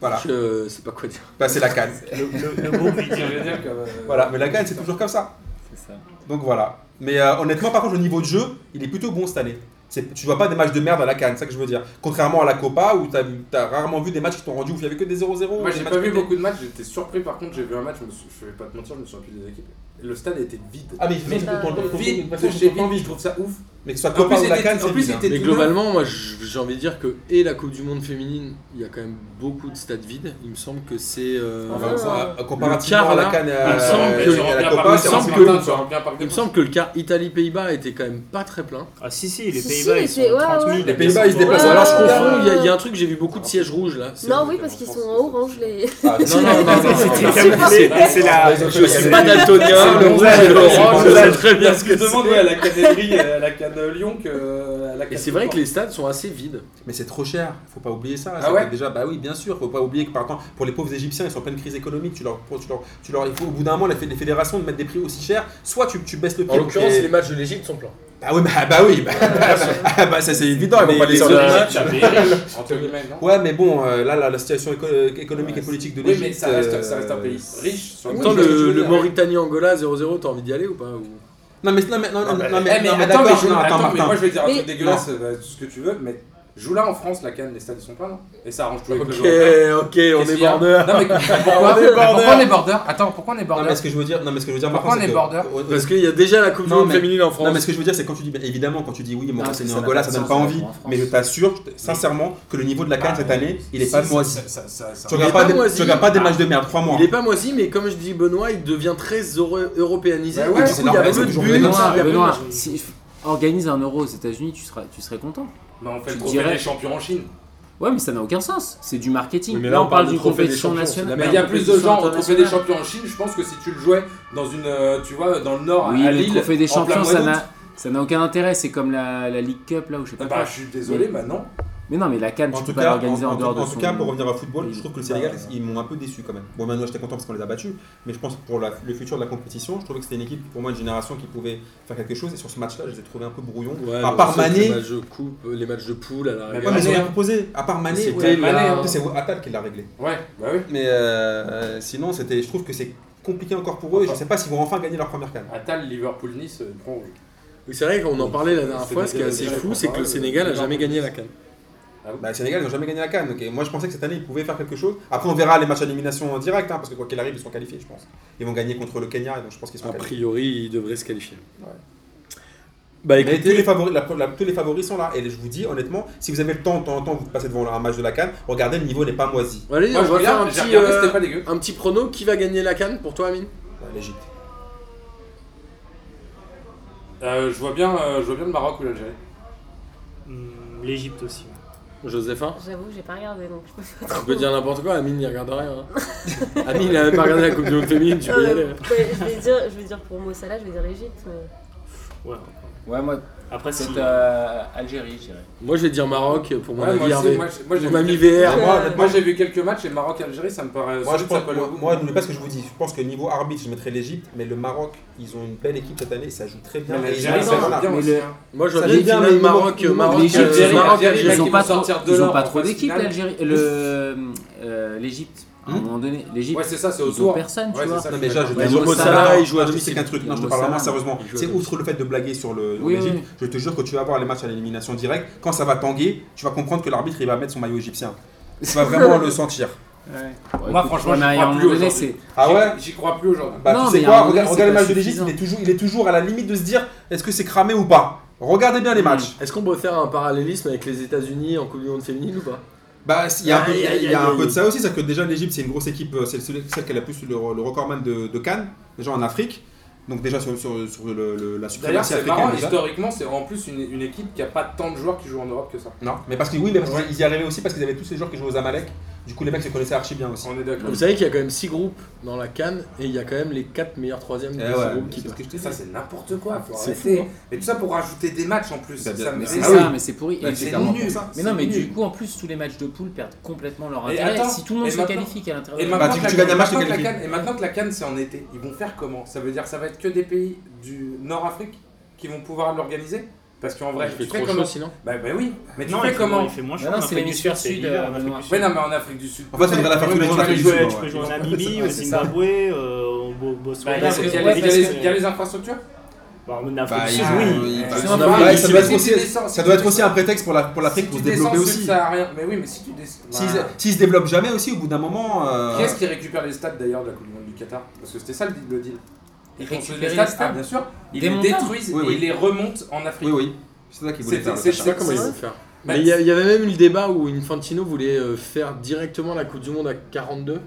Speaker 2: Voilà,
Speaker 1: Je sais pas quoi dire.
Speaker 2: Bah, c'est la Cannes.
Speaker 6: Le, le- le groupe vit
Speaker 5: Ça veut dire que, euh,
Speaker 2: Voilà, mais la Cannes, c'est toujours comme ça.
Speaker 7: C'est ça.
Speaker 2: Donc, voilà. Mais euh, honnêtement, par contre, le niveau de jeu, il est plutôt bon cette année. C'est- Tu vois pas des matchs de merde à la Cannes, c'est ça que je veux dire. Contrairement à la Copa où t'as as rarement vu des matchs qui t'ont rendu où il y avait que des 0-0.
Speaker 5: Moi,
Speaker 2: des
Speaker 5: j'ai
Speaker 2: matchs
Speaker 5: pas vu
Speaker 2: pétés.
Speaker 5: beaucoup de matchs. J'étais surpris par contre. J'ai vu un match. Je, me suis- je vais pas te mentir, je me suis rappelé des équipes. Le stade était vide.
Speaker 2: Ah, mais il fait
Speaker 4: Mais
Speaker 2: tout le temps-
Speaker 5: vide,
Speaker 2: tout le temps-
Speaker 5: touché vide. Je trouve ça ouf.
Speaker 2: Mais que ce soit
Speaker 5: En
Speaker 2: Copa
Speaker 5: plus,
Speaker 2: ou la Cannes,
Speaker 5: c'était-
Speaker 2: c'est
Speaker 5: en plus,
Speaker 2: vide, hein.
Speaker 5: c'était
Speaker 1: Mais
Speaker 5: tout neuf.
Speaker 1: globalement, moi j- j'ai envie de dire que et la Coupe du Monde féminine, il y a quand même beaucoup de stades vides. Il me semble que c'est. euh,
Speaker 4: Enfin,
Speaker 2: Enfin,
Speaker 4: euh,
Speaker 2: comparativement
Speaker 1: le
Speaker 2: à la
Speaker 1: quart,
Speaker 2: canne
Speaker 1: il me semble
Speaker 2: euh,
Speaker 1: que-
Speaker 2: et à la
Speaker 5: il
Speaker 2: Copa, c'est
Speaker 1: semble
Speaker 2: en
Speaker 1: que-
Speaker 2: semaine,
Speaker 5: tu
Speaker 2: quoi.
Speaker 5: reviens par
Speaker 1: il me semble que le quart Italie-Pays-Bas était quand même pas très plein.
Speaker 6: Ah si si, les
Speaker 4: Si,
Speaker 6: Pays-Bas
Speaker 4: si,
Speaker 6: ils sont
Speaker 4: c'est- ouais,
Speaker 6: 30 000.
Speaker 4: ouais.
Speaker 2: Les Pays-Bas, ils se
Speaker 1: Ou
Speaker 2: déplacent.
Speaker 1: alors je
Speaker 4: Ouais.
Speaker 1: confonds, il y a- il y, a un truc, j'ai vu beaucoup de sièges rouges là. C'est-
Speaker 4: Non, oui, parce qu'ils sont en orange, les.
Speaker 2: Ah,
Speaker 1: Non, non, non, non, non,
Speaker 6: C'était
Speaker 1: non,
Speaker 6: camouflé. C'est la.
Speaker 2: Ils ont fait
Speaker 1: Je
Speaker 2: la
Speaker 1: suis
Speaker 2: canne.
Speaker 1: pas daltonien,
Speaker 5: C'est
Speaker 1: le
Speaker 5: bon,
Speaker 1: rouge
Speaker 5: c'est
Speaker 1: et
Speaker 5: bon,
Speaker 1: l'orange, je
Speaker 5: c'est bon.
Speaker 1: sais très bien
Speaker 5: Parce
Speaker 1: ce
Speaker 5: que
Speaker 1: que
Speaker 5: je demande
Speaker 1: c'est.
Speaker 5: ouais, à la Cannerie, à la Cannes Lyon que à la
Speaker 1: Et
Speaker 5: Cannes
Speaker 1: c'est vrai
Speaker 5: Lyon.
Speaker 1: que les stades sont assez vides.
Speaker 2: Mais c'est trop cher, faut pas oublier ça.
Speaker 5: Ah
Speaker 2: ça
Speaker 5: ouais
Speaker 2: coûte déjà, bah oui, bien sûr, faut pas oublier que par contre, pour les pauvres Égyptiens, ils sont en pleine crise économique. Tu leur, tu leur, tu leur, il faut au bout d'un moment, les fé- les fédérations de mettre des prix aussi chers. Soit tu, tu baisses le prix.
Speaker 1: En l'occurrence,
Speaker 2: Et-
Speaker 1: les matchs de l'Égypte sont pleins.
Speaker 2: bah oui, bah, bah oui, bah, bah, bah, ça c'est évident, ils vont
Speaker 1: Les-
Speaker 2: pas les
Speaker 1: les
Speaker 2: sortir.
Speaker 1: autres
Speaker 5: Ça fait rire, entre guillemets, non
Speaker 2: Ouais, mais bon, euh, là, la, la situation éco- euh, économique
Speaker 5: Ouais,
Speaker 2: et politique de
Speaker 5: Oui,
Speaker 2: l'Égypte.
Speaker 5: mais ça reste, ça
Speaker 2: euh,
Speaker 5: reste un pays riche. Sur
Speaker 1: En
Speaker 5: le
Speaker 1: même temps,
Speaker 5: plan, je veux
Speaker 1: le, le
Speaker 5: dire.
Speaker 1: Mauritanie-Angola 0-0, t'as envie d'y aller ou pas ou-
Speaker 2: Non, mais non, mais non, non, non,
Speaker 5: Eh,
Speaker 2: mais
Speaker 5: mais
Speaker 2: non, mais
Speaker 5: attends, mais
Speaker 2: d'accord,
Speaker 5: je-
Speaker 2: non, attends,
Speaker 5: attends, mais
Speaker 2: Martin.
Speaker 5: moi je vais dire un
Speaker 4: Mais-
Speaker 5: truc dégueulasse, bah, tout ce que tu veux, mais joue là en France la Cannes, les stades ils sont pleins, non Et ça arrange tout avec
Speaker 1: Ok,
Speaker 5: le joueur.
Speaker 1: ok, on
Speaker 5: Qu'est-ce
Speaker 1: est
Speaker 5: qu'il y a
Speaker 1: border.
Speaker 5: Non
Speaker 1: On est
Speaker 5: mais pourquoi
Speaker 1: border.
Speaker 8: Pourquoi on est border Attends, pourquoi on est
Speaker 2: Non,
Speaker 8: border
Speaker 2: mais ce que je veux dire, non, mais ce que je veux dire, par
Speaker 8: Pourquoi
Speaker 2: contre,
Speaker 8: on est
Speaker 2: c'est
Speaker 8: border
Speaker 2: que-
Speaker 1: Parce qu'il y a déjà la Coupe du
Speaker 2: Non,
Speaker 1: Monde
Speaker 2: mais-
Speaker 1: féminine en France.
Speaker 2: Non, mais ce que je veux dire, c'est quand tu dis, bah, évidemment, quand tu dis oui,
Speaker 7: Non,
Speaker 2: Mauritanie
Speaker 7: parce que
Speaker 2: et
Speaker 7: ça n'a
Speaker 2: Angola,
Speaker 7: pas
Speaker 2: ça
Speaker 7: de
Speaker 2: donne
Speaker 7: sens,
Speaker 2: pas
Speaker 7: ça
Speaker 2: envie,
Speaker 7: joue en France.
Speaker 2: mais je t'assure je- sincèrement que le niveau de la CAN cette année, il est pas moisi. Tu
Speaker 1: Il est
Speaker 2: regardes
Speaker 1: pas
Speaker 2: pas, des-
Speaker 1: moisi.
Speaker 2: tu regardes pas des matchs de merde, crois-moi.
Speaker 1: Il est pas moisi, mais comme je dis Benoît, il devient très euro- européanisé.
Speaker 5: Bah ouais,
Speaker 1: Et du
Speaker 5: c'est
Speaker 1: coup, il y a
Speaker 2: normal,
Speaker 1: peu
Speaker 2: c'est
Speaker 1: de
Speaker 2: toujours
Speaker 1: buts.
Speaker 2: Benoît,
Speaker 1: il y a peu de
Speaker 7: Benoît, Benoît,
Speaker 1: matchs.
Speaker 7: si f- organise un euro aux États-Unis, tu seras, tu serais content.
Speaker 5: Mais on fait
Speaker 7: Tu
Speaker 5: le trophée
Speaker 7: dirais-
Speaker 5: des champions en Chine.
Speaker 7: Ouais, mais ça n'a aucun sens. C'est du marketing.
Speaker 1: Oui, mais
Speaker 7: là, on parle
Speaker 1: du
Speaker 7: d'une
Speaker 1: trophée des
Speaker 7: compétition
Speaker 1: champions, c'est la
Speaker 7: nationale.
Speaker 5: Mais il y a
Speaker 1: merde.
Speaker 5: plus de gens au trophée des
Speaker 7: internationale.
Speaker 5: champions en Chine, je pense que si tu le jouais dans une, euh, tu vois, dans le nord,
Speaker 7: Oui,
Speaker 5: à
Speaker 7: le
Speaker 5: Lille,
Speaker 7: trophée des
Speaker 5: en plein
Speaker 7: champions,
Speaker 5: mois
Speaker 7: ça
Speaker 5: d'août,
Speaker 7: n'a. Ça n'a aucun intérêt, c'est comme la, la League Cup là où je sais
Speaker 5: Ah
Speaker 7: pas.
Speaker 5: Bah,
Speaker 7: quoi.
Speaker 5: je suis désolé, bah non.
Speaker 7: Mais non, mais la Cannes,
Speaker 2: En
Speaker 7: tu
Speaker 2: tout
Speaker 7: peux pas
Speaker 2: cas, en,
Speaker 7: l'organiser en,
Speaker 2: en tout-
Speaker 7: dehors de
Speaker 2: en
Speaker 7: son.
Speaker 2: tout cas, pour revenir au football, je trouve que le Sénégal,
Speaker 5: Ouais.
Speaker 2: ils m'ont un peu déçu quand même. Bon, maintenant, j'étais content parce qu'on les a battus, mais je pense que pour la- le futur de la compétition, je trouvais que c'était une équipe, pour moi, une génération qui pouvait faire quelque chose. Et sur ce match-là, je les ai trouvés un peu brouillons.
Speaker 1: Ouais,
Speaker 2: à
Speaker 1: mais
Speaker 2: part
Speaker 1: on sait que Les
Speaker 2: Mané,
Speaker 1: matchs de coupe, les matchs de poule à la
Speaker 5: Mais
Speaker 2: Ouais, mais ils ont
Speaker 5: Mané,
Speaker 2: rien
Speaker 5: hein.
Speaker 2: proposé. À part Mané,
Speaker 1: C'était
Speaker 5: ouais, Mané,
Speaker 1: là.
Speaker 5: hein.
Speaker 2: c'est Attal qui l'a réglé.
Speaker 5: Ouais, bah oui.
Speaker 2: Mais euh, sinon, c'était, je trouve que c'est compliqué encore pour eux. et Je ne sais pas s'ils vont enfin gagner leur première canne.
Speaker 5: Atal, Liverpool, Nice, euh, bon,
Speaker 1: Oui, C'est vrai qu'on en parlait la dernière
Speaker 5: C'est
Speaker 1: fois, ce qui est
Speaker 5: des-
Speaker 1: assez
Speaker 5: des-
Speaker 1: fou,
Speaker 5: des-
Speaker 1: c'est que le
Speaker 5: des- Ah
Speaker 1: Sénégal a
Speaker 5: des-
Speaker 1: jamais gagné la Cannes.
Speaker 2: Bah, le Sénégal, ils n'ont jamais gagné la canne. Moi, je pensais que cette année, ils pouvaient faire quelque chose. Après, on verra les matchs à élimination en direct, hein, parce que quoi qu'il arrive, ils sont qualifiés, je pense. Ils vont gagner contre le Kenya, et donc je pense qu'ils sont
Speaker 1: A
Speaker 2: qualifiés.
Speaker 1: priori, il devrait se qualifier.
Speaker 2: Ouais.
Speaker 1: Bah
Speaker 2: Mais
Speaker 1: écoutez,
Speaker 2: tous les, favoris, la- la- tous les favoris sont là. Et je vous dis, honnêtement, si vous avez le temps, de temps en temps, vous passez devant un match de la canne, regardez, le niveau n'est pas moisi.
Speaker 1: allez,
Speaker 5: Moi,
Speaker 1: on
Speaker 5: je
Speaker 1: va faire un
Speaker 5: regarde, j'ai
Speaker 1: petit,
Speaker 5: regardé,
Speaker 1: euh,
Speaker 5: c'était pas dégueu.
Speaker 1: un petit prono. Qui va gagner la Cannes pour toi, Amine
Speaker 2: Ouais, L'Égypte.
Speaker 5: Euh, je vois bien, euh, je vois bien le Maroc ou l'Algérie.
Speaker 6: Hmm, L'Egypte aussi.
Speaker 1: Joséphin
Speaker 4: J'avoue que j'ai pas regardé donc je peux pas
Speaker 1: Tu
Speaker 4: trop.
Speaker 1: peux dire n'importe quoi, Amine n'y regarde rien. hein. Amine, il a même pas regardé la Coupe du Monde féminine, tu peux y
Speaker 4: Euh,
Speaker 1: aller.
Speaker 4: ouais, je, vais dire, je vais dire pour Mossala, je vais dire l'Egypte. Mais...
Speaker 6: Ouais.
Speaker 7: Ouais, moi,
Speaker 6: Après, si-
Speaker 7: c'est euh, Algérie, je dirais.
Speaker 1: Moi, je vais dire Maroc pour mon
Speaker 5: Ouais,
Speaker 1: avis.
Speaker 5: moi, aussi,
Speaker 1: Hervé.
Speaker 5: moi, j'ai- moi, j'ai
Speaker 1: Mon ami
Speaker 5: vu,
Speaker 1: VR.
Speaker 5: quelques- moi,
Speaker 4: Ouais.
Speaker 5: moi, j'ai vu quelques matchs et Maroc-Algérie, ça me paraît.
Speaker 2: Moi, je
Speaker 5: ça
Speaker 2: pense,
Speaker 5: peut-
Speaker 2: que- moi, n'oubliez pas ce que je vous dis. Je pense que niveau arbitre, je mettrais l'Égypte, mais le Maroc, ils ont une belle équipe cette année, ça joue très bien.
Speaker 5: Mais
Speaker 2: Et ils
Speaker 5: l'Algérie,
Speaker 2: ont-
Speaker 5: ça joue
Speaker 2: voilà.
Speaker 5: bien
Speaker 7: Mais
Speaker 5: aussi.
Speaker 7: le-
Speaker 5: hein.
Speaker 1: Moi, je
Speaker 2: Ça
Speaker 1: veux
Speaker 2: veut dire,
Speaker 1: dire
Speaker 2: mais
Speaker 1: finale
Speaker 2: il manque-
Speaker 1: Maroc,
Speaker 2: il manque
Speaker 1: Maroc,
Speaker 7: l'Égypte,
Speaker 1: euh,
Speaker 5: l'Algérie,
Speaker 1: Maroc,
Speaker 5: l'Algérie,
Speaker 1: Algérie.
Speaker 5: qui
Speaker 7: Ils ont
Speaker 5: vont
Speaker 7: pas trop,
Speaker 5: sortir de
Speaker 7: ils ont
Speaker 5: l'or
Speaker 7: pas
Speaker 5: en
Speaker 7: trop
Speaker 5: phase
Speaker 7: d'équipe,
Speaker 5: finale. Hmm.
Speaker 7: l'Algérie. Le, euh, L'Égypte, à un moment donné, l'Égypte,
Speaker 5: Ouais, c'est ça, c'est
Speaker 7: ils ont
Speaker 5: autour.
Speaker 7: personne, tu
Speaker 5: Ouais,
Speaker 7: vois.
Speaker 5: c'est ça.
Speaker 2: Non, mais déjà, je
Speaker 7: Ouais,
Speaker 2: te
Speaker 7: Mo
Speaker 2: jure,
Speaker 1: Salah, il joue à
Speaker 2: je
Speaker 1: domicile.
Speaker 2: sais qu'un truc. Non, je te
Speaker 7: Mo
Speaker 2: parle vraiment
Speaker 7: Salah.
Speaker 2: sérieusement.
Speaker 1: Il joue à
Speaker 2: C'est
Speaker 1: domicile.
Speaker 2: outre le fait de blaguer sur le
Speaker 7: Oui,
Speaker 2: l'Égypte,
Speaker 7: oui.
Speaker 2: je te jure que tu vas voir les matchs à l'élimination directe. Quand ça va tanguer, tu vas comprendre que l'arbitre il va mettre son maillot égyptien. Tu vas vraiment le sentir.
Speaker 7: Ouais,
Speaker 5: Moi,
Speaker 7: écoute,
Speaker 5: franchement,
Speaker 7: mais
Speaker 5: j'y
Speaker 7: à
Speaker 5: crois
Speaker 7: un
Speaker 5: plus
Speaker 7: moment donné,
Speaker 5: aujourd'hui.
Speaker 7: c'est-
Speaker 2: Ah ouais
Speaker 5: J'y crois plus aujourd'hui.
Speaker 2: Bah,
Speaker 7: Non,
Speaker 2: tu
Speaker 7: mais
Speaker 2: sais
Speaker 7: à un
Speaker 2: quoi,
Speaker 7: moment donné,
Speaker 2: regarde,
Speaker 7: c'est
Speaker 2: regarde le
Speaker 7: pas
Speaker 2: match de l'Égypte,
Speaker 7: suffisant.
Speaker 2: il est, toujours, il est toujours à la limite de se dire est-ce que c'est cramé ou pas Regardez
Speaker 7: Hmm.
Speaker 2: bien les matchs.
Speaker 1: Est-ce qu'on peut faire un parallélisme avec les États-Unis en Coupe du Monde féminine ou pas
Speaker 2: Bah, il
Speaker 5: Ah,
Speaker 2: y a, un peu,
Speaker 1: Aïe, aïe,
Speaker 2: il y a
Speaker 1: aïe,
Speaker 2: un peu
Speaker 1: aïe.
Speaker 2: de ça aussi, c'est que déjà l'Égypte c'est une grosse équipe, euh, c'est celle celle qui a la plus le, le recordman de, de Cannes, déjà en Afrique, donc déjà sur, sur, sur le- le- la
Speaker 5: D'ailleurs,
Speaker 2: suprématie
Speaker 5: c'est
Speaker 2: africaine.
Speaker 5: marrant,
Speaker 2: déjà.
Speaker 5: historiquement, c'est en plus une, une équipe qui a pas tant de joueurs qui jouent en Europe que ça.
Speaker 2: Non, mais parce que oui, mais parce qu'ils y arrivaient aussi parce qu'ils avaient tous ces joueurs qui jouaient aux Amalek, du coup les mecs se connaissaient archi bien aussi.
Speaker 5: On est d'accord.
Speaker 1: Vous savez qu'il y a quand même 6 groupes dans la Cannes et il y a quand même les 4 meilleurs troisièmes de
Speaker 2: Eh
Speaker 1: ces
Speaker 2: ouais,
Speaker 1: groupes qui
Speaker 2: c'est ce
Speaker 1: passent.
Speaker 2: que je te dis.
Speaker 5: Ça, c'est n'importe quoi. Faut
Speaker 1: C'est
Speaker 5: arrêter. Et tout ça pour rajouter des matchs en plus.
Speaker 2: Bah, bien-
Speaker 5: Ça me-
Speaker 2: mais
Speaker 7: C'est
Speaker 5: Ah
Speaker 7: ça,
Speaker 5: oui.
Speaker 7: mais c'est pourri.
Speaker 2: Ouais,
Speaker 7: Et
Speaker 2: c'est
Speaker 7: c'est
Speaker 2: clairement
Speaker 7: nul.
Speaker 2: pour ça,
Speaker 7: Mais non,
Speaker 2: c'est
Speaker 7: mais Bah, du
Speaker 2: nul.
Speaker 7: coup, en plus, tous les matchs de poule perdent complètement leur
Speaker 5: Et
Speaker 7: intérêt.
Speaker 5: attends,
Speaker 7: si tout le monde
Speaker 5: et
Speaker 7: se
Speaker 5: maintenant-
Speaker 7: qualifie à l'intérieur
Speaker 5: Et
Speaker 7: de-
Speaker 5: maintenant,
Speaker 2: Bah, si
Speaker 5: que la-
Speaker 2: tu gagnes un match,
Speaker 5: maintenant
Speaker 2: t'es
Speaker 5: que la
Speaker 2: qualifié.
Speaker 5: Cannes- et maintenant que la Cannes c'est en été, ils vont faire comment Ça veut dire ça va être que des pays du Nord-Afrique qui vont pouvoir l'organiser Parce qu'en vrai,
Speaker 1: Il fait
Speaker 5: tu fais
Speaker 1: trop
Speaker 5: comment
Speaker 1: chaud sinon.
Speaker 5: Bah, bah oui, mais tu
Speaker 6: Non, il
Speaker 5: fais
Speaker 6: fait,
Speaker 5: comment
Speaker 6: il fait moins chaud.
Speaker 7: Non, non,
Speaker 6: en
Speaker 7: c'est
Speaker 6: Afrique du
Speaker 7: l'hémisphère
Speaker 6: Sud, c'est
Speaker 7: sud,
Speaker 6: l'hiver,
Speaker 7: euh,
Speaker 6: en Afrique
Speaker 7: non.
Speaker 6: du Sud.
Speaker 5: Ouais, non, mais en Afrique du Sud.
Speaker 2: En fait, il faudrait la faire
Speaker 5: Ouais,
Speaker 2: tourner
Speaker 5: mais
Speaker 2: sur
Speaker 5: tu
Speaker 2: l'Afrique
Speaker 5: peux
Speaker 2: du
Speaker 5: jouer-
Speaker 2: Sud.
Speaker 6: Tu peux jouer en
Speaker 2: Ouais,
Speaker 6: Namibie,
Speaker 2: c'est
Speaker 6: au
Speaker 2: ça.
Speaker 6: Zimbabwe, euh, au Bo- Botswana.
Speaker 5: Bah, parce
Speaker 6: c'est-
Speaker 5: qu'il y, a
Speaker 6: ouais,
Speaker 5: les- il y a
Speaker 6: parce
Speaker 5: les-
Speaker 6: que-
Speaker 5: il y a les infrastructures
Speaker 6: Bah, en
Speaker 2: Bah,
Speaker 6: Afrique du
Speaker 2: ils- ils-
Speaker 6: Sud, oui.
Speaker 2: ils-
Speaker 5: Ouais.
Speaker 2: bah,
Speaker 5: Sinon,
Speaker 2: bah,
Speaker 5: bah,
Speaker 2: ouais,
Speaker 5: si
Speaker 2: ça
Speaker 5: tu
Speaker 2: doit être
Speaker 5: descends-
Speaker 2: aussi-
Speaker 5: si tu descends-
Speaker 2: Ça doit être aussi un prétexte pour la pour l'Afrique pour
Speaker 5: tu
Speaker 2: se
Speaker 5: descends
Speaker 2: développer
Speaker 5: sud,
Speaker 2: aussi.
Speaker 5: Ça a rien. Mais oui, mais si tu descends.
Speaker 2: S'ils
Speaker 5: Bah,
Speaker 2: s'ils se développent jamais aussi, au bout d'un moment. euh,
Speaker 5: Qui est-ce qui récupère les stades d'ailleurs de la Coupe du Monde du Qatar Parce que c'était ça le deal- le deal. Ils
Speaker 7: Récupérer
Speaker 5: construisent les
Speaker 7: les
Speaker 5: stades,
Speaker 7: stades
Speaker 5: ah, bien sûr. Ils les
Speaker 7: Démontable.
Speaker 5: détruisent
Speaker 2: Oui,
Speaker 5: et
Speaker 2: oui.
Speaker 5: ils les remontent en Afrique. Bah,
Speaker 2: Oui, oui. C'est ça qu'ils voulaient
Speaker 5: C'est-
Speaker 2: faire. le
Speaker 5: c'est-
Speaker 1: Je
Speaker 2: Qatar.
Speaker 1: sais pas comment ils vont faire. Mais il y, a- il y avait même eu le débat où Infantino voulait euh, faire directement la Coupe du Monde à 42.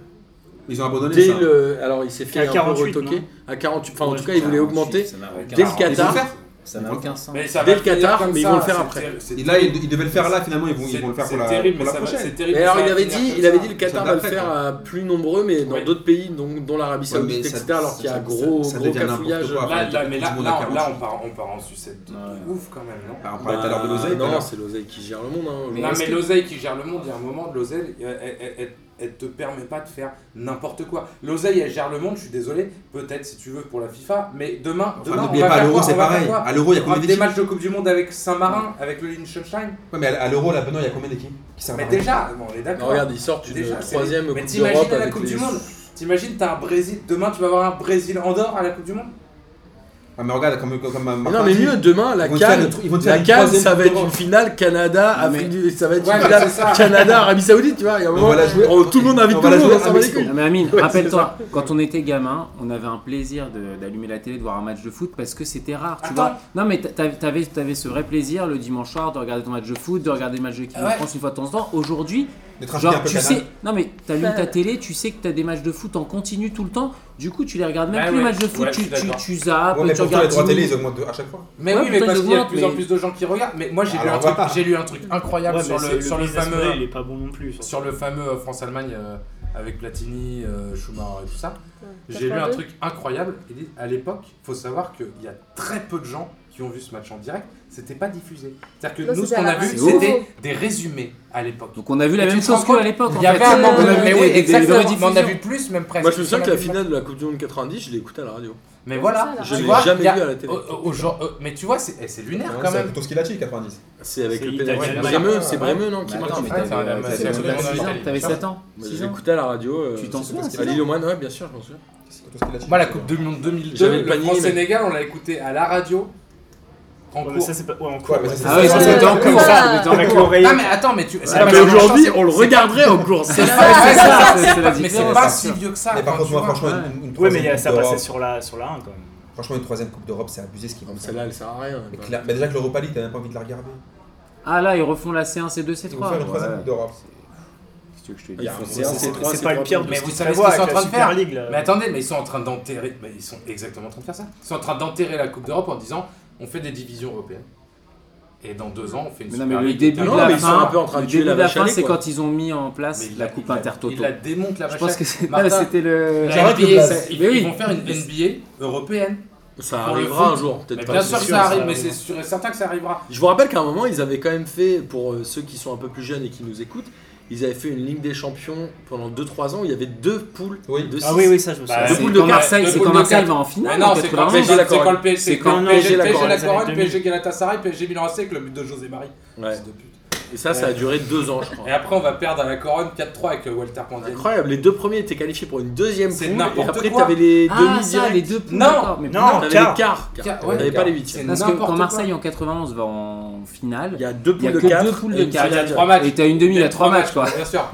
Speaker 2: Ils ont abandonné
Speaker 1: Dès
Speaker 2: ça.
Speaker 1: le- alors il s'est fait
Speaker 6: À
Speaker 1: un
Speaker 6: 48,
Speaker 1: peu retoquer.
Speaker 6: non
Speaker 1: À 48, enfin en
Speaker 6: Ouais,
Speaker 1: tout cas il voulait augmenter
Speaker 7: Ça n'a aucun
Speaker 1: dès le
Speaker 7: sens.
Speaker 2: Ils vont le
Speaker 1: Qatar.
Speaker 2: faire.
Speaker 7: Ça n'a aucun sens.
Speaker 5: Mais ça
Speaker 1: Dès
Speaker 5: va
Speaker 1: le
Speaker 5: finir
Speaker 1: Qatar,
Speaker 5: comme
Speaker 1: mais ils
Speaker 5: ça,
Speaker 1: vont le faire
Speaker 5: c'est
Speaker 1: après.
Speaker 5: terri- c'est
Speaker 2: Et là, ils
Speaker 5: terrible.
Speaker 2: ils devaient le faire là finalement, ils vont ils
Speaker 5: C'est-
Speaker 2: vont le faire pour
Speaker 5: c'est
Speaker 2: la
Speaker 5: terrible,
Speaker 2: pour
Speaker 5: mais
Speaker 2: la
Speaker 5: ça va- c'est
Speaker 2: prochaine.
Speaker 5: terrible,
Speaker 1: Et
Speaker 5: mais
Speaker 1: alors
Speaker 5: ça
Speaker 1: il
Speaker 5: va
Speaker 1: avait
Speaker 5: finir
Speaker 1: dit,
Speaker 5: comme
Speaker 1: il avait
Speaker 5: ça.
Speaker 1: dit le Qatar
Speaker 2: Ça
Speaker 1: va le
Speaker 2: d'après,
Speaker 1: faire
Speaker 2: quoi.
Speaker 1: à plus nombreux, mais dans
Speaker 5: Ouais.
Speaker 1: d'autres pays, donc dont l'Arabie
Speaker 2: Ouais, mais
Speaker 1: Saoudite,
Speaker 2: ça-
Speaker 1: etc.
Speaker 2: ça-
Speaker 1: alors qu'il y a
Speaker 2: ça-
Speaker 1: un gros,
Speaker 2: ça
Speaker 1: gros
Speaker 2: devient n'importe
Speaker 1: cafouillage.
Speaker 2: quoi.
Speaker 5: Là, là, mais là,
Speaker 2: Tout le monde
Speaker 5: là,
Speaker 2: a
Speaker 5: on-
Speaker 2: 40.
Speaker 5: là, on part, on part en sucette de ouf quand même, non
Speaker 2: Bah, On parlait tout à l'heure de l'oseille. tout à
Speaker 1: Non,
Speaker 2: l'heure.
Speaker 1: c'est l'oseille qui gère le monde. hein, aujourd'hui.
Speaker 5: Non, mais l'oseille qui gère le monde, il y a un moment, l'oseille, elle, elle- elle- elle te permet pas de faire n'importe quoi. L'oseille, elle gère le monde, je suis désolé, peut-être si tu veux pour la FIFA, mais demain,
Speaker 2: Enfin,
Speaker 5: demain on
Speaker 2: N'oubliez
Speaker 5: va
Speaker 2: pas, à
Speaker 5: faire
Speaker 2: l'euro
Speaker 5: quoi
Speaker 2: c'est
Speaker 5: On va faire
Speaker 2: pareil. Ah,
Speaker 5: quoi
Speaker 2: À l'euro, il y a
Speaker 5: On va
Speaker 2: combien
Speaker 5: faire des
Speaker 2: d'équipes
Speaker 5: matchs de Coupe du Monde avec Saint-Marin, avec le Liechtenstein.
Speaker 2: Ouais, mais à à l'euro, là, Benoît, il y a combien d'équipes qui servent
Speaker 5: Mais
Speaker 2: à rien
Speaker 5: déjà, bon, on est
Speaker 1: Non,
Speaker 5: d'accord.
Speaker 1: regarde, ils sortent une
Speaker 5: Déjà, c'est-
Speaker 1: troisième
Speaker 5: Mais
Speaker 1: Coupe d'Europe
Speaker 5: t'imagines à la
Speaker 1: avec
Speaker 5: Coupe
Speaker 1: les-
Speaker 5: du Monde T'imagines, t'as un Brésil. Demain, tu vas avoir un Brésil-Andorre à la Coupe du Monde
Speaker 2: Ah, mais regarde, comme, comme, comme
Speaker 1: Mais
Speaker 2: Martin
Speaker 1: non, mais
Speaker 2: dit,
Speaker 1: mieux, demain, la
Speaker 2: ils vont te faire
Speaker 1: Cannes,
Speaker 2: une tro- ils vont te faire
Speaker 1: la
Speaker 2: une
Speaker 1: Cannes,
Speaker 2: troisième
Speaker 1: ça va
Speaker 2: Coupe
Speaker 1: être une
Speaker 2: d'Europe.
Speaker 1: finale Canada, Afrique du- ça va être
Speaker 5: Ouais,
Speaker 1: une
Speaker 5: mais
Speaker 1: finale
Speaker 5: c'est ça.
Speaker 1: Canada, Arabie Saoudite, tu vois. il y a un
Speaker 2: On
Speaker 1: moment,
Speaker 2: va la jouer-
Speaker 1: oh, tout le monde invite
Speaker 2: on
Speaker 1: tout
Speaker 2: va
Speaker 1: le
Speaker 2: la
Speaker 1: monde,
Speaker 2: jouer
Speaker 1: on s'en bat les
Speaker 2: à
Speaker 1: couilles.
Speaker 7: Non, Ah, mais Amine,
Speaker 1: Ouais, c'est
Speaker 7: rappelle-toi, quand on était gamin, on avait un plaisir de- d'allumer la télé, de voir un match de foot parce que c'était rare, tu
Speaker 5: Attends.
Speaker 7: vois. Non, mais t'a- t'avais, t'avais ce vrai plaisir le dimanche soir de regarder ton match de foot, de regarder le match de l'équipe de
Speaker 5: Ouais.
Speaker 7: France une fois de temps en temps. Aujourd'hui,
Speaker 2: de trafiquer un
Speaker 7: genre,
Speaker 2: peu
Speaker 7: tu
Speaker 2: Canal.
Speaker 7: sais, non mais t'allumes ta
Speaker 4: Ouais.
Speaker 7: télé, tu sais que t'as des matchs de foot en continu tout le temps. Du coup, tu les regardes même
Speaker 5: Ouais,
Speaker 7: plus les
Speaker 5: Bah ouais.
Speaker 7: matchs de foot,
Speaker 5: Ouais, je
Speaker 7: tu,
Speaker 5: suis
Speaker 7: tu,
Speaker 5: d'accord.
Speaker 7: tu zappes,
Speaker 2: Ouais, mais
Speaker 7: tu
Speaker 2: pourtant, les
Speaker 7: regardes.
Speaker 2: droits
Speaker 7: dix
Speaker 2: télé,
Speaker 7: minutes.
Speaker 2: ils augmentent de- à chaque fois.
Speaker 5: Mais
Speaker 7: Ouais,
Speaker 5: oui, mais
Speaker 7: pourtant,
Speaker 5: parce
Speaker 7: ils
Speaker 5: qu'il y a de
Speaker 7: augmentent,
Speaker 5: plus en
Speaker 7: mais-
Speaker 5: plus de gens qui regardent. Mais moi, j'ai lu,
Speaker 2: Ah, Alors,
Speaker 5: un
Speaker 2: on va
Speaker 5: truc-
Speaker 2: pas.
Speaker 5: j'ai lu un truc incroyable
Speaker 6: Ouais,
Speaker 5: sur,
Speaker 6: mais
Speaker 5: le,
Speaker 6: c'est-
Speaker 5: sur le
Speaker 6: business
Speaker 5: fameux.
Speaker 6: model, il est pas bon non plus. surtout.
Speaker 5: sur le fameux euh, France-Allemagne euh, avec Platini, euh, Schumacher et tout ça, j'ai lu un
Speaker 4: 82.
Speaker 5: truc incroyable. Il dit à l'époque, faut savoir qu'il y a très peu de gens qui ont vu ce match en direct. C'était pas diffusé. C'est-à-dire que
Speaker 4: Non,
Speaker 5: nous, ce
Speaker 4: c'était
Speaker 5: qu'on
Speaker 4: à
Speaker 5: a
Speaker 4: la
Speaker 5: vu,
Speaker 4: radio.
Speaker 5: c'était des résumés à l'époque.
Speaker 7: Donc on a vu la
Speaker 5: Et tu
Speaker 7: même
Speaker 5: te
Speaker 7: chose
Speaker 5: rends
Speaker 7: qu'eux à
Speaker 5: compte
Speaker 7: l'époque.
Speaker 5: Il y avait
Speaker 4: fait,
Speaker 5: un
Speaker 4: euh,
Speaker 5: manque de
Speaker 4: mais
Speaker 5: mais
Speaker 7: oui,
Speaker 5: oui, exactement.
Speaker 7: exactement.
Speaker 5: Mais on a vu plus, même presque.
Speaker 1: Moi, je me souviens
Speaker 5: On a
Speaker 1: que la
Speaker 5: vu-
Speaker 1: finale de la Coupe du Monde 90, je l'ai écoutée à la radio.
Speaker 5: Mais voilà,
Speaker 4: Je
Speaker 5: tu
Speaker 1: l'ai
Speaker 5: vois,
Speaker 1: jamais
Speaker 5: il y a-
Speaker 1: vu à la télé.
Speaker 5: au- au- au genre- euh, Mais tu vois, c'est eh, c'est lunaire
Speaker 2: Ouais,
Speaker 5: quand
Speaker 2: c'est
Speaker 5: même.
Speaker 2: plutôt ce qu'il a dit, 90.
Speaker 1: C'est avec
Speaker 6: C'est
Speaker 1: le
Speaker 6: Italie-
Speaker 1: pénalty.
Speaker 5: Allemagne.
Speaker 1: Bremeux, c'est
Speaker 5: Ouais.
Speaker 1: Bremeux, non qui
Speaker 7: Mais
Speaker 1: marque
Speaker 7: Bah, attends, mais
Speaker 5: Ouais, Ah, c'est un-
Speaker 7: t'avais-
Speaker 5: c'est
Speaker 7: t'avais t'avais
Speaker 5: absolument dans la
Speaker 7: six ans,
Speaker 5: télé.
Speaker 7: t'avais 7 ans.
Speaker 1: Moi,
Speaker 7: six
Speaker 1: Je
Speaker 7: ans. Ah
Speaker 1: l'écoutais à la radio. euh,
Speaker 7: Tu t'en souviens,
Speaker 1: À
Speaker 7: c'est
Speaker 1: Lille au Moine, ouais, bien sûr, je m'en souviens.
Speaker 2: C'est plutôt ce qu'il a dit.
Speaker 5: Moi, la Coupe du Monde 2002,
Speaker 1: J'avais le
Speaker 5: le
Speaker 1: panier,
Speaker 5: France-Sénégal, on l'a écouté à la radio. En
Speaker 6: Ouais, mais
Speaker 5: cours.
Speaker 6: ça, c'est pas. Ouais, en cours.
Speaker 2: Ouais, mais ça, c'est-
Speaker 7: Ah oui, ça
Speaker 4: Ouais,
Speaker 7: c'était en
Speaker 4: ouais,
Speaker 7: cours.
Speaker 4: ouais.
Speaker 7: ça, c'était en
Speaker 6: Avec
Speaker 7: cours.
Speaker 6: l'oreille.
Speaker 5: Non, mais attends, mais tu. c'est
Speaker 1: Ah,
Speaker 5: pas
Speaker 1: mais
Speaker 5: dans le champ,
Speaker 1: aujourd'hui,
Speaker 5: c'est-
Speaker 1: on le regarderait en cours.
Speaker 5: C'est
Speaker 7: ça, c'est
Speaker 5: pas, c'est
Speaker 7: ça,
Speaker 5: ça,
Speaker 7: c'est- c'est
Speaker 5: c'est
Speaker 7: la
Speaker 5: pas- mais
Speaker 7: différence.
Speaker 5: c'est pas si vieux que ça.
Speaker 2: Mais par
Speaker 5: quand
Speaker 2: contre,
Speaker 5: tu
Speaker 2: moi,
Speaker 5: vois.
Speaker 2: franchement, une- une
Speaker 6: Ouais,
Speaker 2: troisième
Speaker 6: mais il y a-
Speaker 2: Coupe
Speaker 6: ça
Speaker 2: d'Europe-
Speaker 6: passait sur la, sur la 1 quand même.
Speaker 2: Franchement, une troisième Coupe d'Europe, c'est abusé ce qu'ils
Speaker 1: Non,
Speaker 2: vont
Speaker 1: mais
Speaker 2: faire.
Speaker 1: Celle-là, elle sert à rien.
Speaker 2: Mais cla- Mais déjà que l'Europa League, t'as même pas envie de la regarder.
Speaker 7: Ah là, ils refont la C1, C2, C3.
Speaker 2: Ils vont faire une troisième
Speaker 7: Ouais.
Speaker 2: Coupe d'Europe.
Speaker 7: Si tu veux que je te dise.
Speaker 2: Il y a un
Speaker 1: C'est
Speaker 2: moment-
Speaker 1: c'est trois,
Speaker 6: C'est
Speaker 1: c'est
Speaker 6: pas le
Speaker 1: trois
Speaker 6: pire de
Speaker 5: Mais
Speaker 6: ce
Speaker 5: vous
Speaker 6: qu'ils
Speaker 5: savez ce
Speaker 6: prévoient
Speaker 5: qu'ils sont en
Speaker 6: avec
Speaker 5: train
Speaker 6: la
Speaker 5: de
Speaker 6: Super
Speaker 5: faire
Speaker 6: League là.
Speaker 5: Mais attendez, mais ils sont en train d'enterrer. Mais ils sont exactement en train de faire ça. Ils sont en train d'enterrer la Coupe d'Europe en disant on fait des divisions européennes. Et dans deux ans, on fait une
Speaker 7: Mais non,
Speaker 5: Super
Speaker 7: mais le
Speaker 5: League
Speaker 7: début
Speaker 1: Non,
Speaker 5: italienne.
Speaker 7: de
Speaker 1: mais
Speaker 7: la
Speaker 1: ils sont
Speaker 7: fin,
Speaker 1: un peu en train de
Speaker 7: le
Speaker 1: tuer
Speaker 7: début
Speaker 1: la
Speaker 7: de la
Speaker 1: vache à
Speaker 7: fin,
Speaker 1: lait,
Speaker 7: c'est
Speaker 1: quoi.
Speaker 7: quand ils ont mis en
Speaker 5: Mais
Speaker 7: place
Speaker 5: il
Speaker 7: la
Speaker 5: la-
Speaker 7: coupe
Speaker 5: il la-
Speaker 7: intertoto.
Speaker 5: Il la démonte la
Speaker 7: Je
Speaker 5: vache
Speaker 7: pense
Speaker 5: à-
Speaker 7: que c'est-
Speaker 5: Martin,
Speaker 7: là, c'était le.
Speaker 5: la
Speaker 8: J'arrête de
Speaker 5: NBA,
Speaker 8: blase.
Speaker 5: c'est-
Speaker 7: Mais oui.
Speaker 5: Ils vont faire une NBA européenne.
Speaker 1: Ça
Speaker 5: Pour le
Speaker 1: arrivera un
Speaker 5: foot.
Speaker 1: jour, peut-être
Speaker 5: Mais
Speaker 1: pas.
Speaker 5: bien
Speaker 1: c'est
Speaker 5: sûr que
Speaker 1: sûr.
Speaker 5: ça arrive, mais
Speaker 6: arrive.
Speaker 5: c'est sûr et certain que ça arrivera.
Speaker 1: Je vous rappelle qu'à un moment, ils avaient quand même fait, pour euh, ceux qui sont un peu plus jeunes et qui nous écoutent, ils avaient fait une Ligue des Champions pendant 2-3 ans. où il y avait deux poules
Speaker 2: Oui.
Speaker 1: de six.
Speaker 6: Ah oui, oui, ça je me
Speaker 5: Bah,
Speaker 6: souviens.
Speaker 1: Deux
Speaker 7: C'est
Speaker 1: poules de
Speaker 7: quand
Speaker 1: quatre,
Speaker 7: Marseille,
Speaker 5: deux
Speaker 7: c'est
Speaker 5: poules
Speaker 7: quand
Speaker 5: de
Speaker 7: Marseille
Speaker 5: quatre.
Speaker 7: va en
Speaker 5: Mais
Speaker 7: finale.
Speaker 5: non,
Speaker 7: en
Speaker 5: c'est
Speaker 7: 91.
Speaker 5: quand
Speaker 1: PSG la
Speaker 5: c'est quand
Speaker 1: Corolle.
Speaker 5: le P- c'est
Speaker 7: C'est
Speaker 5: quand
Speaker 1: quand
Speaker 5: le PSG
Speaker 1: PSG la
Speaker 5: PSG la
Speaker 6: Corolle,
Speaker 5: Corolle,
Speaker 6: les
Speaker 5: PSG Galatasaray, PSG Milan AC avec le but de José Marie.
Speaker 1: Ouais.
Speaker 5: Fils de pute.
Speaker 1: Et ça, ça a duré deux ans, je crois.
Speaker 5: Et après, on va perdre à la Corolle 4-3 avec euh, Walter Pandiani.
Speaker 1: Incroyable, les deux premiers étaient qualifiés pour une deuxième
Speaker 5: C'est
Speaker 1: poule. Et
Speaker 5: n'importe
Speaker 1: après,
Speaker 5: quoi.
Speaker 1: t'avais les
Speaker 7: Ah,
Speaker 1: demi
Speaker 7: ça,
Speaker 1: directs.
Speaker 7: les deux poules.
Speaker 5: Non.
Speaker 7: d'accord, mais
Speaker 6: Non,
Speaker 1: T'avais
Speaker 6: quart.
Speaker 1: les quarts.
Speaker 5: Quarts,
Speaker 1: T'avais
Speaker 5: ouais,
Speaker 1: pas
Speaker 5: quarts.
Speaker 1: les huitièmes.
Speaker 7: Parce que quand
Speaker 5: N'importe
Speaker 7: Marseille en 91 va en finale,
Speaker 1: Il y a deux
Speaker 7: il y a
Speaker 1: poules de
Speaker 7: que
Speaker 1: quatre.
Speaker 7: deux poules de
Speaker 1: et une
Speaker 7: quatre.
Speaker 5: Il y a
Speaker 1: finale.
Speaker 5: trois matchs.
Speaker 7: Et t'as une demi, il y a trois
Speaker 5: trois
Speaker 7: matchs quoi.
Speaker 5: Bien sûr.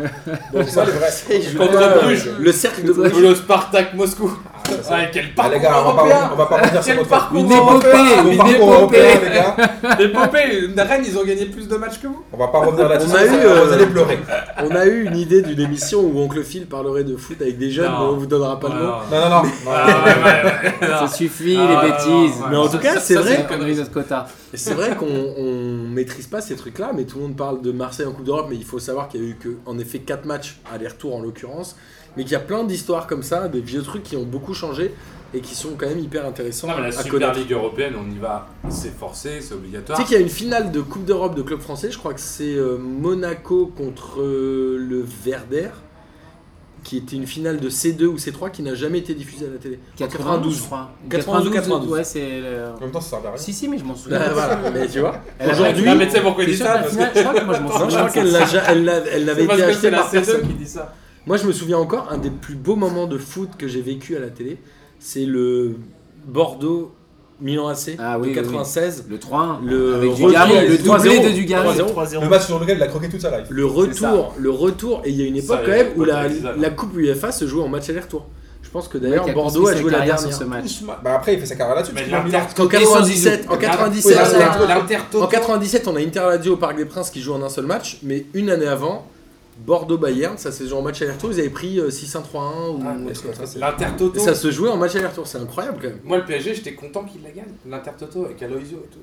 Speaker 2: Donc, ça, les vrais.
Speaker 5: Contre Bruges.
Speaker 1: Le cercle de Bruges.
Speaker 5: Le Spartak Moscou.
Speaker 2: ça, ça.
Speaker 5: Ah, quel
Speaker 2: Ah,
Speaker 5: parcours
Speaker 2: les gars, on va
Speaker 5: européen
Speaker 2: pas, on va pas revenir sur
Speaker 5: Quel
Speaker 2: votre
Speaker 5: parcours
Speaker 7: Une
Speaker 5: européen
Speaker 7: épopée,
Speaker 2: Vos
Speaker 7: une
Speaker 2: parcours européens, les
Speaker 7: épopée.
Speaker 2: gars.
Speaker 5: L'épopée, Rennes, ils ont gagné plus de matchs que vous.
Speaker 2: On va pas revenir là-dessus.
Speaker 1: On
Speaker 2: ça
Speaker 1: a
Speaker 2: va-
Speaker 1: eu,
Speaker 2: Vous
Speaker 1: euh,
Speaker 2: allez pleurer.
Speaker 1: On a eu une idée d'une émission où Oncle Phil parlerait de foot avec des jeunes,
Speaker 5: Non.
Speaker 1: mais on vous donnera pas le nom.
Speaker 2: Non, non, non.
Speaker 5: Ah, ouais, ouais, ouais.
Speaker 7: Ça suffit,
Speaker 5: Ah, non,
Speaker 7: les bêtises.
Speaker 5: non,
Speaker 1: Mais en tout cas,
Speaker 5: Ça,
Speaker 1: c'est
Speaker 5: ça,
Speaker 1: vrai.
Speaker 5: une
Speaker 7: On a
Speaker 5: connerie.
Speaker 7: eu notre quota.
Speaker 1: Et C'est vrai qu'on on maîtrise pas ces trucs-là, mais tout le monde parle de Marseille en Coupe d'Europe, mais il faut savoir qu'il y a eu que, en effet 4 matchs aller-retour en l'occurrence, mais qu'il y a plein d'histoires comme ça, des vieux trucs qui ont beaucoup changé et qui sont quand même hyper intéressants
Speaker 5: Non, mais la
Speaker 1: à
Speaker 5: Super
Speaker 1: connaître.
Speaker 5: Ligue européenne, on y va, c'est forcé, c'est obligatoire.
Speaker 1: Tu sais qu'il y a une finale de Coupe d'Europe de club français, je crois que c'est euh, Monaco contre euh, le Verder, qui était une finale de C2 ou C3 qui n'a jamais été diffusée à la télé. En
Speaker 7: 92, je crois.
Speaker 1: 92,
Speaker 7: Ouais, c'est. le-
Speaker 2: En même temps, ça sert à rien.
Speaker 7: Si, si, mais je m'en souviens.
Speaker 1: Bah, voilà, mais tu vois.
Speaker 7: Elle a-
Speaker 1: Aujourd'hui-
Speaker 5: Non, mais tu sais pourquoi il
Speaker 7: T'es
Speaker 5: dit
Speaker 7: sûr que
Speaker 5: ça
Speaker 7: la
Speaker 5: Parce que
Speaker 7: finale, je crois que moi je m'en
Speaker 1: Non, je
Speaker 7: souviens.
Speaker 1: crois qu'elle l'a ja- elle l'a- elle n'avait
Speaker 5: c'est
Speaker 1: été
Speaker 5: parce que c'est
Speaker 1: achetée
Speaker 5: la
Speaker 1: par personne.
Speaker 5: C2 qui dit ça.
Speaker 1: Moi, je me souviens encore, un des plus beaux moments de foot que j'ai vécu à la télé, c'est le Bordeaux Milan AC
Speaker 7: Ah
Speaker 1: de
Speaker 7: oui, oui,
Speaker 1: 96.
Speaker 7: Le 3-1.
Speaker 1: Le
Speaker 7: Avec
Speaker 1: retour-
Speaker 7: Dugarry, le
Speaker 1: 3-0.
Speaker 7: doublé de Dugarry.
Speaker 1: 3-0.
Speaker 6: 3-0.
Speaker 2: Le match sur lequel il a croqué toute sa life.
Speaker 1: Le retour, le retour, et il y a une époque
Speaker 5: Ça,
Speaker 1: quand
Speaker 5: il y a
Speaker 1: même où
Speaker 5: pas de
Speaker 1: la,
Speaker 5: réalisable.
Speaker 1: la Coupe UEFA se jouait en match aller-retour. Je pense que
Speaker 7: Qui a
Speaker 1: d'ailleurs
Speaker 7: construit
Speaker 1: Bordeaux a
Speaker 7: sa
Speaker 1: joué la
Speaker 7: carrière
Speaker 1: dernière.
Speaker 7: sur ce match.
Speaker 2: Bah après, il fait sa carrière là-dessus.
Speaker 5: Mais
Speaker 2: parce qu'il est en
Speaker 5: l'Inter-
Speaker 2: Milan.
Speaker 1: En
Speaker 7: Et sans
Speaker 1: 97,
Speaker 7: Zizou.
Speaker 1: en
Speaker 2: Oui,
Speaker 1: 97,
Speaker 2: bah,
Speaker 1: on a-
Speaker 2: l'Inter-
Speaker 5: L'Intertoto.
Speaker 1: En 97, on a Interladio au Parc des Princes qui joue en un seul match, mais une année avant, Bordeaux-Bayern, ça se joue en match aller-retour, ils avaient pris euh, 6-1-3-1 ou.
Speaker 5: Ah,
Speaker 1: un
Speaker 5: mais
Speaker 1: truc comme ça. Et
Speaker 5: L'Intertoto.
Speaker 1: ça se jouait en match aller-retour, c'est incroyable quand même.
Speaker 5: Moi, le PSG, j'étais content qu'il la gagne. L'Intertoto avec Aloisio et tout.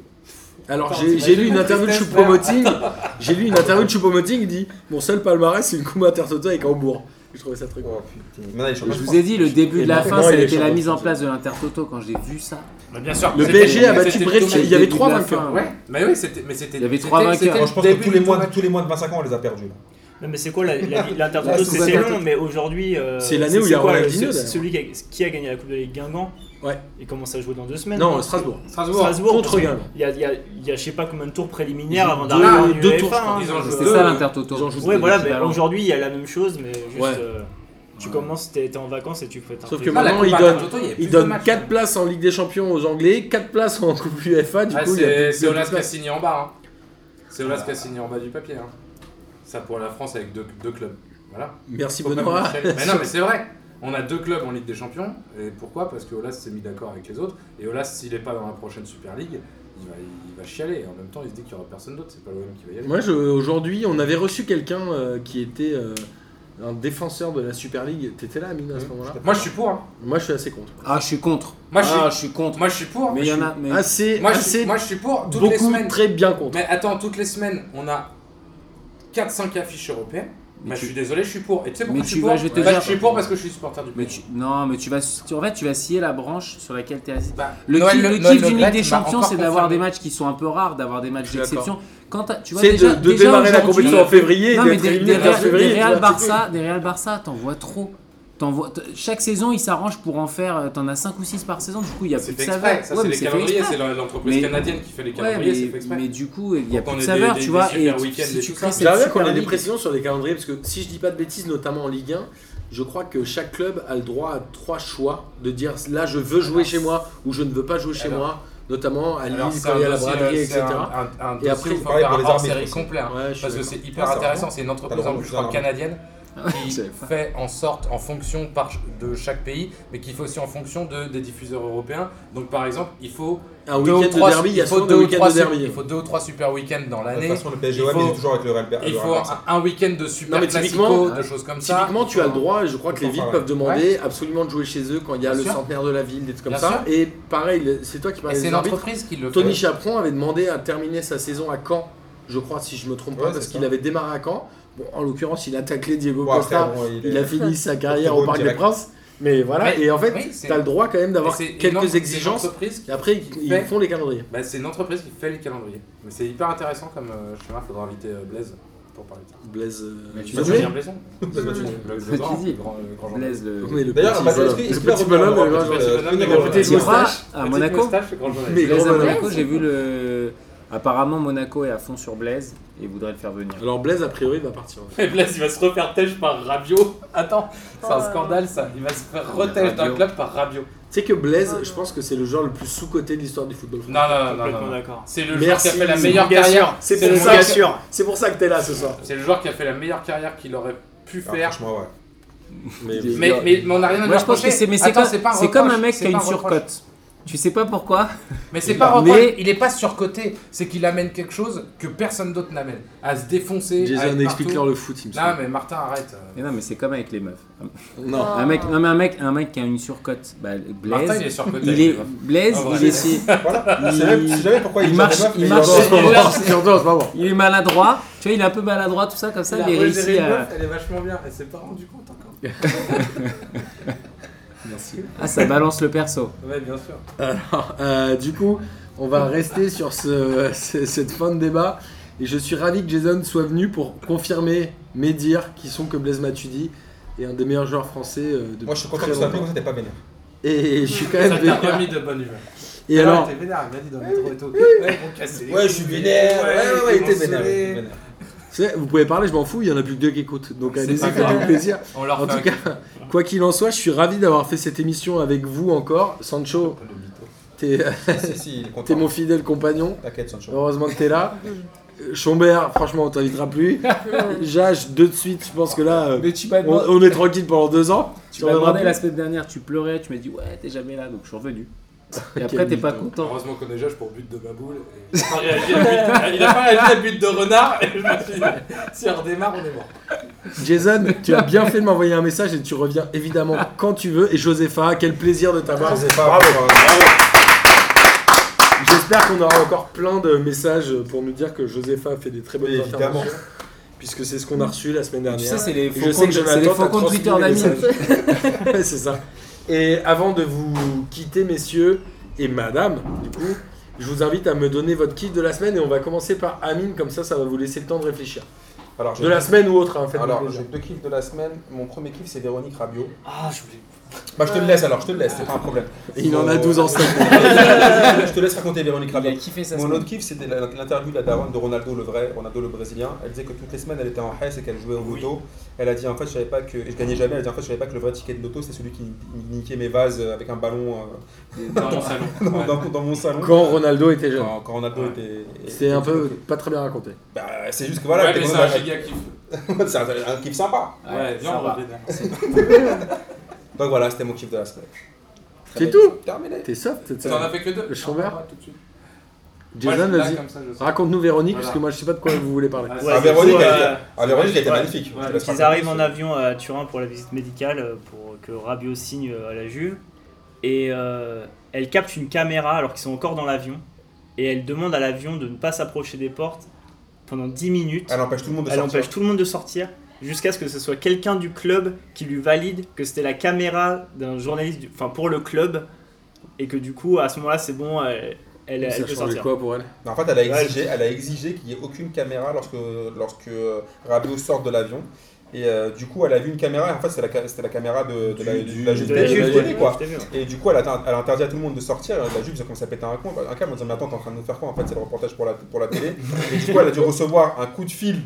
Speaker 1: Alors
Speaker 5: Attends,
Speaker 1: j'ai
Speaker 5: t'imagines
Speaker 1: j'ai lu une
Speaker 5: la
Speaker 1: interview de
Speaker 5: tristesse,
Speaker 1: Choupo-Moting,
Speaker 5: hein.
Speaker 1: j'ai lu une interview de Choupo-Moting, il dit mon seul palmarès c'est une coupe intertoto avec Hambourg. Je trouvais ça très cool.
Speaker 2: Oh putain. Maintenant, il est
Speaker 7: Je
Speaker 2: champion de
Speaker 7: vous ai dit, le début
Speaker 1: Et
Speaker 7: de la
Speaker 1: maintenant,
Speaker 7: fin,
Speaker 1: il
Speaker 7: ça a
Speaker 1: est
Speaker 7: été la
Speaker 1: champion
Speaker 7: mise
Speaker 1: de
Speaker 7: en
Speaker 1: France.
Speaker 7: place de l'Intertoto. Quand j'ai vu ça,
Speaker 5: Bah, bien sûr.
Speaker 1: Le
Speaker 5: c'était-
Speaker 1: PSG a battu
Speaker 5: c'était
Speaker 1: Brest,
Speaker 5: le
Speaker 1: il y avait
Speaker 7: début de
Speaker 1: trois
Speaker 7: la
Speaker 1: vainqueurs.
Speaker 7: fin.
Speaker 5: Ouais, mais oui, c'était. Mais c'était.
Speaker 7: Il y avait
Speaker 5: c'était-
Speaker 7: trois vainqueurs.
Speaker 5: c'était le
Speaker 1: hein,
Speaker 2: France. Je pense que
Speaker 5: début
Speaker 2: tous les,
Speaker 5: du
Speaker 2: mois,
Speaker 5: match.
Speaker 2: tous les mois de 25 ans, on les a perdus. là.
Speaker 1: bah,
Speaker 6: Non, mais c'est quoi la- la-
Speaker 7: La
Speaker 6: l'Intertoto C'est c'est
Speaker 7: sous-intertoto.
Speaker 6: long, mais aujourd'hui. euh,
Speaker 1: C'est l'année
Speaker 6: c'est-
Speaker 1: où il y
Speaker 6: c'est
Speaker 1: a
Speaker 6: quoi,
Speaker 1: Ronaldinho,
Speaker 6: ce-
Speaker 1: d'ailleurs.
Speaker 6: Celui qui a, qui a gagné la Coupe de la Ligue Guingamp.
Speaker 1: Ouais.
Speaker 6: Il commence à jouer dans deux semaines.
Speaker 1: Non, Strasbourg.
Speaker 5: Strasbourg.
Speaker 6: Strasbourg.
Speaker 1: Contre
Speaker 6: parce que
Speaker 1: Guingamp.
Speaker 6: Il y a, il y a- il y a je sais pas combien de tours préliminaires
Speaker 1: Ils ont
Speaker 6: avant
Speaker 1: deux-
Speaker 6: d'arriver en
Speaker 1: deux
Speaker 6: UEFA,
Speaker 1: tours, je crois.
Speaker 6: hein.
Speaker 5: Ils en jouent
Speaker 7: c'était
Speaker 5: deux.
Speaker 7: ça
Speaker 1: ils en
Speaker 7: l'Intertoto.
Speaker 1: jouent
Speaker 6: Ouais, voilà, mais
Speaker 7: L'équivalent.
Speaker 6: aujourd'hui il y a la même chose, mais juste.
Speaker 1: Ouais.
Speaker 6: euh, tu commences, t'es t'es en vacances et tu fais un
Speaker 1: Sauf
Speaker 6: peu-
Speaker 1: que
Speaker 5: Non, Ah, la
Speaker 1: maintenant
Speaker 5: Coupe
Speaker 1: il donne,
Speaker 5: Intertoto, il y avait plus
Speaker 1: il
Speaker 5: de
Speaker 1: donne
Speaker 5: matchs.
Speaker 1: 4 places en Ligue des Champions aux Anglais, 4 places en Coupe UEFA, du
Speaker 5: Ah,
Speaker 1: coup il y a
Speaker 5: c'est-
Speaker 1: plus de Ah.
Speaker 5: c'est Olas qui a
Speaker 1: places.
Speaker 5: signé en bas. hein. C'est Olas qui a signé en bas du papier. hein. Ça pour la France avec deux, deux clubs. Voilà.
Speaker 1: Merci
Speaker 5: Faut pas
Speaker 1: Benoît.
Speaker 5: vous chialer. mais non, mais c'est vrai. On a deux clubs en Ligue des Champions. Et pourquoi Parce que Olas s'est mis d'accord avec les autres. Et Olas, s'il n'est pas dans la prochaine Super League, il va, il va chialer. Et en même temps, il se dit qu'il n'y aura personne d'autre. C'est pas l'OM qui va y aller.
Speaker 1: Moi, je- aujourd'hui, on avait reçu quelqu'un euh, qui était euh, un défenseur de la Super League. T'étais là, Amine, à
Speaker 5: Mmh.
Speaker 1: ce moment-là
Speaker 5: Moi, je suis pour. hein.
Speaker 1: Moi, je suis assez contre.
Speaker 7: Ah, je suis contre.
Speaker 5: Moi, je suis-
Speaker 7: Ah, je suis contre.
Speaker 5: Moi, je suis pour.
Speaker 7: Mais ah, il y en a. mais-
Speaker 1: Assez,
Speaker 5: Moi, je
Speaker 1: assez
Speaker 5: suis, moi, je suis pour. Toutes les
Speaker 1: beaucoup,
Speaker 5: semaines.
Speaker 1: très bien contre.
Speaker 5: Mais attends, toutes les semaines, on a 4-5 affiches européennes.
Speaker 7: Mais
Speaker 5: Bah,
Speaker 7: tu-
Speaker 5: Je suis désolé, je suis pour. Et tu sais pourquoi
Speaker 7: Mais
Speaker 5: je
Speaker 7: tu
Speaker 5: suis
Speaker 7: vas-
Speaker 5: pour
Speaker 7: je vais te
Speaker 5: Bah,
Speaker 7: dire-
Speaker 5: Je suis pour parce que je suis supporter du
Speaker 7: Mais
Speaker 5: PSG.
Speaker 7: tu, non, mais tu vas, tu- en fait, tu vas scier la branche sur laquelle tu es assis.
Speaker 5: Bah,
Speaker 7: Le
Speaker 5: Noël
Speaker 7: kiff,
Speaker 5: Le-
Speaker 7: le
Speaker 5: Noël
Speaker 7: kiff
Speaker 5: Le
Speaker 7: d'une
Speaker 5: Gret
Speaker 7: Ligue des
Speaker 5: m'a
Speaker 7: Champions,
Speaker 5: encore
Speaker 7: c'est d'avoir
Speaker 5: confirmé.
Speaker 7: des matchs qui sont un peu rares, d'avoir des matchs
Speaker 1: suis
Speaker 7: d'exception. Quand t'as- tu vois
Speaker 1: C'est de,
Speaker 7: déjà,
Speaker 1: de
Speaker 7: déjà
Speaker 1: démarrer la
Speaker 7: aujourd'hui-
Speaker 1: compétition en février
Speaker 7: Non,
Speaker 1: et
Speaker 7: mais
Speaker 1: d'être
Speaker 7: des,
Speaker 1: éliminé
Speaker 7: des,
Speaker 1: le 15
Speaker 7: Real,
Speaker 1: février.
Speaker 7: des
Speaker 1: tu
Speaker 7: Real
Speaker 1: vois.
Speaker 7: Barça, des Real Barça, t'en vois trop. T'en vois- t- chaque saison, ils s'arrangent pour en faire. euh, T'en as 5 ou 6 par saison, du coup, il y a
Speaker 5: C'est
Speaker 7: plus de
Speaker 5: fait
Speaker 7: saveur.
Speaker 5: exprès, ça
Speaker 7: Ouais,
Speaker 5: c'est
Speaker 7: mais
Speaker 5: les
Speaker 7: fait
Speaker 5: calendriers,
Speaker 7: exprès.
Speaker 5: c'est la- l'entreprise
Speaker 7: Mais-
Speaker 5: canadienne qui fait les
Speaker 7: Ouais,
Speaker 5: calendriers, c'est fait
Speaker 7: mais,
Speaker 5: exprès.
Speaker 7: mais du coup, il y a
Speaker 5: Faut qu'on
Speaker 7: plus de
Speaker 5: ait
Speaker 7: saveur,
Speaker 5: des-
Speaker 7: tu
Speaker 5: des
Speaker 7: vois.
Speaker 5: super
Speaker 7: Et
Speaker 5: week-ends,
Speaker 7: si
Speaker 5: des
Speaker 7: tu
Speaker 5: trucs
Speaker 7: crées
Speaker 5: comme
Speaker 7: cette
Speaker 1: J'aimerais bien qu'on
Speaker 7: Super
Speaker 1: ait des
Speaker 7: League-
Speaker 1: précisions sur les calendriers, parce que si je dis pas de bêtises, notamment en Ligue 1, je crois que chaque club a le droit à trois choix de dire là je veux jouer
Speaker 5: Alors,
Speaker 1: chez moi ou je ne veux pas jouer chez
Speaker 5: alors-
Speaker 1: moi, notamment à Lille,
Speaker 5: Alors, c'est
Speaker 1: quand
Speaker 5: un
Speaker 1: il y a la
Speaker 5: dossier,
Speaker 1: braderie,
Speaker 5: euh,
Speaker 1: etc.
Speaker 5: c'est un- un- un
Speaker 1: Et après,
Speaker 5: dossier où
Speaker 1: il
Speaker 5: faut
Speaker 2: paraît
Speaker 5: faire
Speaker 2: pour
Speaker 5: un
Speaker 2: les
Speaker 5: hors
Speaker 2: arbitres
Speaker 5: série
Speaker 2: aussi.
Speaker 5: complet. hein.
Speaker 1: Ouais, je suis
Speaker 5: Parce que
Speaker 1: d'accord.
Speaker 5: c'est
Speaker 2: Ah,
Speaker 5: hyper
Speaker 2: c'est
Speaker 5: intéressant,
Speaker 2: vraiment-
Speaker 5: c'est une
Speaker 2: T'as
Speaker 5: entreprise
Speaker 2: le droit
Speaker 5: en
Speaker 1: hein.
Speaker 2: de
Speaker 5: plus, je
Speaker 2: faire
Speaker 5: crois,
Speaker 2: un-
Speaker 5: canadienne. qui
Speaker 7: Ah, savais pas.
Speaker 5: fait en sorte, en fonction par- de chaque pays, mais qui fait aussi en fonction de- des diffuseurs européens. Donc par exemple, il faut
Speaker 1: Un
Speaker 5: deux ou
Speaker 1: week-end de
Speaker 5: trois-
Speaker 1: derby, il y a
Speaker 5: faut
Speaker 1: souvent
Speaker 5: deux
Speaker 1: des
Speaker 5: ou
Speaker 1: week-ends
Speaker 5: trois
Speaker 1: de
Speaker 5: su-
Speaker 1: derby.
Speaker 5: il faut deux ou trois super week-ends
Speaker 2: De
Speaker 5: dans
Speaker 2: toute
Speaker 5: l'année.
Speaker 2: façon, le PSG
Speaker 5: il
Speaker 2: OM,
Speaker 5: faut-
Speaker 2: il est toujours avec le Real Ber-
Speaker 5: Il
Speaker 2: le Real
Speaker 5: faut
Speaker 2: Barça.
Speaker 5: un, un week-end de super
Speaker 1: Non, mais
Speaker 5: classico,
Speaker 1: typiquement, euh,
Speaker 5: de choses comme ça.
Speaker 1: Typiquement, tu as le droit, je crois que les
Speaker 2: Enfin,
Speaker 1: villes
Speaker 2: ouais.
Speaker 1: peuvent demander absolument de jouer chez eux quand il y a
Speaker 5: Bien
Speaker 1: le
Speaker 5: sûr.
Speaker 1: centenaire de la ville, des trucs comme
Speaker 5: Bien
Speaker 1: ça. Et pareil, le- c'est toi qui
Speaker 5: Et
Speaker 1: parlais
Speaker 5: c'est
Speaker 1: des arbitres.
Speaker 5: l'entreprise qui le fait.
Speaker 1: Tony Chaperon avait demandé à terminer sa saison à Caen, je crois, si je me trompe pas,
Speaker 2: Ouais,
Speaker 1: parce
Speaker 2: c'est
Speaker 1: qu'il
Speaker 2: ça.
Speaker 1: avait démarré à Caen. Bon, en l'occurrence, il a taclé Diego
Speaker 2: Bon, après,
Speaker 1: Costa.
Speaker 2: bon, il
Speaker 1: il a
Speaker 2: est-
Speaker 1: fini sa carrière
Speaker 2: Portugaux
Speaker 1: au Parc des
Speaker 2: direct.
Speaker 1: Princes. Mais voilà,
Speaker 5: Mais-
Speaker 1: et en fait,
Speaker 5: Oui, c'est-
Speaker 1: tu as le droit quand même d'avoir
Speaker 5: mais c'est
Speaker 1: quelques
Speaker 5: énorme, c'est
Speaker 1: exigences.
Speaker 5: l'entreprise qui-
Speaker 1: Et après, ils, ils
Speaker 5: fait-
Speaker 1: font les calendriers.
Speaker 5: bah, c'est une entreprise qui fait les calendriers. Mais c'est hyper intéressant comme euh, schéma. Faudra inviter euh, Blaise pour parler de ça.
Speaker 1: Blaise. euh,
Speaker 7: Mais tu
Speaker 5: Pas
Speaker 1: Blaise.
Speaker 7: peux
Speaker 5: Julien Blaison.
Speaker 7: Tu dis.
Speaker 5: Le grand- le grand- le grand-
Speaker 7: Blaise le.
Speaker 1: Donc, on est le
Speaker 2: D'ailleurs,
Speaker 1: petit,
Speaker 2: bah,
Speaker 1: voilà.
Speaker 2: est-ce que- est-ce
Speaker 1: Le
Speaker 2: qu'il va
Speaker 1: petit
Speaker 2: revenir
Speaker 1: bonhomme,
Speaker 2: en
Speaker 1: le
Speaker 2: Europe
Speaker 1: grand-
Speaker 5: Blaise
Speaker 2: euh,
Speaker 5: Bonhomme,
Speaker 2: le
Speaker 5: le grand-
Speaker 2: petit
Speaker 5: Petite
Speaker 7: Tira
Speaker 1: moustache.
Speaker 7: à
Speaker 5: petite
Speaker 7: Monaco.
Speaker 5: moustache, le grand journaliste.
Speaker 1: Mais-
Speaker 7: Blaise à
Speaker 1: Gros
Speaker 7: Monaco,
Speaker 4: Blaise.
Speaker 7: j'ai vu le. Apparemment, Monaco est à fond sur Blaise et voudrait le faire venir.
Speaker 1: Alors, Blaise, a priori, va partir.
Speaker 5: Et Blaise, il va se refaire têche par Rabiot. Attends, c'est un
Speaker 4: Oh.
Speaker 5: scandale ça. Il va se faire retêche d'un
Speaker 7: Rabiot.
Speaker 5: club par Rabiot.
Speaker 1: Tu sais que Blaise,
Speaker 4: Oh,
Speaker 1: je
Speaker 4: non.
Speaker 1: pense que c'est le genre le plus sous-coté de l'histoire du football.
Speaker 5: Non, non, non, non,
Speaker 6: Complètement
Speaker 5: non.
Speaker 6: d'accord.
Speaker 5: C'est le joueur
Speaker 1: Merci,
Speaker 5: qui a fait la
Speaker 1: c'est
Speaker 5: meilleure
Speaker 6: mon gars
Speaker 5: carrière.
Speaker 6: sûr.
Speaker 1: C'est
Speaker 5: C'est
Speaker 1: pour,
Speaker 5: le
Speaker 1: ça
Speaker 5: gars
Speaker 1: que-
Speaker 6: sûr.
Speaker 1: c'est pour ça que t'es là ce soir.
Speaker 5: C'est le joueur qui a fait la meilleure carrière qu'il aurait pu
Speaker 2: Ah,
Speaker 5: faire.
Speaker 2: Franchement, ouais.
Speaker 1: Mais,
Speaker 5: Mais, mais, mais on n'a rien à lui
Speaker 7: Moi, je pense
Speaker 5: reprocher.
Speaker 7: que c'est mais c'est
Speaker 5: Attends,
Speaker 7: comme,
Speaker 5: pas
Speaker 7: c'est comme un
Speaker 5: reproche,
Speaker 7: mec qui
Speaker 5: c'est
Speaker 7: a
Speaker 5: pas
Speaker 7: une
Speaker 5: reproche.
Speaker 7: surcote. Tu sais pas pourquoi
Speaker 5: Mais c'est pas un
Speaker 7: Mais-
Speaker 5: reproche. Il est pas surcoté. C'est qu'il amène quelque chose que personne d'autre n'amène. À se défoncer. à
Speaker 1: Jason,
Speaker 5: être
Speaker 1: explique-leur
Speaker 5: partout.
Speaker 1: le foot, il me
Speaker 5: Non,
Speaker 1: semble.
Speaker 5: mais Martin, arrête.
Speaker 7: Mais non, mais c'est comme avec les meufs.
Speaker 1: Non.
Speaker 4: Oh.
Speaker 7: Un mec, non, mais un mec, un mec qui a une surcote, bah,
Speaker 5: Martin,
Speaker 7: Blaise,
Speaker 5: il est surcoté.
Speaker 7: il est Blaise,
Speaker 5: Ah, voilà.
Speaker 7: il est,
Speaker 2: Voilà.
Speaker 7: Il-
Speaker 2: Je sais même- je sais jamais pourquoi
Speaker 7: il
Speaker 2: il
Speaker 7: marche-
Speaker 2: meufs,
Speaker 7: il
Speaker 2: mais
Speaker 7: marche-
Speaker 2: genre-
Speaker 7: c'est-
Speaker 1: Non, non, c'est surtout en ce moment.
Speaker 7: il est maladroit. Tu vois, il est un peu maladroit, tout ça, comme ça,
Speaker 5: La
Speaker 7: il est
Speaker 5: Roger
Speaker 7: réussi
Speaker 5: Ridloff,
Speaker 7: à.
Speaker 5: Elle est vachement bien. Elle s'est pas rendue compte encore.
Speaker 7: Ah, ça balance le perso.
Speaker 5: Ouais, bien sûr.
Speaker 1: Alors, euh, du coup, on va rester sur ce- ce- cette fin de débat. Et je suis ravi que Jason soit venu pour confirmer mes dires qui sont que Blaise Matuidi est un des meilleurs joueurs français euh, depuis
Speaker 2: Moi, je suis content
Speaker 1: très
Speaker 2: que ce soit appelé
Speaker 1: longtemps.
Speaker 2: comme ça, t'es pas vénère.
Speaker 1: Et je suis quand
Speaker 5: Ça
Speaker 1: même
Speaker 5: t'a
Speaker 1: vénère.
Speaker 5: remis de bonne humeur.
Speaker 1: Et
Speaker 5: Ah,
Speaker 1: alors,
Speaker 5: T'es vénère, il m'a dit dans le métro et tout. Ouais, ils m'ont cassé les couilles. ils m'ont saoulé.
Speaker 1: c'est- vous pouvez parler, je m'en fous, il y en a plus que deux qui écoutent. Donc
Speaker 5: C'est
Speaker 1: allez-y,
Speaker 5: pas
Speaker 1: faites
Speaker 5: grave.
Speaker 1: du plaisir.
Speaker 5: On leur
Speaker 1: En
Speaker 5: fait
Speaker 1: tout cas, quoi qu'il en soit, je suis ravi d'avoir fait cette émission avec vous encore. Sancho,
Speaker 5: un- le mytho.
Speaker 1: t'es
Speaker 2: Si, si, il est
Speaker 1: t'es
Speaker 2: content.
Speaker 1: mon fidèle compagnon.
Speaker 2: T'inquiète, Sancho.
Speaker 1: Heureusement que t'es là. Euh, Chombert, franchement, on t'invitera plus. Jage, deux de suite, je pense que là, euh,
Speaker 7: Mais tu m'as
Speaker 1: on,
Speaker 7: demandé,
Speaker 1: on est tranquille pendant deux ans.
Speaker 7: tu m'as demandé la semaine dernière, tu pleurais, tu m'as dit ouais, t'es jamais là, donc je suis revenu. Et après, t'es pas
Speaker 1: mytho.
Speaker 7: content.
Speaker 5: Heureusement qu'on est déjà pour but de ma boule. et Il a pas réagi à but- il a pas réagi à but de renard. Et je me suis dit, si on redémarre, on est mort.
Speaker 1: Jason, tu as bien fait de m'envoyer un message et tu reviens évidemment quand tu veux. Et Josepha, quel plaisir de t'avoir.
Speaker 2: Josepha, bravo.
Speaker 1: J'espère qu'on aura encore plein de messages pour nous dire que Josepha a fait des très bonnes
Speaker 2: Mais
Speaker 1: interventions.
Speaker 2: évidemment.
Speaker 1: Puisque c'est ce qu'on a reçu la semaine dernière.
Speaker 7: Tu sais, c'est les
Speaker 1: Et je sais que
Speaker 7: faux comptes-
Speaker 1: Jonathan
Speaker 7: c'est les
Speaker 1: t'a
Speaker 7: faux comptes
Speaker 1: transmis
Speaker 7: Twitter
Speaker 1: les
Speaker 7: d'amis.
Speaker 1: messages. Ouais, c'est ça. Et avant de vous quitter, messieurs et madame, du coup, je vous invite à me donner votre kiff de la semaine et on va commencer par Amine, comme ça, ça va vous laisser le temps de réfléchir.
Speaker 2: Alors, je-
Speaker 1: De la semaine ou autre, hein, faites-moi
Speaker 2: Alors,
Speaker 1: plaisir.
Speaker 2: j'ai deux kiffs de la semaine. Mon premier kiff, c'est Véronique Rabiot.
Speaker 6: Ah, je voulais.
Speaker 2: Bah, je te le laisse alors, je te le laisse, c'est pas un problème.
Speaker 1: Il en a 12 ans, ce mec.
Speaker 2: Je te laisse raconter Véronique
Speaker 7: Il a
Speaker 2: Rabiot.
Speaker 7: kiffé sa
Speaker 2: Mon
Speaker 7: semaine.
Speaker 2: autre kiff, c'était la- l'interview de la daronne de Ronaldo le vrai, Ronaldo le brésilien. Elle disait que toutes les semaines, elle était en Hesse et qu'elle jouait au loto. Elle a dit en fait, je savais pas que. et je gagnais jamais. Elle a dit en fait, je savais pas que le vrai ticket de loto, c'est celui qui niquait mes vases avec un ballon
Speaker 5: Dans mon salon.
Speaker 2: euh, dans, dans- dans mon salon.
Speaker 1: Quand Ronaldo était jeune.
Speaker 2: Quand, quand Ronaldo
Speaker 5: Ouais.
Speaker 2: était.
Speaker 1: C'était un peu pas très bien raconté.
Speaker 2: Bah, c'est juste que
Speaker 5: Voilà,
Speaker 2: voilà,
Speaker 5: ouais, mais
Speaker 2: t'es
Speaker 5: c'est
Speaker 2: content
Speaker 5: un
Speaker 2: d'avoir-
Speaker 5: giga kiff.
Speaker 2: c'est un, un kiff sympa.
Speaker 5: Ouais, viens,
Speaker 7: ça
Speaker 5: on
Speaker 7: va.
Speaker 5: revient.
Speaker 2: Donc voilà, c'était mon kiff de la semaine.
Speaker 1: C'est tout
Speaker 2: Terminé.
Speaker 1: T'es soft cette
Speaker 5: Tu
Speaker 1: semaine.
Speaker 5: en as fait que deux
Speaker 1: Le Schomberg
Speaker 5: Ah, tout de suite.
Speaker 1: Jason,
Speaker 5: Moi, je suis là,
Speaker 1: vas-y.
Speaker 5: comme ça, je sais.
Speaker 1: Raconte-nous Véronique,
Speaker 5: Voilà.
Speaker 1: parce que moi je sais pas de quoi vous voulez parler.
Speaker 5: Ah,
Speaker 6: Ouais,
Speaker 2: Ah,
Speaker 6: du
Speaker 2: Véronique,
Speaker 6: coup,
Speaker 2: elle
Speaker 6: euh,
Speaker 2: était- ah, Véronique, elle était
Speaker 6: ouais.
Speaker 2: magnifique.
Speaker 5: Ouais,
Speaker 2: Je te
Speaker 5: donc
Speaker 2: laisse
Speaker 6: Ils
Speaker 2: raconter.
Speaker 6: arrivent en avion à Turin pour la visite médicale euh, pour que Rabiot signe euh, à la Juve. Et euh, elle capte une caméra alors qu'ils sont encore dans l'avion. Et elle demande à l'avion de ne pas s'approcher des portes pendant 10 minutes.
Speaker 2: Elle empêche tout le monde Ah, de
Speaker 6: elle
Speaker 2: sortir.
Speaker 6: empêche tout le monde de sortir jusqu'à ce que ce soit quelqu'un du club qui lui valide que c'était la caméra d'un journaliste, du- enfin pour le club, et que du coup à ce moment-là c'est bon, elle, elle, elle
Speaker 1: Ça
Speaker 6: peut
Speaker 1: changeait
Speaker 6: sortir.
Speaker 1: quoi pour elle
Speaker 2: En fait, elle a
Speaker 6: Ouais,
Speaker 2: exigé, elle a exigé qu'il n'y ait aucune caméra lorsque, lorsque euh, Rabiot sort de l'avion. Et euh, du coup, elle a vu une caméra. et En fait, c'était la, ca- c'était la caméra de, de la, de la Juve
Speaker 6: De la Juve,
Speaker 2: de la
Speaker 6: ouais,
Speaker 2: Juve, quoi.
Speaker 6: je t'ai vu, ouais.
Speaker 2: Et du coup, elle a, elle a interdit à tout le monde de sortir. La Juve, ils ont commencé à péter un, con- un câble en disant Mais attends, t'es en train de nous faire quoi En fait, c'est le reportage pour la, pour la télé. et du coup, elle a dû recevoir un coup de fil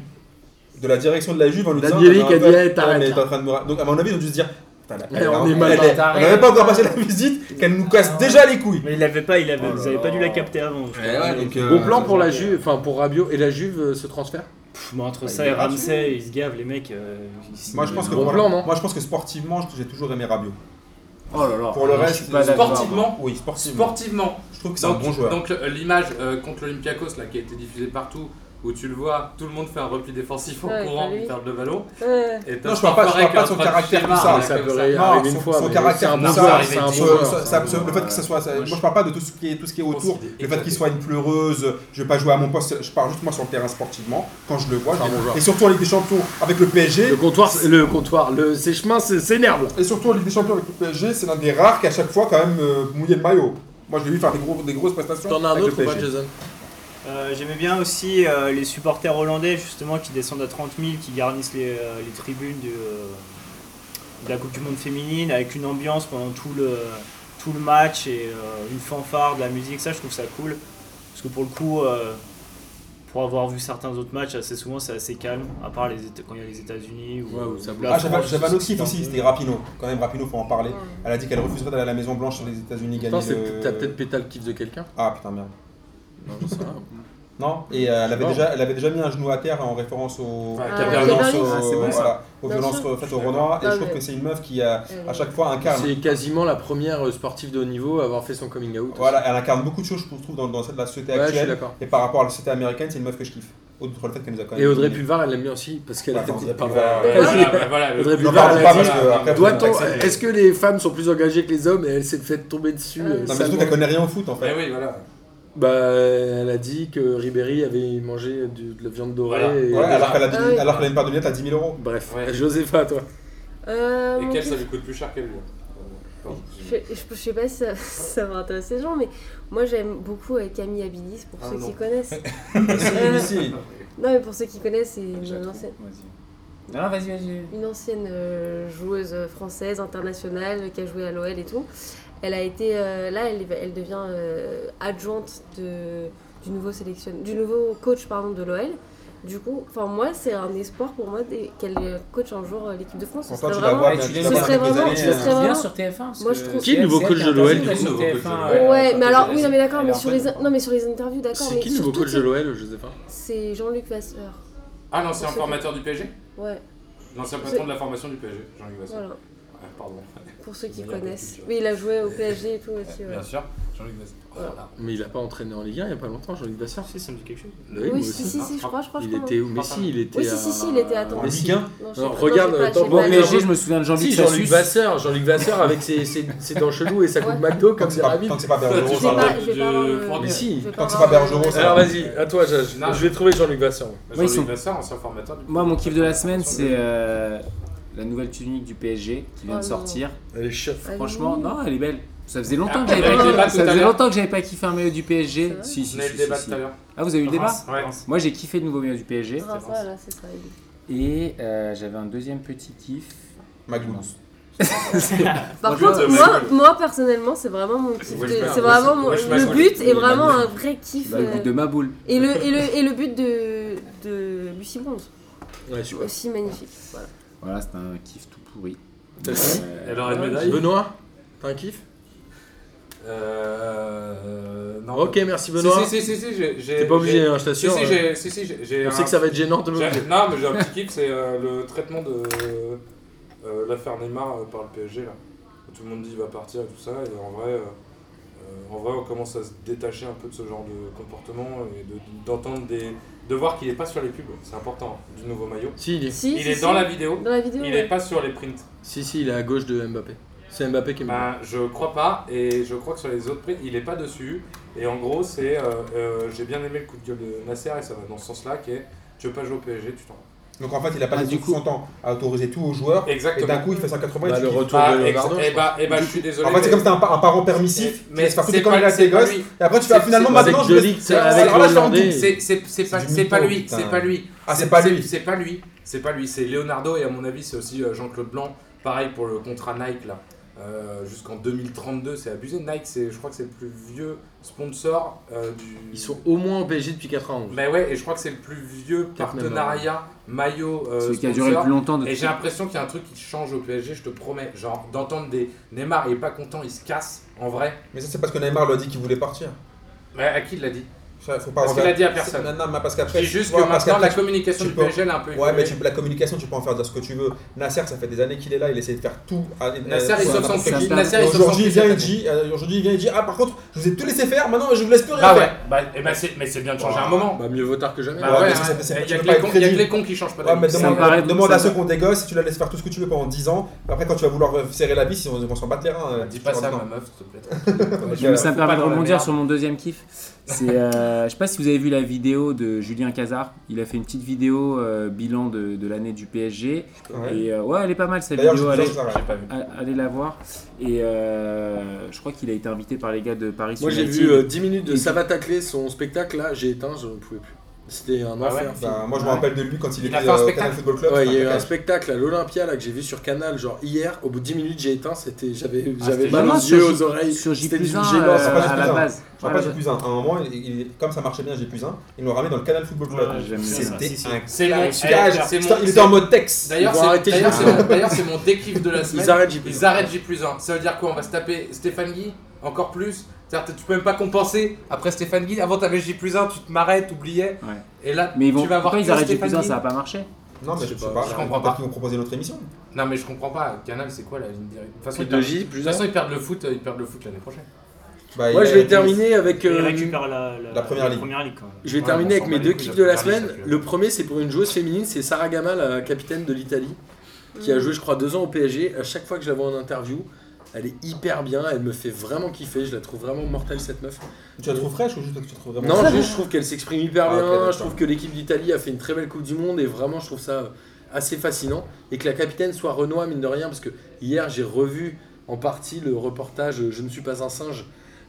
Speaker 2: de la direction de la Juve en lui disant
Speaker 1: Danieli
Speaker 2: Mais
Speaker 1: qui a
Speaker 2: en fait,
Speaker 1: dit, Eh, t'arrêtes
Speaker 2: elle est
Speaker 1: là.
Speaker 2: en train de nous ra- Donc, à mon avis, ils ont dû se dire Putain, la-
Speaker 1: Eh, on
Speaker 2: elle-
Speaker 1: est mal Ah,
Speaker 2: elle-
Speaker 1: barré.
Speaker 2: elle n'avait pas encore passé la visite, qu'elle nous casse déjà les couilles.
Speaker 6: Mais il avait pas, il avait,
Speaker 2: Oh là
Speaker 6: vous avez pas
Speaker 2: là.
Speaker 6: dû la capter avant. je crois.
Speaker 2: Eh Ouais, donc, euh,
Speaker 1: Bon plan pour la Juve, enfin pour Rabiot et la Juve, euh, ce transfert
Speaker 6: Pff, bon, entre
Speaker 2: Bah,
Speaker 6: ça
Speaker 2: il
Speaker 6: et
Speaker 2: est gratuit.
Speaker 6: Ramsey, ils se gavent, les mecs. euh, ils-
Speaker 2: Moi je, pense que
Speaker 1: Bon
Speaker 2: pour-
Speaker 1: plan, non
Speaker 2: moi je pense que sportivement j'ai toujours aimé Rabiot.
Speaker 7: Oh là
Speaker 1: Ah,
Speaker 7: là.
Speaker 2: Pour le
Speaker 7: je
Speaker 2: reste,
Speaker 7: suis pas d'accord.
Speaker 5: sportivement,
Speaker 2: Oui, sportivement.
Speaker 5: Sportivement,
Speaker 2: Je trouve que c'est un
Speaker 5: donc,
Speaker 2: bon joueur.
Speaker 5: donc, euh, l'image euh, contre l'Olympiakos là, qui a été diffusée partout, où tu le vois, tout le monde fait un repli défensif en
Speaker 4: Ouais,
Speaker 5: courant,
Speaker 7: bah
Speaker 4: pas lui.
Speaker 5: il perd le ballon.
Speaker 4: Ouais.
Speaker 5: Et
Speaker 2: Non, je parle pas- je parle pas de son caractère, tout
Speaker 5: hein, Ah,
Speaker 2: ça.
Speaker 1: ça peut
Speaker 5: rien.
Speaker 2: Non,
Speaker 1: arriver une
Speaker 2: son-
Speaker 1: fois.
Speaker 2: son
Speaker 1: mais
Speaker 2: caractère,
Speaker 1: c'est un
Speaker 2: tout
Speaker 1: bon
Speaker 2: ça,
Speaker 1: joueur,
Speaker 5: c'est
Speaker 1: c'est un bon
Speaker 2: Ce-
Speaker 1: joueur.
Speaker 2: ce-
Speaker 1: c'est un
Speaker 2: ça-
Speaker 1: bon
Speaker 2: ce- le fait que ça soit, ça-
Speaker 5: moi,
Speaker 2: moi
Speaker 5: je-
Speaker 2: je parle pas de tout ce qui est tout ce qui est
Speaker 5: pense
Speaker 2: autour,
Speaker 5: qu'il est
Speaker 2: le fait qu'il
Speaker 5: exagéré.
Speaker 2: soit une pleureuse, je vais pas jouer à mon poste, je parle juste moi sur le terrain sportivement quand je le vois.
Speaker 1: C'est un
Speaker 2: je-
Speaker 1: bon joueur.
Speaker 2: Et surtout en Ligue des Champions avec le PSG,
Speaker 1: Le comptoir, le comptoir, le ses chemins se- s'énervent. là.
Speaker 2: et surtout en Ligue des Champions avec le PSG, c'est l'un des rares qui à chaque fois quand même euh, mouillait le maillot. Moi je l'ai vu faire des, gros, des grosses prestations.
Speaker 1: T'en as un
Speaker 2: avec le
Speaker 1: autre ou pas,
Speaker 2: PSG.
Speaker 1: Jason
Speaker 6: Euh, J'aimais bien aussi euh, les supporters hollandais, justement, qui descendent à 30 000, qui garnissent les, euh, les tribunes de, euh, de la Coupe du Monde féminine, avec une ambiance pendant tout le, tout le match et euh, une fanfare, de la musique. Ça, je trouve ça cool. Parce que pour le coup, euh, pour avoir vu certains autres matchs, assez souvent, c'est assez calme, à part les Éta- quand il y a les États-Unis ou,
Speaker 1: Ouais, ou ça
Speaker 6: ou
Speaker 1: bouge.
Speaker 6: la
Speaker 2: Ah, j'avais
Speaker 6: France,
Speaker 2: j'avais un autre kiff
Speaker 6: c'est un
Speaker 2: aussi,
Speaker 6: peu-
Speaker 2: c'était Rapino. Quand même, Rapino, faut en parler.
Speaker 4: Ah,
Speaker 2: Elle a dit qu'elle refuserait d'aller à la Maison Blanche sur les États-Unis gagner.
Speaker 1: Attends, c'est-
Speaker 2: le-
Speaker 1: t'as peut-être pété le kiff de quelqu'un
Speaker 2: Ah putain, merde.
Speaker 1: Non, j'en sais rien.
Speaker 2: Non, et euh, elle, avait
Speaker 1: Non.
Speaker 2: déjà, elle avait déjà mis un genou à terre en référence aux,
Speaker 5: Enfin,
Speaker 2: aux
Speaker 5: Ah,
Speaker 2: violences,
Speaker 4: Cabernet.
Speaker 2: aux-
Speaker 4: Ah,
Speaker 7: c'est bon, ça.
Speaker 2: voilà, aux
Speaker 4: Bien
Speaker 2: violences
Speaker 4: sûr.
Speaker 2: faites aux Renois. Et
Speaker 4: Non,
Speaker 2: je trouve
Speaker 4: mais-
Speaker 2: que c'est une meuf qui, a,
Speaker 4: Euh,
Speaker 2: à chaque fois, incarne.
Speaker 1: C'est quasiment la première euh, sportive de haut niveau à avoir fait son coming out.
Speaker 2: Voilà, elle incarne beaucoup de choses, je trouve, dans, dans celle de la société
Speaker 1: Ouais, je suis
Speaker 2: actuelle.
Speaker 1: d'accord.
Speaker 2: Et par rapport à la société américaine, c'est une meuf que je kiffe. Outre le fait qu'elle nous a quand même.
Speaker 1: Et Audrey
Speaker 2: dominé.
Speaker 1: Pulvar, elle l'aime bien aussi parce qu'elle
Speaker 2: Ouais,
Speaker 1: a été
Speaker 2: enfin, Audrey
Speaker 1: par-
Speaker 2: Pulvar,
Speaker 1: Vas-y.
Speaker 5: Voilà, bah, voilà, Bah le-
Speaker 1: Audrey
Speaker 2: N'en
Speaker 1: Pulvar,
Speaker 2: parlons
Speaker 1: elle
Speaker 2: euh, pas
Speaker 1: a
Speaker 2: parce
Speaker 1: dit.
Speaker 2: que après, faut
Speaker 1: Doit-on-
Speaker 2: taxer les-
Speaker 1: Est-ce que les femmes sont plus engagées que les hommes Et elle s'est fait tomber dessus.
Speaker 4: Ah,
Speaker 1: euh,
Speaker 4: oui.
Speaker 2: Non, mais surtout
Speaker 1: salement.
Speaker 2: qu'elle connaît rien au foot en
Speaker 5: Mais
Speaker 2: fait.
Speaker 5: oui, voilà.
Speaker 1: Bah, elle a dit que Ribéry avait mangé du- de la viande dorée.
Speaker 5: Voilà.
Speaker 1: et-
Speaker 2: Ouais, alors qu'elle a,
Speaker 4: Ah oui.
Speaker 2: alors qu'elle a une paire de lunettes à 10 000 euros.
Speaker 1: Bref,
Speaker 5: Ouais.
Speaker 1: Josepha, toi.
Speaker 7: Ah,
Speaker 4: Euh,
Speaker 5: Et
Speaker 4: mon
Speaker 5: quel, ça
Speaker 4: kiff-
Speaker 5: lui coûte plus cher qu'elle lui. hein. Pardon.
Speaker 4: Je, je- je sais pas si ça, ça va intéresser les gens, mais moi j'aime beaucoup euh, Camille Abilis pour
Speaker 5: Ah,
Speaker 4: ceux
Speaker 5: non.
Speaker 4: qui connaissent.
Speaker 2: Si,
Speaker 4: Euh,
Speaker 2: si.
Speaker 4: non, mais pour ceux qui connaissent, c'est une,
Speaker 3: Je la trouve.
Speaker 4: ancienne,
Speaker 3: Vas-y. Non, vas-y, vas-y.
Speaker 4: une ancienne, euh, joueuse française internationale qui a joué à l'OL et tout. Elle a été euh, là, elle, elle devient euh, adjointe de, du nouveau sélection, du nouveau coach pardon de l'OL. Du coup, enfin moi c'est un espoir pour moi des- qu'elle coach un jour euh, l'équipe de France. Ce
Speaker 2: Pour toi,
Speaker 4: serait
Speaker 2: tu la
Speaker 4: vraiment-
Speaker 2: vois,
Speaker 3: Ouais,
Speaker 2: mais
Speaker 3: tu
Speaker 2: tu
Speaker 3: l'as
Speaker 2: la
Speaker 4: vu.
Speaker 2: vois dans
Speaker 4: Ce serait
Speaker 2: quelques
Speaker 4: vraiment-
Speaker 2: années,
Speaker 4: ce
Speaker 2: euh,
Speaker 4: serait-
Speaker 3: Viens sur TF1. parce
Speaker 4: Moi,
Speaker 3: que
Speaker 4: je trouve-
Speaker 1: Qui est le nouveau
Speaker 3: TF1,
Speaker 1: coach de
Speaker 3: t'as
Speaker 1: l'OL,
Speaker 3: raison,
Speaker 1: du
Speaker 3: t'as
Speaker 5: coup
Speaker 3: sur TF1,
Speaker 4: Ouais, bah,
Speaker 3: ouais,
Speaker 4: mais
Speaker 3: t'as
Speaker 4: alors
Speaker 3: raison.
Speaker 4: oui, non, mais d'accord, mais
Speaker 2: Alors,
Speaker 4: sur
Speaker 2: en fait,
Speaker 4: les non mais sur les interviews, d'accord.
Speaker 1: C'est
Speaker 4: mais
Speaker 1: qui le nouveau
Speaker 4: surtout,
Speaker 1: coach de l'OL, Josepha
Speaker 4: C'est Jean-Luc Vasseur.
Speaker 5: Ah, l'ancien formateur du PSG
Speaker 4: Ouais,
Speaker 5: L'ancien
Speaker 4: C'est-
Speaker 5: patron de la formation du PSG, Jean-Luc Vasseur.
Speaker 4: voilà.
Speaker 5: Ah, pardon.
Speaker 4: Pour ceux qui
Speaker 5: Il y a un peu de
Speaker 4: connaissent.
Speaker 5: culture.
Speaker 4: Oui, il a joué au PSG et tout aussi. ouais.
Speaker 5: Bien sûr.
Speaker 8: Jean-Luc Vasset. Oh là là.
Speaker 1: Mais il a pas entraîné en Ligue 1 il y a pas longtemps, Jean-Luc Bastien.
Speaker 6: Si, ça me dit quelque chose.
Speaker 1: Oui, moi
Speaker 4: Oui,
Speaker 1: aussi.
Speaker 4: si, si, si, je crois, je crois. je
Speaker 1: Il
Speaker 4: crois.
Speaker 1: était où Mais si, il était.
Speaker 4: Oui, si, si, si, hein. il était à temps.
Speaker 1: Mais si.
Speaker 2: Ligue 1
Speaker 4: Non, je
Speaker 1: Alors,
Speaker 4: sais pas, non,
Speaker 1: regarde,
Speaker 4: j'ai pas-
Speaker 1: attends,
Speaker 4: j'ai
Speaker 1: bon,
Speaker 4: pas-
Speaker 1: mais-
Speaker 7: PSG, je me souviens de bah, Jean-Luc
Speaker 1: Si, Jean-Luc
Speaker 7: Sassus.
Speaker 1: Vasseur, Jean-Luc Vasseur avec ses, ses, ses dents cheloues et sa coupe McDo
Speaker 2: Tant
Speaker 1: comme
Speaker 2: que c'est
Speaker 1: c'est
Speaker 2: pas-
Speaker 1: Ravi.
Speaker 2: tant que c'est pas
Speaker 4: Je
Speaker 2: Bergeron,
Speaker 4: vais
Speaker 2: ça va.
Speaker 4: pas, je vais pas avoir le-
Speaker 1: Mais si,
Speaker 4: je vais
Speaker 2: tant que c'est
Speaker 4: avoir
Speaker 2: pas
Speaker 4: le-
Speaker 2: Bergeron, ça
Speaker 1: Alors vas-y, à toi, je,
Speaker 5: Non.
Speaker 1: je vais trouver Jean-Luc Vasseur.
Speaker 7: Ouais, ils
Speaker 5: Jean-Luc
Speaker 7: sont-
Speaker 5: Vasseur, ancien formateur du
Speaker 7: Moi, mon kiff de la semaine, c'est euh, la nouvelle tunique du PSG qui vient
Speaker 4: Oh
Speaker 7: de
Speaker 4: non.
Speaker 7: sortir.
Speaker 1: Elle est chef.
Speaker 4: Ah,
Speaker 7: Franchement,
Speaker 4: oui.
Speaker 7: non, elle est belle. Ça faisait longtemps
Speaker 5: Ah,
Speaker 7: que j'avais
Speaker 5: on a eu
Speaker 7: pas,
Speaker 5: le débat
Speaker 7: ça
Speaker 5: tout à
Speaker 7: faisait
Speaker 5: l'heure.
Speaker 7: longtemps que j'avais pas kiffé un maillot du
Speaker 4: C'est
Speaker 7: PSG.
Speaker 4: vrai
Speaker 7: Si, si,
Speaker 5: On
Speaker 7: si,
Speaker 5: a eu le
Speaker 7: si,
Speaker 5: débat
Speaker 7: si.
Speaker 5: tout à l'heure.
Speaker 7: Ah, vous avez eu le débat
Speaker 6: Ouais.
Speaker 7: Moi, j'ai kiffé le nouveau maillot du PSG.
Speaker 4: Ah, voilà, c'est ça. il-
Speaker 7: Et euh, j'avais un deuxième petit kiff.
Speaker 2: McDougall.
Speaker 4: Par
Speaker 7: Moi,
Speaker 4: contre,
Speaker 5: je-
Speaker 4: moi, moi personnellement, c'est vraiment mon kiff.
Speaker 5: Moi,
Speaker 4: de-
Speaker 5: je mets-
Speaker 4: C'est
Speaker 5: moi,
Speaker 4: vraiment
Speaker 5: je-
Speaker 4: mon-
Speaker 5: moi, je mets
Speaker 4: le
Speaker 5: un-
Speaker 4: but est
Speaker 5: le
Speaker 4: vraiment
Speaker 5: maillot.
Speaker 4: un vrai kiff.
Speaker 7: Bah, le
Speaker 4: euh,
Speaker 7: bout de ma boule.
Speaker 4: Et le, et, le, et le but de, de Lucie Bronze,
Speaker 1: Ouais, super.
Speaker 4: aussi magnifique. Voilà.
Speaker 7: Voilà, c'était un kiff tout pourri.
Speaker 1: T'as fini
Speaker 7: Euh,
Speaker 5: Elle aurait une médaille
Speaker 1: Benoît T'as un kiff
Speaker 5: Euh. Non.
Speaker 1: Ah, Ok, merci Benoît.
Speaker 5: Si, si, si, si, si, j'ai- j'ai.
Speaker 1: T'es pas obligé,
Speaker 5: j'ai-
Speaker 1: hein, je
Speaker 5: Si,
Speaker 1: t'assure.
Speaker 5: si,
Speaker 1: On
Speaker 5: j'ai. Si, si, j'ai- j'ai. un-
Speaker 1: sait que ça va être gênant de me
Speaker 5: j'ai- Non, mais j'ai un petit kiff, c'est euh, le traitement de. euh, L'affaire Neymar euh, par le PSG, là. Tout le monde dit il va partir et tout ça, et en vrai. euh, euh, en vrai, on commence à se détacher un peu de ce genre de comportement et de- d'entendre des. de voir qu'il est pas sur les pubs, c'est important, hein, du nouveau maillot.
Speaker 1: Si, il est.
Speaker 4: Si,
Speaker 5: Il
Speaker 4: si,
Speaker 5: est
Speaker 4: si.
Speaker 5: dans la vidéo,
Speaker 4: Dans la vidéo.
Speaker 5: il
Speaker 4: ouais.
Speaker 5: est pas sur les prints.
Speaker 1: Si, si, il est à gauche de Mbappé. C'est Mbappé qui est mort.
Speaker 5: Ben, je crois pas, et je crois que sur les autres prix, il est pas dessus. Et en gros, c'est. euh, euh, J'ai bien aimé le coup de gueule de Nasser, et ça va dans ce sens-là, qui est tu veux pas jouer au PSG, tu t'en vas.
Speaker 2: Donc en fait, il a
Speaker 7: Ah,
Speaker 2: passé
Speaker 7: du
Speaker 2: tout
Speaker 7: coup-
Speaker 2: son temps à autoriser tout aux joueurs. Et d'un
Speaker 5: Exactement.
Speaker 2: coup, il fait 180
Speaker 1: Bah,
Speaker 2: et
Speaker 1: le
Speaker 2: tu kiffes.
Speaker 1: retour
Speaker 5: Ah,
Speaker 1: de
Speaker 5: ex-
Speaker 1: Leonardo.
Speaker 5: eh ben, eh ben, je suis désolé.
Speaker 2: En fait, c'est
Speaker 5: mais-
Speaker 2: comme si t'as un, pa- un parent permissif
Speaker 5: Mais-
Speaker 2: mais qui se faire
Speaker 5: c'est
Speaker 2: foutre comme
Speaker 5: pas-
Speaker 2: il a
Speaker 5: c'est
Speaker 2: tes
Speaker 5: pas
Speaker 2: gosses.
Speaker 5: lui.
Speaker 2: Et après, tu fais ah,
Speaker 5: C'est-
Speaker 2: finalement
Speaker 5: c'est-
Speaker 2: maintenant,
Speaker 1: avec
Speaker 2: je
Speaker 1: De
Speaker 2: vais.
Speaker 1: Ligt, c'est avec
Speaker 2: alors là, je suis en
Speaker 1: Hollandais.
Speaker 2: kiff.
Speaker 5: C'est c'est- c'est pas,
Speaker 2: du
Speaker 5: c'est pas
Speaker 2: mytho,
Speaker 5: lui,
Speaker 2: putain.
Speaker 5: c'est pas lui.
Speaker 2: Ah, c'est pas lui.
Speaker 5: C'est pas lui, c'est pas lui, c'est Leonardo et à mon avis c'est aussi euh, Jean-Claude Blanc. Pareil pour le contrat Nike là, Euh, jusqu'en 2032, c'est abusé. Nike, c'est, je crois que c'est le plus vieux sponsor euh, du.
Speaker 1: Ils sont au moins au PSG depuis 91.
Speaker 5: Mais ouais, et je crois que c'est le plus vieux
Speaker 1: Peut-être même
Speaker 5: partenariat maillot. euh,
Speaker 7: Celui qui a
Speaker 5: sponsor.
Speaker 7: duré le plus longtemps de
Speaker 5: Et j'ai l'impression qu'il y a un truc qui change au PSG, je te promets. Genre d'entendre des Neymar, il est pas content, il se casse en vrai.
Speaker 2: Mais ça, c'est parce que Neymar lui a dit qu'il voulait partir.
Speaker 5: Mais à qui il l'a dit
Speaker 2: Ça, faut pas
Speaker 5: Parce qu'il
Speaker 2: envers-
Speaker 5: a dit à personne.
Speaker 2: Non, non, mais parce qu'après.
Speaker 5: C'est juste
Speaker 2: tu
Speaker 5: que
Speaker 2: vois, parce
Speaker 5: maintenant, la
Speaker 2: qu'après,
Speaker 5: communication
Speaker 2: tu
Speaker 5: du
Speaker 2: peux-
Speaker 5: PSG, elle a un peu
Speaker 2: Ouais,
Speaker 5: évolué.
Speaker 2: mais tu- la communication, tu peux en faire dire ce que tu veux. Nasser, ça fait des années qu'il est là, il essaie de faire tout. à-
Speaker 5: Nasser,
Speaker 2: euh,
Speaker 5: il
Speaker 2: à
Speaker 5: sauve
Speaker 2: n'importe
Speaker 5: son
Speaker 2: qui.
Speaker 5: cul.
Speaker 7: ça.
Speaker 5: Nasser,
Speaker 2: Et
Speaker 5: il sauve son
Speaker 2: bah, Aujourd'hui, il
Speaker 5: cul
Speaker 2: vient
Speaker 5: cette
Speaker 2: et
Speaker 5: année.
Speaker 2: dit, euh, aujourd'hui, il vient et dit, ah par contre, je vous ai tout laissé faire, maintenant je vous laisse plus rien
Speaker 5: Bah ouais,
Speaker 2: faire.
Speaker 5: bah, eh ben, c'est- mais c'est bien de changer un moment.
Speaker 1: Bah, mieux vaut tard que jamais.
Speaker 5: Bah
Speaker 2: ouais,
Speaker 5: ouais,
Speaker 2: mais c'est-
Speaker 5: hein.
Speaker 2: c'est-
Speaker 5: Il
Speaker 2: tu
Speaker 5: y a
Speaker 2: peux
Speaker 5: que
Speaker 2: pas
Speaker 5: les
Speaker 2: être
Speaker 5: cons- il y a que
Speaker 2: crédible.
Speaker 5: les cons qui changent pas
Speaker 2: Ouais, mais
Speaker 5: d'avis.
Speaker 7: Ça
Speaker 2: demande,
Speaker 7: me paraît-
Speaker 2: demande
Speaker 7: ça
Speaker 2: à
Speaker 7: me-
Speaker 2: ceux qui ont des gosses, tu leur laisses faire tout ce que tu veux pendant 10 ans. Après, quand tu vas vouloir serrer la vis, ils vont ils vont s'en battre les reins. euh,
Speaker 5: Dis pas
Speaker 2: tu
Speaker 5: ça à
Speaker 2: leur dis
Speaker 5: ma meuf, s'il te plaît.
Speaker 2: non.
Speaker 7: Je me- ça me
Speaker 5: Faut pas
Speaker 7: permet de
Speaker 5: dans la
Speaker 7: rebondir
Speaker 5: merde.
Speaker 7: sur mon deuxième kiff. C'est, euh, je sais pas si vous avez vu la vidéo de Julien Cazard. Il a fait une petite vidéo euh, bilan de, de l'année du PSG.
Speaker 2: Ouais.
Speaker 7: Et euh, ouais, elle est pas mal cette
Speaker 2: D'ailleurs, je
Speaker 7: vidéo.
Speaker 2: vous
Speaker 7: Allez,
Speaker 2: lance la-
Speaker 5: J'ai pas vu.
Speaker 7: a- allez la voir. Et euh, je crois qu'il a été invité par les gars de Paris
Speaker 1: Moi j'ai
Speaker 7: United.
Speaker 1: vu euh, 10 minutes de
Speaker 7: Et-
Speaker 1: Ça va tacler son spectacle là, j'ai éteint, je ne pouvais plus. C'était un
Speaker 5: Ah ouais
Speaker 1: enfer.
Speaker 2: Bah, moi, je me rappelle de lui quand il
Speaker 5: Il
Speaker 2: était
Speaker 5: a fait un
Speaker 2: euh, au
Speaker 5: spectacle.
Speaker 2: Canal Football Club.
Speaker 1: Ouais, il y a
Speaker 2: c'était
Speaker 1: eu
Speaker 2: un
Speaker 1: un
Speaker 2: spectacle.
Speaker 1: spectacle à l'Olympia là que j'ai vu sur Canal genre hier, au bout de 10 minutes j'ai éteint, c'était j'avais j'avais
Speaker 5: c'était
Speaker 1: mal
Speaker 7: Bah non,
Speaker 1: aux
Speaker 7: sur
Speaker 1: yeux, aux
Speaker 7: J-
Speaker 1: oreilles,
Speaker 7: Sur J
Speaker 1: c'était
Speaker 7: plus
Speaker 1: d'une
Speaker 7: 1
Speaker 1: gênance.
Speaker 2: ça passe
Speaker 7: à la
Speaker 2: plus un. Je
Speaker 7: base.
Speaker 2: me
Speaker 7: Voilà.
Speaker 2: rappelle, j'ai plus un. À un moment, il- il- comme ça marchait bien, j'ai plus un. Ils l'ont ramené dans le Canal Football Club.
Speaker 6: Ouais, j'aime bien ça.
Speaker 2: C'était
Speaker 6: Si, si.
Speaker 2: un
Speaker 5: C'est mon.
Speaker 6: Clash.
Speaker 5: Clash. Eh, C'est
Speaker 2: Putain,
Speaker 5: mon.
Speaker 2: Il était en mode texte.
Speaker 5: D'ailleurs,
Speaker 1: Ils vont
Speaker 5: c'est
Speaker 1: arrêter
Speaker 5: d'ailleurs,
Speaker 1: J+1.
Speaker 5: c'est mon- d'ailleurs, c'est mon décliff de la semaine.
Speaker 1: Ils arrêtent j'ai plus
Speaker 5: Ils arrêtent J plus 1. Ça veut dire quoi On va se taper Stéphane Guy encore plus C'est-à-dire que tu peux même pas compenser. Après Stéphane Guy, avant t'avais J plus 1, tu te marrais, t'oubliais.
Speaker 7: Ouais.
Speaker 5: Et là,
Speaker 7: Mais ils vont,
Speaker 5: tu vas avoir
Speaker 7: pourquoi
Speaker 5: que
Speaker 7: ils arrêtent J
Speaker 5: Stéphane
Speaker 7: plus 1
Speaker 5: Guy.
Speaker 7: Ça a pas marché.
Speaker 2: Non, mais je sais pas.
Speaker 5: Je comprends
Speaker 2: Peut-être
Speaker 5: pas.
Speaker 2: qu'ils vont proposer notre émission.
Speaker 5: Non mais je comprends pas. Canal, c'est quoi la ligne directe De toute façon,
Speaker 1: Plus
Speaker 5: ils
Speaker 1: de
Speaker 5: perdent-
Speaker 1: J,
Speaker 5: de
Speaker 1: plus
Speaker 5: toute façon, ils perdent le foot, euh, ils perdent le foot l'année prochaine.
Speaker 2: Bah,
Speaker 1: Moi
Speaker 2: il
Speaker 1: je
Speaker 2: a-
Speaker 1: vais terminer avec
Speaker 6: Et il
Speaker 1: euh,
Speaker 6: récupère la, la-
Speaker 2: la première
Speaker 6: la
Speaker 2: ligue.
Speaker 6: ligue, quoi.
Speaker 1: Je vais
Speaker 5: Ouais,
Speaker 1: terminer avec
Speaker 5: on s'en
Speaker 1: mes
Speaker 5: bat
Speaker 1: deux
Speaker 5: les couilles,
Speaker 1: kicks de la
Speaker 5: Paris, ça
Speaker 1: semaine.
Speaker 5: pue.
Speaker 1: Le premier, c'est pour une joueuse féminine, c'est Sarah Gama, la capitaine de l'Italie, qui
Speaker 4: Mm.
Speaker 1: a joué, je crois, deux ans au PSG. À chaque fois que je la vois en interview, elle est hyper bien, elle me fait vraiment kiffer, je la trouve vraiment mortelle cette meuf.
Speaker 2: Tu la trouves fraîche ou juste que tu la trouves vraiment
Speaker 1: Non,
Speaker 2: fraîche
Speaker 1: juste, je trouve qu'elle s'exprime hyper
Speaker 2: Ah, ok,
Speaker 1: bien,
Speaker 2: d'accord.
Speaker 1: je trouve que l'équipe d'Italie a fait une très belle Coupe du Monde et vraiment, je trouve ça assez fascinant. Et que la capitaine soit Renoir, mine de rien, parce que hier, j'ai revu en partie le reportage Je ne suis pas un singe,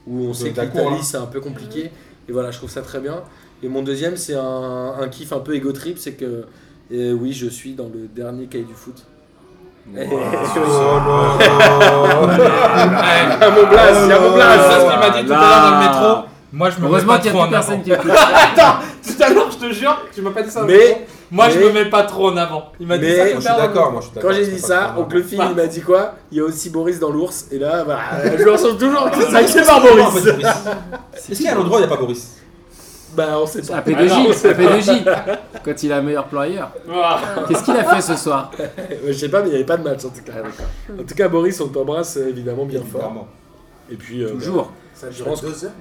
Speaker 1: où on
Speaker 2: De hein.
Speaker 1: sait que
Speaker 2: Dacour,
Speaker 1: l'Italie,
Speaker 2: là.
Speaker 1: c'est un peu compliqué. Et voilà, je trouve ça très bien. Et mon deuxième, c'est un, un kiff un peu égo trip, c'est que. euh, oui, je suis dans le dernier cahier du foot. Et-
Speaker 2: Oh,
Speaker 1: Ah, mon blast, il y a mon blast.
Speaker 7: Ah,
Speaker 5: Ça, ce qu'il m'a dit tout à
Speaker 7: là.
Speaker 5: l'heure dans le métro. Moi, je me mets
Speaker 7: Heureusement
Speaker 5: pas
Speaker 7: qu'il y
Speaker 5: trop
Speaker 7: a
Speaker 5: en
Speaker 7: plus personne
Speaker 5: avant.
Speaker 7: qui écoute.
Speaker 5: Tout à l'heure, je te jure, tu m'as pas
Speaker 2: Ah,
Speaker 5: dit ça. dans le
Speaker 1: Mais-
Speaker 5: métro. moi, je
Speaker 1: mais-
Speaker 5: me mets pas trop en avant. Il m'a dit
Speaker 1: Mais-
Speaker 5: ça
Speaker 2: Moi,
Speaker 5: tout à
Speaker 2: je
Speaker 5: l'heure.
Speaker 2: suis d'accord, moi je suis d'accord.
Speaker 1: Quand j'ai
Speaker 2: c'est
Speaker 1: dit
Speaker 2: pas
Speaker 1: ça,
Speaker 2: trop
Speaker 1: au
Speaker 2: grave.
Speaker 1: Clefine, il m'a dit quoi Il y a aussi Boris dans l'ours, et là, bah, je me ressens toujours
Speaker 2: Ah,
Speaker 1: ça c'est
Speaker 2: c'est
Speaker 1: par
Speaker 2: pas
Speaker 1: Boris.
Speaker 2: Boris. Est-ce qu'il y a un endroit où il n'y a pas Boris
Speaker 1: Bah, on sait pas.
Speaker 7: À P2J, à P2J. Quand il a meilleur employeur.
Speaker 5: Ah.
Speaker 7: Qu'est-ce qu'il a fait ce soir
Speaker 1: Euh, Je sais pas, mais il n'y avait pas de match en tout cas. En tout cas, Boris, on t'embrasse euh, évidemment bien fort.
Speaker 2: Clairement.
Speaker 1: Et puis, euh,
Speaker 7: Toujours.
Speaker 5: Ça a
Speaker 1: Je
Speaker 5: duré
Speaker 1: pense que-
Speaker 5: deux heures.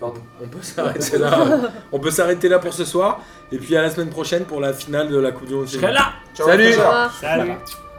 Speaker 5: Pardon.
Speaker 1: bah, on peut s'arrêter là. on peut s'arrêter là pour ce soir. Et puis à la semaine prochaine pour la finale de la Coupe du Monde.
Speaker 7: Je serai là.
Speaker 2: Ciao,
Speaker 1: Salut.
Speaker 2: Richard.
Speaker 4: Au revoir.
Speaker 6: Salut